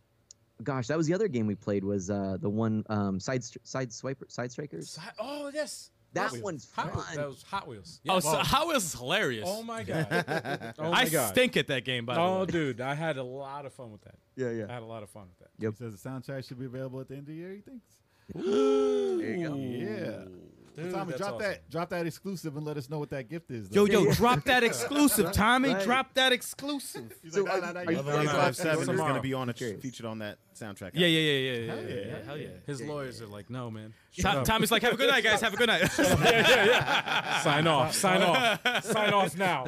[SPEAKER 5] gosh, that was the other game we played was uh the one um side stri- side swiper side strikers.
[SPEAKER 2] Si- oh yes.
[SPEAKER 5] That
[SPEAKER 2] Hot
[SPEAKER 5] one's
[SPEAKER 2] Hot Wheels.
[SPEAKER 5] fun.
[SPEAKER 2] That was Hot Wheels.
[SPEAKER 3] oh,
[SPEAKER 2] Yeah.
[SPEAKER 3] so how is hilarious?
[SPEAKER 2] oh my god. Oh my
[SPEAKER 3] I
[SPEAKER 2] god.
[SPEAKER 3] stink at that game, by
[SPEAKER 2] Oh,
[SPEAKER 3] the way.
[SPEAKER 2] dude, I had a lot of fun with that.
[SPEAKER 5] Yeah,
[SPEAKER 2] I
[SPEAKER 5] yeah.
[SPEAKER 2] had a lot of fun with that.
[SPEAKER 7] He says the soundtrack should be available at the end of the year. He thinks.
[SPEAKER 5] There you go.
[SPEAKER 7] Yeah.
[SPEAKER 2] Dude,
[SPEAKER 7] Tommy,
[SPEAKER 2] that's
[SPEAKER 7] drop
[SPEAKER 2] awesome.
[SPEAKER 7] that, drop that exclusive, and let us know what that gift is.
[SPEAKER 8] Yo,
[SPEAKER 3] Oh,
[SPEAKER 7] though.
[SPEAKER 8] yo, drop that exclusive, Tommy.
[SPEAKER 5] Right.
[SPEAKER 8] Drop that exclusive.
[SPEAKER 7] He's
[SPEAKER 5] So
[SPEAKER 7] like,
[SPEAKER 5] are
[SPEAKER 7] nah, nah,
[SPEAKER 5] you-
[SPEAKER 7] nah, you
[SPEAKER 5] are you-
[SPEAKER 7] can't drop that.
[SPEAKER 6] 557 is going
[SPEAKER 2] Tomorrow.
[SPEAKER 6] to be on a
[SPEAKER 5] Cheers.
[SPEAKER 6] featured on that soundtrack.
[SPEAKER 3] Yeah, yeah, yeah, yeah,
[SPEAKER 7] Hell
[SPEAKER 3] yeah, yeah,
[SPEAKER 7] yeah.
[SPEAKER 3] yeah. Hell yeah.
[SPEAKER 2] His lawyers are like, no, man.
[SPEAKER 3] Tom, Tommy's like, have a good night, guys. Have a good night.
[SPEAKER 2] sign off. Sign off. sign off now.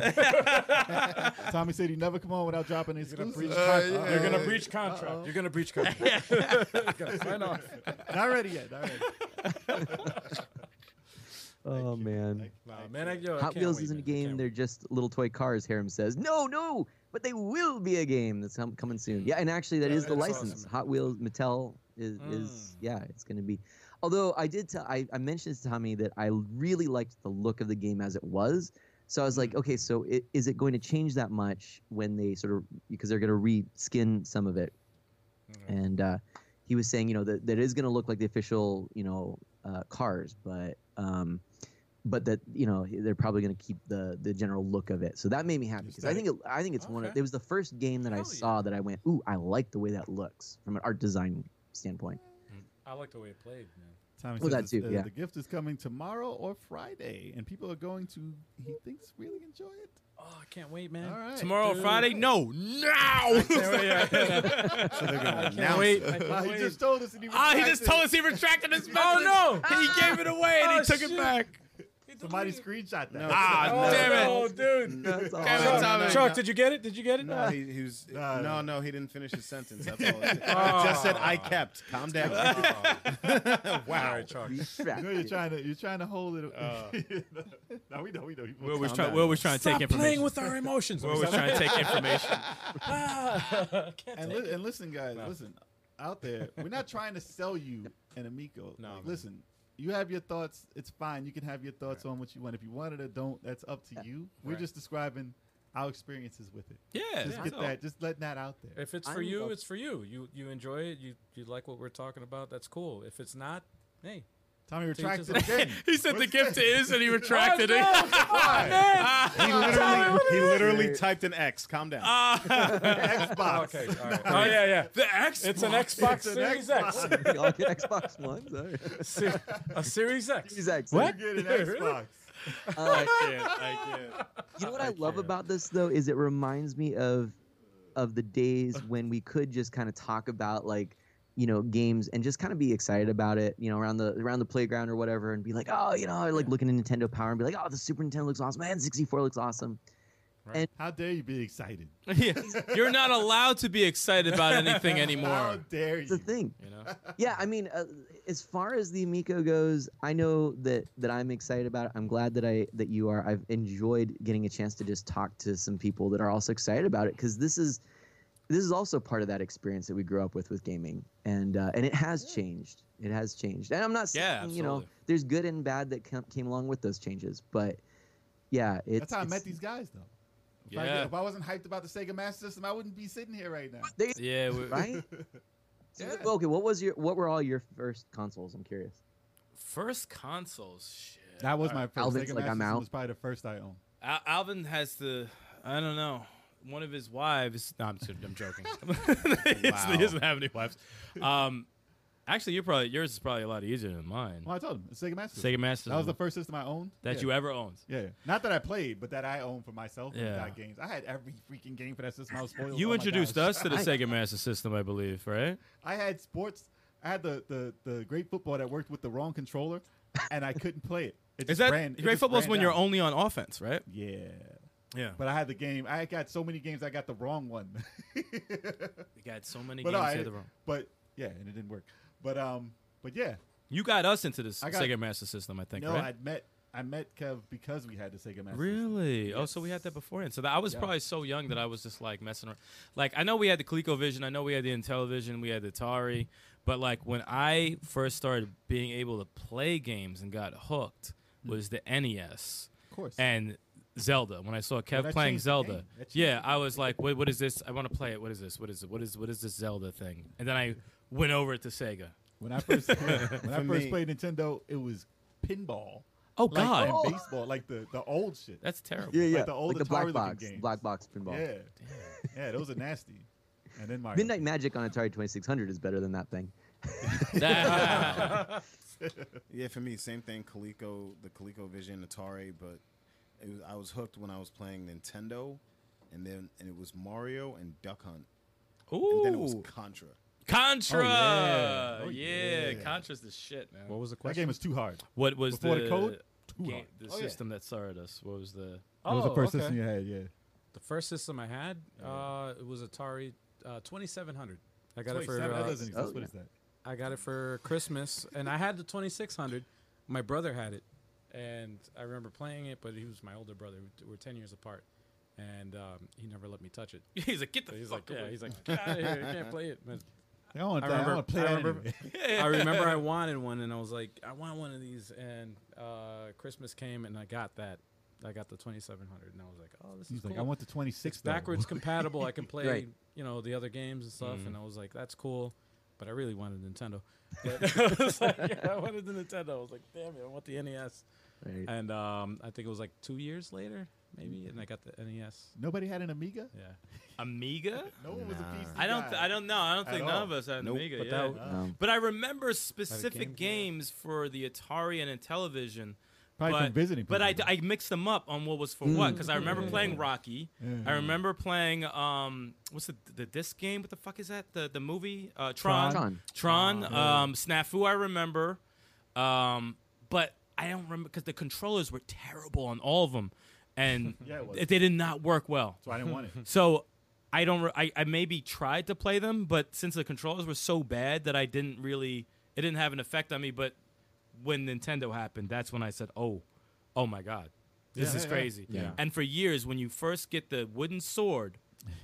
[SPEAKER 7] Tommy said he never come on without dropping an exclusive.
[SPEAKER 2] You're gonna breach contract. You're gonna breach contract. You gotta sign off.
[SPEAKER 7] not ready yet. Not ready.
[SPEAKER 5] Oh man.
[SPEAKER 2] Nah, man, I, yo, I
[SPEAKER 5] Hot
[SPEAKER 2] can't
[SPEAKER 5] Wheels
[SPEAKER 2] wait,
[SPEAKER 5] isn't a
[SPEAKER 2] man. I can't
[SPEAKER 5] game.
[SPEAKER 2] wait.
[SPEAKER 5] They're just little toy cars. Harem says, no, no, but they will be a game that's com- coming soon. Yeah, and actually, that
[SPEAKER 2] Yeah,
[SPEAKER 5] is the
[SPEAKER 2] that's
[SPEAKER 5] license.
[SPEAKER 2] awesome. Mm.
[SPEAKER 5] Hot Wheels Mattel is, is yeah, it's going to be. Although I did, t- I, I mentioned to Tommy that I really liked the look of the game as it was. So I was
[SPEAKER 2] Mm.
[SPEAKER 5] like, okay, so i- is it going to change that much when they sort of because they're going to reskin some of it? And uh, he was saying, you know, that, that it is going to look like the official, you know, uh, cars, but um, but that you know they're probably going to keep the the general look of it. So that made me happy because I think it, I think it's one of
[SPEAKER 2] Okay.
[SPEAKER 5] it was the first game that I
[SPEAKER 2] Hell yeah.
[SPEAKER 5] saw that I went, ooh, I like the way that looks from an art design standpoint.
[SPEAKER 2] I like the way it played, man.
[SPEAKER 7] Tommy
[SPEAKER 5] Well,
[SPEAKER 7] says
[SPEAKER 5] that too,
[SPEAKER 7] uh,
[SPEAKER 5] yeah.
[SPEAKER 7] the gift is coming tomorrow or Friday, and people are going to. He thinks really enjoy it.
[SPEAKER 2] Oh, I can't wait, man.
[SPEAKER 7] All right,
[SPEAKER 3] Tomorrow, Friday? No, now.
[SPEAKER 6] So they're gonna announce
[SPEAKER 2] wait.
[SPEAKER 6] it.
[SPEAKER 2] I can't
[SPEAKER 7] Wow, he
[SPEAKER 2] wait.
[SPEAKER 7] just told us. And he
[SPEAKER 3] Ah, he just
[SPEAKER 7] retracted.
[SPEAKER 3] told us he retracted his message.
[SPEAKER 2] Oh, no.
[SPEAKER 3] He gave it away and
[SPEAKER 2] Oh,
[SPEAKER 3] he took it
[SPEAKER 2] shit.
[SPEAKER 3] back.
[SPEAKER 7] Somebody screenshot that.
[SPEAKER 3] Ah,
[SPEAKER 2] Oh,
[SPEAKER 3] damn it.
[SPEAKER 2] no, dude.
[SPEAKER 5] That's all.
[SPEAKER 3] Damn it,
[SPEAKER 2] Chuck,
[SPEAKER 3] Tommy.
[SPEAKER 2] Chuck, did you get it? Did you get it?
[SPEAKER 6] No, he, he was.
[SPEAKER 7] No,
[SPEAKER 6] no,
[SPEAKER 7] no.
[SPEAKER 6] no, he didn't finish his sentence. That's all. It said. It just said, "I kept." Calm down. wow.
[SPEAKER 7] You know, you're trying to you're trying to hold it.
[SPEAKER 3] Uh.
[SPEAKER 7] no, we know, we know. He-
[SPEAKER 3] We're always,
[SPEAKER 6] Calm
[SPEAKER 3] try-
[SPEAKER 6] down.
[SPEAKER 3] we're always trying to
[SPEAKER 2] Stop
[SPEAKER 3] take
[SPEAKER 2] playing
[SPEAKER 3] information.
[SPEAKER 2] with our emotions.
[SPEAKER 3] We're always trying to take information.
[SPEAKER 2] Ah, can't
[SPEAKER 7] and,
[SPEAKER 2] take
[SPEAKER 7] li- and listen, guys, listen out there. We're not trying to sell you an Amico.
[SPEAKER 2] No,
[SPEAKER 7] Like,
[SPEAKER 2] man.
[SPEAKER 7] listen, you have your thoughts. It's fine. You can have your thoughts on what you want. If you want it or don't, that's up to you. We're
[SPEAKER 2] Right.
[SPEAKER 7] just describing our experiences with it.
[SPEAKER 3] Yeah.
[SPEAKER 7] Just
[SPEAKER 3] that's
[SPEAKER 7] get
[SPEAKER 3] all.
[SPEAKER 7] that. Just letting that out there.
[SPEAKER 2] If it's for
[SPEAKER 5] I'm
[SPEAKER 2] you,
[SPEAKER 5] a-
[SPEAKER 2] it's for you. You you enjoy it. You you like what we're talking about. That's cool. If it's not, hey.
[SPEAKER 7] Tommy
[SPEAKER 2] Teachers
[SPEAKER 7] retracted
[SPEAKER 2] are-
[SPEAKER 7] again.
[SPEAKER 3] He said the gift is and he retracted
[SPEAKER 2] Oh,
[SPEAKER 3] it.
[SPEAKER 2] no, come on, man.
[SPEAKER 3] Ah.
[SPEAKER 6] He literally, he literally typed an X. Calm down.
[SPEAKER 3] Ah.
[SPEAKER 7] Xbox.
[SPEAKER 2] Okay. All right. Oh yeah, yeah.
[SPEAKER 3] The X.
[SPEAKER 2] It's an Xbox
[SPEAKER 7] It's an
[SPEAKER 2] Series
[SPEAKER 7] Xbox.
[SPEAKER 2] X.
[SPEAKER 5] We all get Xbox One.
[SPEAKER 2] Se- a Series X.
[SPEAKER 5] What?
[SPEAKER 7] You get an Xbox.
[SPEAKER 5] Uh,
[SPEAKER 3] I can't.
[SPEAKER 5] you know what I love about this though is it reminds me of of the days when we could just kind of talk about like you know games and just kind of be excited about it you know around the around the playground or whatever and be like oh you know like looking at Nintendo Power and be like oh the Super Nintendo looks awesome man 64 looks awesome
[SPEAKER 7] How dare you be excited?
[SPEAKER 3] Yeah. You're not allowed to be excited about anything
[SPEAKER 7] How
[SPEAKER 3] anymore.
[SPEAKER 7] dare
[SPEAKER 5] it's a
[SPEAKER 7] you?
[SPEAKER 5] thing
[SPEAKER 3] Mm, You know?
[SPEAKER 5] yeah I mean uh, as far as the Amico goes I know that that I'm excited about it I'm glad that I that you are I've enjoyed getting a chance to just talk to some people that are also excited about it because this is this is also part of that experience that we grew up with with gaming and uh, and it has changed it has changed and i'm not saying
[SPEAKER 3] Yeah,
[SPEAKER 5] you know
[SPEAKER 3] absolutely.
[SPEAKER 5] there's good and bad that come, came along with those changes but yeah it's,
[SPEAKER 7] That's how I
[SPEAKER 5] it's-
[SPEAKER 7] met these guys, though. If, I,
[SPEAKER 3] Yeah.
[SPEAKER 7] if I wasn't hyped about the Sega Master System, I wouldn't be sitting here right now.
[SPEAKER 5] they-
[SPEAKER 3] Yeah. we-
[SPEAKER 5] right So, well, okay what was your what were all your first consoles i'm curious
[SPEAKER 3] First consoles. Shit.
[SPEAKER 7] That was my first.
[SPEAKER 5] Alvin's
[SPEAKER 7] Sega
[SPEAKER 5] like,
[SPEAKER 7] Master
[SPEAKER 5] I'm
[SPEAKER 7] System
[SPEAKER 5] out.
[SPEAKER 7] Was probably the first I owned.
[SPEAKER 3] Al- Alvin has the, I don't know, one of his wives. No, I'm, just- I'm joking. He doesn't have any wives. Um, actually, you're probably yours is probably a lot easier than mine.
[SPEAKER 7] Well, I told him it's Sega Master. System.
[SPEAKER 3] Sega Master
[SPEAKER 7] That was the first system I owned.
[SPEAKER 3] that
[SPEAKER 7] yeah.
[SPEAKER 3] you ever owned.
[SPEAKER 7] Yeah, yeah. not that I played, but that I owned for myself.
[SPEAKER 3] Yeah.
[SPEAKER 7] Yeah. Got games. I had every freaking game for that system. I was spoiled.
[SPEAKER 3] You
[SPEAKER 7] Oh my
[SPEAKER 3] introduced
[SPEAKER 7] gosh.
[SPEAKER 3] us to the Sega Master System, I believe, right?
[SPEAKER 7] I had sports. I had the, the the great football that worked with the wrong controller, and I couldn't play it. it
[SPEAKER 3] Is
[SPEAKER 7] just
[SPEAKER 3] that
[SPEAKER 7] ran, it
[SPEAKER 3] great
[SPEAKER 7] just
[SPEAKER 3] football's
[SPEAKER 7] ran
[SPEAKER 3] when you're
[SPEAKER 7] down.
[SPEAKER 3] only on offense, right?
[SPEAKER 7] Yeah,
[SPEAKER 3] Yeah.
[SPEAKER 7] but I had the game. I got so many games. I got the wrong one.
[SPEAKER 3] We got so many
[SPEAKER 7] but
[SPEAKER 3] games
[SPEAKER 7] no, I-
[SPEAKER 3] the other room.
[SPEAKER 7] but yeah, and it didn't work. But um, but yeah,
[SPEAKER 3] You got us into this
[SPEAKER 7] I got-
[SPEAKER 3] Sega Master System, I think,
[SPEAKER 7] no,
[SPEAKER 3] right?
[SPEAKER 7] I'd met I met Kev because we had the Sega Master. System.
[SPEAKER 3] Really? Oh, so we had that beforehand. So that, I was
[SPEAKER 7] Yeah.
[SPEAKER 3] probably so young that I was just like messing around. Like I know we had the ColecoVision, I know we had the Intellivision, we had the Atari, but like when I first started being able to play games and got hooked was the NES
[SPEAKER 7] Mm. Of course.
[SPEAKER 3] and Zelda. When I saw Kev
[SPEAKER 7] that
[SPEAKER 3] playing
[SPEAKER 7] changed the
[SPEAKER 3] Zelda,
[SPEAKER 7] game. That changed
[SPEAKER 3] yeah, I was like, what, what is this? I want to play it. What is this? What is it? What is what is this Zelda thing? And then I went over to Sega.
[SPEAKER 7] when I first when I
[SPEAKER 6] For
[SPEAKER 7] first
[SPEAKER 6] me-
[SPEAKER 7] played Nintendo, it was pinball.
[SPEAKER 3] Oh
[SPEAKER 7] like,
[SPEAKER 3] God,
[SPEAKER 7] and baseball, like the the old shit.
[SPEAKER 3] that's terrible.
[SPEAKER 5] yeah yeah
[SPEAKER 7] the old
[SPEAKER 5] like the black
[SPEAKER 7] Atari-looking
[SPEAKER 5] box
[SPEAKER 7] games.
[SPEAKER 5] black box pinball
[SPEAKER 7] Yeah, yeah, those are nasty. And then Mario.
[SPEAKER 5] midnight magic on atari 2600 is better than that thing
[SPEAKER 6] Yeah, for me, same thing. Coleco, the Coleco Vision, Atari, but it was, I was hooked when I was playing Nintendo, and then and it was Mario and Duck Hunt, and
[SPEAKER 3] Ooh,
[SPEAKER 6] then it was Contra.
[SPEAKER 3] Contra.
[SPEAKER 7] Oh, yeah. Oh,
[SPEAKER 3] yeah.
[SPEAKER 7] yeah.
[SPEAKER 3] Contra's the shit, man.
[SPEAKER 2] What was the
[SPEAKER 7] That
[SPEAKER 2] question?
[SPEAKER 7] game was too hard.
[SPEAKER 3] What was
[SPEAKER 7] Before
[SPEAKER 3] the,
[SPEAKER 7] the code, too
[SPEAKER 3] ga-
[SPEAKER 7] hard.
[SPEAKER 3] the
[SPEAKER 6] Oh, yeah.
[SPEAKER 3] system that started us? What was the?
[SPEAKER 7] That was the
[SPEAKER 2] Oh,
[SPEAKER 7] first
[SPEAKER 2] okay.
[SPEAKER 7] system you had, yeah.
[SPEAKER 2] The first system I had, uh, it was Atari uh, 2700. I got it for
[SPEAKER 7] that
[SPEAKER 2] uh,
[SPEAKER 7] doesn't exist.
[SPEAKER 5] oh,
[SPEAKER 7] what
[SPEAKER 5] yeah.
[SPEAKER 7] is that?
[SPEAKER 2] I got it for Christmas, and I had the 2600. My brother had it, and I remember playing it, but he was my older brother. We- We're 10 years apart, and um, he never let me touch it.
[SPEAKER 3] He's like, get the
[SPEAKER 2] He's like,
[SPEAKER 3] fuck
[SPEAKER 2] yeah,
[SPEAKER 3] away.
[SPEAKER 2] he's like, get out of here, you can't play it. But
[SPEAKER 7] I don't want
[SPEAKER 2] I
[SPEAKER 7] that. I
[SPEAKER 2] remember-
[SPEAKER 7] want to play
[SPEAKER 2] I
[SPEAKER 7] that.
[SPEAKER 2] remember-
[SPEAKER 7] anyway.
[SPEAKER 2] I remember I wanted one, and I was like, I want one of these. And uh, Christmas came, and I got that. I got the 2700, and I was like, oh, this
[SPEAKER 7] He's
[SPEAKER 2] is cool.
[SPEAKER 7] like, I want the
[SPEAKER 2] it's
[SPEAKER 7] 26 though.
[SPEAKER 2] backwards compatible. I can play,
[SPEAKER 5] Right.
[SPEAKER 2] you know, the other games and stuff. And I was like, that's cool. But I really wanted Nintendo. But I was like, yeah, I wanted E the Nintendo. I was like, damn it, I want the NES.
[SPEAKER 5] right
[SPEAKER 2] And um, I think it was like two years later, maybe, and I got the NES.
[SPEAKER 4] Nobody had an Amiga.
[SPEAKER 2] Yeah,
[SPEAKER 3] Amiga?
[SPEAKER 4] No one was a
[SPEAKER 6] Nah.
[SPEAKER 4] PC.
[SPEAKER 3] I don't.
[SPEAKER 4] guy.
[SPEAKER 3] Th- I don't know. I don't
[SPEAKER 4] At
[SPEAKER 3] think
[SPEAKER 4] all.
[SPEAKER 3] none of us had an
[SPEAKER 6] Nope.
[SPEAKER 3] Amiga.
[SPEAKER 2] but
[SPEAKER 3] yeah.
[SPEAKER 2] that w-
[SPEAKER 5] Um,
[SPEAKER 3] But I remember
[SPEAKER 2] games, yeah.
[SPEAKER 3] specific games for the Atari and Intellivision.
[SPEAKER 4] Probably
[SPEAKER 3] but,
[SPEAKER 4] from visiting.
[SPEAKER 3] But I,
[SPEAKER 4] people.
[SPEAKER 3] I mixed them up on what was for what because I remember playing Rocky. I remember playing um what's the the disc game? What the fuck is that? The the movie uh, Tron.
[SPEAKER 5] Tron.
[SPEAKER 3] Tron.
[SPEAKER 4] Ah,
[SPEAKER 3] um, Snafu. I remember. Um, but I don't remember because the controllers were terrible on all of them, and
[SPEAKER 4] Yeah, it was.
[SPEAKER 3] they did not work well.
[SPEAKER 4] So I didn't want it.
[SPEAKER 3] So I don't. Re- I, I maybe tried to play them, but since the controllers were so bad that I didn't really. It didn't have an effect on me. But when Nintendo happened, that's when I said, "Oh, oh my God, this
[SPEAKER 4] Yeah.
[SPEAKER 3] is
[SPEAKER 4] Yeah, yeah.
[SPEAKER 3] crazy."
[SPEAKER 9] Yeah.
[SPEAKER 3] And for years, when you first get the wooden sword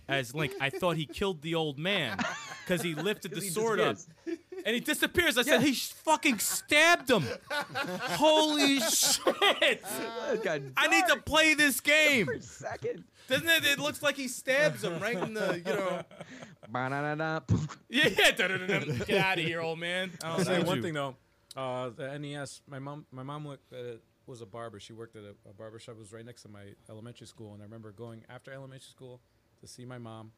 [SPEAKER 3] as Link, I thought he killed the old man because he lifted the sword up and he disappears. I said, "He sh- fucking stabbed him." Holy shit! I need to play this game.
[SPEAKER 5] For a second.
[SPEAKER 3] Doesn't it? It looks like he stabs him right in the, you know.
[SPEAKER 5] Ba-da-da-da.
[SPEAKER 3] Yeah, da-da-da-dum. get out of here, old man. I
[SPEAKER 2] I'll
[SPEAKER 3] don't
[SPEAKER 2] say
[SPEAKER 3] need
[SPEAKER 2] one
[SPEAKER 3] you.
[SPEAKER 2] thing though. Uh, the NES. My mom. My mom worked at a, was a barber. She worked at a, a barber shop. It was right next to my elementary school, and I remember going after elementary school to see my mom,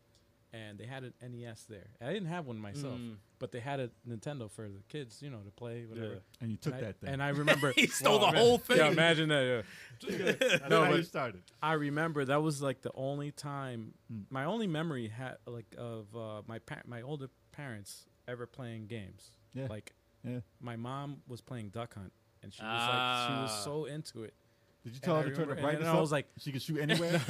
[SPEAKER 2] and they had an NES there. I didn't have one myself,
[SPEAKER 3] Mm.
[SPEAKER 2] but they had a Nintendo for the kids, you know, to play whatever.
[SPEAKER 4] And you took
[SPEAKER 2] And I,
[SPEAKER 4] that thing.
[SPEAKER 2] and I remember
[SPEAKER 3] He stole
[SPEAKER 2] Wow,
[SPEAKER 3] the
[SPEAKER 2] man.
[SPEAKER 3] whole thing.
[SPEAKER 2] Yeah, imagine that. Yeah.
[SPEAKER 4] That's
[SPEAKER 2] No,
[SPEAKER 4] how
[SPEAKER 2] but-
[SPEAKER 4] you started.
[SPEAKER 2] I remember that was like the only time
[SPEAKER 4] Hmm.
[SPEAKER 2] my only memory had like of uh, my pa- my older parents ever playing games.
[SPEAKER 4] Yeah.
[SPEAKER 2] Like
[SPEAKER 4] Yeah.
[SPEAKER 2] my mom was playing Duck Hunt and she was like she
[SPEAKER 3] Ah.
[SPEAKER 2] was so into it.
[SPEAKER 4] Did you
[SPEAKER 2] And
[SPEAKER 4] tell
[SPEAKER 2] I
[SPEAKER 4] her to turn the
[SPEAKER 2] remember- and
[SPEAKER 4] brightness
[SPEAKER 2] then I
[SPEAKER 4] up?
[SPEAKER 2] was like-
[SPEAKER 4] she could shoot anywhere.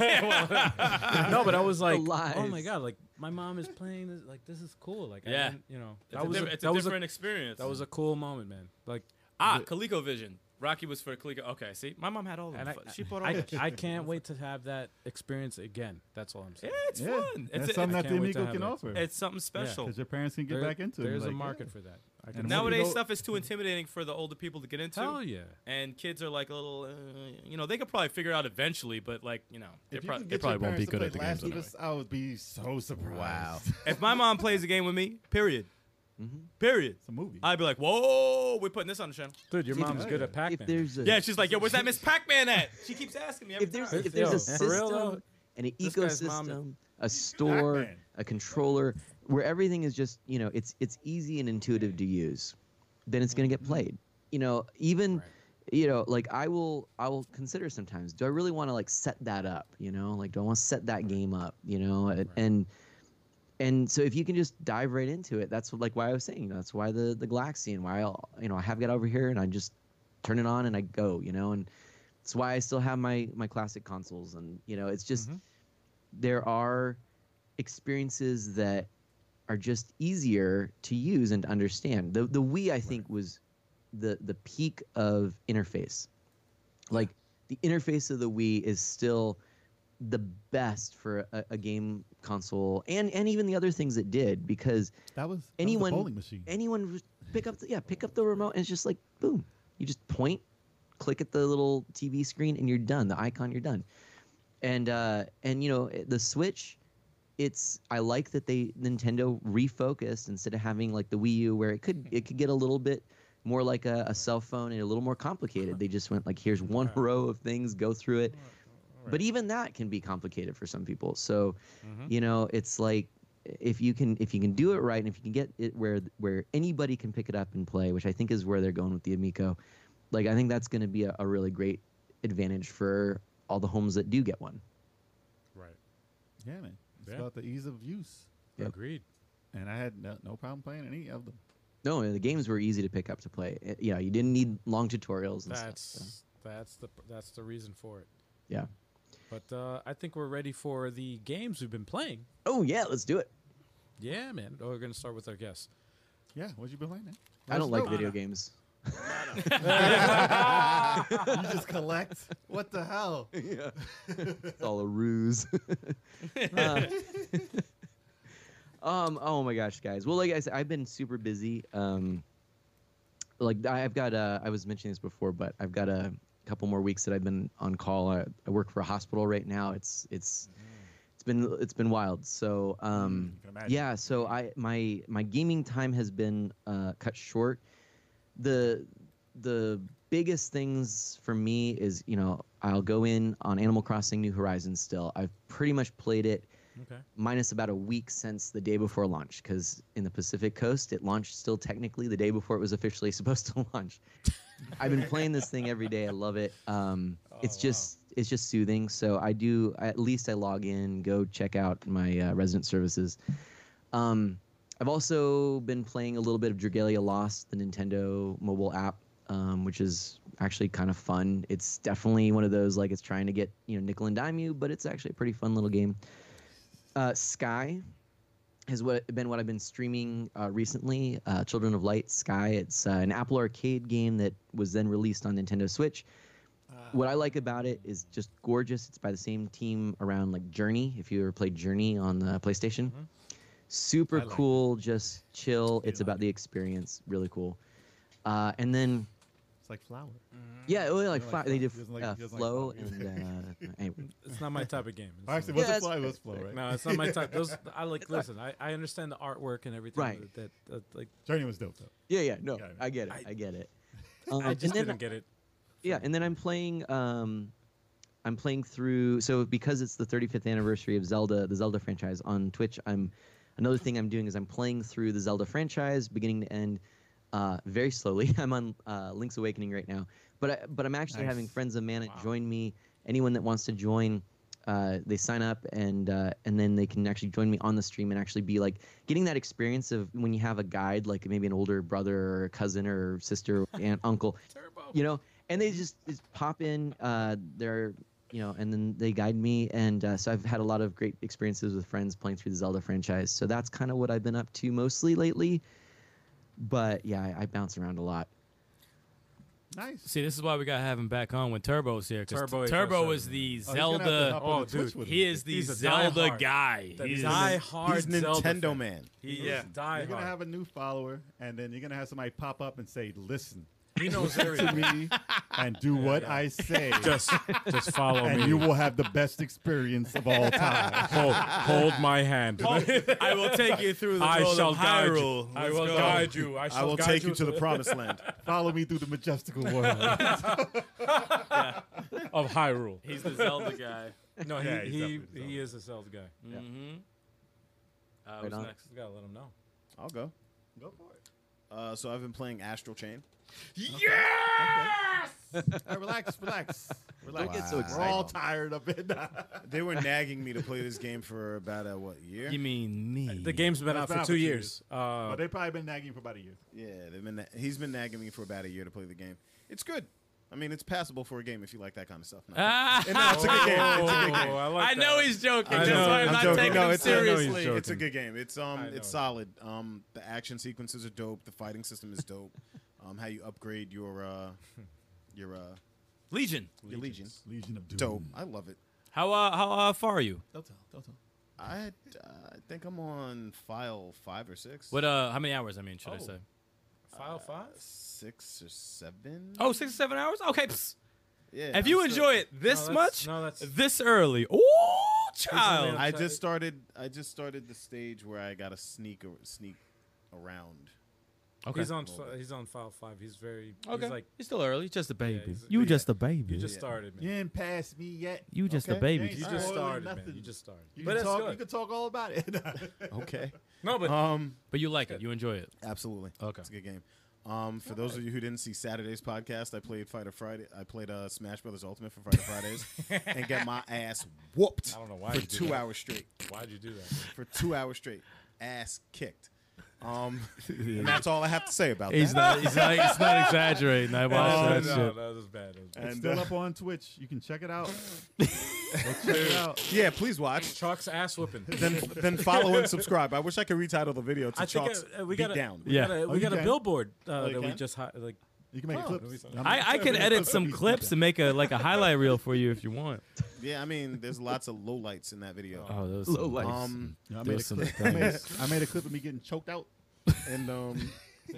[SPEAKER 2] no, but I was like, oh my
[SPEAKER 5] lies.
[SPEAKER 2] god, like my mom is playing this like this is cool. Like I
[SPEAKER 3] Yeah.
[SPEAKER 2] didn't- you know,
[SPEAKER 3] It's a,
[SPEAKER 2] was
[SPEAKER 3] different, it's a
[SPEAKER 2] that was
[SPEAKER 3] different experience.
[SPEAKER 2] that was a cool moment, man. Like
[SPEAKER 3] ah, ColecoVision. Rocky was for Coleco. Okay, see, my mom had all of
[SPEAKER 2] and
[SPEAKER 3] them.
[SPEAKER 2] I,
[SPEAKER 3] Fu- she bought all
[SPEAKER 2] I,
[SPEAKER 3] that.
[SPEAKER 2] I can't wait to have that experience again. That's all I'm
[SPEAKER 3] Yeah,
[SPEAKER 2] saying.
[SPEAKER 3] it's
[SPEAKER 4] yeah,
[SPEAKER 3] fun.
[SPEAKER 4] that's
[SPEAKER 3] It's,
[SPEAKER 4] something that
[SPEAKER 3] it's,
[SPEAKER 4] the
[SPEAKER 2] can't wait to
[SPEAKER 4] Amigo
[SPEAKER 2] have
[SPEAKER 4] can
[SPEAKER 2] it.
[SPEAKER 4] offer
[SPEAKER 3] it's something special.
[SPEAKER 4] because your parents can get
[SPEAKER 2] There-
[SPEAKER 4] back into it.
[SPEAKER 2] There's
[SPEAKER 4] like,
[SPEAKER 2] a market
[SPEAKER 4] yeah.
[SPEAKER 2] for that. I
[SPEAKER 4] And
[SPEAKER 2] can
[SPEAKER 4] what-
[SPEAKER 3] Nowadays,
[SPEAKER 4] go-
[SPEAKER 3] stuff is too intimidating for the older people to get into.
[SPEAKER 2] tell you.
[SPEAKER 3] and kids are like a little, uh, you know, they could probably figure it out eventually, but like, you know, they're
[SPEAKER 4] If you
[SPEAKER 3] prob-
[SPEAKER 4] can
[SPEAKER 3] they're
[SPEAKER 4] get
[SPEAKER 3] probably.
[SPEAKER 4] your
[SPEAKER 9] probably won't be
[SPEAKER 4] parents to play
[SPEAKER 9] good at the
[SPEAKER 4] Last of Us,
[SPEAKER 9] games
[SPEAKER 4] I would be so surprised.
[SPEAKER 6] Wow.
[SPEAKER 3] If my mom plays a game with me, period, period,
[SPEAKER 4] It's a movie.
[SPEAKER 3] I'd be like, whoa, we're putting this on the channel.
[SPEAKER 2] Dude, your
[SPEAKER 5] If-
[SPEAKER 2] mom's good at Pac-Man.
[SPEAKER 5] If there's a
[SPEAKER 3] Yeah, she's like, yo, where's that Miss Pac-Man at? She keeps asking me every
[SPEAKER 5] if there's
[SPEAKER 3] time.
[SPEAKER 5] if there's
[SPEAKER 2] Yo,
[SPEAKER 5] a
[SPEAKER 2] for real though,
[SPEAKER 5] system and an
[SPEAKER 2] this guy's mom-
[SPEAKER 5] ecosystem, a store,
[SPEAKER 4] Pac-Man.
[SPEAKER 5] a controller where everything is just you know it's it's easy and intuitive to use, then it's gonna get played. You know, even you know like I will I will consider sometimes do I really want to like set that up? You know, like do I want to set that game up? You know, and. and and so if you can just dive right into it, that's like why I was saying you know, that's why the the Galaxy and why I'll you know I have got over here and I just turn it on and I go, you know, and it's why I still have my my classic consoles and you know it's just there are experiences that are just easier to use and to understand. The the Wii I think was the the peak of interface. Like the interface of the Wii is still the best for a, a game console and and even the other things it did because
[SPEAKER 4] that was that was
[SPEAKER 5] anyone
[SPEAKER 4] a bowling machine.
[SPEAKER 5] anyone just pick up the, yeah pick up the remote and it's just like boom you just point click at the little tv screen and you're done the icon you're done and uh and you know it- the switch it's i like that they nintendo refocused instead of having like the wii u where it could it could get a little bit more like a, a cell phone and a little more complicated they just went like here's one row of things go through it but even that can be complicated for some people so you know it's like if you can if you can do it right and if you can get it where where anybody can pick it up and play which i think is where they're going with the amico like i think that's going to be a, a really great advantage for all the homes that do get one
[SPEAKER 2] Right.
[SPEAKER 4] Yeah, man. It's
[SPEAKER 2] Yeah.
[SPEAKER 4] about the ease of use.
[SPEAKER 5] Yep.
[SPEAKER 2] Agreed.
[SPEAKER 4] And I had no, no problem playing any of them.
[SPEAKER 5] no and the games were easy to pick up to play It- you know you didn't need long tutorials and stuff so,
[SPEAKER 2] That's that's the that's the reason for it.
[SPEAKER 5] yeah
[SPEAKER 2] But uh, I think we're ready for the games we've been playing.
[SPEAKER 5] oh yeah let's do it
[SPEAKER 2] Yeah, man. Oh, we're gonna start with our guests.
[SPEAKER 4] Yeah, what you been playing? Man?
[SPEAKER 5] i don't like video games
[SPEAKER 4] you just collect. What the hell?
[SPEAKER 5] it's all a ruse. Uh, um. Oh my gosh, guys. Well, like I said, I've been super busy. Um, like I- I've got. Uh, I was mentioning this before, but I've got a couple more weeks that I've been on call. I, I work for a hospital right now. It's it's it's been it's been wild. So um, yeah. So I my my gaming time has been uh, cut short the the biggest things for me is you know I'll go in on Animal Crossing New Horizons still. I've pretty much played it
[SPEAKER 2] Okay.
[SPEAKER 5] minus about a week since the day before launch because in the Pacific Coast, it launched still technically the day before it was officially supposed to launch. I've been playing this thing every day. I love it. Um, it's just it's just soothing. So I do at least I log in, go check out my uh, resident services. Um, I've also been playing a little bit of Dragalia Lost, the Nintendo mobile app, um, which is actually kind of fun. It's definitely one of those like it's trying to get you know nickel and dime you, but it's actually a pretty fun little game. Uh, Sky has what been what I've been streaming uh, recently. Uh, Children of Light, Sky. It's uh, an Apple Arcade game that was then released on Nintendo Switch. What I like about it is just gorgeous. It's by the same team around like Journey. If you ever played Journey on the PlayStation, super cool. Just chill. It's about the experience. Really cool. Uh, and then
[SPEAKER 7] It's like flour.
[SPEAKER 5] yeah, well, like,
[SPEAKER 7] like
[SPEAKER 5] fi-
[SPEAKER 7] Flow.
[SPEAKER 5] they
[SPEAKER 7] He
[SPEAKER 5] did
[SPEAKER 7] doesn't like-
[SPEAKER 5] uh,
[SPEAKER 7] he doesn't like
[SPEAKER 5] flow
[SPEAKER 7] Flow
[SPEAKER 5] and uh, anyway.
[SPEAKER 2] It's not my type of game. It's
[SPEAKER 7] Actually,
[SPEAKER 2] not-
[SPEAKER 7] it
[SPEAKER 5] that's
[SPEAKER 7] was a flour. It was
[SPEAKER 5] fair,
[SPEAKER 7] flour, right?
[SPEAKER 2] no, it's not my type. Those I like. Listen, I, I understand the artwork and everything.
[SPEAKER 5] Right.
[SPEAKER 2] That, that, that, like
[SPEAKER 7] Journey was dope though.
[SPEAKER 5] Yeah, yeah, no,
[SPEAKER 7] Got it.
[SPEAKER 5] I get it.
[SPEAKER 2] I-
[SPEAKER 5] I, get it. Um,
[SPEAKER 2] I
[SPEAKER 5] and
[SPEAKER 2] just
[SPEAKER 5] then-
[SPEAKER 2] didn't get it.
[SPEAKER 5] yeah and then i'm playing um i'm playing through so because it's the 35th anniversary of zelda the zelda franchise on twitch i'm another thing i'm doing is i'm playing through the zelda franchise beginning to end uh, very slowly i'm on uh, link's awakening right now but I, but i'm actually having friends of mana join me anyone that wants to join uh, they sign up and uh, and then they can actually join me on the stream and actually be like getting that experience of when you have a guide like maybe an older brother or a cousin or sister and uncle you know and they just, just pop in uh their you know and then they guide me and uh, so i've had a lot of great experiences with friends playing through the zelda franchise so that's kind of what i've been up to mostly lately but yeah i, I bounce around a lot
[SPEAKER 7] Nice.
[SPEAKER 3] See, this is why we gotta have him back on when Turbo's here. 'cause
[SPEAKER 2] Turbo is
[SPEAKER 3] Turbo
[SPEAKER 2] also-
[SPEAKER 3] is the
[SPEAKER 7] Oh, he's gonna have to
[SPEAKER 3] Zelda.
[SPEAKER 7] hop on
[SPEAKER 2] oh,
[SPEAKER 7] the Twitch
[SPEAKER 2] dude,
[SPEAKER 7] with
[SPEAKER 3] he
[SPEAKER 7] us.
[SPEAKER 3] is the
[SPEAKER 2] He's a
[SPEAKER 3] Zelda
[SPEAKER 2] diehard.
[SPEAKER 3] guy.
[SPEAKER 2] The
[SPEAKER 3] He's-
[SPEAKER 2] die hard
[SPEAKER 6] He's Nintendo man.
[SPEAKER 2] He
[SPEAKER 3] Yeah.
[SPEAKER 2] is die
[SPEAKER 7] You're gonna
[SPEAKER 2] hard.
[SPEAKER 7] have a new follower, and then you're gonna have somebody pop up and say, "Listen
[SPEAKER 2] He knows
[SPEAKER 7] to
[SPEAKER 2] everything.
[SPEAKER 7] me, and do what I say,
[SPEAKER 2] just just follow
[SPEAKER 7] and
[SPEAKER 2] me.
[SPEAKER 7] you will have the best experience of all time."
[SPEAKER 2] hold, hold my hand.
[SPEAKER 3] I will take you through the
[SPEAKER 2] I
[SPEAKER 3] world
[SPEAKER 2] shall
[SPEAKER 3] of
[SPEAKER 2] guide you.
[SPEAKER 3] Hyrule.
[SPEAKER 2] I
[SPEAKER 3] Let's
[SPEAKER 2] will
[SPEAKER 3] go.
[SPEAKER 2] guide you. I, shall
[SPEAKER 6] I will
[SPEAKER 2] guide
[SPEAKER 6] take you
[SPEAKER 2] you
[SPEAKER 6] to the promised land.
[SPEAKER 7] Follow me through the majestical world.
[SPEAKER 2] of Hyrule.
[SPEAKER 3] He's the Zelda guy.
[SPEAKER 2] No,
[SPEAKER 7] Yeah, he's
[SPEAKER 2] he he,
[SPEAKER 7] definitely
[SPEAKER 2] he is a sales guy.
[SPEAKER 3] Mm-hmm. Uh,
[SPEAKER 5] Right
[SPEAKER 3] who's
[SPEAKER 5] on.
[SPEAKER 3] next?
[SPEAKER 2] You gotta let him know.
[SPEAKER 6] I'll go.
[SPEAKER 7] Go for it.
[SPEAKER 6] Uh, so I've been playing Astral Chain.
[SPEAKER 7] All right, relax, relax, relax.
[SPEAKER 5] Don't get so
[SPEAKER 7] We're all
[SPEAKER 5] excited.
[SPEAKER 7] tired of it.
[SPEAKER 6] They were nagging me to play this game for about a what year?
[SPEAKER 3] You mean me?
[SPEAKER 2] Uh, The game's been
[SPEAKER 7] It's
[SPEAKER 2] out
[SPEAKER 7] been
[SPEAKER 2] for
[SPEAKER 7] out
[SPEAKER 2] two
[SPEAKER 7] for two
[SPEAKER 2] years. Uh,
[SPEAKER 7] but they've Oh, probably been nagging for about a year.
[SPEAKER 6] Yeah, they've been na- he's been nagging me for about a year to play the game. It's good. I mean, it's passable for a game if you like that kind of stuff. No.
[SPEAKER 3] Ah,
[SPEAKER 6] And no, it's a good
[SPEAKER 2] Oh,
[SPEAKER 6] game. It's a good game.
[SPEAKER 2] I,
[SPEAKER 3] I know he's joking.
[SPEAKER 6] I
[SPEAKER 3] That's
[SPEAKER 6] know,
[SPEAKER 3] why I'm
[SPEAKER 6] I'm
[SPEAKER 3] not
[SPEAKER 6] joking.
[SPEAKER 3] taking
[SPEAKER 6] No,
[SPEAKER 3] him
[SPEAKER 6] it's- I know he's
[SPEAKER 3] seriously.
[SPEAKER 2] joking.
[SPEAKER 6] It's a good game. It's um,
[SPEAKER 2] know.
[SPEAKER 6] it's solid. Um, the action sequences are dope. The fighting system is dope. um, how you upgrade your uh, your uh,
[SPEAKER 3] Legion.
[SPEAKER 6] your legions.
[SPEAKER 7] Legion of Doom.
[SPEAKER 6] Dope. I love it.
[SPEAKER 3] How uh, how uh, far are you?
[SPEAKER 7] Don't tell. Don't tell.
[SPEAKER 6] I uh, I think I'm on file five or six.
[SPEAKER 3] What uh? How many hours? I mean, should I
[SPEAKER 2] Oh.
[SPEAKER 3] say?
[SPEAKER 2] File five.
[SPEAKER 6] Six or seven?
[SPEAKER 3] Oh, six or seven hours. Okay. Psst.
[SPEAKER 6] yeah.
[SPEAKER 3] If
[SPEAKER 6] I'm
[SPEAKER 3] you
[SPEAKER 6] still-
[SPEAKER 3] enjoy it this
[SPEAKER 2] No, that's-
[SPEAKER 3] much,
[SPEAKER 2] no, that's-
[SPEAKER 3] this early, ooh, child.
[SPEAKER 2] only
[SPEAKER 6] I
[SPEAKER 2] Sorry.
[SPEAKER 6] just started. I just started the stage where I got to sneak a- sneak around.
[SPEAKER 3] Okay.
[SPEAKER 2] He's on. fi- He's on file five. He's very.
[SPEAKER 3] Okay.
[SPEAKER 2] He's like
[SPEAKER 3] still early. He's just a baby.
[SPEAKER 2] he's-
[SPEAKER 8] You
[SPEAKER 2] yeah.
[SPEAKER 8] just a baby.
[SPEAKER 2] you just started, man.
[SPEAKER 7] You didn't pass me yet.
[SPEAKER 8] you just
[SPEAKER 6] Okay.
[SPEAKER 8] a baby.
[SPEAKER 2] You
[SPEAKER 7] Yeah,
[SPEAKER 2] just
[SPEAKER 7] Spoiling
[SPEAKER 2] started, man.
[SPEAKER 7] nothing.
[SPEAKER 2] You just started.
[SPEAKER 7] You
[SPEAKER 2] but
[SPEAKER 7] can
[SPEAKER 2] it's
[SPEAKER 7] talk.
[SPEAKER 2] good.
[SPEAKER 7] You can talk all about it.
[SPEAKER 6] Okay.
[SPEAKER 2] no, but
[SPEAKER 6] um.
[SPEAKER 3] But you like it. You enjoy it.
[SPEAKER 6] Absolutely.
[SPEAKER 3] Okay.
[SPEAKER 6] It's a good game. Um, for those of you who didn't see Saturday's podcast, I played Fighter Friday. I played uh, Smash Brothers Ultimate for Fighter Fridays, and got my ass whooped
[SPEAKER 2] I don't know why
[SPEAKER 6] for
[SPEAKER 2] you did
[SPEAKER 6] two
[SPEAKER 2] that.
[SPEAKER 6] hours straight.
[SPEAKER 2] why'd you do that?
[SPEAKER 6] For two hours straight, ass kicked. Um, and that's all I have to say about that.
[SPEAKER 3] not. He's not, he's not exaggerating. I
[SPEAKER 2] Oh, no, no, that was bad. That was bad.
[SPEAKER 6] and,
[SPEAKER 7] Still
[SPEAKER 6] uh,
[SPEAKER 7] up on Twitch. You can check it out. Go check it out.
[SPEAKER 6] yeah, please watch.
[SPEAKER 2] Chalk's ass whipping.
[SPEAKER 6] Then, then follow and subscribe. I wish I could retitle the video to
[SPEAKER 2] I think
[SPEAKER 6] Chalk's
[SPEAKER 2] uh, we
[SPEAKER 6] Beat
[SPEAKER 2] got
[SPEAKER 6] Down.
[SPEAKER 2] We
[SPEAKER 3] Yeah.
[SPEAKER 2] got a,
[SPEAKER 7] you
[SPEAKER 2] we got a
[SPEAKER 7] can.
[SPEAKER 2] billboard uh,
[SPEAKER 6] you
[SPEAKER 2] that we
[SPEAKER 6] can?
[SPEAKER 2] just hi- like.
[SPEAKER 7] You can make clips.
[SPEAKER 3] I, I can edit some clips and make a like a highlight reel for you if you want.
[SPEAKER 6] Yeah, I mean, there's lots of lowlights in that video.
[SPEAKER 3] Oh, those
[SPEAKER 5] Low lights.
[SPEAKER 6] Um,
[SPEAKER 7] I
[SPEAKER 3] there
[SPEAKER 7] made, a
[SPEAKER 3] was some
[SPEAKER 7] clip. I, made, I made a clip of me getting choked out.
[SPEAKER 6] and um,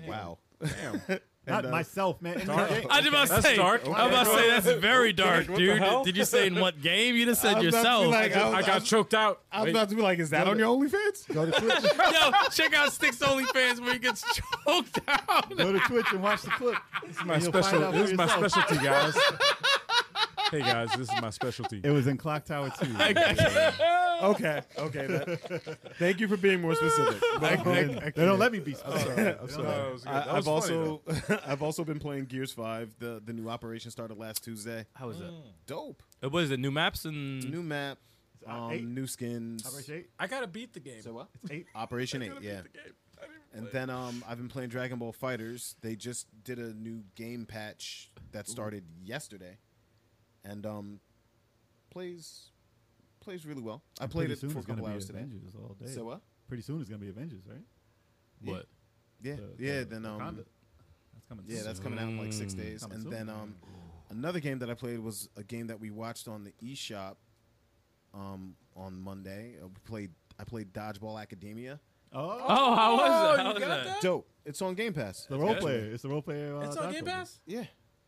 [SPEAKER 6] wow, uh, damn.
[SPEAKER 7] Not myself, man.
[SPEAKER 3] I just about to
[SPEAKER 2] That's
[SPEAKER 3] say.
[SPEAKER 2] dark.
[SPEAKER 3] I'm about to say that's very dark, dude. Did you say in what game? You just
[SPEAKER 6] I
[SPEAKER 3] said
[SPEAKER 6] was about to be
[SPEAKER 3] yourself.
[SPEAKER 6] like, I was-
[SPEAKER 2] I got choked out.
[SPEAKER 6] I was
[SPEAKER 2] Wait.
[SPEAKER 6] about to be like, is that on your OnlyFans?
[SPEAKER 7] Go to Twitch.
[SPEAKER 3] Yo, check out Sticks Only Fans where he gets choked out.
[SPEAKER 7] Go to Twitch and watch the clip. This is
[SPEAKER 2] my special. This is my specialty, guys. hey guys, this is my specialty.
[SPEAKER 7] It was in Clock Tower 2.
[SPEAKER 6] okay, okay. that- thank you for being more specific.
[SPEAKER 7] they don't let me be
[SPEAKER 6] I'm
[SPEAKER 7] special.
[SPEAKER 6] sorry. I'm sorry.
[SPEAKER 7] no,
[SPEAKER 6] I, have also I've also been playing Gears Five. The the new operation started last Tuesday.
[SPEAKER 3] How was
[SPEAKER 6] Mm.
[SPEAKER 3] that?
[SPEAKER 6] Dope.
[SPEAKER 3] Uh, What is it? New maps
[SPEAKER 7] Hmm.
[SPEAKER 3] and
[SPEAKER 6] New map. Um,
[SPEAKER 7] eight.
[SPEAKER 6] new skins.
[SPEAKER 7] Operation Eight?
[SPEAKER 2] I gotta beat the game.
[SPEAKER 6] So what?
[SPEAKER 7] eight.
[SPEAKER 6] Operation Eight. Yeah. And then um, I've been playing Dragon Ball Fighters. They just did a new game patch that started yesterday, and um, plays plays really well. I played
[SPEAKER 7] Pretty
[SPEAKER 6] it
[SPEAKER 7] soon
[SPEAKER 6] for a
[SPEAKER 7] it's gonna
[SPEAKER 6] couple
[SPEAKER 7] be
[SPEAKER 6] hours today.
[SPEAKER 7] Avengers all day.
[SPEAKER 6] So what?
[SPEAKER 7] Pretty soon it's going to be Avengers, right?
[SPEAKER 3] what?
[SPEAKER 6] Yeah,
[SPEAKER 7] The-
[SPEAKER 6] yeah.
[SPEAKER 7] the-
[SPEAKER 6] Then
[SPEAKER 7] the
[SPEAKER 6] um,
[SPEAKER 7] Wakanda. That's coming
[SPEAKER 6] Yeah,
[SPEAKER 7] soon.
[SPEAKER 6] that's coming out in like six days.
[SPEAKER 7] Coming
[SPEAKER 6] And
[SPEAKER 7] soon.
[SPEAKER 6] then um, another game that I played was a game that we watched on the eShop um, on Monday. Uh, We played. I played Dodgeball Academia.
[SPEAKER 7] Oh,
[SPEAKER 3] Oh, how was
[SPEAKER 2] Oh,
[SPEAKER 3] it? How
[SPEAKER 2] you
[SPEAKER 3] was
[SPEAKER 2] got
[SPEAKER 3] that?
[SPEAKER 2] that?
[SPEAKER 6] Dope. It's on Game Pass.
[SPEAKER 7] the role
[SPEAKER 3] good.
[SPEAKER 7] player. It's the role player. Uh,
[SPEAKER 2] It's on Game
[SPEAKER 7] dodgeball.
[SPEAKER 2] Pass.
[SPEAKER 6] Yeah,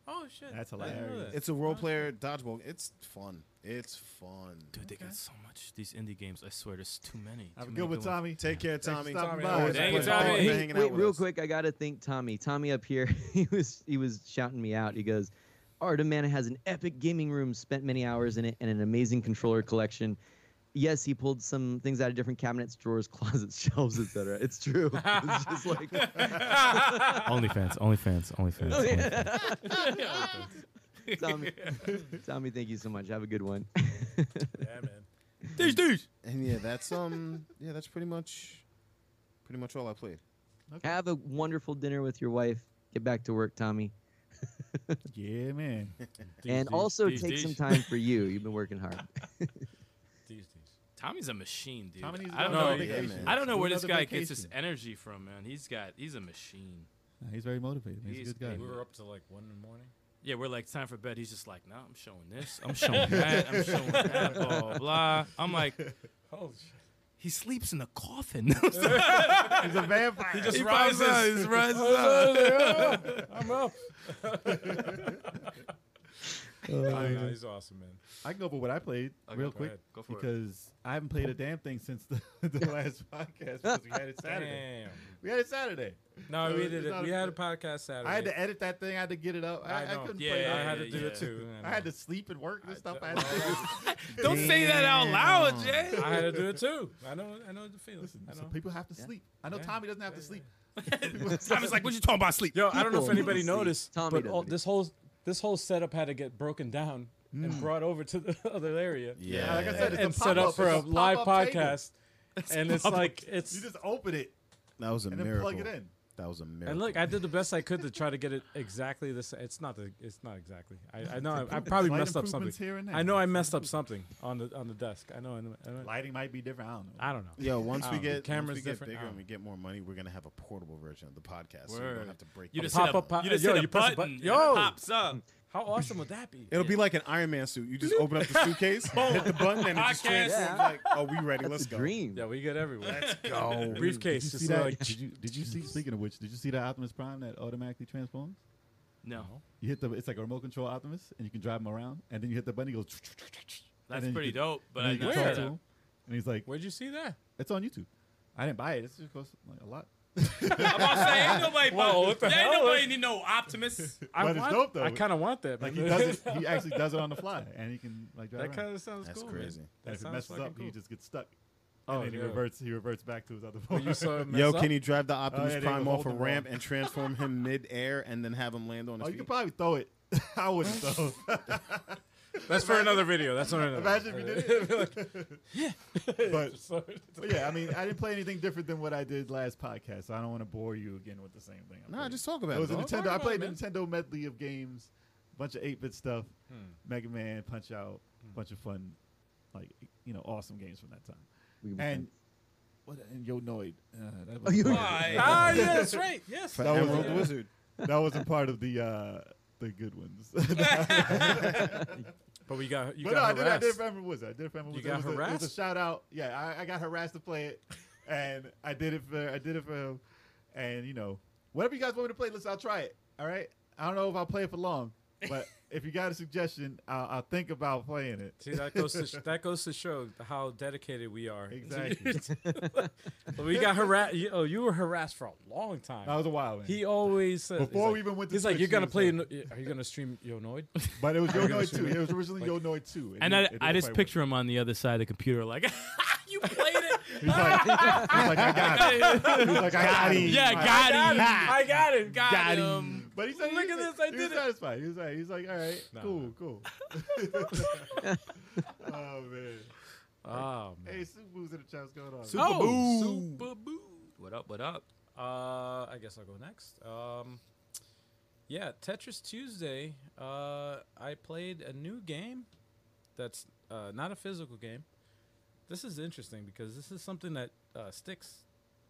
[SPEAKER 2] Oh shit,
[SPEAKER 7] That's
[SPEAKER 2] I didn't know
[SPEAKER 7] hilarious.
[SPEAKER 2] that.
[SPEAKER 6] it's a role player dodgeball. It's fun. It's fun.
[SPEAKER 3] Dude, they got so much. These indie games, I swear, there's too many.
[SPEAKER 7] Have a
[SPEAKER 3] Too
[SPEAKER 7] good
[SPEAKER 3] many
[SPEAKER 7] one,
[SPEAKER 3] good ones.
[SPEAKER 7] Tommy.
[SPEAKER 6] Take care, Tommy.
[SPEAKER 7] stopping by.
[SPEAKER 6] Always a
[SPEAKER 3] Thank you,
[SPEAKER 6] pleasure. Thank
[SPEAKER 3] Tommy.
[SPEAKER 6] you for
[SPEAKER 5] Hey,
[SPEAKER 6] hanging out
[SPEAKER 5] wait,
[SPEAKER 6] with
[SPEAKER 5] real
[SPEAKER 6] us.
[SPEAKER 5] quick, I gotta thank Tommy. Tommy up here, he was he was shouting me out. He goes, Artem Mana has an epic gaming room, spent many hours in it, and an amazing controller collection. Yes, he pulled some things out of different cabinets, drawers, closets, shelves, etc. It's true. It's just like
[SPEAKER 10] OnlyFans, OnlyFans, OnlyFans.
[SPEAKER 5] Oh, yeah. Tommy, Tommy, thank you so much. Have a good one.
[SPEAKER 2] Yeah, man.
[SPEAKER 3] These dudes.
[SPEAKER 6] And yeah, that's um, yeah, that's pretty much, pretty much all I played.
[SPEAKER 5] Have a wonderful dinner with your wife. Get back to work, Tommy.
[SPEAKER 7] Yeah, man.
[SPEAKER 5] and also
[SPEAKER 3] these
[SPEAKER 5] take
[SPEAKER 3] days.
[SPEAKER 5] some time for you. You've been working hard.
[SPEAKER 2] These days.
[SPEAKER 3] Tommy's a machine, dude.
[SPEAKER 7] Tommy needs
[SPEAKER 3] I don't
[SPEAKER 7] another
[SPEAKER 3] know.
[SPEAKER 6] yeah,
[SPEAKER 7] vacation.
[SPEAKER 6] man.
[SPEAKER 3] I don't know
[SPEAKER 7] Do
[SPEAKER 3] where this
[SPEAKER 7] another
[SPEAKER 3] guy gets his
[SPEAKER 7] vacation.
[SPEAKER 3] energy from, man. He's got. He's a machine.
[SPEAKER 7] Nah, He's very motivated. He's,
[SPEAKER 3] He's
[SPEAKER 7] a good
[SPEAKER 2] We
[SPEAKER 7] guy.
[SPEAKER 2] were up to like one in the morning.
[SPEAKER 3] Yeah, we're like time for bed. He's just like, no, I'm showing this. I'm showing that. I'm showing that. Blah blah. blah. I'm like,
[SPEAKER 2] Oh shit.
[SPEAKER 3] he sleeps in a coffin.
[SPEAKER 7] He's a vampire.
[SPEAKER 3] he just rises. Up, he just rises up.
[SPEAKER 2] I'm up.
[SPEAKER 7] Uh,
[SPEAKER 2] Oh, no, he's awesome, man.
[SPEAKER 7] I can go over what I played real
[SPEAKER 2] go
[SPEAKER 7] quick
[SPEAKER 2] ahead.
[SPEAKER 3] Go for it.
[SPEAKER 7] because I haven't played a damn thing since the, the last podcast because we had it Saturday.
[SPEAKER 2] Damn.
[SPEAKER 7] We had it Saturday.
[SPEAKER 2] No,
[SPEAKER 7] So
[SPEAKER 2] we
[SPEAKER 7] it's
[SPEAKER 2] did it.
[SPEAKER 7] not
[SPEAKER 2] We
[SPEAKER 7] a-
[SPEAKER 2] had a podcast Saturday.
[SPEAKER 7] I had to edit that thing. I had to get it up. I, I,
[SPEAKER 2] know.
[SPEAKER 7] couldn't
[SPEAKER 3] Yeah,
[SPEAKER 7] play.
[SPEAKER 2] I
[SPEAKER 7] that.
[SPEAKER 2] had to do
[SPEAKER 3] yeah.
[SPEAKER 2] it too.
[SPEAKER 7] I had to sleep and work and stuff. I had to do.
[SPEAKER 2] I
[SPEAKER 3] Don't say that out loud, Jay.
[SPEAKER 2] I had to do it too. I know. I know the feeling.
[SPEAKER 7] Listen,
[SPEAKER 2] I
[SPEAKER 7] so
[SPEAKER 2] know.
[SPEAKER 7] people have to sleep. I know
[SPEAKER 2] Yeah.
[SPEAKER 7] Tommy doesn't have to sleep.
[SPEAKER 3] Tommy's like, what you talking about? Sleep.
[SPEAKER 2] Yo, I don't know if
[SPEAKER 5] People
[SPEAKER 2] anybody
[SPEAKER 5] see
[SPEAKER 2] noticed,
[SPEAKER 5] Tommy
[SPEAKER 2] but
[SPEAKER 5] doesn't
[SPEAKER 2] all,
[SPEAKER 5] do
[SPEAKER 2] this whole this whole setup had to get broken down and brought over to the other area.
[SPEAKER 6] Yeah,
[SPEAKER 7] like I said, Hmm. it's
[SPEAKER 2] and
[SPEAKER 7] a
[SPEAKER 2] set
[SPEAKER 7] pop-up.
[SPEAKER 2] up for a
[SPEAKER 7] It's a
[SPEAKER 2] live
[SPEAKER 7] pop-up table.
[SPEAKER 2] podcast. And it's like it's
[SPEAKER 7] You just open it
[SPEAKER 6] that was a
[SPEAKER 7] and then
[SPEAKER 6] miracle.
[SPEAKER 7] plug it in.
[SPEAKER 6] That was a miracle.
[SPEAKER 2] and look, I did the best I could to try to get it exactly this. It's not the. It's not exactly. I, I know. I, I probably
[SPEAKER 7] Slight
[SPEAKER 2] messed up something.
[SPEAKER 7] improvements here and there.
[SPEAKER 2] I know I messed up something on the on the desk. I know. I, know, I, know,
[SPEAKER 7] Lighting might be different. I don't know.
[SPEAKER 2] I don't know.
[SPEAKER 6] Yo, once
[SPEAKER 2] I
[SPEAKER 6] we
[SPEAKER 2] don't know.
[SPEAKER 6] get once
[SPEAKER 2] Camera's
[SPEAKER 6] we get
[SPEAKER 2] different. I
[SPEAKER 6] bigger
[SPEAKER 2] don't
[SPEAKER 6] and we
[SPEAKER 2] know.
[SPEAKER 6] get more money, we're gonna have a portable version of the podcast, so we
[SPEAKER 3] Word.
[SPEAKER 6] don't have to break.
[SPEAKER 3] You
[SPEAKER 6] the
[SPEAKER 3] just
[SPEAKER 2] pop
[SPEAKER 3] hit a,
[SPEAKER 2] up po-
[SPEAKER 3] you just
[SPEAKER 2] yo,
[SPEAKER 3] hit a
[SPEAKER 2] you press
[SPEAKER 3] button.
[SPEAKER 2] a button.
[SPEAKER 3] and
[SPEAKER 2] Yo.
[SPEAKER 3] it pops up.
[SPEAKER 2] How awesome would that be?
[SPEAKER 6] It'll be like an Iron Man suit. You just open up the suitcase, hit the button, and it just
[SPEAKER 3] Podcast.
[SPEAKER 6] transforms. Like, oh, we ready?
[SPEAKER 5] That's
[SPEAKER 6] Let's
[SPEAKER 5] a
[SPEAKER 6] go.
[SPEAKER 5] dream.
[SPEAKER 2] Yeah, we get everywhere.
[SPEAKER 6] Go.
[SPEAKER 2] Briefcase,
[SPEAKER 7] Did
[SPEAKER 2] just
[SPEAKER 7] you see that?
[SPEAKER 2] like
[SPEAKER 7] did, you, did you see? Speaking of which, did you see the Optimus Prime that automatically transforms?
[SPEAKER 3] No,
[SPEAKER 7] You hit the. It's like a remote control Optimus, and you can drive him around. And then you hit the button. He goes.
[SPEAKER 3] that's
[SPEAKER 7] then you
[SPEAKER 3] pretty
[SPEAKER 7] could-
[SPEAKER 3] dope. But
[SPEAKER 7] and
[SPEAKER 3] I
[SPEAKER 7] you
[SPEAKER 3] know
[SPEAKER 7] can talk
[SPEAKER 3] that.
[SPEAKER 7] to him, and he's like,
[SPEAKER 2] where'd you see that?
[SPEAKER 7] "It's on YouTube." I didn't buy it. It's just cost like a lot.
[SPEAKER 3] I'm about to say, ain't nobody.
[SPEAKER 2] Whoa, what the
[SPEAKER 3] ain't
[SPEAKER 2] hell?
[SPEAKER 3] nobody need no Optimus.
[SPEAKER 2] I
[SPEAKER 7] But it's
[SPEAKER 2] want,
[SPEAKER 7] dope, though.
[SPEAKER 2] I kind of want that.
[SPEAKER 7] Like he
[SPEAKER 2] man.
[SPEAKER 7] does it. He actually does it on the fly, and he can like drive
[SPEAKER 2] that
[SPEAKER 7] around.
[SPEAKER 2] kind of sounds
[SPEAKER 6] That's
[SPEAKER 2] cool. man.
[SPEAKER 6] crazy.
[SPEAKER 7] and
[SPEAKER 2] That
[SPEAKER 7] if it
[SPEAKER 2] sounds
[SPEAKER 7] messes
[SPEAKER 2] fucking
[SPEAKER 7] up,
[SPEAKER 2] cool.
[SPEAKER 7] he just gets stuck.
[SPEAKER 2] Oh,
[SPEAKER 7] and then
[SPEAKER 2] yeah.
[SPEAKER 7] he reverts. He reverts back to his other
[SPEAKER 2] When
[SPEAKER 7] phone.
[SPEAKER 2] you saw him
[SPEAKER 6] Yo,
[SPEAKER 2] mess
[SPEAKER 6] can
[SPEAKER 2] up-
[SPEAKER 6] you drive the Optimus
[SPEAKER 7] yeah, they
[SPEAKER 6] Prime
[SPEAKER 7] were
[SPEAKER 6] off a
[SPEAKER 7] holding
[SPEAKER 6] ramp
[SPEAKER 7] on.
[SPEAKER 6] and transform him mid-air and then have him land on
[SPEAKER 7] oh, you
[SPEAKER 6] his feet?
[SPEAKER 7] could probably throw it. I wouldn't though.
[SPEAKER 2] That's for another video. That's for another.
[SPEAKER 7] Imagine if you did it. But
[SPEAKER 2] So-
[SPEAKER 7] But yeah, I mean, I didn't play anything different than what I did last podcast. So I don't want to bore you again with the same thing. I
[SPEAKER 6] Nah,
[SPEAKER 7] played.
[SPEAKER 6] just talk about
[SPEAKER 7] it
[SPEAKER 6] it.
[SPEAKER 7] was a
[SPEAKER 6] dog.
[SPEAKER 7] Nintendo.
[SPEAKER 2] about
[SPEAKER 7] I
[SPEAKER 2] it, Hmm.
[SPEAKER 7] played a
[SPEAKER 2] man.
[SPEAKER 7] Nintendo medley of games, bunch of eight bit stuff, Mega Man, Punch Out,
[SPEAKER 2] Hmm.
[SPEAKER 7] bunch of fun, like you know, awesome games from that time.
[SPEAKER 5] We can be
[SPEAKER 7] And what? And Yo Noid. Uh,
[SPEAKER 6] Oh,
[SPEAKER 7] that,
[SPEAKER 5] friends.
[SPEAKER 7] was,
[SPEAKER 3] Why?
[SPEAKER 2] ah, yeah, that's right. Yes.
[SPEAKER 6] For
[SPEAKER 7] That was-
[SPEAKER 6] Emerald
[SPEAKER 7] yeah.
[SPEAKER 6] Wizard.
[SPEAKER 7] that wasn't part of the uh, the good ones.
[SPEAKER 2] But we got you
[SPEAKER 7] but no, I
[SPEAKER 2] got
[SPEAKER 7] did. I
[SPEAKER 2] harassed.
[SPEAKER 7] did remember was I did remember
[SPEAKER 2] You
[SPEAKER 7] was
[SPEAKER 2] got
[SPEAKER 7] it was a, it was a
[SPEAKER 2] harassed?
[SPEAKER 7] shout out. Yeah, I, I got harassed to play it, and I did it for I did it for him, and you know whatever you guys want me to play, listen, I'll try it. All right. I don't know if I'll play it for long, but
[SPEAKER 4] if you got a suggestion, I'll, I'll think about playing it.
[SPEAKER 2] See, that goes to sh- that goes to show how dedicated we are.
[SPEAKER 4] Exactly.
[SPEAKER 2] we got harassed. Oh, you were harassed for a long time.
[SPEAKER 7] Oh,
[SPEAKER 4] That was a while. Man.
[SPEAKER 2] He always says
[SPEAKER 4] Before
[SPEAKER 2] he's
[SPEAKER 4] we
[SPEAKER 2] like,
[SPEAKER 4] even went to
[SPEAKER 2] He's like,
[SPEAKER 4] Twitch,
[SPEAKER 2] you're
[SPEAKER 4] he
[SPEAKER 2] gonna
[SPEAKER 4] was
[SPEAKER 2] play.
[SPEAKER 4] like-
[SPEAKER 2] Yo- are you gonna stream Yonoid?
[SPEAKER 4] but it was Yo
[SPEAKER 2] gonna
[SPEAKER 4] Noid
[SPEAKER 2] stream
[SPEAKER 4] too.
[SPEAKER 2] it.
[SPEAKER 4] It was originally Yo Noid too.
[SPEAKER 3] And
[SPEAKER 4] it-
[SPEAKER 3] I,
[SPEAKER 4] it
[SPEAKER 3] I
[SPEAKER 4] didn't quite
[SPEAKER 3] just
[SPEAKER 4] work.
[SPEAKER 3] picture him on the other side of the computer, like, you played it.
[SPEAKER 4] He's like, he's like, I got it. He's like, I got it.
[SPEAKER 3] yeah, got him.
[SPEAKER 2] I got it.
[SPEAKER 3] Got,
[SPEAKER 4] Got
[SPEAKER 3] him.
[SPEAKER 4] him. But he said,
[SPEAKER 2] Look
[SPEAKER 4] he,
[SPEAKER 2] at
[SPEAKER 4] was-
[SPEAKER 2] this, I
[SPEAKER 4] he was
[SPEAKER 2] did it.
[SPEAKER 4] satisfied. He was like, he's like, all right,
[SPEAKER 2] No,
[SPEAKER 4] cool,
[SPEAKER 2] no.
[SPEAKER 4] cool. oh man.
[SPEAKER 2] Oh man.
[SPEAKER 4] Hey, Super Boo's in the chat. What's going on?
[SPEAKER 3] Super oh, Super Boo. What up? What up?
[SPEAKER 2] Uh, I guess I'll go next. Um, yeah, Tetris Tuesday. Uh, I played a new game that's uh, not a physical game. This is interesting because this is something that uh, Sticks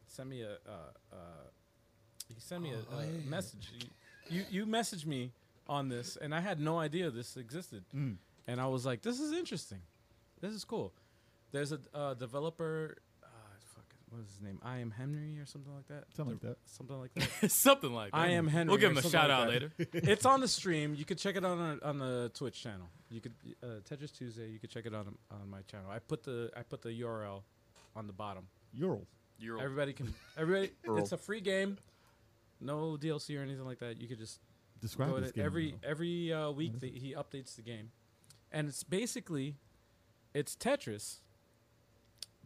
[SPEAKER 2] sent me a. Uh, uh, he sent me a, a message. You, you you messaged me on this, and I had no idea this existed. And I was like, "This is interesting. This is cool." There's a uh, developer. Uh, fuck, what is his name? I am Henry or something like that.
[SPEAKER 4] Something like that.
[SPEAKER 2] Something like that.
[SPEAKER 3] Something like that.
[SPEAKER 2] I am Henry.
[SPEAKER 3] We'll give
[SPEAKER 2] or
[SPEAKER 3] him a
[SPEAKER 2] something
[SPEAKER 3] shout
[SPEAKER 2] like
[SPEAKER 3] out
[SPEAKER 2] that.
[SPEAKER 3] later.
[SPEAKER 2] it's on the stream. You could check it out on uh, on the Twitch channel. You could uh, Tetris Tuesday. You could check it out on, on my channel. I put the I put the URL on the bottom.
[SPEAKER 4] Ural.
[SPEAKER 2] Everybody can. Everybody.
[SPEAKER 5] Earl.
[SPEAKER 2] it's a free game. No DLC or anything like that. You could just
[SPEAKER 4] Describe
[SPEAKER 2] go
[SPEAKER 4] this
[SPEAKER 2] to
[SPEAKER 4] game.
[SPEAKER 2] every
[SPEAKER 4] though.
[SPEAKER 2] every uh, week that he updates the game, and it's basically it's Tetris,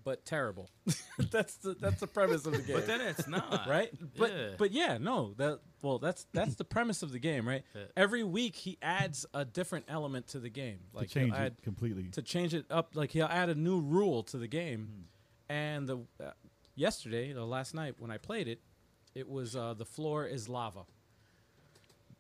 [SPEAKER 2] but terrible. that's the that's the premise of the game
[SPEAKER 3] But then it's not.
[SPEAKER 2] right? But
[SPEAKER 3] Yeah.
[SPEAKER 2] but yeah, no. That well, that's that's the premise of the game, right?
[SPEAKER 3] Yeah.
[SPEAKER 2] Every week he adds a different element to the game, like
[SPEAKER 4] to change
[SPEAKER 2] he'll add,
[SPEAKER 4] it completely.
[SPEAKER 2] to change it up. Like he'll add a new rule to the game.
[SPEAKER 3] Hmm.
[SPEAKER 2] And the uh, yesterday, the last night when I played it, it was uh, the floor is lava.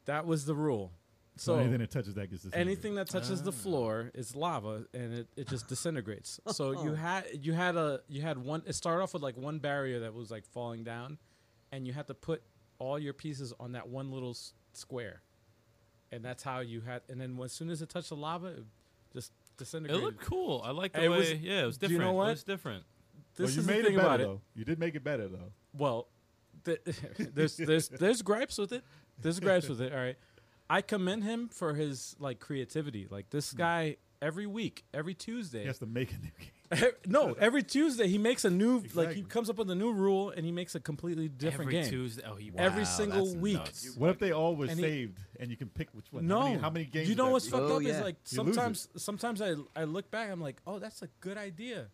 [SPEAKER 2] That was the rule.
[SPEAKER 4] so,
[SPEAKER 2] So
[SPEAKER 4] anything that touches that gets disintegrated.
[SPEAKER 2] anything that touches the floor is lava and it, it just disintegrates so you had you had a you had one it started off with like one barrier that was like falling down and you had to put all your pieces on that one little s- square and that's how you had and then as soon as it touched the lava it just
[SPEAKER 3] It
[SPEAKER 2] disintegrated
[SPEAKER 3] looked cool. I like the
[SPEAKER 2] It
[SPEAKER 3] way.
[SPEAKER 2] was-
[SPEAKER 3] yeah, it was
[SPEAKER 2] do you
[SPEAKER 3] different.
[SPEAKER 2] know what?
[SPEAKER 3] It was different.
[SPEAKER 4] Well,
[SPEAKER 2] this
[SPEAKER 4] you
[SPEAKER 2] is
[SPEAKER 4] made
[SPEAKER 2] the thing
[SPEAKER 4] it better
[SPEAKER 2] about it
[SPEAKER 4] though. You did make it better though.
[SPEAKER 2] well th- there's there's there's gripes with it there's gripes with it all right i commend him for his like creativity like this
[SPEAKER 4] Hmm.
[SPEAKER 2] guy every week every tuesday
[SPEAKER 4] He has to make a new game.
[SPEAKER 2] no, every Tuesday he makes a new like
[SPEAKER 4] Exactly.
[SPEAKER 2] he comes up with a new rule and he makes a completely different
[SPEAKER 3] Every
[SPEAKER 2] game
[SPEAKER 3] Tuesday. Oh, he
[SPEAKER 2] every
[SPEAKER 6] Wow,
[SPEAKER 2] single
[SPEAKER 6] that's
[SPEAKER 2] week.
[SPEAKER 6] nuts.
[SPEAKER 4] What if they all were
[SPEAKER 2] And he-
[SPEAKER 4] saved and you can pick which one?
[SPEAKER 2] No,
[SPEAKER 4] How many, how many games?
[SPEAKER 2] You
[SPEAKER 4] would
[SPEAKER 2] know
[SPEAKER 4] that
[SPEAKER 2] what's
[SPEAKER 4] be?
[SPEAKER 2] fucked
[SPEAKER 5] Oh,
[SPEAKER 2] up is
[SPEAKER 5] yeah.
[SPEAKER 2] like
[SPEAKER 4] You lose it.
[SPEAKER 2] sometimes sometimes I I look back I'm like oh that's a good idea,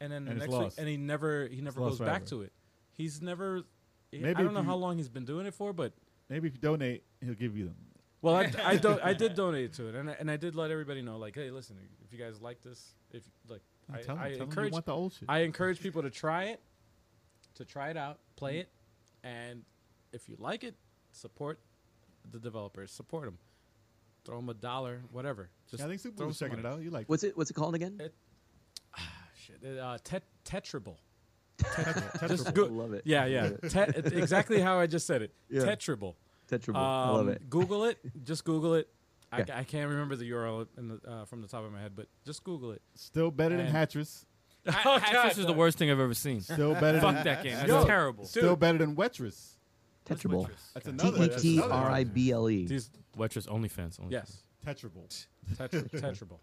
[SPEAKER 2] and then the
[SPEAKER 4] And it's
[SPEAKER 2] next
[SPEAKER 4] lost.
[SPEAKER 2] week and he never he never goes
[SPEAKER 4] lost
[SPEAKER 2] back
[SPEAKER 4] forever.
[SPEAKER 2] to it. He's never.
[SPEAKER 4] Maybe
[SPEAKER 2] I don't
[SPEAKER 4] if
[SPEAKER 2] know how
[SPEAKER 4] you-
[SPEAKER 2] long he's been doing it for, but
[SPEAKER 4] Maybe if you donate, he'll give you them.
[SPEAKER 2] well, I, I don't. I did donate to it, and I, and I did let everybody know, like, hey, listen, if you guys like this, if like,
[SPEAKER 4] No,
[SPEAKER 2] I,
[SPEAKER 4] tell them,
[SPEAKER 2] I
[SPEAKER 4] tell them
[SPEAKER 2] encourage
[SPEAKER 4] you want the old shit.
[SPEAKER 2] I encourage people to try it, to try it out, play it, and if you like it, support the developers, support them, throw them a dollar, whatever. Just
[SPEAKER 4] Yeah, I think
[SPEAKER 2] throw
[SPEAKER 4] Super was
[SPEAKER 2] some
[SPEAKER 4] checking it
[SPEAKER 2] money.
[SPEAKER 4] out. You like
[SPEAKER 5] What's it? What's it called again?
[SPEAKER 2] It- Shit, it, uh, tet- Tetrable.
[SPEAKER 4] Tetris.
[SPEAKER 2] Good.
[SPEAKER 5] love it.
[SPEAKER 2] Yeah, yeah. Te- it- exactly how I just said it.
[SPEAKER 5] Yeah.
[SPEAKER 2] Tetrable.
[SPEAKER 5] Tetrable. I
[SPEAKER 2] Um,
[SPEAKER 5] love it.
[SPEAKER 2] Google it. Just Google it. I,
[SPEAKER 5] Okay.
[SPEAKER 2] I can't remember the URL in the, uh, from the top of my head, but just Google it.
[SPEAKER 4] Still better than
[SPEAKER 2] And-
[SPEAKER 4] Hatress.
[SPEAKER 3] Ha- Hackers is the worst thing I've ever seen.
[SPEAKER 4] Still better
[SPEAKER 3] Fuck
[SPEAKER 4] than
[SPEAKER 3] that game. That's
[SPEAKER 2] Yo,
[SPEAKER 3] terrible.
[SPEAKER 4] Still better than Wetress.
[SPEAKER 5] Tetrable.
[SPEAKER 6] Oh.
[SPEAKER 4] That's
[SPEAKER 5] T
[SPEAKER 4] another.
[SPEAKER 5] e
[SPEAKER 4] that's
[SPEAKER 5] t
[SPEAKER 4] another
[SPEAKER 5] r i b l e
[SPEAKER 2] These,
[SPEAKER 3] Wetris OnlyFans. OnlyFans.
[SPEAKER 2] yes,
[SPEAKER 4] Tetrable.
[SPEAKER 2] Tetra- Tetrable.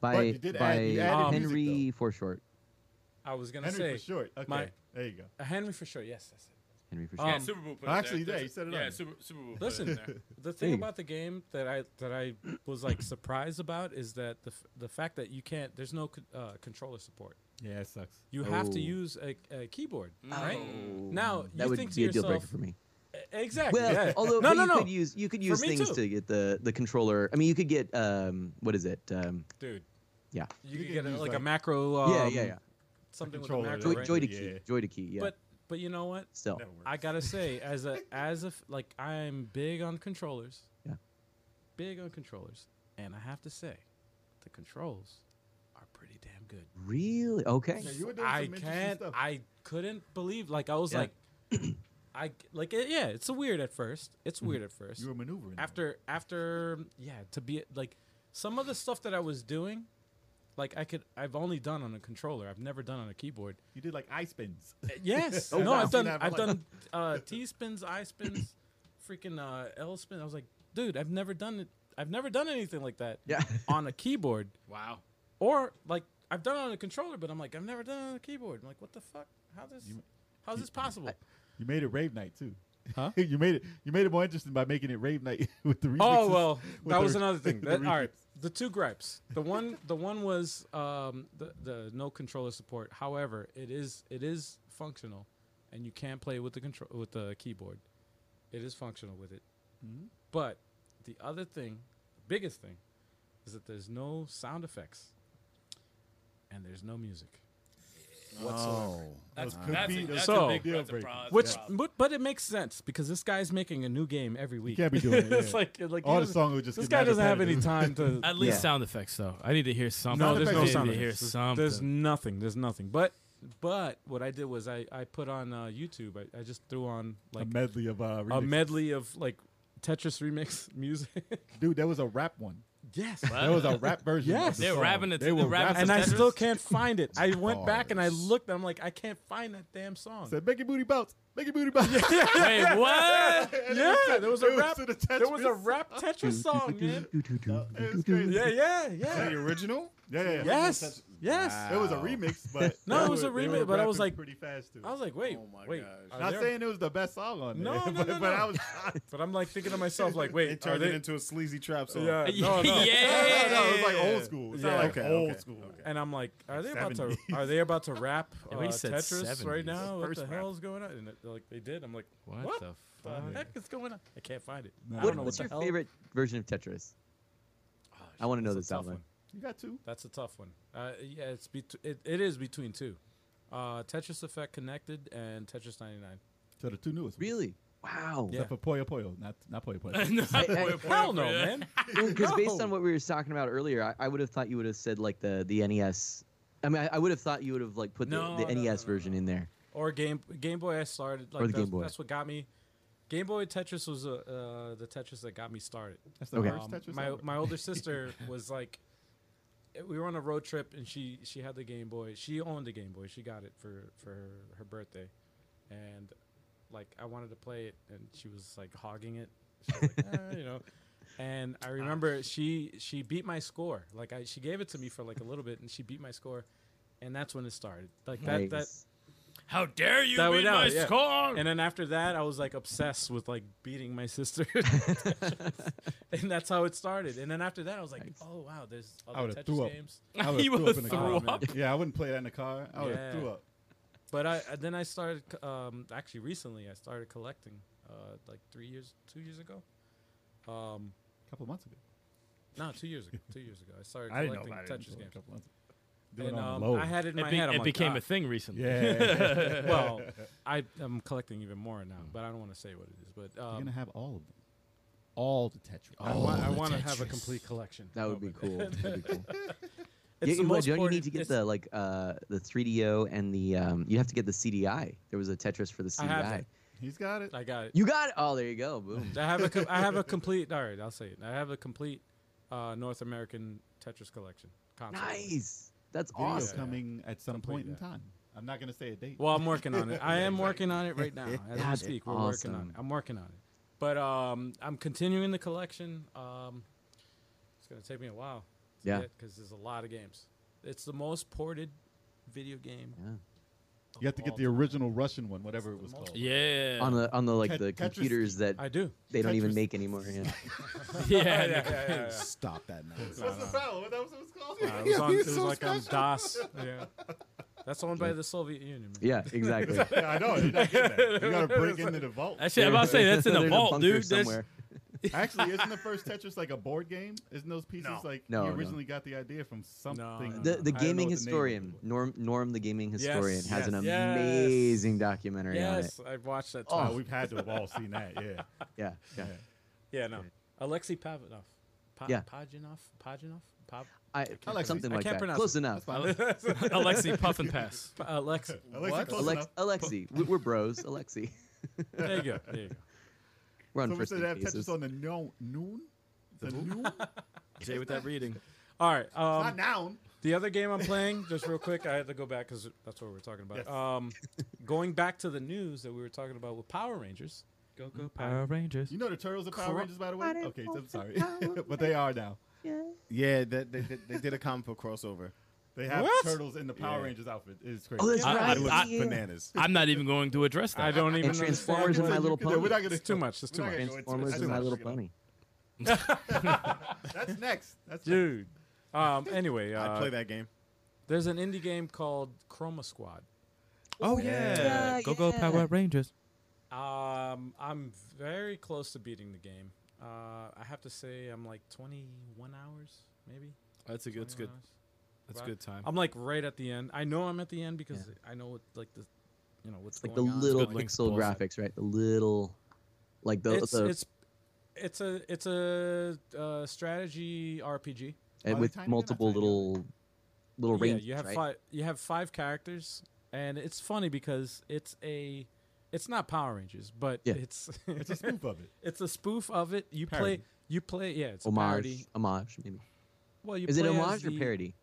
[SPEAKER 4] But
[SPEAKER 5] by
[SPEAKER 4] you did
[SPEAKER 5] by
[SPEAKER 4] add- you added
[SPEAKER 2] Um,
[SPEAKER 5] Henry
[SPEAKER 2] music,
[SPEAKER 5] for short.
[SPEAKER 2] I was gonna
[SPEAKER 4] Henry for
[SPEAKER 2] say
[SPEAKER 4] short. Okay,
[SPEAKER 2] my-
[SPEAKER 4] there you go.
[SPEAKER 2] Uh, Henry for sure. Yes, that's it.
[SPEAKER 5] Henry for
[SPEAKER 2] Um,
[SPEAKER 5] short.
[SPEAKER 2] Yeah, Super
[SPEAKER 3] Bowl.
[SPEAKER 4] it Actually, there. yeah, he said it Yeah, on there.
[SPEAKER 3] Super, Super Bowl.
[SPEAKER 2] Listen, the
[SPEAKER 5] There
[SPEAKER 2] thing
[SPEAKER 5] you go.
[SPEAKER 2] about the game that I that I was like surprised about is that the f- the fact that you can't there's no c- uh, controller support.
[SPEAKER 4] Yeah, it sucks.
[SPEAKER 2] You have to
[SPEAKER 5] Oh.
[SPEAKER 2] use a, a keyboard,
[SPEAKER 4] Mm.
[SPEAKER 2] right?
[SPEAKER 4] Oh.
[SPEAKER 2] Now
[SPEAKER 5] that
[SPEAKER 2] you
[SPEAKER 5] would
[SPEAKER 2] think to
[SPEAKER 5] be a
[SPEAKER 2] yourself,
[SPEAKER 5] deal breaker for me.
[SPEAKER 2] "E- Exactly.
[SPEAKER 5] Well,
[SPEAKER 2] yeah.
[SPEAKER 5] although
[SPEAKER 2] no,
[SPEAKER 5] but
[SPEAKER 2] no,
[SPEAKER 5] you
[SPEAKER 2] no,
[SPEAKER 5] could use you could use
[SPEAKER 2] me
[SPEAKER 5] things
[SPEAKER 2] too.
[SPEAKER 5] to get the the controller. I mean, you could get um what is it? Um,
[SPEAKER 2] dude.
[SPEAKER 5] yeah,
[SPEAKER 2] You, could
[SPEAKER 4] can
[SPEAKER 2] get a,
[SPEAKER 4] use,
[SPEAKER 2] like, a
[SPEAKER 4] like-
[SPEAKER 2] macro. Um,
[SPEAKER 5] yeah, yeah, yeah.
[SPEAKER 2] Something with a
[SPEAKER 4] controller,
[SPEAKER 2] macro.
[SPEAKER 5] Joy,
[SPEAKER 2] right?
[SPEAKER 5] joy to
[SPEAKER 4] Yeah.
[SPEAKER 5] key, joy to key. Yeah,
[SPEAKER 2] But but you know what?
[SPEAKER 5] still,
[SPEAKER 2] I gotta say, as a as a f- like, I'm big on controllers.
[SPEAKER 5] Yeah.
[SPEAKER 2] Big on controllers, and I have to say, the controls are pretty damn good.
[SPEAKER 5] really okay.
[SPEAKER 4] Yeah, you were doing
[SPEAKER 2] I
[SPEAKER 4] some interesting
[SPEAKER 2] can't.
[SPEAKER 4] stuff.
[SPEAKER 2] I couldn't believe. Like I was
[SPEAKER 5] Yeah.
[SPEAKER 2] like, I like it, yeah. It's weird at first. It's
[SPEAKER 5] Mm-hmm.
[SPEAKER 2] weird at first.
[SPEAKER 4] You were maneuvering.
[SPEAKER 2] after after yeah. To be like some of the stuff that I was doing, like I could. I've only done on a controller. I've never done on a keyboard.
[SPEAKER 4] you did like eye spins.
[SPEAKER 2] Yes.
[SPEAKER 4] Oh,
[SPEAKER 2] no,
[SPEAKER 4] wow.
[SPEAKER 2] I've done.
[SPEAKER 4] Seen that,
[SPEAKER 2] I've
[SPEAKER 4] like-
[SPEAKER 2] done uh, T spins, I spins, freaking uh, L spin. I was like, dude, I've never done it I've never done anything like that
[SPEAKER 5] Yeah.
[SPEAKER 2] on a keyboard.
[SPEAKER 3] Wow.
[SPEAKER 2] Or like I've done it on a controller, but I'm like, I've never done it on a keyboard. I'm like, what the fuck? How this how's this possible?
[SPEAKER 7] You made it rave night too.
[SPEAKER 2] Huh?
[SPEAKER 7] you made it. You made it more interesting by making it rave night with the remixes.
[SPEAKER 2] oh well,
[SPEAKER 7] with
[SPEAKER 2] that
[SPEAKER 7] the-
[SPEAKER 2] was another thing.
[SPEAKER 7] the
[SPEAKER 2] That, all
[SPEAKER 7] remix.
[SPEAKER 2] right, the two gripes. The one, the one was um, the the no controller support. However, it is it is functional, and you can play with the control with the keyboard. It is functional with it.
[SPEAKER 7] Mm-hmm.
[SPEAKER 2] But the other thing, the biggest thing, is that there's no sound effects, and there's no music.
[SPEAKER 6] Oh.
[SPEAKER 3] That's,
[SPEAKER 7] Those could
[SPEAKER 3] that's,
[SPEAKER 7] be-
[SPEAKER 3] a, that's
[SPEAKER 2] So-
[SPEAKER 3] a big
[SPEAKER 7] Deal
[SPEAKER 3] that's a
[SPEAKER 7] breaker.
[SPEAKER 3] problem.
[SPEAKER 2] Which,
[SPEAKER 3] That's a problem.
[SPEAKER 2] but, but it makes sense because this guy's making a new game every week.
[SPEAKER 7] can't be doing it,
[SPEAKER 2] it's
[SPEAKER 7] yeah.
[SPEAKER 2] like like he
[SPEAKER 7] All the
[SPEAKER 2] doesn't-
[SPEAKER 7] song would just.
[SPEAKER 2] This
[SPEAKER 7] get
[SPEAKER 2] guy
[SPEAKER 7] mad
[SPEAKER 2] doesn't have any
[SPEAKER 7] repetitive.
[SPEAKER 2] time to
[SPEAKER 3] At least
[SPEAKER 5] Yeah.
[SPEAKER 3] sound effects, though. I need to hear something.
[SPEAKER 2] No, there's
[SPEAKER 3] I
[SPEAKER 2] no
[SPEAKER 3] need
[SPEAKER 2] sound
[SPEAKER 3] to hear
[SPEAKER 2] effects. There's-
[SPEAKER 3] something.
[SPEAKER 2] There's nothing. There's nothing. But but what I did was I, I put on uh, YouTube. I, I just threw on like
[SPEAKER 7] a medley of uh,
[SPEAKER 2] a
[SPEAKER 7] remixes.
[SPEAKER 2] medley of like Tetris remix music.
[SPEAKER 7] Dude, that was a rap one.
[SPEAKER 2] yes.
[SPEAKER 7] That was a rap version. of
[SPEAKER 2] Yes.
[SPEAKER 7] the
[SPEAKER 3] They're
[SPEAKER 7] song.
[SPEAKER 3] rapping it.
[SPEAKER 7] They were
[SPEAKER 3] rapping
[SPEAKER 2] And
[SPEAKER 3] to
[SPEAKER 2] I
[SPEAKER 3] Tetris?
[SPEAKER 2] still can't find it. I went back and I
[SPEAKER 6] Bars.
[SPEAKER 2] looked. I'm like, I can't find that damn song.
[SPEAKER 7] Said, "Make your booty bounce, make your booty bounce."
[SPEAKER 3] Wait, what?
[SPEAKER 2] yeah, there was a
[SPEAKER 7] It was
[SPEAKER 2] rap.
[SPEAKER 7] to the
[SPEAKER 2] there was a
[SPEAKER 7] Tetris.
[SPEAKER 2] rap Tetris song, man.
[SPEAKER 7] It was crazy.
[SPEAKER 2] Yeah, yeah, yeah.
[SPEAKER 6] the original?
[SPEAKER 7] Yeah, yeah, yeah.
[SPEAKER 2] Yes, yes.
[SPEAKER 7] It was a remix, but
[SPEAKER 2] No,
[SPEAKER 7] they
[SPEAKER 2] it was a
[SPEAKER 7] were- they
[SPEAKER 2] remix,
[SPEAKER 7] were
[SPEAKER 2] but I was
[SPEAKER 7] rapping
[SPEAKER 2] like-
[SPEAKER 7] pretty fast too.
[SPEAKER 2] I was like, wait,
[SPEAKER 6] Oh my
[SPEAKER 2] wait.
[SPEAKER 6] gosh.
[SPEAKER 2] are
[SPEAKER 7] not
[SPEAKER 2] there-
[SPEAKER 7] saying it was the best song on there,
[SPEAKER 2] No, no,
[SPEAKER 7] but,
[SPEAKER 2] no,
[SPEAKER 7] but
[SPEAKER 2] no.
[SPEAKER 7] I was
[SPEAKER 2] but I'm like thinking to myself, like, wait,
[SPEAKER 6] It
[SPEAKER 2] are
[SPEAKER 6] turned
[SPEAKER 2] they?
[SPEAKER 6] it into a sleazy trap song.
[SPEAKER 2] yeah, no, no.
[SPEAKER 3] yeah.
[SPEAKER 7] no, it was like old school. It sounded
[SPEAKER 2] Yeah.
[SPEAKER 7] like
[SPEAKER 6] Okay,
[SPEAKER 7] old
[SPEAKER 6] okay,
[SPEAKER 7] school.
[SPEAKER 2] And I'm like, are they about to? Are they about to rap
[SPEAKER 3] Yeah,
[SPEAKER 2] uh,
[SPEAKER 3] we said
[SPEAKER 2] Tetris right
[SPEAKER 3] 70s.
[SPEAKER 2] now? What
[SPEAKER 3] First
[SPEAKER 2] the
[SPEAKER 3] rap.
[SPEAKER 2] hell is going on? And it- like they did. I'm like,
[SPEAKER 3] What,
[SPEAKER 2] What
[SPEAKER 3] the
[SPEAKER 2] the
[SPEAKER 3] fuck?
[SPEAKER 2] heck is going on? I can't find it. I
[SPEAKER 5] What-
[SPEAKER 2] don't know
[SPEAKER 5] what's
[SPEAKER 2] what the
[SPEAKER 5] your
[SPEAKER 2] hell. Ah,
[SPEAKER 5] favorite version of Tetris? I want to know
[SPEAKER 2] That's
[SPEAKER 5] this
[SPEAKER 2] a tough
[SPEAKER 5] out loud.
[SPEAKER 2] one.
[SPEAKER 7] You got two.
[SPEAKER 2] That's a tough one. Uh, yeah, it's bet- it, it is between two, uh, Tetris Effect Connected and Tetris 99.
[SPEAKER 7] So the two newest. ones.
[SPEAKER 5] Really? Wow.
[SPEAKER 2] Yeah.
[SPEAKER 7] Except for Poyo Poyo, not not Poyo Poyo.
[SPEAKER 3] No,
[SPEAKER 5] I-
[SPEAKER 3] boy,
[SPEAKER 5] I-
[SPEAKER 3] boy,
[SPEAKER 2] Hell
[SPEAKER 3] boy.
[SPEAKER 2] no, man.
[SPEAKER 5] Because based
[SPEAKER 2] No.
[SPEAKER 5] on what we were talking about earlier, I, I would have thought you would have said like the the NES. I mean, I, I would have thought you would have like put the,
[SPEAKER 2] No,
[SPEAKER 5] the
[SPEAKER 2] no, no,
[SPEAKER 5] NES
[SPEAKER 2] no,
[SPEAKER 5] version in there.
[SPEAKER 2] Or Game Game Boy. I started like
[SPEAKER 5] Or the
[SPEAKER 2] that's,
[SPEAKER 5] Game Boy.
[SPEAKER 2] that's what got me. Game Boy Tetris was uh, uh, the Tetris that got me started.
[SPEAKER 7] That's the
[SPEAKER 5] Okay.
[SPEAKER 7] first
[SPEAKER 2] Um,
[SPEAKER 7] Tetris.
[SPEAKER 2] my
[SPEAKER 7] ever.
[SPEAKER 2] my older sister was like, we were on a road trip and she she had the Game Boy. She owned the Game Boy. She got it for for her, her birthday, and like I wanted to play it, and she was like hogging it, she was like, "Eh," you know. And I remember she she beat my score. Like I she gave it to me for like a little bit, and she beat my score, and that's when it started. Like that that
[SPEAKER 5] Nice.
[SPEAKER 3] How dare you
[SPEAKER 2] That
[SPEAKER 3] that
[SPEAKER 2] we
[SPEAKER 3] be
[SPEAKER 2] know,
[SPEAKER 3] my
[SPEAKER 2] yeah.
[SPEAKER 3] score?
[SPEAKER 2] and then after that, I was like obsessed with like beating my sister, and that's how it started. And then after that, I was like, oh wow, there's other
[SPEAKER 7] would've
[SPEAKER 2] Tetris
[SPEAKER 7] threw up.
[SPEAKER 2] games.
[SPEAKER 7] I would've
[SPEAKER 3] He
[SPEAKER 7] threw
[SPEAKER 3] would've
[SPEAKER 7] up in the
[SPEAKER 3] threw
[SPEAKER 7] car.
[SPEAKER 2] Oh, man.
[SPEAKER 7] Yeah, I wouldn't play that in the car. I would have
[SPEAKER 2] Yeah.
[SPEAKER 7] threw up.
[SPEAKER 2] But I I- then I started c- um, actually recently. I started collecting uh, like three years, two years ago. Um,
[SPEAKER 7] A couple months ago.
[SPEAKER 2] no, two years ago. Two years ago, I started
[SPEAKER 7] I didn't know
[SPEAKER 2] collecting
[SPEAKER 7] about it.
[SPEAKER 2] Tetris
[SPEAKER 7] until A
[SPEAKER 2] games.
[SPEAKER 7] couple months ago. Do it
[SPEAKER 2] And um,
[SPEAKER 7] on low.
[SPEAKER 2] I had it in
[SPEAKER 3] it
[SPEAKER 2] my
[SPEAKER 3] be-
[SPEAKER 2] head. I'm
[SPEAKER 3] it
[SPEAKER 2] like,
[SPEAKER 3] became
[SPEAKER 2] "Ah."
[SPEAKER 3] a thing recently.
[SPEAKER 7] Yeah.
[SPEAKER 2] well, I am collecting even more now, but I don't want to say what it is. But
[SPEAKER 7] You're
[SPEAKER 2] um,
[SPEAKER 7] gonna have all of them. All the Tetris.
[SPEAKER 6] Oh.
[SPEAKER 2] I, wa- I
[SPEAKER 3] the
[SPEAKER 2] want to have a
[SPEAKER 3] Tetris.
[SPEAKER 2] complete collection.
[SPEAKER 5] That would
[SPEAKER 2] of
[SPEAKER 5] be
[SPEAKER 2] it.
[SPEAKER 5] cool. That'd be cool.
[SPEAKER 2] It's
[SPEAKER 5] yeah,
[SPEAKER 2] the
[SPEAKER 5] you,
[SPEAKER 2] most
[SPEAKER 5] don't you
[SPEAKER 2] ported-
[SPEAKER 5] need to get
[SPEAKER 2] it's-
[SPEAKER 5] the like uh the 3DO and the um you have to get the CDI. There was a Tetris for the
[SPEAKER 2] I have
[SPEAKER 5] CDI.
[SPEAKER 2] that.
[SPEAKER 7] He's got it.
[SPEAKER 2] I got it.
[SPEAKER 5] You got it. Oh, there you go. Boom.
[SPEAKER 2] I have a com- I have a complete. All right, I'll say it. I have a complete uh, North American Tetris collection. Console.
[SPEAKER 5] nice. That's
[SPEAKER 7] Video
[SPEAKER 5] awesome.
[SPEAKER 7] coming at some
[SPEAKER 2] Complete
[SPEAKER 7] point in
[SPEAKER 2] that.
[SPEAKER 7] time. I'm not gonna say a date.
[SPEAKER 2] Well, I'm working on it. I am working on it right now as we
[SPEAKER 5] That's
[SPEAKER 2] speak. We're working on
[SPEAKER 5] awesome.
[SPEAKER 2] it. I'm working on it. But um, I'm continuing the collection. Um, it's gonna take me a while. To
[SPEAKER 5] Yeah.
[SPEAKER 2] because there's a lot of games. It's the most ported video game.
[SPEAKER 5] Yeah.
[SPEAKER 2] of
[SPEAKER 7] You have to get
[SPEAKER 2] all
[SPEAKER 7] the
[SPEAKER 2] time.
[SPEAKER 7] original Russian one, whatever it was
[SPEAKER 2] multi-
[SPEAKER 7] called.
[SPEAKER 3] Yeah.
[SPEAKER 5] On the on the like
[SPEAKER 7] Tet-
[SPEAKER 5] the
[SPEAKER 7] Tetris
[SPEAKER 5] computers that
[SPEAKER 2] I do.
[SPEAKER 5] they don't even
[SPEAKER 7] Tetris.
[SPEAKER 5] make anymore. Yeah.
[SPEAKER 3] yeah.
[SPEAKER 6] Stop that nonsense.
[SPEAKER 7] What's the problem? That was what it was
[SPEAKER 2] Uh, it was, on, it was like on DOS. Yeah. That's owned by the Soviet Union. Man.
[SPEAKER 5] yeah, exactly.
[SPEAKER 7] yeah, I know. You're not getting that. You gotta break into the vault.
[SPEAKER 3] That shit, I'm about to say that's in
[SPEAKER 5] There's
[SPEAKER 3] the
[SPEAKER 5] a
[SPEAKER 3] vault,
[SPEAKER 5] bunker
[SPEAKER 3] dude. That's-
[SPEAKER 5] somewhere.
[SPEAKER 7] Actually, isn't the first Tetris like a board game? Isn't those pieces like
[SPEAKER 5] No,
[SPEAKER 7] you
[SPEAKER 5] no.
[SPEAKER 7] originally got the idea from something?
[SPEAKER 2] no,
[SPEAKER 5] The,
[SPEAKER 2] no,
[SPEAKER 5] the
[SPEAKER 7] I don't know
[SPEAKER 5] gaming
[SPEAKER 7] what the name
[SPEAKER 5] historian,
[SPEAKER 7] of it
[SPEAKER 5] Norm Norm the gaming historian,
[SPEAKER 2] Yes,
[SPEAKER 5] has an
[SPEAKER 2] yes, yes.
[SPEAKER 5] amazing documentary on it.
[SPEAKER 2] Yes, I've watched that.
[SPEAKER 7] was.
[SPEAKER 2] Twice.
[SPEAKER 7] Oh, we've had to have all seen that. Yeah.
[SPEAKER 5] Yeah, yeah.
[SPEAKER 2] yeah, no. Alexei Pavinov. Pa-
[SPEAKER 5] Yeah.
[SPEAKER 2] Paginov? Paginov? Pav-
[SPEAKER 5] I,
[SPEAKER 7] Alexi.
[SPEAKER 5] something
[SPEAKER 2] I
[SPEAKER 5] like
[SPEAKER 2] can't
[SPEAKER 5] that.
[SPEAKER 2] pronounce
[SPEAKER 5] Close
[SPEAKER 2] it.
[SPEAKER 5] enough.
[SPEAKER 3] Alexi Puff and Pass.
[SPEAKER 2] Pa- Alexei.
[SPEAKER 7] Alexi, close
[SPEAKER 5] Alex,
[SPEAKER 7] enough.
[SPEAKER 5] Alexi, we- we're bros. Alexi,
[SPEAKER 2] There you go. There you go.
[SPEAKER 5] we're on
[SPEAKER 7] Someone
[SPEAKER 5] first
[SPEAKER 7] said
[SPEAKER 5] name
[SPEAKER 7] they have Tetris
[SPEAKER 5] basis.
[SPEAKER 7] on the no, noon. The noon?
[SPEAKER 3] Jay with that reading.
[SPEAKER 2] All right.
[SPEAKER 7] Not
[SPEAKER 2] Um,
[SPEAKER 7] noun.
[SPEAKER 2] the other game I'm playing, just real quick, I had to go back because that's what we were talking about.
[SPEAKER 7] Yes.
[SPEAKER 2] Um, going back to the news that we were talking about with Power Rangers,
[SPEAKER 3] Go
[SPEAKER 5] Mm,
[SPEAKER 3] go Power Rangers.
[SPEAKER 4] You know the turtles are Power Rangers, by the way. Okay, I'm sorry, but they are now.
[SPEAKER 11] Yeah, that they, they, they did a comic book crossover.
[SPEAKER 4] They have
[SPEAKER 3] What?
[SPEAKER 4] turtles in the Power
[SPEAKER 11] Yeah.
[SPEAKER 4] Rangers outfit. It's crazy.
[SPEAKER 5] Oh, that's
[SPEAKER 3] I- I
[SPEAKER 5] right.
[SPEAKER 11] It looks
[SPEAKER 5] yeah.
[SPEAKER 11] bananas.
[SPEAKER 3] I'm not even going to address that.
[SPEAKER 2] I don't even.
[SPEAKER 5] And Transformers and My Little
[SPEAKER 4] No, we're
[SPEAKER 5] Pony.
[SPEAKER 4] not gonna.
[SPEAKER 2] It's too much. It's too
[SPEAKER 4] we're not
[SPEAKER 2] much,
[SPEAKER 4] gonna go into
[SPEAKER 5] Transformers
[SPEAKER 4] it.
[SPEAKER 5] and My
[SPEAKER 4] That's
[SPEAKER 5] Little
[SPEAKER 4] too much.
[SPEAKER 5] Pony.
[SPEAKER 4] That's next. That's next.
[SPEAKER 2] dude. Um. Anyway,
[SPEAKER 11] I
[SPEAKER 2] uh,
[SPEAKER 11] play that game.
[SPEAKER 2] there's an indie game called Chroma Squad.
[SPEAKER 3] Oh yeah.
[SPEAKER 5] Yeah,
[SPEAKER 3] Go go
[SPEAKER 5] yeah.
[SPEAKER 3] Power Rangers.
[SPEAKER 2] Um, I'm very close to beating the game. Uh, I have to say I'm like 21 hours, maybe.
[SPEAKER 3] That's a
[SPEAKER 2] 21 hours.
[SPEAKER 3] That's
[SPEAKER 2] Right.
[SPEAKER 3] good time.
[SPEAKER 2] I'm like right at the end. I know I'm at the end because I know what like the, you know what's
[SPEAKER 5] It's like the
[SPEAKER 2] going on.
[SPEAKER 5] little
[SPEAKER 3] good links
[SPEAKER 5] pixel
[SPEAKER 3] balls up.
[SPEAKER 5] graphics, right? The little, like the,
[SPEAKER 2] It's
[SPEAKER 5] the
[SPEAKER 2] it's it's a it's a uh, strategy RPG.
[SPEAKER 5] and
[SPEAKER 4] they
[SPEAKER 5] with
[SPEAKER 4] tiny? They're not
[SPEAKER 5] multiple
[SPEAKER 4] tiny, are
[SPEAKER 5] little, little
[SPEAKER 2] yeah,
[SPEAKER 5] ranges,
[SPEAKER 2] you have
[SPEAKER 5] right?
[SPEAKER 2] five you have five characters, and it's funny because it's a it's not Power Rangers, but
[SPEAKER 5] Yeah.
[SPEAKER 2] it's
[SPEAKER 4] It's a spoof of it.
[SPEAKER 2] it's a spoof of it. You play
[SPEAKER 3] Parody.
[SPEAKER 2] you play yeah, it's a
[SPEAKER 5] homage,
[SPEAKER 2] parody.
[SPEAKER 5] homage, maybe.
[SPEAKER 2] Well, you
[SPEAKER 5] Is it
[SPEAKER 2] play as
[SPEAKER 5] homage or
[SPEAKER 2] the-
[SPEAKER 5] parody?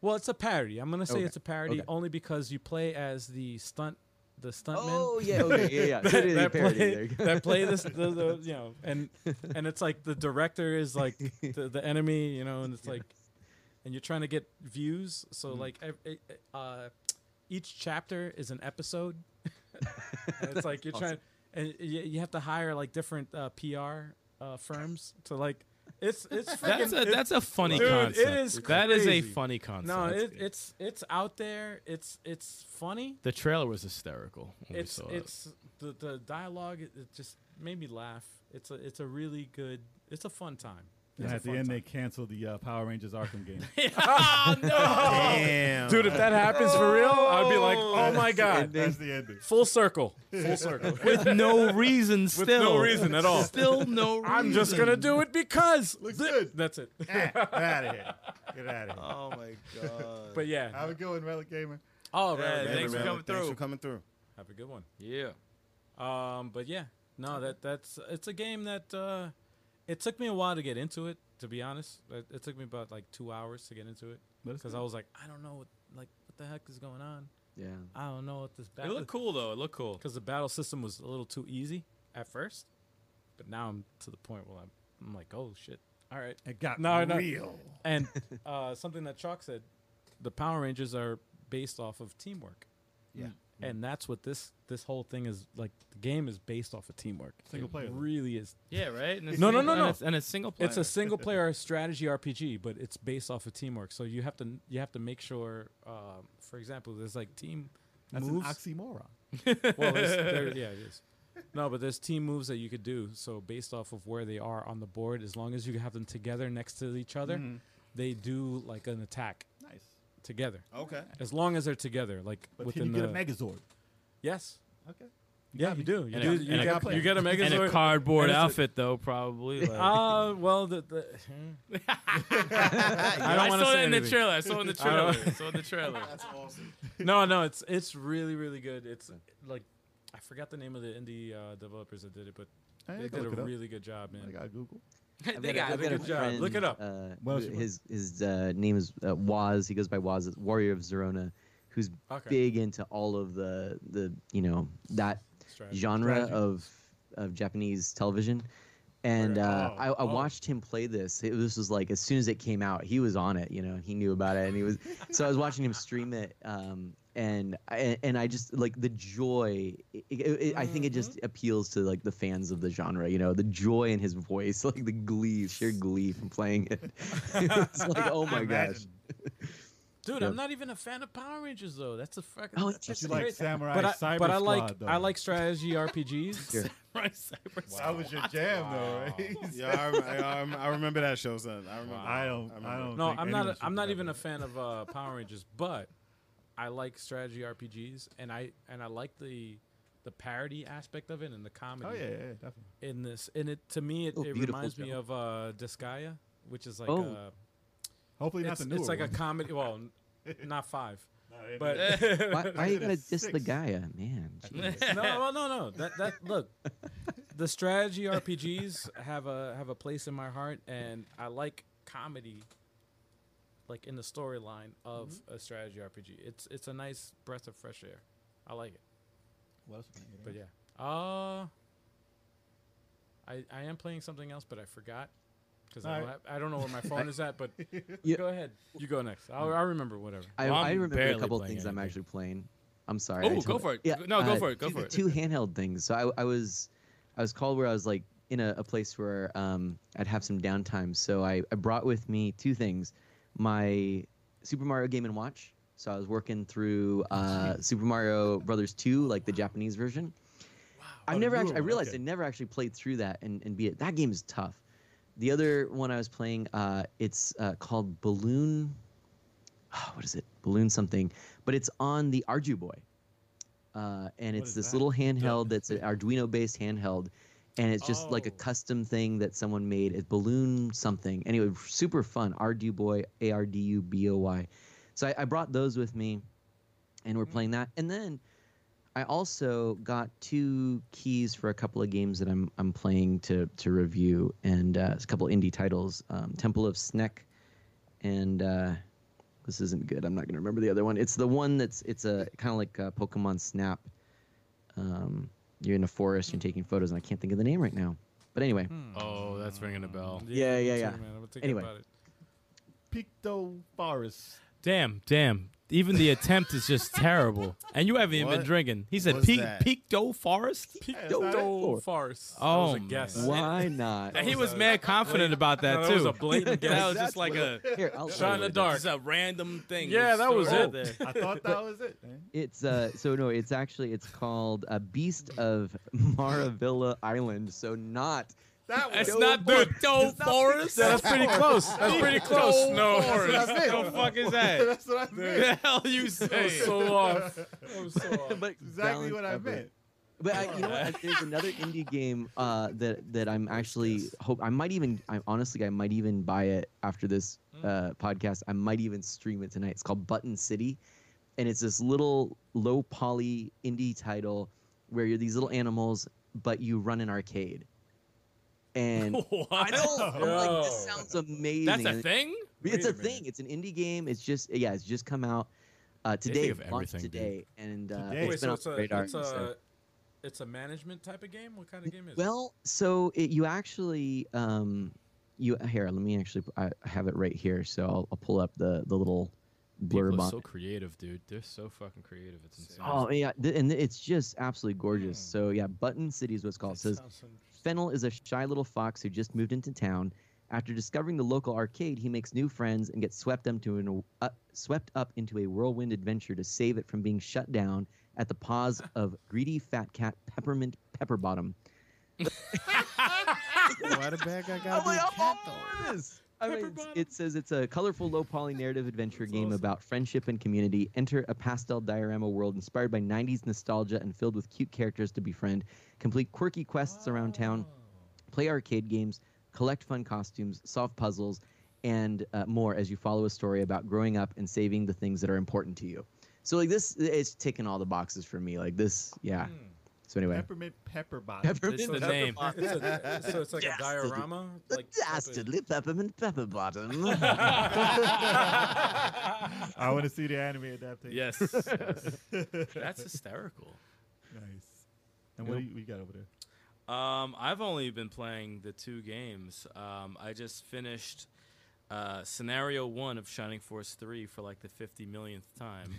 [SPEAKER 2] Well, it's a parody. I'm gonna say
[SPEAKER 5] Okay.
[SPEAKER 2] it's a parody
[SPEAKER 5] Okay.
[SPEAKER 2] only because you play as the stunt, the stuntman.
[SPEAKER 5] Oh yeah, okay, yeah, yeah.
[SPEAKER 2] That,
[SPEAKER 5] It is a
[SPEAKER 2] that
[SPEAKER 5] parody.
[SPEAKER 2] play,
[SPEAKER 5] there you go.
[SPEAKER 2] that play this, the, the, you know, and and it's like the director is like the, the enemy, you know, and it's like, and you're trying to get views. So
[SPEAKER 5] Mm-hmm.
[SPEAKER 2] like, ev- e- e- uh, each chapter is an episode. and it's like you're trying, and you, you have to hire like different uh, PR uh, firms to like. It's it's freaking,
[SPEAKER 3] That's a that's a funny
[SPEAKER 2] Dude, it
[SPEAKER 3] concept.
[SPEAKER 2] is
[SPEAKER 3] That is a
[SPEAKER 2] crazy.
[SPEAKER 3] funny concept.
[SPEAKER 2] no, it, it's it's out there. It's it's funny.
[SPEAKER 3] the trailer was hysterical. When
[SPEAKER 2] it's
[SPEAKER 3] we saw it.
[SPEAKER 2] it's the the dialogue. It, it just made me laugh. It's a it's a really good. It's a fun time.
[SPEAKER 4] And
[SPEAKER 2] It's a
[SPEAKER 4] at the
[SPEAKER 2] fun
[SPEAKER 4] end,
[SPEAKER 2] time.
[SPEAKER 4] they canceled the uh, Power Rangers Arkham game.
[SPEAKER 11] Damn.
[SPEAKER 2] dude, if that happens for real, I'd be like, oh my god,
[SPEAKER 4] That's the ending.
[SPEAKER 2] full circle, full circle.
[SPEAKER 3] with no reason. Still,
[SPEAKER 2] no reason at all.
[SPEAKER 3] Still no. reason.
[SPEAKER 2] I'm just gonna do it because.
[SPEAKER 4] Looks
[SPEAKER 2] thi-
[SPEAKER 4] good.
[SPEAKER 2] That's it.
[SPEAKER 4] Get out of here. Get out of here.
[SPEAKER 11] Oh my god.
[SPEAKER 2] But yeah,
[SPEAKER 4] Have a good one, Relic Gamer.
[SPEAKER 2] all
[SPEAKER 3] Yeah,
[SPEAKER 2] right.
[SPEAKER 3] thanks for coming
[SPEAKER 11] Thanks
[SPEAKER 3] through.
[SPEAKER 11] for coming through.
[SPEAKER 2] Have a good one.
[SPEAKER 3] Yeah.
[SPEAKER 2] Um, but yeah, no, that that's it's a game that uh, it took me a while to get into it. To be honest, it, it took me about like two hours to get into it because I was like, I don't know what like what the heck is going on.
[SPEAKER 5] yeah.
[SPEAKER 2] I don't know what this
[SPEAKER 3] It
[SPEAKER 2] battle
[SPEAKER 3] looked cool though. It looked cool.
[SPEAKER 2] because the battle system was a little too easy at first, but now I'm to the point where I'm, I'm like, oh shit, all right.
[SPEAKER 4] It got
[SPEAKER 2] No, no.
[SPEAKER 4] real.
[SPEAKER 2] And uh, something that Chalk said, the Power Rangers are based off of teamwork.
[SPEAKER 4] Mm.
[SPEAKER 11] Yeah.
[SPEAKER 2] And that's what this this whole thing is like. The game is based off of teamwork.
[SPEAKER 4] Single
[SPEAKER 2] It
[SPEAKER 4] player.
[SPEAKER 2] really is.
[SPEAKER 3] Yeah, right. And it's
[SPEAKER 2] No, no,
[SPEAKER 3] single-
[SPEAKER 2] no, no.
[SPEAKER 3] And it's, and it's single player.
[SPEAKER 2] It's a single player strategy RPG, but it's based off of teamwork. So you have to you have to make sure. Um, for example, there's like team
[SPEAKER 4] That's
[SPEAKER 2] moves.
[SPEAKER 4] an oxymoron.
[SPEAKER 2] Well, there's, there, yeah, it is. No, but there's team moves that you could do. So based off of where they are on the board, as long as you have them together next to each other,
[SPEAKER 4] Mm-hmm.
[SPEAKER 11] Mm-hmm.
[SPEAKER 2] they do like an attack
[SPEAKER 4] Nice.
[SPEAKER 2] together.
[SPEAKER 11] Okay.
[SPEAKER 2] As long as they're together, like
[SPEAKER 4] But
[SPEAKER 2] within
[SPEAKER 4] can you get
[SPEAKER 2] the
[SPEAKER 4] a Megazord?
[SPEAKER 2] yes,
[SPEAKER 4] Okay.
[SPEAKER 2] yeah, you do. You
[SPEAKER 3] And
[SPEAKER 2] do.
[SPEAKER 3] a-
[SPEAKER 2] you,
[SPEAKER 3] and a-
[SPEAKER 2] get, you get a Megazord.
[SPEAKER 3] and a cardboard
[SPEAKER 2] and it's a-
[SPEAKER 3] outfit though, probably. Like.
[SPEAKER 2] Uh, well, the, the I don't
[SPEAKER 3] I
[SPEAKER 2] want to
[SPEAKER 3] saw
[SPEAKER 2] say
[SPEAKER 3] that in the
[SPEAKER 2] anything.
[SPEAKER 3] trailer. I saw it in the
[SPEAKER 2] I
[SPEAKER 3] trailer.
[SPEAKER 2] don't-
[SPEAKER 3] I saw it in the trailer.
[SPEAKER 2] no, no, it's it's really really good. It's like I forgot the name of the indie uh, developers that did it, but
[SPEAKER 4] I
[SPEAKER 2] they
[SPEAKER 4] gotta look it up.
[SPEAKER 2] did a
[SPEAKER 4] Oh
[SPEAKER 2] really good job, man.
[SPEAKER 4] I got Google.
[SPEAKER 5] I've
[SPEAKER 2] they got
[SPEAKER 5] got a- I've
[SPEAKER 2] a
[SPEAKER 5] got a
[SPEAKER 2] good job. Look it
[SPEAKER 5] friend,
[SPEAKER 2] up.
[SPEAKER 5] Uh,
[SPEAKER 4] What else
[SPEAKER 5] who-
[SPEAKER 4] you got?
[SPEAKER 5] his his uh, name is uh, Waz. He goes by Waz. It's Warrior of Zerona, who's
[SPEAKER 2] Okay.
[SPEAKER 5] big into all of the the you know that
[SPEAKER 2] Strategy.
[SPEAKER 5] genre
[SPEAKER 4] Strategy.
[SPEAKER 5] of of Japanese television. And uh,
[SPEAKER 4] Oh,
[SPEAKER 5] I, I
[SPEAKER 4] oh.
[SPEAKER 5] watched him play this. It, this was like as soon as it came out, he was on it. You know, he knew about it, and he was. so I was watching him stream it, um, and I, and I just like the joy. It, it, it, I think it just
[SPEAKER 4] Mm-hmm.
[SPEAKER 5] appeals to like the fans of the genre. You know, the joy in his voice, like the glee, sheer glee from playing it. it's like, oh my gosh.
[SPEAKER 2] Dude,
[SPEAKER 5] Yep.
[SPEAKER 2] I'm not even a fan of Power Rangers though. That's a fucking.
[SPEAKER 5] Oh,
[SPEAKER 2] that's
[SPEAKER 5] interesting.
[SPEAKER 4] You
[SPEAKER 2] a
[SPEAKER 4] like
[SPEAKER 2] great-
[SPEAKER 4] Samurai
[SPEAKER 2] but I,
[SPEAKER 4] Cyber
[SPEAKER 2] but I
[SPEAKER 4] Squad,
[SPEAKER 2] like
[SPEAKER 4] though.
[SPEAKER 2] I like strategy RPGs.
[SPEAKER 5] Here.
[SPEAKER 3] Right, cyber-
[SPEAKER 4] That was your jam, though, right?
[SPEAKER 11] Yeah, I, rem- I, rem- I remember that show, son. I remember.
[SPEAKER 4] I don't. I,
[SPEAKER 11] remember.
[SPEAKER 4] don't.
[SPEAKER 2] No,
[SPEAKER 4] think
[SPEAKER 2] I'm not.
[SPEAKER 4] anyone
[SPEAKER 2] A,
[SPEAKER 4] should
[SPEAKER 2] I'm not
[SPEAKER 4] remember
[SPEAKER 2] even a
[SPEAKER 4] that.
[SPEAKER 2] fan of uh, Power Rangers, but I like strategy RPGs, and I and I like the the parody aspect of it and the comedy
[SPEAKER 4] Oh yeah, yeah, yeah, definitely.
[SPEAKER 2] in this. And it to me, it,
[SPEAKER 5] Oh,
[SPEAKER 2] it
[SPEAKER 5] beautiful
[SPEAKER 2] reminds me
[SPEAKER 5] show.
[SPEAKER 2] of uh, Disgaea, which is like
[SPEAKER 5] Oh.
[SPEAKER 2] uh,
[SPEAKER 4] Hopefully not
[SPEAKER 2] it's,
[SPEAKER 4] the newer
[SPEAKER 2] it's like a
[SPEAKER 4] one.
[SPEAKER 2] comedy. Well, n- not five,
[SPEAKER 4] it
[SPEAKER 2] but
[SPEAKER 5] Why, why are you
[SPEAKER 4] did a
[SPEAKER 5] gonna diss the
[SPEAKER 4] six.
[SPEAKER 5] Gaia, man? Jeez.
[SPEAKER 2] no, well, no, no. That that look, the strategy RPGs have a have a place in my heart, and I like comedy, like in the storyline of a strategy RPG. It's it's a nice breath of fresh air. I like it.
[SPEAKER 7] Mm.
[SPEAKER 4] What else we got here?
[SPEAKER 2] But yeah, uh, I, I am playing something else, but I forgot because I, don't have- I don't know where my phone is at. But go ahead, you go next. I'll, I'll remember whatever.
[SPEAKER 5] I,
[SPEAKER 3] Well,
[SPEAKER 5] I
[SPEAKER 3] I'm
[SPEAKER 5] remember a
[SPEAKER 3] barely
[SPEAKER 5] couple
[SPEAKER 3] playing
[SPEAKER 5] things I'm
[SPEAKER 3] anything.
[SPEAKER 5] actually playing. I'm sorry.
[SPEAKER 3] Oh,
[SPEAKER 5] I
[SPEAKER 3] go
[SPEAKER 5] totally-
[SPEAKER 3] for it. No, go for it, go
[SPEAKER 5] uh, two-
[SPEAKER 3] for it.
[SPEAKER 5] Two handheld things. So I, I was, I was called where I was like in a, a place where um I'd have some downtime. So I, I brought with me two things, my Super Mario Game and Watch. So I was working through uh, Super Mario Brothers 2, like the Japanese version. I
[SPEAKER 4] Oh, the
[SPEAKER 5] never
[SPEAKER 4] newer
[SPEAKER 5] actually. I
[SPEAKER 4] one,
[SPEAKER 5] realized
[SPEAKER 4] okay.
[SPEAKER 5] I never actually played through that and, and beat it. That game is tough. The other one I was playing, uh, it's uh, called Balloon. oh, What is it? Balloon something, but it's on the Arju Boy, uh, and it's
[SPEAKER 4] is
[SPEAKER 5] this
[SPEAKER 4] that?
[SPEAKER 5] little handheld that's an Arduino-based handheld, and it's just like a
[SPEAKER 2] Oh.
[SPEAKER 5] custom thing that someone made. It's Balloon something. Anyway, super fun. Ardu Boy, A R D U B O Y. So I, I brought those with me, and
[SPEAKER 4] Mm-hmm.
[SPEAKER 5] we're playing that. And then I also got two keys for a couple of games that I'm I'm playing to to review, and uh, it's a couple indie titles, um, Temple of Snek, and uh, this isn't good. I'm not gonna remember the other one. It's the one that's it's a kind of like uh Pokemon Snap. Um, you're in a forest, you're taking photos, and I can't think of the name right now. But anyway,
[SPEAKER 3] Oh, that's ringing a bell.
[SPEAKER 5] Yeah,
[SPEAKER 2] me
[SPEAKER 5] yeah,
[SPEAKER 2] too,
[SPEAKER 5] yeah.
[SPEAKER 2] Man. Hmm. I'm gonna think
[SPEAKER 5] Anyway.
[SPEAKER 2] about it.
[SPEAKER 4] Picto Forest.
[SPEAKER 3] Damn, damn. Even the attempt is just terrible. And you haven't even been
[SPEAKER 6] What
[SPEAKER 3] drinking. He said
[SPEAKER 6] was
[SPEAKER 3] Peak
[SPEAKER 6] that?
[SPEAKER 3] Peak Doe Forest.
[SPEAKER 2] Picto farce. that was
[SPEAKER 3] Oh,
[SPEAKER 2] a guess.
[SPEAKER 3] man.
[SPEAKER 5] why not?
[SPEAKER 3] And he was mad confident about that
[SPEAKER 2] No,
[SPEAKER 3] too.
[SPEAKER 2] that was a blatant guess.
[SPEAKER 3] That was just like a
[SPEAKER 5] Here, I'll
[SPEAKER 2] Shot in the dark.
[SPEAKER 3] just a random thing.
[SPEAKER 2] Yeah,
[SPEAKER 3] Just
[SPEAKER 2] that
[SPEAKER 3] throw
[SPEAKER 2] was
[SPEAKER 3] out
[SPEAKER 2] it.
[SPEAKER 3] there.
[SPEAKER 4] I thought that was it. man.
[SPEAKER 5] It's uh so no, it's actually it's called a Beast of Maravilla Island. So not
[SPEAKER 4] That was
[SPEAKER 3] It's not Peak Doe Forest.
[SPEAKER 2] Yeah, that's pretty close. That's pretty close. No,
[SPEAKER 3] Forest. The fuck is that?
[SPEAKER 4] that's what I meant.
[SPEAKER 3] the hell you
[SPEAKER 2] that was
[SPEAKER 3] say?
[SPEAKER 2] so off. That was so off.
[SPEAKER 5] but
[SPEAKER 4] Exactly what I
[SPEAKER 5] balanced effort.
[SPEAKER 4] meant.
[SPEAKER 5] But I, you know what? There's another indie game uh, that that I'm actually hope I might even I honestly I might even buy it after this uh, podcast. I might even stream it tonight. It's called Button City, and it's this little low poly indie title where you're these little animals, but you run an arcade. And I know I'm like this
[SPEAKER 2] Yo.
[SPEAKER 5] sounds amazing.
[SPEAKER 3] That's a
[SPEAKER 5] And-
[SPEAKER 3] thing?
[SPEAKER 5] It's
[SPEAKER 2] Wait a
[SPEAKER 5] a,
[SPEAKER 2] minute.
[SPEAKER 5] thing. It's an indie game. It's just yeah. It's just come out uh,
[SPEAKER 3] think
[SPEAKER 5] today.
[SPEAKER 3] of
[SPEAKER 5] launched
[SPEAKER 3] everything, dude.
[SPEAKER 5] today, and uh,
[SPEAKER 4] Today.
[SPEAKER 5] it's
[SPEAKER 2] Wait,
[SPEAKER 5] been
[SPEAKER 2] so
[SPEAKER 5] on
[SPEAKER 2] it's a,
[SPEAKER 5] the radar.
[SPEAKER 2] it's,
[SPEAKER 5] so-
[SPEAKER 2] a, it's a management type of game? What kind of game is
[SPEAKER 5] well, so it, you actually, um, you here. Let me actually. I I have it right here, so I'll, I'll pull up the the little blurb
[SPEAKER 3] People
[SPEAKER 5] on.
[SPEAKER 3] are so
[SPEAKER 5] it.
[SPEAKER 3] creative, dude. They're so fucking creative. It's insane.
[SPEAKER 5] Oh yeah, th- and it's just absolutely gorgeous.
[SPEAKER 3] Hmm.
[SPEAKER 5] So yeah, Button City is what's
[SPEAKER 2] it?
[SPEAKER 5] called. It says
[SPEAKER 2] Sounds interesting.
[SPEAKER 5] Fennel is a shy little fox who just moved into town. After discovering the local arcade, he makes new friends and gets swept up, to an, uh, swept up into a whirlwind adventure to save it from being shut down at the paws of greedy fat cat Peppermint Pepperbottom.
[SPEAKER 11] Why the bad guy gotta be a cat though?
[SPEAKER 5] I mean, it's- it says it's a colorful, low poly narrative adventure game about friendship and community. Enter a pastel diorama world inspired by 90s nostalgia and filled with cute characters to befriend. Complete quirky quests around town,
[SPEAKER 4] Oh.
[SPEAKER 5] play arcade games, collect fun costumes, solve puzzles, and uh, more as you follow a story about growing up and saving the things that are important to you. So, like, this is ticking all the boxes for me. Like, this, yeah. So, anyway.
[SPEAKER 4] Peppermint Hmm. pepper bottom.
[SPEAKER 5] Peppermint
[SPEAKER 3] It's the name.
[SPEAKER 2] It's a- so it's like a
[SPEAKER 5] Dastardly.
[SPEAKER 2] diorama?
[SPEAKER 5] The
[SPEAKER 2] Like type of-
[SPEAKER 5] dastardly peppermint pepper bottom.
[SPEAKER 4] I want to see the anime adaptation.
[SPEAKER 3] Yes. That's hysterical.
[SPEAKER 4] Nice. And what do you, we got over there?
[SPEAKER 3] Um, I've only been playing the two games. Um, I just finished uh, scenario one of Shining Force three for like the fifty millionth time.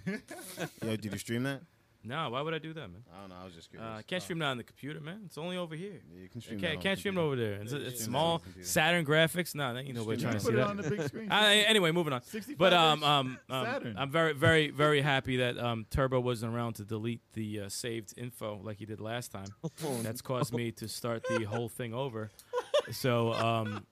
[SPEAKER 11] Yo, did you stream that?
[SPEAKER 3] no, why would I do that,
[SPEAKER 4] Oh,
[SPEAKER 3] man?
[SPEAKER 11] I don't know. I was just curious.
[SPEAKER 3] Uh, I can't stream that on the computer, man. It's only over here.
[SPEAKER 11] Yeah, you can
[SPEAKER 3] I
[SPEAKER 11] stream. that
[SPEAKER 3] can't,
[SPEAKER 11] on
[SPEAKER 3] can't stream it
[SPEAKER 11] computer.
[SPEAKER 3] over there. It's, it's
[SPEAKER 11] stream that on
[SPEAKER 3] small
[SPEAKER 11] the computer.
[SPEAKER 3] Saturn graphics. Nah, that- you know we're
[SPEAKER 11] Stream
[SPEAKER 3] trying to
[SPEAKER 11] that
[SPEAKER 3] see
[SPEAKER 4] Put it on
[SPEAKER 3] that. Ah,
[SPEAKER 4] the big screen.
[SPEAKER 3] I, anyway, moving on.
[SPEAKER 4] 65
[SPEAKER 3] But um,
[SPEAKER 4] inch
[SPEAKER 3] um, um
[SPEAKER 4] Saturn.
[SPEAKER 3] I'm very, very, very happy that um, Turbo wasn't around to delete the uh, saved info like he did last time.
[SPEAKER 4] Oh,
[SPEAKER 3] That's caused me to start the whole thing over. So um,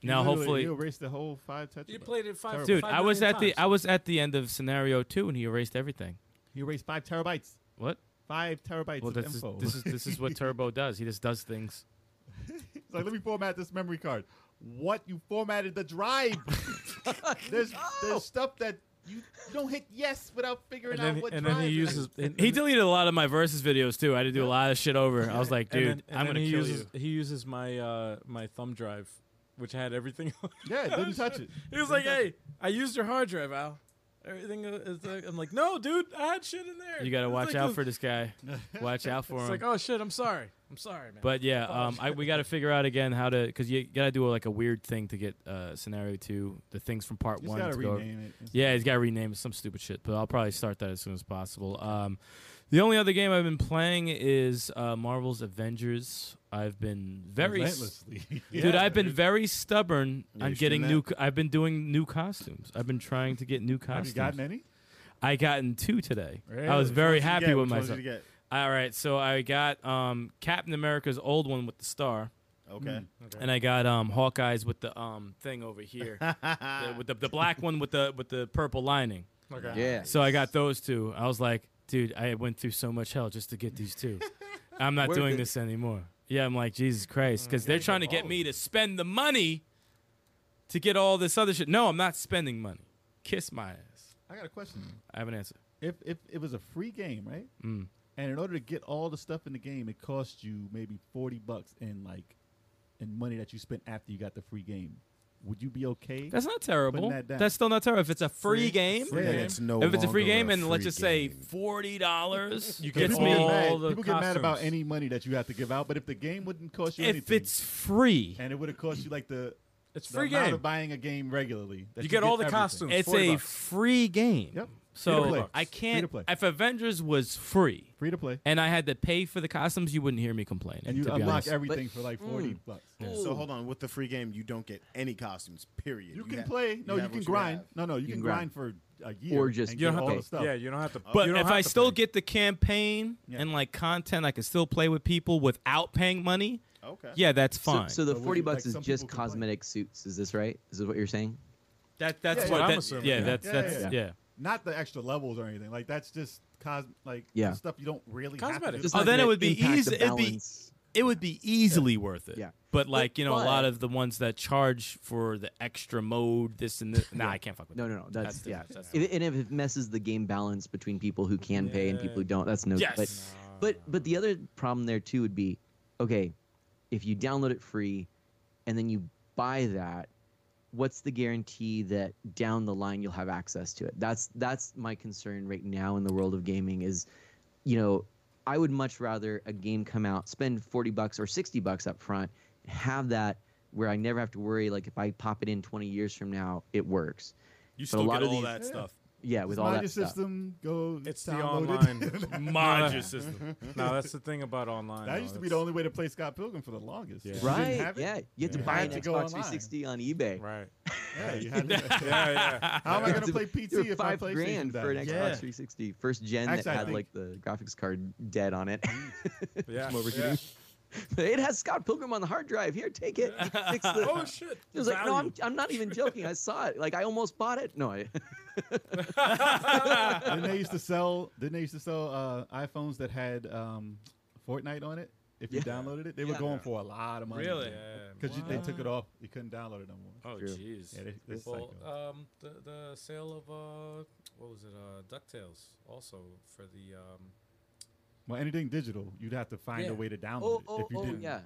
[SPEAKER 4] You
[SPEAKER 3] now
[SPEAKER 4] literally-
[SPEAKER 3] hopefully,
[SPEAKER 4] you erased the whole five touch.
[SPEAKER 2] You played it five
[SPEAKER 3] dude,
[SPEAKER 2] five
[SPEAKER 3] I was
[SPEAKER 2] million
[SPEAKER 3] at the I
[SPEAKER 2] times.
[SPEAKER 3] was at the end of scenario two and he erased everything.
[SPEAKER 4] You erased five terabytes.
[SPEAKER 3] What?
[SPEAKER 4] Five terabytes
[SPEAKER 3] Well,
[SPEAKER 4] of
[SPEAKER 3] that's
[SPEAKER 4] info.
[SPEAKER 3] this is this is what Turbo does. He just does things.
[SPEAKER 4] It's like, let me format this memory card. What? You formatted the drive. there's there's stuff that you, you don't hit yes without figuring
[SPEAKER 2] And then,
[SPEAKER 4] out what
[SPEAKER 2] and
[SPEAKER 4] drive
[SPEAKER 2] then he
[SPEAKER 4] it is.
[SPEAKER 2] uses. and-
[SPEAKER 3] He deleted a lot of my verses videos too. I had to do a lot of shit over. I was like,
[SPEAKER 2] and
[SPEAKER 3] dude,
[SPEAKER 2] then- and
[SPEAKER 3] I'm
[SPEAKER 2] then
[SPEAKER 3] gonna
[SPEAKER 2] he
[SPEAKER 3] kill
[SPEAKER 2] uses,
[SPEAKER 3] you.
[SPEAKER 2] He uses my uh, my thumb drive, which had everything. on it.
[SPEAKER 4] Yeah, didn't touch it.
[SPEAKER 2] He was like, "Hey, I used your hard drive, Al. Everything is like, I'm like, no, dude, I had shit in there.
[SPEAKER 3] You gotta
[SPEAKER 2] It's
[SPEAKER 3] watch
[SPEAKER 2] like
[SPEAKER 3] out
[SPEAKER 2] a-
[SPEAKER 3] for this guy. Watch out for
[SPEAKER 2] It's
[SPEAKER 3] him.
[SPEAKER 2] like, oh shit, I'm sorry, I'm sorry, man.
[SPEAKER 3] But yeah, um, I, we got to figure out again how to because you got to do like a weird thing to get uh, scenario two, the things from part
[SPEAKER 7] Just
[SPEAKER 3] one.
[SPEAKER 7] gotta
[SPEAKER 3] to go-
[SPEAKER 7] rename it.
[SPEAKER 3] Yeah, he's got to rename it some stupid shit, but I'll probably start that as soon as possible. Um, the only other game I've been playing is uh, Marvel's Avengers. I've been very s-
[SPEAKER 7] relentlessly.
[SPEAKER 3] dude. I've been very stubborn
[SPEAKER 6] Yeah,
[SPEAKER 3] on
[SPEAKER 6] you've
[SPEAKER 3] getting
[SPEAKER 6] seen
[SPEAKER 3] new. co- I've been doing new costumes. I've been trying to get new
[SPEAKER 7] Have you
[SPEAKER 3] costumes.
[SPEAKER 7] gotten any?
[SPEAKER 3] I gotten two today. I
[SPEAKER 7] Really?
[SPEAKER 3] was
[SPEAKER 7] Which
[SPEAKER 3] very
[SPEAKER 6] Which ones
[SPEAKER 3] happy
[SPEAKER 6] did you get?
[SPEAKER 3] with
[SPEAKER 6] Which ones
[SPEAKER 3] myself.
[SPEAKER 6] did you get?
[SPEAKER 3] All right, so I got um, Captain America's old one with the star,
[SPEAKER 6] Okay.
[SPEAKER 3] and I got um, Hawkeye's with the um, thing over here, the, with the, the black one with the with the purple lining.
[SPEAKER 2] Okay.
[SPEAKER 5] Yeah.
[SPEAKER 3] So I got those two. I was like, dude, I went through so much hell just to get these two. I'm not
[SPEAKER 5] Where
[SPEAKER 3] doing
[SPEAKER 5] did- Mm,
[SPEAKER 3] this anymore. Yeah, I'm like Jesus Christ, because they're trying to get me to spend the money to get all this other shit. No, I'm not spending money. Kiss my ass.
[SPEAKER 7] I got a question.
[SPEAKER 3] I have an answer.
[SPEAKER 7] If if it was a free game, right?
[SPEAKER 3] Mm.
[SPEAKER 7] And in order to get all the stuff in the game, it cost you maybe forty bucks in like in money that you spent after you got the free game. Would you be okay?
[SPEAKER 3] That's not terrible.
[SPEAKER 7] Putting that down.
[SPEAKER 3] That's still not terrible. If it's a free,
[SPEAKER 7] Free-
[SPEAKER 3] game,
[SPEAKER 7] free
[SPEAKER 6] And
[SPEAKER 7] game.
[SPEAKER 6] it's no
[SPEAKER 3] if it's a free
[SPEAKER 6] longer
[SPEAKER 3] game and let's
[SPEAKER 6] free
[SPEAKER 3] just say
[SPEAKER 6] game.
[SPEAKER 3] forty dollars, you
[SPEAKER 7] 'Cause
[SPEAKER 3] get
[SPEAKER 7] people get, mad.
[SPEAKER 3] all the
[SPEAKER 7] people get mad about
[SPEAKER 3] costumes.
[SPEAKER 7] any money that you have to give out, but if the game wouldn't cost you
[SPEAKER 3] If
[SPEAKER 7] anything,
[SPEAKER 3] it's free,
[SPEAKER 7] and it would have cost you like the,
[SPEAKER 2] It's
[SPEAKER 7] the
[SPEAKER 2] free
[SPEAKER 7] amount
[SPEAKER 2] game.
[SPEAKER 7] of buying a game regularly. that
[SPEAKER 2] You get all the
[SPEAKER 7] everything.
[SPEAKER 2] costumes.
[SPEAKER 3] it's
[SPEAKER 2] 40
[SPEAKER 3] a
[SPEAKER 2] bucks.
[SPEAKER 3] free game.
[SPEAKER 7] Yep. Free to play.
[SPEAKER 3] So I
[SPEAKER 7] Free to
[SPEAKER 3] can't.
[SPEAKER 7] play.
[SPEAKER 3] If Avengers was free
[SPEAKER 7] Free to play,
[SPEAKER 3] and I had to pay for the costumes, you wouldn't hear me complaining.
[SPEAKER 7] and you
[SPEAKER 3] to be
[SPEAKER 7] unlock
[SPEAKER 3] honest.
[SPEAKER 7] everything for like forty
[SPEAKER 5] Mm.
[SPEAKER 7] bucks.
[SPEAKER 6] So hold on, with the free game, you don't get any costumes. Period.
[SPEAKER 7] You can
[SPEAKER 6] ha-
[SPEAKER 7] play. No, you,
[SPEAKER 6] have
[SPEAKER 7] can
[SPEAKER 6] what
[SPEAKER 7] grind.
[SPEAKER 6] have.
[SPEAKER 7] no, no, you, can,
[SPEAKER 5] can
[SPEAKER 7] grind
[SPEAKER 5] grind.
[SPEAKER 7] for a year.
[SPEAKER 5] Or just-
[SPEAKER 7] and
[SPEAKER 5] You
[SPEAKER 7] get
[SPEAKER 5] don't have
[SPEAKER 7] all
[SPEAKER 5] to-
[SPEAKER 7] the stuff.
[SPEAKER 2] Yeah, you don't have to.
[SPEAKER 3] But
[SPEAKER 2] you don't
[SPEAKER 3] if
[SPEAKER 2] have
[SPEAKER 3] I
[SPEAKER 2] to
[SPEAKER 3] still
[SPEAKER 2] pay.
[SPEAKER 3] get the campaign
[SPEAKER 7] Yeah.
[SPEAKER 3] and like content, I can still play with people without paying money.
[SPEAKER 6] Okay.
[SPEAKER 3] Yeah, that's fine.
[SPEAKER 5] So, so the
[SPEAKER 7] But would
[SPEAKER 5] forty
[SPEAKER 7] you- like,
[SPEAKER 5] bucks is
[SPEAKER 7] some
[SPEAKER 5] just
[SPEAKER 7] people complain.
[SPEAKER 5] cosmetic suits. Is this right? Is this what you're saying?
[SPEAKER 3] that that's
[SPEAKER 7] Yeah,
[SPEAKER 3] what
[SPEAKER 7] yeah,
[SPEAKER 3] that,
[SPEAKER 7] I'm
[SPEAKER 2] assuming,
[SPEAKER 3] yeah,
[SPEAKER 2] yeah.
[SPEAKER 3] that's
[SPEAKER 7] Yeah,
[SPEAKER 3] that's
[SPEAKER 7] yeah,
[SPEAKER 3] yeah.
[SPEAKER 7] yeah. Not the extra levels or anything. Like that's just cos like
[SPEAKER 5] Yeah.
[SPEAKER 7] the stuff you don't really have to
[SPEAKER 2] Cosmetics.
[SPEAKER 7] do.
[SPEAKER 5] Just
[SPEAKER 3] Oh,
[SPEAKER 5] not
[SPEAKER 3] then
[SPEAKER 5] gonna
[SPEAKER 3] it would be
[SPEAKER 5] impact the
[SPEAKER 3] easy- it'd be-
[SPEAKER 5] balance.
[SPEAKER 3] It would be easily worth it.
[SPEAKER 5] Yeah.
[SPEAKER 3] But like you know, a
[SPEAKER 5] but-
[SPEAKER 3] lot of the ones that charge for the extra mode, this and this. Nah, I can't fuck with.
[SPEAKER 5] No,
[SPEAKER 3] that.
[SPEAKER 5] no, no. That's,
[SPEAKER 3] the-
[SPEAKER 5] yeah.
[SPEAKER 3] that's the-
[SPEAKER 5] If, and if it messes the game balance between people who can pay and people who don't, that's no.
[SPEAKER 3] Yes.
[SPEAKER 5] But, but but the other problem there too would be, okay, if you download it free, and then you buy that, what's the guarantee that down the line you'll have access to it? That's that's my concern right now in the world of gaming is, you know, I would much rather a game come out, spend 40 bucks or 60 bucks up front, have that where I never have to worry like if I pop it in 20 years from now, it works.
[SPEAKER 3] You
[SPEAKER 5] But a
[SPEAKER 3] still
[SPEAKER 5] lot
[SPEAKER 3] get
[SPEAKER 5] of
[SPEAKER 3] all
[SPEAKER 5] these-
[SPEAKER 3] that stuff.
[SPEAKER 5] Yeah, with all
[SPEAKER 7] Mod
[SPEAKER 5] that
[SPEAKER 7] your
[SPEAKER 5] stuff.
[SPEAKER 7] system, go.
[SPEAKER 2] It's the
[SPEAKER 7] download it.
[SPEAKER 2] online.
[SPEAKER 3] Mod your system.
[SPEAKER 2] no, that's the thing about online.
[SPEAKER 7] That
[SPEAKER 2] though.
[SPEAKER 7] used to be the
[SPEAKER 2] That's-
[SPEAKER 7] only way to play Scott Pilgrim for the longest.
[SPEAKER 2] Yeah.
[SPEAKER 7] If you didn't
[SPEAKER 5] Right?
[SPEAKER 7] have it,
[SPEAKER 5] Yeah, you had to
[SPEAKER 7] you
[SPEAKER 5] buy an
[SPEAKER 7] had to
[SPEAKER 5] Xbox
[SPEAKER 7] go online.
[SPEAKER 5] 360 on eBay.
[SPEAKER 2] Right.
[SPEAKER 7] yeah, you had to-
[SPEAKER 2] Yeah, yeah.
[SPEAKER 7] How am I
[SPEAKER 5] Yeah.
[SPEAKER 7] going to play
[SPEAKER 5] They were
[SPEAKER 7] PT if my
[SPEAKER 5] five
[SPEAKER 7] PlayStation
[SPEAKER 5] grand for an Xbox
[SPEAKER 7] dies?
[SPEAKER 3] Yeah.
[SPEAKER 5] 360, first gen
[SPEAKER 7] Actually, I
[SPEAKER 5] that had
[SPEAKER 7] think- Hmm.
[SPEAKER 5] like the graphics card dead on it.
[SPEAKER 2] Yeah.
[SPEAKER 5] overheating. it has Scott Pilgrim on the hard drive. Here, take it. Fix the-
[SPEAKER 2] Oh shit.
[SPEAKER 5] It was like, no, I'm,
[SPEAKER 2] Value.
[SPEAKER 5] I'm not even joking. I saw it. Like, I almost bought it. No, I,
[SPEAKER 7] Then they used to sell. Then they used to sell uh, iPhones that had um, Fortnite on it. If you
[SPEAKER 5] Yeah.
[SPEAKER 7] downloaded it, they were
[SPEAKER 5] Yeah.
[SPEAKER 7] going for a lot of money.
[SPEAKER 3] Really?
[SPEAKER 7] Because they took
[SPEAKER 3] What?
[SPEAKER 7] it off. You couldn't download it no more.
[SPEAKER 3] Oh
[SPEAKER 5] True.
[SPEAKER 3] jeez.
[SPEAKER 7] Yeah, they, they
[SPEAKER 2] Well,
[SPEAKER 7] psycho.
[SPEAKER 2] um, the the sale of uh, what was it? Uh, Ducktales also for the um.
[SPEAKER 7] well, anything digital, you'd have to find
[SPEAKER 2] Yeah.
[SPEAKER 7] a way to download
[SPEAKER 5] oh,
[SPEAKER 7] it
[SPEAKER 5] oh,
[SPEAKER 7] if you
[SPEAKER 5] oh,
[SPEAKER 7] didn't.
[SPEAKER 5] yeah.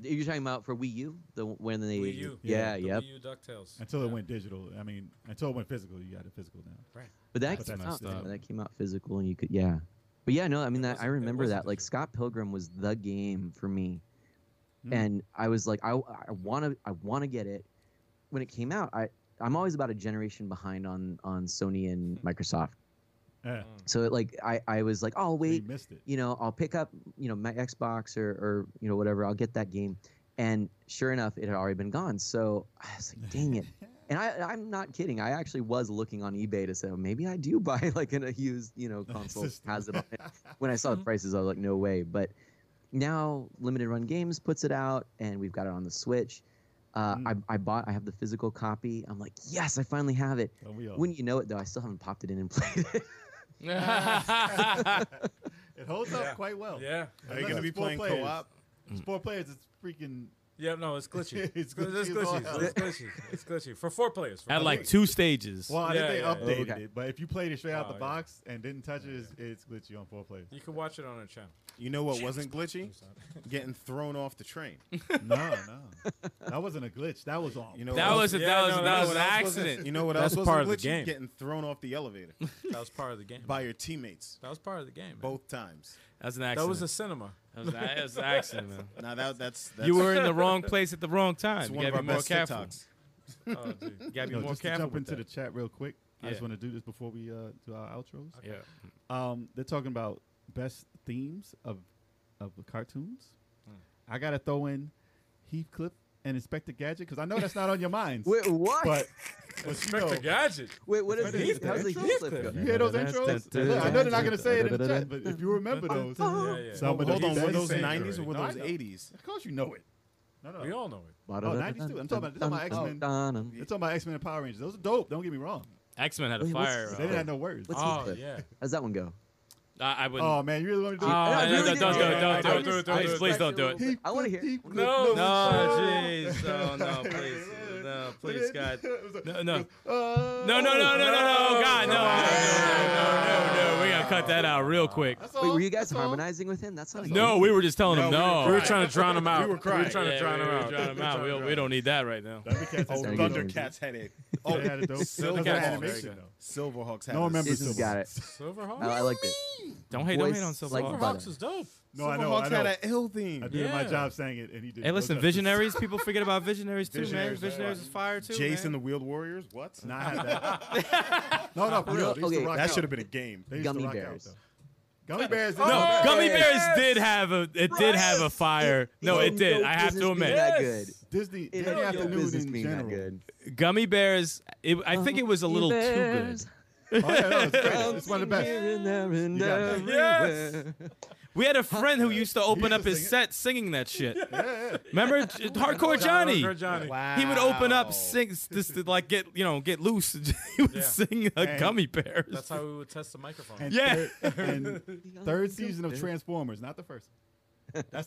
[SPEAKER 5] You're talking about for Wii U, the when they,
[SPEAKER 2] Wii U.
[SPEAKER 5] yeah,
[SPEAKER 2] the
[SPEAKER 5] yep.
[SPEAKER 2] Wii U Ducktales.
[SPEAKER 7] Until it
[SPEAKER 2] Yeah.
[SPEAKER 7] went digital. I mean, until it went physical, you got it physical now.
[SPEAKER 5] But that
[SPEAKER 7] But
[SPEAKER 5] came
[SPEAKER 7] that's
[SPEAKER 5] out.
[SPEAKER 7] messed up.
[SPEAKER 5] That came out physical, and you could, yeah. But yeah, no, I mean, that I
[SPEAKER 2] wasn't- it
[SPEAKER 5] remember
[SPEAKER 2] wasn't
[SPEAKER 5] that. Like
[SPEAKER 2] digital.
[SPEAKER 5] Scott Pilgrim was the game for me,
[SPEAKER 7] Mm.
[SPEAKER 5] and I was like, I want to, I want to get it. When it came out, I I'm always about a generation behind on on Sony and Microsoft.
[SPEAKER 7] Yeah.
[SPEAKER 5] So it, like I I was like, oh
[SPEAKER 7] We
[SPEAKER 5] wait,
[SPEAKER 7] Eh, missed it.
[SPEAKER 5] you know, I'll pick up, you know, my Xbox or, or you know, whatever. I'll get that game, and sure enough, it had already been gone. So I was like, dang it. And I, I'm not kidding. I actually was looking on eBay to say, maybe I do buy like an, a used, you know, console that
[SPEAKER 7] System.
[SPEAKER 5] has it on it. When I saw the prices, I was like, no way. But now Limited Run Games puts it out, and we've got it on the Switch. Uh,
[SPEAKER 7] Mm.
[SPEAKER 5] I, I bought. I have the physical copy. I'm like, yes, I finally have it.
[SPEAKER 7] Don't we all?
[SPEAKER 5] Wouldn't you know it, though? I still haven't popped it in and played it.
[SPEAKER 7] it holds up quite well.
[SPEAKER 2] Yeah.
[SPEAKER 6] Are you
[SPEAKER 7] Unless
[SPEAKER 6] going to be
[SPEAKER 7] it's four
[SPEAKER 6] playing
[SPEAKER 7] players.
[SPEAKER 6] co-op?
[SPEAKER 7] It's four players. It's freaking
[SPEAKER 2] Yeah, no, it's glitchy.
[SPEAKER 7] It's
[SPEAKER 2] it's
[SPEAKER 7] glitchy
[SPEAKER 2] glitchy. It's
[SPEAKER 7] as
[SPEAKER 2] glitchy.
[SPEAKER 7] well.
[SPEAKER 2] It's glitchy. It's glitchy for four players. For
[SPEAKER 3] At
[SPEAKER 2] four
[SPEAKER 3] like
[SPEAKER 2] players.
[SPEAKER 3] two stages.
[SPEAKER 7] Well, I
[SPEAKER 2] Yeah,
[SPEAKER 7] think
[SPEAKER 2] yeah,
[SPEAKER 7] they updated
[SPEAKER 5] yeah. Okay.
[SPEAKER 7] it, but if you played it straight out the
[SPEAKER 2] Oh, yeah.
[SPEAKER 7] box and didn't touch it, it's, it's glitchy on four players.
[SPEAKER 2] you can watch it on our channel.
[SPEAKER 6] You know what wasn't glitchy? Getting thrown off the train.
[SPEAKER 7] no, no, that wasn't a glitch. That was on.
[SPEAKER 6] You know
[SPEAKER 3] That
[SPEAKER 6] what
[SPEAKER 3] was a,
[SPEAKER 2] Yeah,
[SPEAKER 3] that was
[SPEAKER 2] no,
[SPEAKER 3] that
[SPEAKER 2] no,
[SPEAKER 3] was an
[SPEAKER 2] that was-
[SPEAKER 3] accident.
[SPEAKER 6] You know what
[SPEAKER 2] That's
[SPEAKER 6] else
[SPEAKER 2] part
[SPEAKER 6] wasn't
[SPEAKER 2] of the
[SPEAKER 6] glitchy?
[SPEAKER 2] game.
[SPEAKER 6] Getting thrown off the elevator
[SPEAKER 2] That was part of the game.
[SPEAKER 6] by your teammates
[SPEAKER 2] That was part of the game. man.
[SPEAKER 6] both times.
[SPEAKER 3] That was an accident.
[SPEAKER 2] That was a cinema.
[SPEAKER 3] that was, that was an accident, man.
[SPEAKER 6] Now that that's, that's
[SPEAKER 3] You were in the wrong place at the wrong time.
[SPEAKER 6] that's
[SPEAKER 3] You
[SPEAKER 6] one of
[SPEAKER 3] gotta
[SPEAKER 6] our
[SPEAKER 3] be more
[SPEAKER 6] best
[SPEAKER 3] careful.
[SPEAKER 6] TikToks.
[SPEAKER 2] Oh, dude.
[SPEAKER 3] You gotta be
[SPEAKER 7] Yo,
[SPEAKER 3] more
[SPEAKER 7] just to
[SPEAKER 3] careful.
[SPEAKER 7] jump
[SPEAKER 3] with
[SPEAKER 7] into the
[SPEAKER 3] that.
[SPEAKER 7] chat real quick. I just
[SPEAKER 3] Yeah.
[SPEAKER 7] want to do this before we uh, do our outros.
[SPEAKER 3] yeah.
[SPEAKER 7] Um, they're talking about best themes of of the cartoons. I gotta throw in Heathcliff and Inspector Gadget because I know that's not on your minds.
[SPEAKER 5] Wait, what?
[SPEAKER 7] But
[SPEAKER 2] Inspector Gadget.
[SPEAKER 5] Wait, what is
[SPEAKER 7] What is
[SPEAKER 5] this?
[SPEAKER 7] that?
[SPEAKER 5] How's the
[SPEAKER 7] Heathcliff?
[SPEAKER 5] Heathcliff go?
[SPEAKER 7] you hear those intros? Look, I know they're not gonna say it in the chat, but if you remember those,
[SPEAKER 2] Yeah, yeah.
[SPEAKER 7] some of
[SPEAKER 6] Hold
[SPEAKER 7] the
[SPEAKER 6] on, were
[SPEAKER 7] best
[SPEAKER 6] those
[SPEAKER 7] things.
[SPEAKER 6] '90s or were
[SPEAKER 7] No, I
[SPEAKER 6] those
[SPEAKER 7] know.
[SPEAKER 6] '80s?
[SPEAKER 7] Of course you know it. No, no.
[SPEAKER 2] We all know it.
[SPEAKER 5] Oh,
[SPEAKER 7] 92. I'm talking about- they're talking about X-Men. They're talking about X Men and Power Rangers. Those are dope. Don't get me wrong.
[SPEAKER 3] X Men had a
[SPEAKER 5] Wait, what's-
[SPEAKER 3] fire.
[SPEAKER 7] They
[SPEAKER 3] uh,
[SPEAKER 7] didn't have no words.
[SPEAKER 5] What's
[SPEAKER 2] Oh
[SPEAKER 5] Heathcliff?
[SPEAKER 2] yeah.
[SPEAKER 5] How's that one go?
[SPEAKER 3] I, I wouldn't.
[SPEAKER 7] Oh man, you really want me to do?
[SPEAKER 3] Oh,
[SPEAKER 5] I
[SPEAKER 3] no,
[SPEAKER 5] really
[SPEAKER 3] no, don't,
[SPEAKER 5] didn't-
[SPEAKER 3] don't,
[SPEAKER 5] I
[SPEAKER 3] don't,
[SPEAKER 5] just-
[SPEAKER 3] don't, don't,
[SPEAKER 5] I
[SPEAKER 3] don't,
[SPEAKER 5] just
[SPEAKER 3] please don't do
[SPEAKER 5] respect
[SPEAKER 3] it.
[SPEAKER 5] you. I want to hear.
[SPEAKER 7] Heathcliff,
[SPEAKER 3] No,
[SPEAKER 7] Heathcliff.
[SPEAKER 3] jeez, no, no, please, no, please, God,
[SPEAKER 7] It was like,
[SPEAKER 3] no, no,
[SPEAKER 7] uh,
[SPEAKER 3] no, no, no, no, no, no, God, no, no, no, no, no, no, we gotta cut that out real quick.
[SPEAKER 7] That's
[SPEAKER 5] Wait,
[SPEAKER 7] all.
[SPEAKER 5] were you guys
[SPEAKER 7] That's all.
[SPEAKER 5] harmonizing with him? That's not. a
[SPEAKER 3] No,
[SPEAKER 5] game.
[SPEAKER 3] we were just telling him
[SPEAKER 6] No,
[SPEAKER 3] no.
[SPEAKER 2] We were trying to drown him out. We were
[SPEAKER 6] crying.
[SPEAKER 2] trying to
[SPEAKER 3] Yeah,
[SPEAKER 2] drown
[SPEAKER 3] we
[SPEAKER 2] him
[SPEAKER 3] were
[SPEAKER 2] out.
[SPEAKER 3] Drown him out. We, we don't need that right now.
[SPEAKER 6] Oh,
[SPEAKER 5] Very good.
[SPEAKER 6] Thundercats headache.
[SPEAKER 7] Oh, they had a dope.
[SPEAKER 6] Silver
[SPEAKER 7] that was an
[SPEAKER 6] Hawks.
[SPEAKER 7] animation though.
[SPEAKER 6] Silverhawks had
[SPEAKER 7] No one
[SPEAKER 6] a-
[SPEAKER 7] remembers
[SPEAKER 5] Jason's
[SPEAKER 7] Silver
[SPEAKER 5] got it.
[SPEAKER 7] Hawks.
[SPEAKER 2] Silverhawks.
[SPEAKER 5] I, I liked it.
[SPEAKER 3] Don't hate, don't hate
[SPEAKER 5] Voice
[SPEAKER 3] on
[SPEAKER 5] like
[SPEAKER 3] Silverhawks.
[SPEAKER 5] butter.
[SPEAKER 2] Silverhawks is dope.
[SPEAKER 7] No, I know. I
[SPEAKER 6] Silverhawks
[SPEAKER 7] know.
[SPEAKER 6] had an ill
[SPEAKER 7] I
[SPEAKER 6] theme.
[SPEAKER 7] did my
[SPEAKER 2] Yeah.
[SPEAKER 7] job saying it, and he did.
[SPEAKER 3] Hey, listen, Visionaries. People forget about Visionaries too,
[SPEAKER 6] Visionaries,
[SPEAKER 3] man. Visionaries
[SPEAKER 6] yeah.
[SPEAKER 3] is fire too.
[SPEAKER 6] Jason the
[SPEAKER 3] man.
[SPEAKER 6] Wheeled Warriors. What?
[SPEAKER 7] Not had that. no, no, for real. They used
[SPEAKER 5] Okay.
[SPEAKER 7] to rock
[SPEAKER 6] That
[SPEAKER 7] out.
[SPEAKER 6] should have been a game.
[SPEAKER 7] They used
[SPEAKER 5] Gummy
[SPEAKER 7] to rock
[SPEAKER 5] bears.
[SPEAKER 7] Out, though. Gummy bears.
[SPEAKER 3] No,
[SPEAKER 7] Oh,
[SPEAKER 3] Gummy Bears did have a. It did have a fire. No, it did. I have to admit.
[SPEAKER 5] That good.
[SPEAKER 7] Disney.
[SPEAKER 5] It
[SPEAKER 7] Disney
[SPEAKER 5] had no
[SPEAKER 7] afternoon
[SPEAKER 5] business
[SPEAKER 7] in
[SPEAKER 5] being that
[SPEAKER 7] general.
[SPEAKER 5] good.
[SPEAKER 3] Gummy Bears. It, I think it was a little too good.
[SPEAKER 7] Oh, yeah, no, it's great. It's one of the best. You got it.
[SPEAKER 3] We had a friend who used to open up his set singing that shit. Remember J- Hardcore Johnny?
[SPEAKER 2] Hardcore Johnny.
[SPEAKER 3] He would open up, sing, just to, like get you know get loose. and he would
[SPEAKER 2] Yeah.
[SPEAKER 3] sing uh,
[SPEAKER 7] And-
[SPEAKER 3] Gummy Bears.
[SPEAKER 2] That's how we would test the microphone.
[SPEAKER 7] And
[SPEAKER 3] Yeah.
[SPEAKER 7] Third, and third season of Transformers, not the first. That's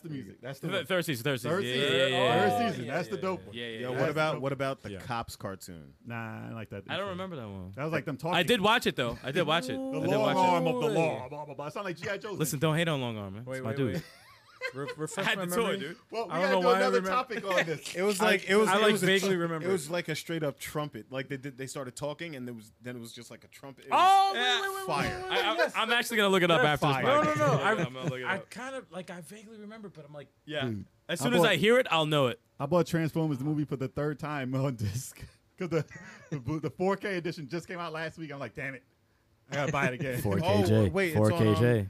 [SPEAKER 7] the music. That's the one.
[SPEAKER 3] Thursdays, Thursdays.
[SPEAKER 7] Third
[SPEAKER 3] yeah,
[SPEAKER 7] season.
[SPEAKER 3] yeah, yeah,
[SPEAKER 7] Third
[SPEAKER 3] yeah.
[SPEAKER 7] season.
[SPEAKER 2] yeah,
[SPEAKER 7] That's the
[SPEAKER 2] yeah,
[SPEAKER 7] dope
[SPEAKER 2] yeah.
[SPEAKER 7] one.
[SPEAKER 3] Yeah, yeah,
[SPEAKER 6] Yo,
[SPEAKER 3] yeah.
[SPEAKER 6] what about what about the
[SPEAKER 2] Yeah.
[SPEAKER 6] cops cartoon?
[SPEAKER 7] Nah, I like that.
[SPEAKER 3] I don't remember that one.
[SPEAKER 7] That was like them talking.
[SPEAKER 3] I did watch it though. I did watch it.
[SPEAKER 7] The
[SPEAKER 3] I did
[SPEAKER 7] long
[SPEAKER 3] watch
[SPEAKER 7] arm
[SPEAKER 3] it.
[SPEAKER 7] of the
[SPEAKER 2] Wait.
[SPEAKER 7] law. Blah blah blah. Sound like GI Joe.
[SPEAKER 3] Listen, don't hate on Long Arm, man.
[SPEAKER 2] Wait,
[SPEAKER 3] It's my
[SPEAKER 2] wait,
[SPEAKER 3] dude.
[SPEAKER 2] wait. Re-
[SPEAKER 3] I
[SPEAKER 2] refresh
[SPEAKER 3] had
[SPEAKER 2] my
[SPEAKER 3] to do
[SPEAKER 2] memory.
[SPEAKER 3] it, dude.
[SPEAKER 7] Well, we
[SPEAKER 2] I don't
[SPEAKER 7] gotta
[SPEAKER 2] know
[SPEAKER 7] do
[SPEAKER 2] why I
[SPEAKER 7] another
[SPEAKER 2] remember-
[SPEAKER 7] topic on this.
[SPEAKER 6] It was like it was.
[SPEAKER 3] I
[SPEAKER 6] it
[SPEAKER 3] like
[SPEAKER 6] was a
[SPEAKER 3] vaguely
[SPEAKER 6] tru-
[SPEAKER 2] remember
[SPEAKER 6] It
[SPEAKER 2] it.
[SPEAKER 6] was like a straight up trumpet. Like they did. They started talking, and there was then it was just like a trumpet. It was
[SPEAKER 3] Oh, wait, wait, wait,
[SPEAKER 6] fire!
[SPEAKER 3] I, I, am actually gonna look it up after this.
[SPEAKER 2] No, no,
[SPEAKER 3] podcast.
[SPEAKER 2] no.
[SPEAKER 3] Yeah,
[SPEAKER 2] I,
[SPEAKER 3] I'm gonna look it
[SPEAKER 2] I
[SPEAKER 3] up.
[SPEAKER 2] kind of like I vaguely remember, but I'm like,
[SPEAKER 3] Yeah. As
[SPEAKER 7] I
[SPEAKER 3] soon as
[SPEAKER 7] bought-
[SPEAKER 3] I hear it, I'll know it.
[SPEAKER 7] I bought Transformers the movie for the third time on disc because the, the bo- the 4K edition just came out last week. I'm like, damn it, I gotta buy it again.
[SPEAKER 9] 4KJ.
[SPEAKER 6] Oh, wait, it's on,
[SPEAKER 9] 4KJ.
[SPEAKER 6] You,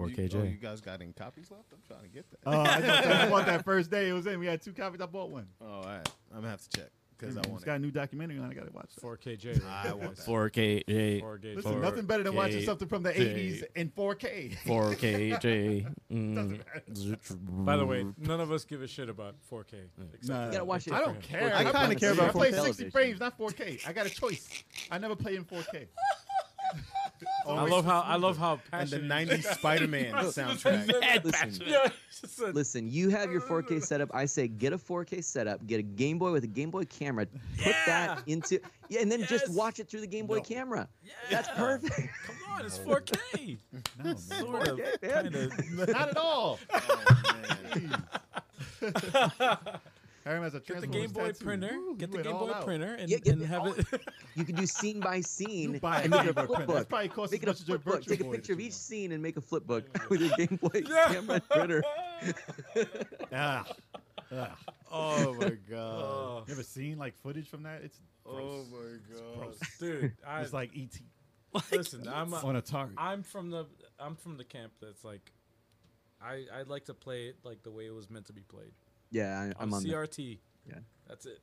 [SPEAKER 6] oh, you
[SPEAKER 9] 4KJ.
[SPEAKER 6] guys got any copies left? I'm trying to get that.
[SPEAKER 7] Uh, I, just, I bought that first day. It was in. We had two copies. I bought one.
[SPEAKER 6] oh, all right. I'm gonna have to check because I
[SPEAKER 7] Mm-hmm. It's
[SPEAKER 6] want
[SPEAKER 7] got
[SPEAKER 6] it.
[SPEAKER 7] a new documentary on. it. I gotta watch. that.
[SPEAKER 2] 4KJ. Right?
[SPEAKER 6] I want that.
[SPEAKER 9] 4KJ.
[SPEAKER 2] 4KJ.
[SPEAKER 7] Listen, nothing better than watching
[SPEAKER 9] 4K.
[SPEAKER 7] something from the 80s in 4K.
[SPEAKER 9] 4KJ. Mm.
[SPEAKER 2] By the way,
[SPEAKER 5] Mm-hmm.
[SPEAKER 2] none of us give a shit about 4K. Except
[SPEAKER 7] Nah.
[SPEAKER 5] You gotta watch it.
[SPEAKER 7] I don't care. I
[SPEAKER 5] Like
[SPEAKER 7] kind
[SPEAKER 5] on
[SPEAKER 7] of
[SPEAKER 5] a
[SPEAKER 7] care about. I play
[SPEAKER 5] 4K
[SPEAKER 7] 60 frames, not 4K. I got a choice. I never play in 4K.
[SPEAKER 2] I love how I love how
[SPEAKER 6] And the
[SPEAKER 2] passionate.
[SPEAKER 6] 90s Spider-Man soundtrack.
[SPEAKER 5] Listen,
[SPEAKER 2] Yeah, it's just a-
[SPEAKER 5] listen, you have your 4K setup. I say get a 4K setup, get a Game Boy with a Game Boy camera, put that into, yeah, and then just
[SPEAKER 2] Yes.
[SPEAKER 5] watch it through the Game Boy camera. That's perfect.
[SPEAKER 2] Come on, it's 4K.
[SPEAKER 7] No, man.
[SPEAKER 2] Sort of, kind of.
[SPEAKER 7] not at all.
[SPEAKER 6] Oh, man.
[SPEAKER 7] Harry has a
[SPEAKER 2] Get the Game Boy printer. Get the Game Boy printer and,
[SPEAKER 5] Yeah, get
[SPEAKER 2] and
[SPEAKER 5] it
[SPEAKER 2] have
[SPEAKER 5] all-
[SPEAKER 2] it.
[SPEAKER 5] You can do scene by scene
[SPEAKER 7] You buy a
[SPEAKER 5] and make
[SPEAKER 7] Game
[SPEAKER 5] a
[SPEAKER 7] Boy
[SPEAKER 5] flip
[SPEAKER 7] printer. That's
[SPEAKER 5] book.
[SPEAKER 7] probably cost as
[SPEAKER 5] Make it a
[SPEAKER 7] much as your
[SPEAKER 5] flip book.
[SPEAKER 7] virtual
[SPEAKER 5] Take a
[SPEAKER 7] boy that
[SPEAKER 5] picture of
[SPEAKER 7] you
[SPEAKER 5] each
[SPEAKER 7] want.
[SPEAKER 5] scene and make a flip book with your Game Boy camera and printer.
[SPEAKER 7] Ah,
[SPEAKER 6] Oh my god.
[SPEAKER 2] oh,
[SPEAKER 7] you ever seen like footage from that? It's
[SPEAKER 6] Oh
[SPEAKER 7] gross.
[SPEAKER 6] my god.
[SPEAKER 2] dude, I
[SPEAKER 7] It's like ET
[SPEAKER 2] listen. I'm a,
[SPEAKER 7] on Atari.
[SPEAKER 2] I'm from the I'm from the camp that's like, I I like to play it like the way it was meant to be played
[SPEAKER 5] Yeah, I,
[SPEAKER 2] on
[SPEAKER 5] I'm on that.
[SPEAKER 2] CRT.
[SPEAKER 5] Yeah.
[SPEAKER 2] that's it.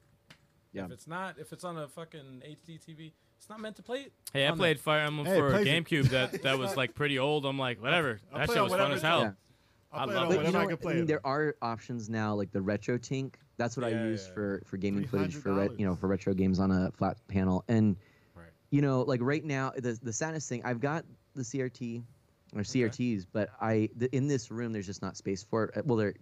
[SPEAKER 5] Yeah.
[SPEAKER 2] If it's not, if it's on a fucking HD TV, it's not meant to play it.
[SPEAKER 3] Hey, I
[SPEAKER 2] on
[SPEAKER 3] played Fire Emblem
[SPEAKER 7] Hey,
[SPEAKER 3] for
[SPEAKER 7] plays it.
[SPEAKER 3] GameCube. That that was like pretty old. I'm like, whatever.
[SPEAKER 7] I'll
[SPEAKER 3] that
[SPEAKER 7] play
[SPEAKER 3] shit
[SPEAKER 7] on
[SPEAKER 3] was fun
[SPEAKER 7] whatever
[SPEAKER 3] as hell.
[SPEAKER 5] Yeah.
[SPEAKER 7] I'll
[SPEAKER 3] I
[SPEAKER 7] play it
[SPEAKER 3] love
[SPEAKER 7] on
[SPEAKER 3] it.
[SPEAKER 5] But you
[SPEAKER 7] whatever
[SPEAKER 5] know
[SPEAKER 7] I
[SPEAKER 5] what?
[SPEAKER 7] can
[SPEAKER 5] I
[SPEAKER 7] play.
[SPEAKER 5] mean,
[SPEAKER 7] it
[SPEAKER 5] there
[SPEAKER 7] on.
[SPEAKER 5] are options now, like the RetroTink. That's what I
[SPEAKER 2] Yeah,
[SPEAKER 5] use
[SPEAKER 2] yeah,
[SPEAKER 5] for for gaming footage for re-
[SPEAKER 7] $300.
[SPEAKER 5] you know for retro games on a flat panel. And
[SPEAKER 2] Right.
[SPEAKER 5] you know, like right now, the the saddest thing I've got the CRT or CRTs, but I the, in this room there's just not space for it. Uh, Well, there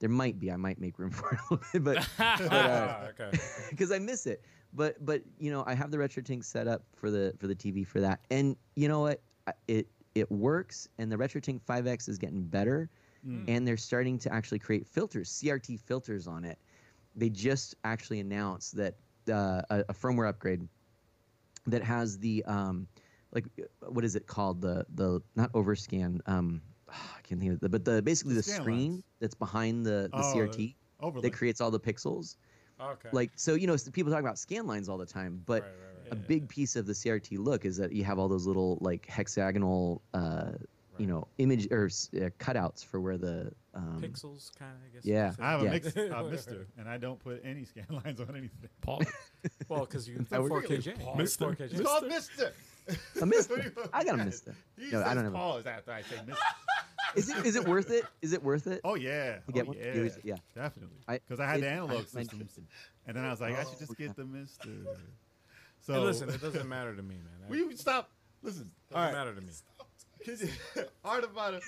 [SPEAKER 5] There might be. I might make room for it a little bit, but but, uh,
[SPEAKER 2] Ah, okay.
[SPEAKER 5] because I miss it. But but you know, I have the RetroTink set up for the for the TV for that, and you know what? I- It it works, and the RetroTink 5X is getting better, and they're starting to actually create filters, CRT filters on it. They just actually announced that uh, a, a firmware upgrade that has the um, like uh, what is it called the the not overscan um I can't think of it, but the basically the,
[SPEAKER 4] The scan
[SPEAKER 5] screen
[SPEAKER 4] lines.
[SPEAKER 5] that's behind the, the
[SPEAKER 4] Oh,
[SPEAKER 5] CRT
[SPEAKER 4] Overlay.
[SPEAKER 5] that creates all the pixels.
[SPEAKER 2] Okay.
[SPEAKER 5] Like so, you know, s- people talk about scan lines all the time, but
[SPEAKER 2] Right, right, right.
[SPEAKER 5] a big piece of the CRT look is that you have all those little like hexagonal, uh, you know, image or s- uh, cutouts for where the um,
[SPEAKER 2] Pixels, kind of. I guess.
[SPEAKER 5] yeah.
[SPEAKER 4] I have a
[SPEAKER 5] Yeah.
[SPEAKER 4] mixed uh,
[SPEAKER 2] Whatever.
[SPEAKER 4] mister, and I don't put any scan lines on anything.
[SPEAKER 3] Paul.
[SPEAKER 2] Well, because you can
[SPEAKER 5] I would-
[SPEAKER 2] 4K jam.
[SPEAKER 3] Mister.
[SPEAKER 2] 4K
[SPEAKER 4] It's
[SPEAKER 2] jam.
[SPEAKER 4] called mister.
[SPEAKER 5] I missed.
[SPEAKER 4] What do
[SPEAKER 5] it.
[SPEAKER 4] you-
[SPEAKER 5] I gotta miss that.
[SPEAKER 4] He
[SPEAKER 5] No, I
[SPEAKER 4] says
[SPEAKER 5] don't have a-
[SPEAKER 4] Paul is after I say mister.
[SPEAKER 5] Is it is it worth it? Is it worth it?
[SPEAKER 4] Oh yeah,
[SPEAKER 5] You get
[SPEAKER 4] oh,
[SPEAKER 5] one?
[SPEAKER 4] yeah.
[SPEAKER 5] You always- yeah.
[SPEAKER 4] definitely.
[SPEAKER 5] I-
[SPEAKER 4] Because I had the
[SPEAKER 5] it- I
[SPEAKER 4] analog
[SPEAKER 5] have my
[SPEAKER 4] systems,
[SPEAKER 5] interest.
[SPEAKER 4] and then I was like, I should
[SPEAKER 5] Oh.
[SPEAKER 4] just get the Mister. So
[SPEAKER 2] Hey, listen, it doesn't matter to me, man.
[SPEAKER 4] will
[SPEAKER 2] It
[SPEAKER 4] you stop? Listen, all
[SPEAKER 2] doesn't
[SPEAKER 4] right.
[SPEAKER 2] matter to me.
[SPEAKER 4] Art about it.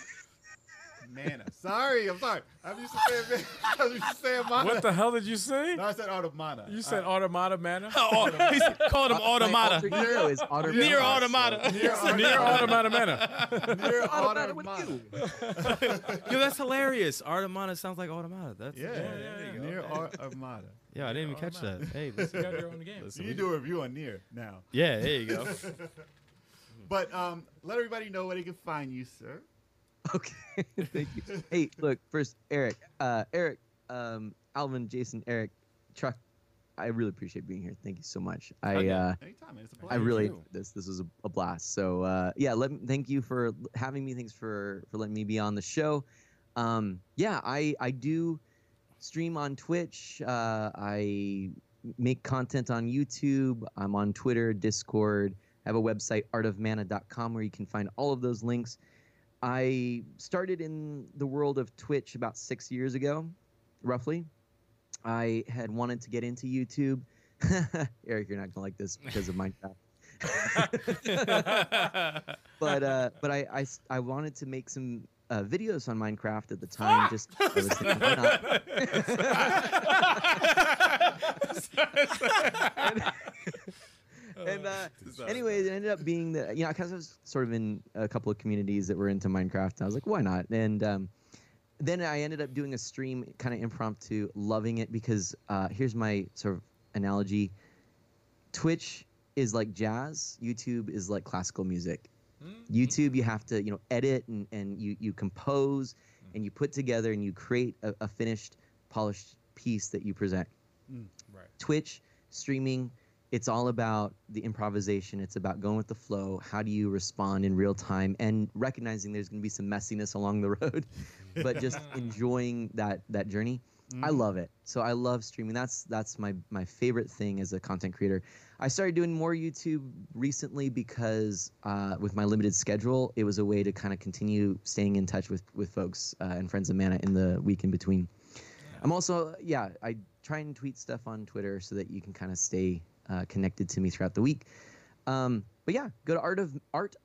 [SPEAKER 4] Mana. Sorry, I'm sorry. I'm used to saying man. I'm used to saying mana.
[SPEAKER 2] What the hell did you say?
[SPEAKER 4] No, I said art of mana.
[SPEAKER 2] You said Automata Manor?
[SPEAKER 3] Oh, he's calling him
[SPEAKER 5] My
[SPEAKER 3] Automata.
[SPEAKER 5] alter ego is Automata.
[SPEAKER 3] Near Automata.
[SPEAKER 4] Uh, near art,
[SPEAKER 2] Near Automata Manor.
[SPEAKER 4] near art
[SPEAKER 5] Automata.
[SPEAKER 4] of
[SPEAKER 5] What
[SPEAKER 4] mana.
[SPEAKER 5] do you?
[SPEAKER 3] Yo, that's hilarious. Automata sounds like Automata. That's
[SPEAKER 4] Yeah, near art of mana.
[SPEAKER 3] Yeah, I didn't even catch that. Hey, listen.
[SPEAKER 2] You got your own game.
[SPEAKER 4] So you do a review on near now,
[SPEAKER 3] yeah, there you go.
[SPEAKER 4] but um, let everybody know where they can find you, sir.
[SPEAKER 5] Okay, thank you. Hey, look, first, Eric, uh, Eric, um, Alvin, Jason, Eric, Chuck, I really appreciate being here. Thank you so much. I, uh,
[SPEAKER 4] Anytime, man. It's a
[SPEAKER 5] I
[SPEAKER 4] pleasure.
[SPEAKER 5] really this this was a, a blast. So uh, yeah, let me, thank you for having me. Thanks for for letting me be on the show. Um, yeah, I I do stream on Twitch. Uh, I make content on YouTube. I'm on Twitter, Discord. I have a website artofmana.com where you can find all of those links. I started in the world of Twitch about six years ago, roughly. I had wanted to get into YouTube. Eric, you're not gonna like this because of Minecraft. but uh, but I, I s- I wanted to make some uh, videos on Minecraft at the time. Just I was thinking, why not? and uh, anyways, it ended up being that you know because I was sort of in a couple of communities that were into Minecraft. And I was like, why not? And um, then I ended up doing a stream, kind of impromptu, loving it because uh, here's my sort of analogy: Twitch is like jazz, YouTube is like classical music.
[SPEAKER 2] Hmm?
[SPEAKER 5] YouTube, you have to you know edit and, and you you compose and you put together and you create a, a finished, polished piece that you present.
[SPEAKER 2] Right.
[SPEAKER 5] Twitch streaming, it's all about the improvisation. It's about going with the flow. How do you respond in real time and recognizing there's going to be some messiness along the road, but just enjoying that that journey.
[SPEAKER 7] Mm-hmm.
[SPEAKER 5] I love it. So I love streaming. That's that's my my favorite thing as a content creator. I started doing more YouTube recently because uh, with my limited schedule, it was a way to kind of continue staying in touch with with folks uh, and friends of Mana in the week in between. I'm also yeah, I try and tweet stuff on Twitter so that you can kind of stay uh, connected to me throughout the week. Um, but yeah, go to art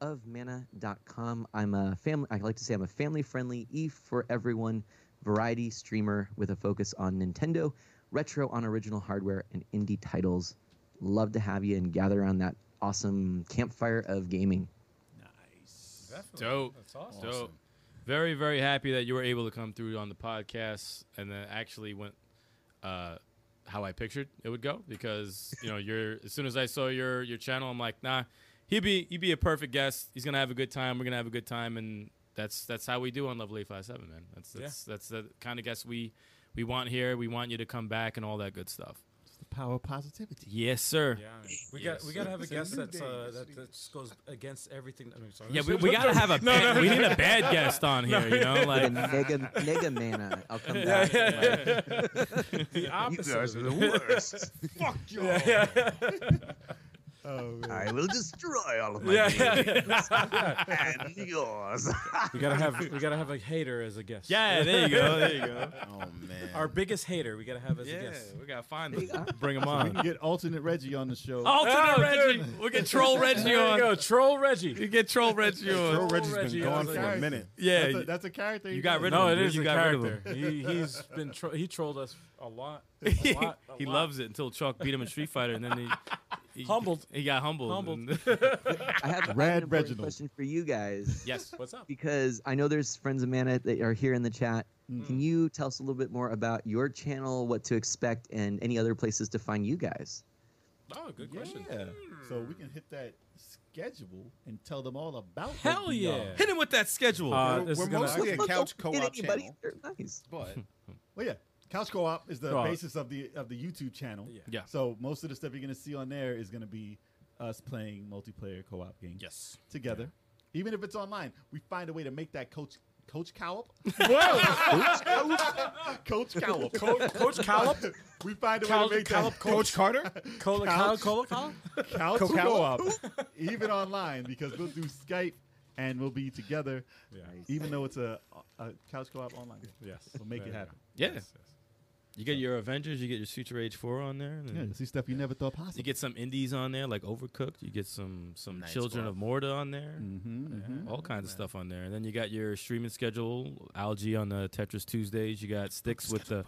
[SPEAKER 5] of artofmana.com. I'm a family. I like to say I'm a family-friendly E for everyone variety streamer with a focus on Nintendo, retro on original hardware, and indie titles. Love to have you and gather around that awesome campfire of gaming.
[SPEAKER 2] Definitely.
[SPEAKER 3] Dope.
[SPEAKER 2] That's awesome.
[SPEAKER 3] Dope. Very, very happy that you were able to come through on the podcast and then actually went uh, how I pictured it would go because you know you're as soon as I saw your your channel, I'm like, nah, he'd be he'd be a perfect guest. He's gonna have a good time. We're gonna have a good time, and that's that's how we do on Level Eight Five Seven, man. That's that's that's the kind of guest we we want here. We want you to come back and all that good stuff.
[SPEAKER 4] It's the power of positivity.
[SPEAKER 3] Yes, sir.
[SPEAKER 2] Yeah, I mean, we got we gotta have a guest that's uh, that, that just goes against everything. I mean, sorry.
[SPEAKER 3] Yeah, we, we gotta have a bad, we need a bad guest on here, you know,
[SPEAKER 5] The
[SPEAKER 3] like
[SPEAKER 5] mega, mega mana. I'll come back.
[SPEAKER 2] the opposite. of it.
[SPEAKER 5] worst.
[SPEAKER 4] Fuck you.
[SPEAKER 7] Oh,
[SPEAKER 5] I will destroy all of my
[SPEAKER 3] Yeah, yeah,
[SPEAKER 5] minions and yours.
[SPEAKER 2] We gotta have we gotta have a hater as a guest.
[SPEAKER 3] Yeah, there you go. There you go.
[SPEAKER 6] Oh man.
[SPEAKER 2] Our biggest hater we gotta have as
[SPEAKER 3] yeah,
[SPEAKER 2] a guest.
[SPEAKER 3] we gotta find them. Bring them
[SPEAKER 7] we
[SPEAKER 3] on.
[SPEAKER 7] can get alternate Reggie on the show.
[SPEAKER 3] Alternate
[SPEAKER 2] Oh,
[SPEAKER 3] Reggie. We get troll Reggie
[SPEAKER 2] There you
[SPEAKER 3] on.
[SPEAKER 2] go, troll Reggie.
[SPEAKER 3] You get troll Reggie
[SPEAKER 6] Bro,
[SPEAKER 3] on.
[SPEAKER 6] Reggie's been
[SPEAKER 2] Reggie, I
[SPEAKER 6] gone
[SPEAKER 2] was
[SPEAKER 6] for
[SPEAKER 2] like-
[SPEAKER 6] a minute.
[SPEAKER 3] Yeah,
[SPEAKER 7] that's a,
[SPEAKER 3] you-
[SPEAKER 7] that's a character.
[SPEAKER 3] you got
[SPEAKER 7] plays.
[SPEAKER 3] rid of
[SPEAKER 2] No,
[SPEAKER 3] him.
[SPEAKER 2] Oh, it is
[SPEAKER 3] You
[SPEAKER 2] a
[SPEAKER 3] got rid of
[SPEAKER 2] character. He he's been tro- he trolled us a lot. A lot a
[SPEAKER 3] he
[SPEAKER 2] lot.
[SPEAKER 3] loves it until Chalk beat him in Street Fighter, and then he, he
[SPEAKER 2] Humbled.
[SPEAKER 3] He got humbled.
[SPEAKER 2] Humbled.
[SPEAKER 3] And-
[SPEAKER 5] I have I have an
[SPEAKER 7] Red
[SPEAKER 5] important
[SPEAKER 7] Reginald.
[SPEAKER 5] question for you guys.
[SPEAKER 3] yes.
[SPEAKER 2] What's up?
[SPEAKER 5] Because I know there's friends of Mana that are here in the chat. Can you tell us a little bit more about your channel, what to expect, and any other places to find you guys?
[SPEAKER 2] Oh, good question.
[SPEAKER 7] Yeah. So we can hit that schedule and tell them all about. what
[SPEAKER 2] Hell
[SPEAKER 7] we are.
[SPEAKER 2] yeah.
[SPEAKER 3] Hit him with that schedule.
[SPEAKER 2] Uh,
[SPEAKER 6] We're-
[SPEAKER 2] this
[SPEAKER 6] we're
[SPEAKER 2] is gonna-
[SPEAKER 6] mostly- a
[SPEAKER 5] Look,
[SPEAKER 6] couch
[SPEAKER 5] don't
[SPEAKER 6] co-op
[SPEAKER 5] forget anybody.
[SPEAKER 6] channel.
[SPEAKER 5] They're Nice.
[SPEAKER 6] But
[SPEAKER 7] Well, yeah. Couch Co-op is the
[SPEAKER 2] Co-op.
[SPEAKER 7] basis of the of the YouTube channel.
[SPEAKER 2] Yeah.
[SPEAKER 3] Yeah.
[SPEAKER 7] So most of the stuff you're gonna see on there is gonna be us playing multiplayer co-op games
[SPEAKER 3] yes.
[SPEAKER 7] together. Even if it's online, we find a way to make that coach coach co-op. coach co-op.
[SPEAKER 2] Coach Callop,
[SPEAKER 7] we find a way
[SPEAKER 2] Cal-
[SPEAKER 7] to make
[SPEAKER 2] Callop
[SPEAKER 7] that
[SPEAKER 2] Coach
[SPEAKER 6] Carter,
[SPEAKER 2] Cola Cal,
[SPEAKER 7] Couch.
[SPEAKER 2] Cola Cal.
[SPEAKER 7] couch co-op even online because we'll do Skype and we'll be together. Even though it's a, a couch co-op online,
[SPEAKER 2] Yes.
[SPEAKER 7] we'll make
[SPEAKER 2] There
[SPEAKER 7] it
[SPEAKER 2] you
[SPEAKER 7] happen.
[SPEAKER 3] Yeah. You get your Avengers. You get your Future Age Four on there. and then-
[SPEAKER 7] Yeah, you'll see stuff you never thought possible.
[SPEAKER 3] You get some indies on there, like Overcooked. You get some some
[SPEAKER 6] Night
[SPEAKER 3] Children
[SPEAKER 6] Squad.
[SPEAKER 3] of Morta on there.
[SPEAKER 2] Mm.
[SPEAKER 7] Mhm, mhm.
[SPEAKER 3] All kinds of stuff on there. And then you got your streaming schedule, Algae on the Tetris Tuesdays. You got Sticks with the.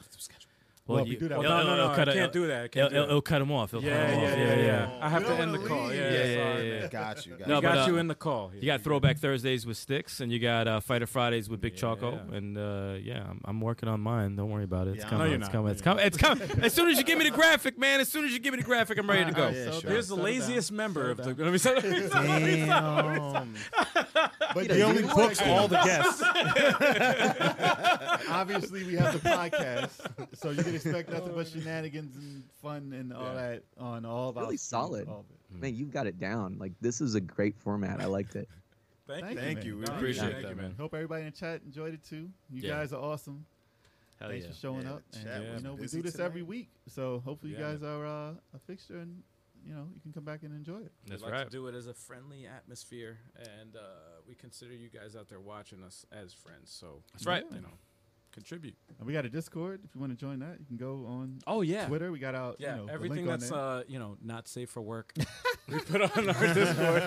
[SPEAKER 7] Well, if
[SPEAKER 3] you- oh,
[SPEAKER 7] we do that-
[SPEAKER 2] Well,
[SPEAKER 3] it'll-
[SPEAKER 2] no, no,
[SPEAKER 3] it'll
[SPEAKER 2] no,
[SPEAKER 3] cut
[SPEAKER 2] I
[SPEAKER 3] it-
[SPEAKER 2] can't do that. I
[SPEAKER 3] It'll,
[SPEAKER 2] can't do
[SPEAKER 3] it'll,
[SPEAKER 2] that.
[SPEAKER 3] it'll cut him off. It'll cut
[SPEAKER 2] Yeah,
[SPEAKER 3] 'em
[SPEAKER 2] yeah,
[SPEAKER 3] off.
[SPEAKER 2] yeah, yeah. I have
[SPEAKER 7] We
[SPEAKER 2] to
[SPEAKER 7] don't
[SPEAKER 2] end the
[SPEAKER 7] wanna
[SPEAKER 2] call.
[SPEAKER 7] leave.
[SPEAKER 2] Yeah,
[SPEAKER 3] Yeah,
[SPEAKER 2] yeah, sorry,
[SPEAKER 3] yeah, yeah,
[SPEAKER 2] man.
[SPEAKER 3] yeah.
[SPEAKER 6] got you. Got
[SPEAKER 3] No,
[SPEAKER 6] you.
[SPEAKER 2] We
[SPEAKER 3] but,
[SPEAKER 2] got
[SPEAKER 3] uh,
[SPEAKER 2] you in the call.
[SPEAKER 3] You got Throwback Thursdays with Sticks, and you got uh, Fighter Fridays with Big Choco,
[SPEAKER 2] Yeah.
[SPEAKER 3] and uh, yeah, I'm, I'm working on mine. Don't worry about it. It's
[SPEAKER 6] Yeah,
[SPEAKER 3] coming.
[SPEAKER 2] No, you're
[SPEAKER 3] it's
[SPEAKER 2] not.
[SPEAKER 3] coming. It's coming. It's coming. As soon as you give me the graphic, man. As soon as you give me the graphic, I'm ready to go.
[SPEAKER 7] All right,
[SPEAKER 6] Yeah,
[SPEAKER 7] so
[SPEAKER 6] sure.
[SPEAKER 2] Here's the
[SPEAKER 7] settle down.
[SPEAKER 2] laziest member of the.
[SPEAKER 7] Settle
[SPEAKER 2] Let me say- let me say-
[SPEAKER 6] Damn.
[SPEAKER 7] But
[SPEAKER 5] He
[SPEAKER 7] you
[SPEAKER 5] only
[SPEAKER 7] know,
[SPEAKER 5] books all
[SPEAKER 6] the guests.
[SPEAKER 7] obviously we have the podcast, so you can expect nothing but shenanigans and fun and all that on all of our
[SPEAKER 5] Really
[SPEAKER 7] streams,
[SPEAKER 5] solid.
[SPEAKER 7] all of it.
[SPEAKER 5] Man, you've got it down. Like this is a great format. I liked it.
[SPEAKER 2] Thank you.
[SPEAKER 7] Thank
[SPEAKER 6] Thank
[SPEAKER 7] man.
[SPEAKER 6] you. We
[SPEAKER 2] No,
[SPEAKER 6] appreciate
[SPEAKER 2] thank
[SPEAKER 6] that,
[SPEAKER 2] you,
[SPEAKER 6] man.
[SPEAKER 7] Hope everybody in chat enjoyed it too. You
[SPEAKER 3] Yeah.
[SPEAKER 7] guys are awesome.
[SPEAKER 3] Hell
[SPEAKER 7] Thanks
[SPEAKER 3] yeah.
[SPEAKER 7] for showing
[SPEAKER 6] Yeah,
[SPEAKER 7] up.
[SPEAKER 6] the
[SPEAKER 7] And,
[SPEAKER 6] chat
[SPEAKER 7] you
[SPEAKER 6] was
[SPEAKER 7] know, we
[SPEAKER 6] busy
[SPEAKER 7] do this every
[SPEAKER 6] tonight.
[SPEAKER 7] week, so hopefully you
[SPEAKER 2] Yeah,
[SPEAKER 7] guys are uh, a fixture and you know you can come back and enjoy it.
[SPEAKER 3] That's
[SPEAKER 2] we like
[SPEAKER 3] right.
[SPEAKER 2] to do it as a friendly atmosphere, and uh, we consider you guys out there watching us as friends. So
[SPEAKER 3] That's right.
[SPEAKER 2] You know, contribute.
[SPEAKER 7] And we got a Discord if you want to join that. You can go on
[SPEAKER 2] Oh yeah,
[SPEAKER 7] Twitter. We got out.
[SPEAKER 2] yeah.
[SPEAKER 7] you know, the
[SPEAKER 2] Everything
[SPEAKER 7] link on
[SPEAKER 2] that's
[SPEAKER 7] there.
[SPEAKER 2] uh, you know not safe for work, we put on our Discord.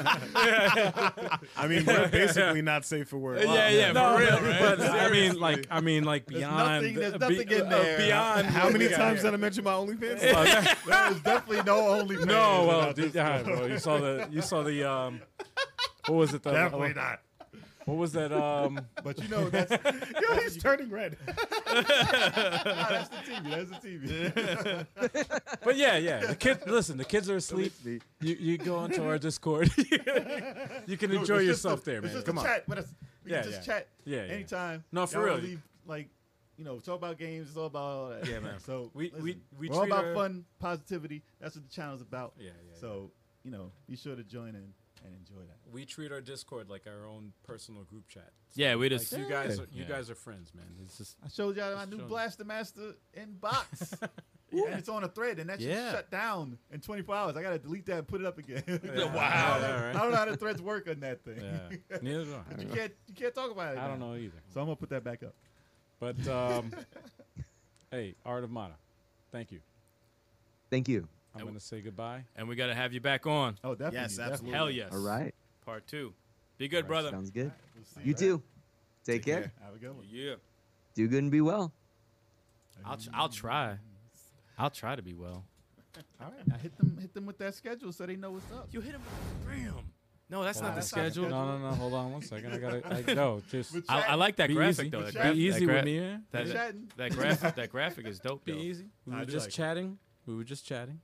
[SPEAKER 6] I mean, we're basically not safe for work.
[SPEAKER 3] Yeah, yeah,
[SPEAKER 2] No,
[SPEAKER 3] for real,
[SPEAKER 2] but-
[SPEAKER 3] right?
[SPEAKER 2] But I mean, like, I mean, like
[SPEAKER 7] There's
[SPEAKER 2] beyond.
[SPEAKER 7] nothing- there's
[SPEAKER 2] be-
[SPEAKER 7] nothing in
[SPEAKER 2] uh,
[SPEAKER 7] there.
[SPEAKER 2] Beyond.
[SPEAKER 6] How
[SPEAKER 2] what
[SPEAKER 6] many
[SPEAKER 2] we got
[SPEAKER 6] times
[SPEAKER 2] here.
[SPEAKER 6] did I mention my OnlyFans?
[SPEAKER 7] there was definitely no only.
[SPEAKER 2] No, well, dude, yeah, well, you saw the, you saw the, um, what was it? The, uh,
[SPEAKER 3] Oh.
[SPEAKER 7] definitely not.
[SPEAKER 2] What was that? Um,
[SPEAKER 7] But you know that's
[SPEAKER 6] Yo, he's turning red.
[SPEAKER 7] Ah, that's the TV. That's the TV.
[SPEAKER 2] but yeah, yeah. The kids, listen, the kids are asleep. You, you go onto our Discord. you can enjoy
[SPEAKER 7] It's just
[SPEAKER 2] yourself
[SPEAKER 7] the-
[SPEAKER 2] there,
[SPEAKER 7] it's
[SPEAKER 2] man.
[SPEAKER 7] just
[SPEAKER 2] Come
[SPEAKER 7] the
[SPEAKER 2] on.
[SPEAKER 7] Chat with us. We
[SPEAKER 2] Yeah,
[SPEAKER 7] can just
[SPEAKER 2] yeah.
[SPEAKER 7] chat.
[SPEAKER 2] Yeah, yeah.
[SPEAKER 7] Anytime.
[SPEAKER 2] No, for real.
[SPEAKER 7] Y'all leave, like, you know, talk about games. It's all about all that.
[SPEAKER 2] Yeah, man.
[SPEAKER 7] So
[SPEAKER 2] We-
[SPEAKER 7] listen,
[SPEAKER 2] we- we
[SPEAKER 7] we're all
[SPEAKER 2] treat
[SPEAKER 7] about
[SPEAKER 2] our-
[SPEAKER 7] fun, positivity. That's what the channel's about.
[SPEAKER 2] Yeah, yeah, yeah.
[SPEAKER 7] So you know, be sure to join in and enjoy that.
[SPEAKER 2] We treat our Discord like our own personal group chat.
[SPEAKER 3] Yeah, we
[SPEAKER 2] Like
[SPEAKER 3] just
[SPEAKER 2] you guys, are, you
[SPEAKER 3] Yeah.
[SPEAKER 2] guys are friends, man. It's just
[SPEAKER 7] I showed y'all my
[SPEAKER 2] Just
[SPEAKER 7] new
[SPEAKER 2] join.
[SPEAKER 7] Blaster Master inbox. yeah. And it's on a thread, and that shit
[SPEAKER 3] Yeah.
[SPEAKER 7] shut down in 24 hours. I gotta delete that and put it up again.
[SPEAKER 3] Wow.
[SPEAKER 7] I don't know how the threads work on that thing.
[SPEAKER 2] Yeah. Neither do
[SPEAKER 7] you can't you can't talk about it.
[SPEAKER 2] I. I don't
[SPEAKER 7] now.
[SPEAKER 2] know either.
[SPEAKER 7] So I'm gonna put that back up.
[SPEAKER 2] But um, hey, Art of Mana, thank you.
[SPEAKER 5] Thank you.
[SPEAKER 2] I'm gonna say goodbye.
[SPEAKER 3] and we gotta have you back on.
[SPEAKER 7] Oh, definitely.
[SPEAKER 6] Yes,
[SPEAKER 7] definitely.
[SPEAKER 6] absolutely.
[SPEAKER 3] Hell yes.
[SPEAKER 5] All right.
[SPEAKER 3] Part two. Be good,
[SPEAKER 2] All right,
[SPEAKER 3] brother.
[SPEAKER 5] Sounds good.
[SPEAKER 7] We'll see,
[SPEAKER 5] You
[SPEAKER 7] right?
[SPEAKER 5] too. Take, care.
[SPEAKER 6] care.
[SPEAKER 7] Have a good one.
[SPEAKER 3] Yeah.
[SPEAKER 5] Do good and be well.
[SPEAKER 3] I'll tr- I'll try. I'll try to be well.
[SPEAKER 7] All right, now hit them, hit them with that schedule so they know what's up.
[SPEAKER 3] You hit him. Bam. No, that's not
[SPEAKER 7] Hold
[SPEAKER 3] the
[SPEAKER 7] on. That's not the
[SPEAKER 3] schedule.
[SPEAKER 7] schedule.
[SPEAKER 2] No, no, no. Hold on one second. I gotta. I, no, just
[SPEAKER 7] With
[SPEAKER 3] I, I like that
[SPEAKER 2] Be
[SPEAKER 3] graphic
[SPEAKER 2] easy.
[SPEAKER 3] though.
[SPEAKER 7] Be
[SPEAKER 3] That graph-
[SPEAKER 2] easy
[SPEAKER 3] that
[SPEAKER 2] with
[SPEAKER 3] gra-
[SPEAKER 2] me, yeah?
[SPEAKER 3] That,
[SPEAKER 7] Be
[SPEAKER 3] that,
[SPEAKER 7] chatting.
[SPEAKER 3] that graphic. That graphic is dope.
[SPEAKER 2] Be
[SPEAKER 3] though.
[SPEAKER 2] easy. We
[SPEAKER 7] I
[SPEAKER 2] were
[SPEAKER 7] do
[SPEAKER 2] just
[SPEAKER 7] like it.
[SPEAKER 2] chatting. We were just chatting.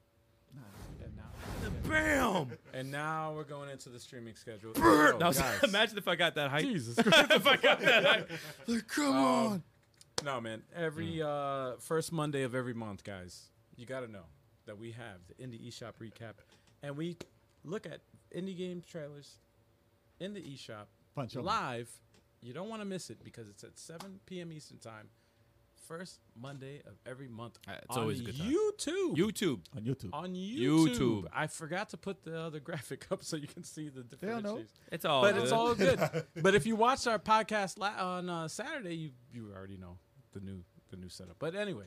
[SPEAKER 3] Bam.
[SPEAKER 2] And now we're going into the streaming schedule.
[SPEAKER 3] Brr.
[SPEAKER 2] Oh,
[SPEAKER 3] Now,
[SPEAKER 2] guys.
[SPEAKER 3] imagine if I got that height.
[SPEAKER 2] Jesus Christ.
[SPEAKER 3] if I got that height. Like, come on.
[SPEAKER 2] Um, No, man. Every
[SPEAKER 3] Mm.
[SPEAKER 2] uh, first Monday of every month, guys, you got to know that we have the Indie eShop recap. And we look at indie game trailers in the eShop
[SPEAKER 7] Punch 'em.
[SPEAKER 2] live. You don't want to miss it because it's at 7 p.m. Eastern Time, first Monday of every month.
[SPEAKER 3] Uh, it's
[SPEAKER 2] on
[SPEAKER 3] always a good time.
[SPEAKER 2] YouTube.
[SPEAKER 3] YouTube.
[SPEAKER 7] on YouTube.
[SPEAKER 2] on YouTube.
[SPEAKER 3] YouTube.
[SPEAKER 2] I forgot to put the other graphic up so you can see the different
[SPEAKER 7] don't know.
[SPEAKER 2] issues.
[SPEAKER 3] It's all.
[SPEAKER 2] but
[SPEAKER 3] good.
[SPEAKER 2] it's all good. but if you watched our podcast la- on uh, Saturday, you you already know the new the new setup. But anyway,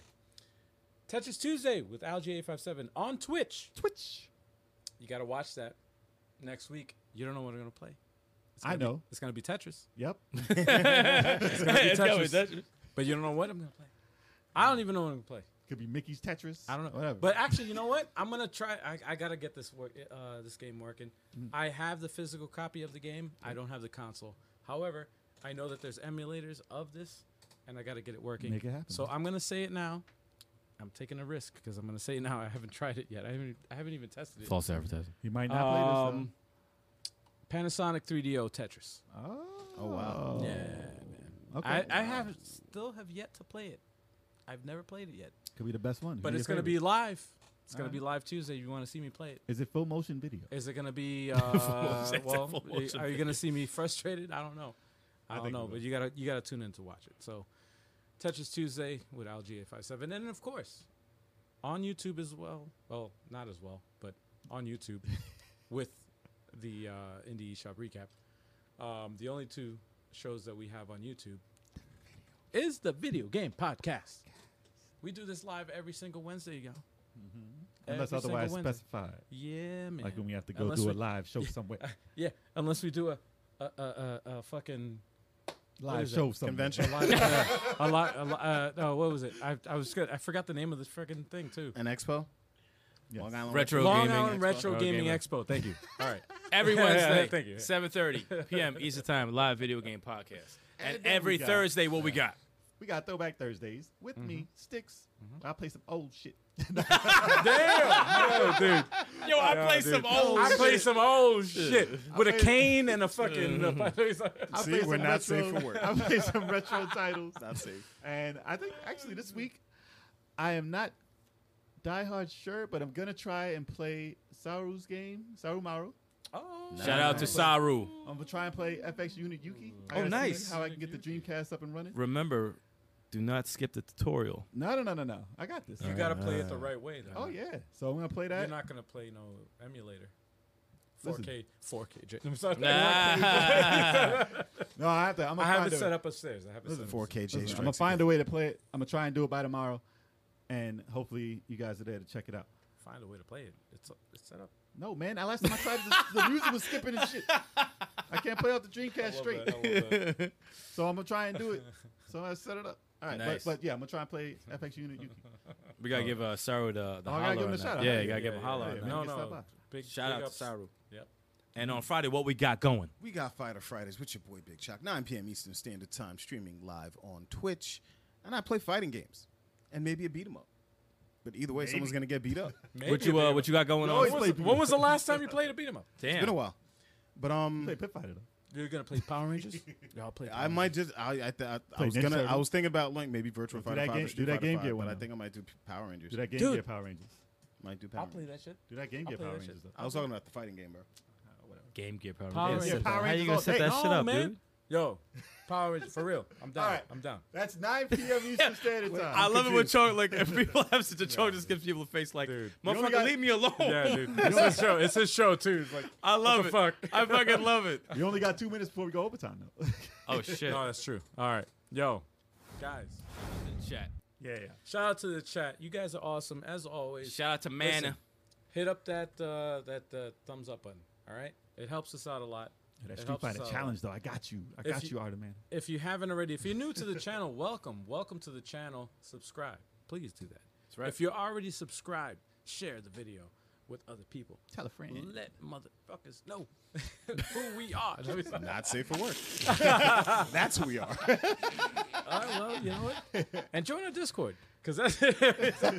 [SPEAKER 2] Tetris Tuesday with AlJ857 on Twitch.
[SPEAKER 7] Twitch.
[SPEAKER 2] You got to watch that next week. You don't know what I'm gonna play. It's
[SPEAKER 7] I
[SPEAKER 2] gonna be-
[SPEAKER 7] know.
[SPEAKER 2] it's gonna be Tetris,
[SPEAKER 7] Yep.
[SPEAKER 3] it's gonna be
[SPEAKER 2] Tetris. but you don't know what I'm gonna play. I don't even know what I'm gonna play.
[SPEAKER 7] Could be Mickey's Tetris.
[SPEAKER 2] I don't know.
[SPEAKER 7] Whatever.
[SPEAKER 2] But actually, you know what? I'm gonna try. I, I gotta get this work, uh, this game working.
[SPEAKER 7] Mm.
[SPEAKER 2] I have the physical copy of the game. I don't have the console. However, I know that there's emulators of this, and I gotta get it working.
[SPEAKER 7] Make it happen.
[SPEAKER 2] So I'm gonna say it now. I'm taking a risk because I'm gonna say it now. I haven't tried it yet. I haven't. I haven't even tested it.
[SPEAKER 9] False advertising.
[SPEAKER 7] you might not play this.
[SPEAKER 2] Um, Panasonic 3DO Tetris.
[SPEAKER 7] though. Oh.
[SPEAKER 11] Oh, wow.
[SPEAKER 2] Yeah.
[SPEAKER 7] Okay.
[SPEAKER 2] I, I have still have yet to play it. I've never played it yet.
[SPEAKER 7] Could be the best one.
[SPEAKER 2] But
[SPEAKER 7] Who's
[SPEAKER 2] it's
[SPEAKER 7] your
[SPEAKER 2] gonna be
[SPEAKER 7] favorite?
[SPEAKER 2] live. It's gonna be live Tuesday. If you want to see me play it.
[SPEAKER 7] Is it full motion video?
[SPEAKER 2] Is it going to be? Uh,
[SPEAKER 3] motion-
[SPEAKER 2] well,
[SPEAKER 3] full
[SPEAKER 2] are you-
[SPEAKER 3] motion
[SPEAKER 2] are you going to see me frustrated? I don't know. I, don't
[SPEAKER 7] think
[SPEAKER 2] know,
[SPEAKER 7] we
[SPEAKER 2] but you gotta you gotta tune in to watch it. So, Tetris Tuesday with LGA57, and then of course, on YouTube as well. Well, not as well, but on YouTube with the uh, Indie eShop recap. Um, the only two shows that we have on YouTube is the Video Game Podcast. We do this live every single Wednesday, y'all.
[SPEAKER 7] Mm-hmm. Unless
[SPEAKER 2] Every single
[SPEAKER 7] otherwise
[SPEAKER 2] Wednesday.
[SPEAKER 7] specified.
[SPEAKER 2] Yeah, man.
[SPEAKER 7] Like when we have to go
[SPEAKER 2] Unless
[SPEAKER 7] do a
[SPEAKER 2] we-
[SPEAKER 7] live show somewhere.
[SPEAKER 2] Yeah, unless we do a a a, a, a fucking
[SPEAKER 7] live
[SPEAKER 2] is that?
[SPEAKER 7] show somewhere.
[SPEAKER 11] Convention.
[SPEAKER 2] a lot. A lot uh, oh, what was it? I I was good. I forgot the name of this freaking thing too.
[SPEAKER 11] An expo?
[SPEAKER 7] Yes.
[SPEAKER 11] Long Island
[SPEAKER 3] Retro
[SPEAKER 2] Long
[SPEAKER 3] Gaming
[SPEAKER 2] Island
[SPEAKER 3] Expo.
[SPEAKER 2] Retro
[SPEAKER 3] Oh,
[SPEAKER 2] Gaming
[SPEAKER 3] Gamer.
[SPEAKER 2] Expo. Thank you. All right.
[SPEAKER 3] Every
[SPEAKER 2] Yeah, yeah,
[SPEAKER 3] Wednesday,
[SPEAKER 2] thank you.
[SPEAKER 3] 7:30 p.m. Eastern Time, live video game podcast. And,
[SPEAKER 7] And then
[SPEAKER 3] every
[SPEAKER 7] we got-
[SPEAKER 3] Thursday, what we got?
[SPEAKER 7] We got Throwback Thursdays with
[SPEAKER 2] Mm-hmm.
[SPEAKER 7] me, Sticks. I'll play some old shit.
[SPEAKER 2] Damn, dude.
[SPEAKER 3] Yo, I play some old.
[SPEAKER 2] I play some old shit with a cane and a fucking.
[SPEAKER 11] See,
[SPEAKER 7] I'll play
[SPEAKER 11] we're
[SPEAKER 7] some
[SPEAKER 11] not safe for work.
[SPEAKER 7] I'll play some retro titles.
[SPEAKER 11] Not safe.
[SPEAKER 7] And I think actually this week, I am not diehard sure, but I'm gonna try and play Saru's game, Saru Maru.
[SPEAKER 2] oh,
[SPEAKER 3] Shout out to Saru.
[SPEAKER 7] I'm gonna try and play FX Unit Yuki. I
[SPEAKER 3] Oh,
[SPEAKER 7] gotta see
[SPEAKER 3] nice.
[SPEAKER 7] How I can get the Dreamcast up and running?
[SPEAKER 3] Remember, do not skip the tutorial.
[SPEAKER 7] No, no, no, no, no. I got this.
[SPEAKER 2] You gotta play it the right way though.
[SPEAKER 7] Oh yeah. So I'm gonna play that.
[SPEAKER 2] You're not gonna play no emulator.
[SPEAKER 7] Listen.
[SPEAKER 2] 4K, 4K. J- I'm sorry.
[SPEAKER 7] no, I have to. I'm
[SPEAKER 2] I
[SPEAKER 7] gonna
[SPEAKER 2] have
[SPEAKER 7] find
[SPEAKER 2] it
[SPEAKER 7] a,
[SPEAKER 2] set up upstairs. I have it set up.
[SPEAKER 11] 4K J
[SPEAKER 7] I'm gonna find a way to play it. I'm gonna try and do it by tomorrow, and hopefully you guys are there to check it out.
[SPEAKER 2] Find a way to play it. It's it's set up.
[SPEAKER 7] No, man. I last time I tried, the, the music was skipping and shit. I can't play out the Dreamcast straight. So I'm gonna try and do it. So I set it up. All right,
[SPEAKER 3] Nice.
[SPEAKER 7] but, but yeah, I'm gonna try and play FX Unit Yuki.
[SPEAKER 3] We gotta give uh, Saru the, the
[SPEAKER 7] Oh, I gotta
[SPEAKER 3] holler
[SPEAKER 7] give him
[SPEAKER 3] on
[SPEAKER 7] a
[SPEAKER 3] that.
[SPEAKER 7] shout out.
[SPEAKER 3] Yeah,
[SPEAKER 7] Yeah,
[SPEAKER 3] you gotta
[SPEAKER 7] yeah,
[SPEAKER 3] give him a holler
[SPEAKER 7] yeah,
[SPEAKER 3] on
[SPEAKER 7] yeah.
[SPEAKER 3] that.
[SPEAKER 2] No,
[SPEAKER 7] can stop
[SPEAKER 2] no.
[SPEAKER 7] by.
[SPEAKER 2] Big
[SPEAKER 3] Shout
[SPEAKER 2] big
[SPEAKER 3] out to
[SPEAKER 2] ups.
[SPEAKER 3] Saru.
[SPEAKER 2] Yep.
[SPEAKER 3] And on Friday, what we got going?
[SPEAKER 11] We got Fighter Fridays with your boy Big Chuck, 9 p.m. Eastern Standard Time, streaming live on Twitch. And I play fighting games and maybe a beat 'em up. But either way, someone's going to get beat up.
[SPEAKER 3] what you uh, what you got going on?
[SPEAKER 2] When was, when was the last time you played a beat 'em up?
[SPEAKER 3] Damn.
[SPEAKER 11] It's been a while. But um,
[SPEAKER 7] Play Pit Fighter though.
[SPEAKER 2] You're gonna play Power Rangers? Y'all play.
[SPEAKER 11] I might just I I, th- I, I
[SPEAKER 7] Play
[SPEAKER 11] was
[SPEAKER 7] Ninja
[SPEAKER 11] gonna I
[SPEAKER 7] Turtles.
[SPEAKER 11] was thinking about like maybe Virtual Fighter
[SPEAKER 7] that
[SPEAKER 11] 5 or
[SPEAKER 7] game-
[SPEAKER 11] Street
[SPEAKER 7] do that
[SPEAKER 11] Fighter
[SPEAKER 7] game
[SPEAKER 11] 5,
[SPEAKER 7] gear
[SPEAKER 11] but
[SPEAKER 7] one
[SPEAKER 11] I
[SPEAKER 7] though.
[SPEAKER 11] think I might do P- Power Rangers.
[SPEAKER 7] Do that Game
[SPEAKER 2] Dude.
[SPEAKER 7] Gear Power Rangers.
[SPEAKER 11] Might do Power
[SPEAKER 2] I'll
[SPEAKER 11] Rangers.
[SPEAKER 2] play that shit.
[SPEAKER 7] Do that Game Gear
[SPEAKER 2] play
[SPEAKER 7] Power
[SPEAKER 2] that shit.
[SPEAKER 7] Rangers though.
[SPEAKER 11] I was talking about the fighting game, bro.
[SPEAKER 3] Game Gear Power
[SPEAKER 2] Power
[SPEAKER 3] Rangers.
[SPEAKER 2] Rangers.
[SPEAKER 7] Power
[SPEAKER 3] How you
[SPEAKER 7] Rangers
[SPEAKER 3] gonna
[SPEAKER 7] all
[SPEAKER 3] set
[SPEAKER 7] day.
[SPEAKER 3] that shit
[SPEAKER 2] No,
[SPEAKER 3] up,
[SPEAKER 2] oh, man.
[SPEAKER 3] dude?
[SPEAKER 2] Yo, Power Rangers for real. I'm down.
[SPEAKER 7] right.
[SPEAKER 2] I'm down.
[SPEAKER 7] That's 9 p.m. Eastern Standard Time.
[SPEAKER 3] I love it when Chunk, like, if people have such a Chunk, just gives people a face like,
[SPEAKER 2] Dude.
[SPEAKER 3] motherfucker,
[SPEAKER 7] got-
[SPEAKER 3] leave me alone.
[SPEAKER 2] Yeah, dude. It's his show. It's his show too. It's like
[SPEAKER 3] I love
[SPEAKER 2] the
[SPEAKER 3] it.
[SPEAKER 2] fuck?
[SPEAKER 3] I fucking love it.
[SPEAKER 7] You only got two minutes before we go overtime though.
[SPEAKER 3] Oh, shit.
[SPEAKER 2] no, that's true. All right, yo, guys.
[SPEAKER 3] Chat.
[SPEAKER 7] yeah, yeah.
[SPEAKER 2] Shout out to the chat. You guys are awesome as always.
[SPEAKER 3] Shout out to
[SPEAKER 2] Listen,
[SPEAKER 3] Mana.
[SPEAKER 2] hit up that uh, that uh, thumbs up button. All right, it helps us out a lot.
[SPEAKER 7] That
[SPEAKER 2] It
[SPEAKER 7] Street
[SPEAKER 2] helps us
[SPEAKER 7] Fighter
[SPEAKER 2] out a lot.
[SPEAKER 7] challenge though. I got you. I
[SPEAKER 2] If
[SPEAKER 7] got
[SPEAKER 2] you-
[SPEAKER 7] you, Arda man.
[SPEAKER 2] if you haven't already, if you're new to the channel, welcome. Welcome to the channel. Subscribe. Please do that. That's
[SPEAKER 3] right.
[SPEAKER 2] If you're already subscribed, share the video with other people.
[SPEAKER 7] Tell a friend.
[SPEAKER 2] Let motherfuckers know who we are.
[SPEAKER 11] Not safe for work. That's who we are.
[SPEAKER 2] All right, well, you know what? And join our Discord. Because that's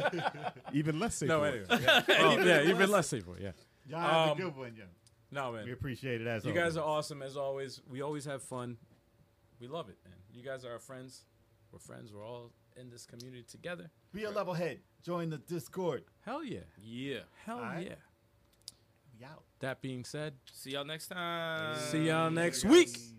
[SPEAKER 11] Even less safe.
[SPEAKER 2] No,
[SPEAKER 11] for
[SPEAKER 2] anyway.
[SPEAKER 11] work.
[SPEAKER 2] Yeah, well, yeah even less people. Yeah.
[SPEAKER 7] Y'all have
[SPEAKER 2] Um,
[SPEAKER 7] a good one, yo.
[SPEAKER 2] No, man.
[SPEAKER 7] We appreciate it as
[SPEAKER 2] You
[SPEAKER 7] always.
[SPEAKER 2] guys are awesome as always. We always have fun. We love it, man. You guys are our friends. We're friends. We're all in this community together.
[SPEAKER 7] Be a level head. Join the Discord.
[SPEAKER 2] Hell yeah.
[SPEAKER 3] Yeah.
[SPEAKER 2] Hell
[SPEAKER 7] right.
[SPEAKER 2] yeah.
[SPEAKER 7] We out.
[SPEAKER 2] That being said,
[SPEAKER 3] See y'all next time.
[SPEAKER 2] see y'all next week.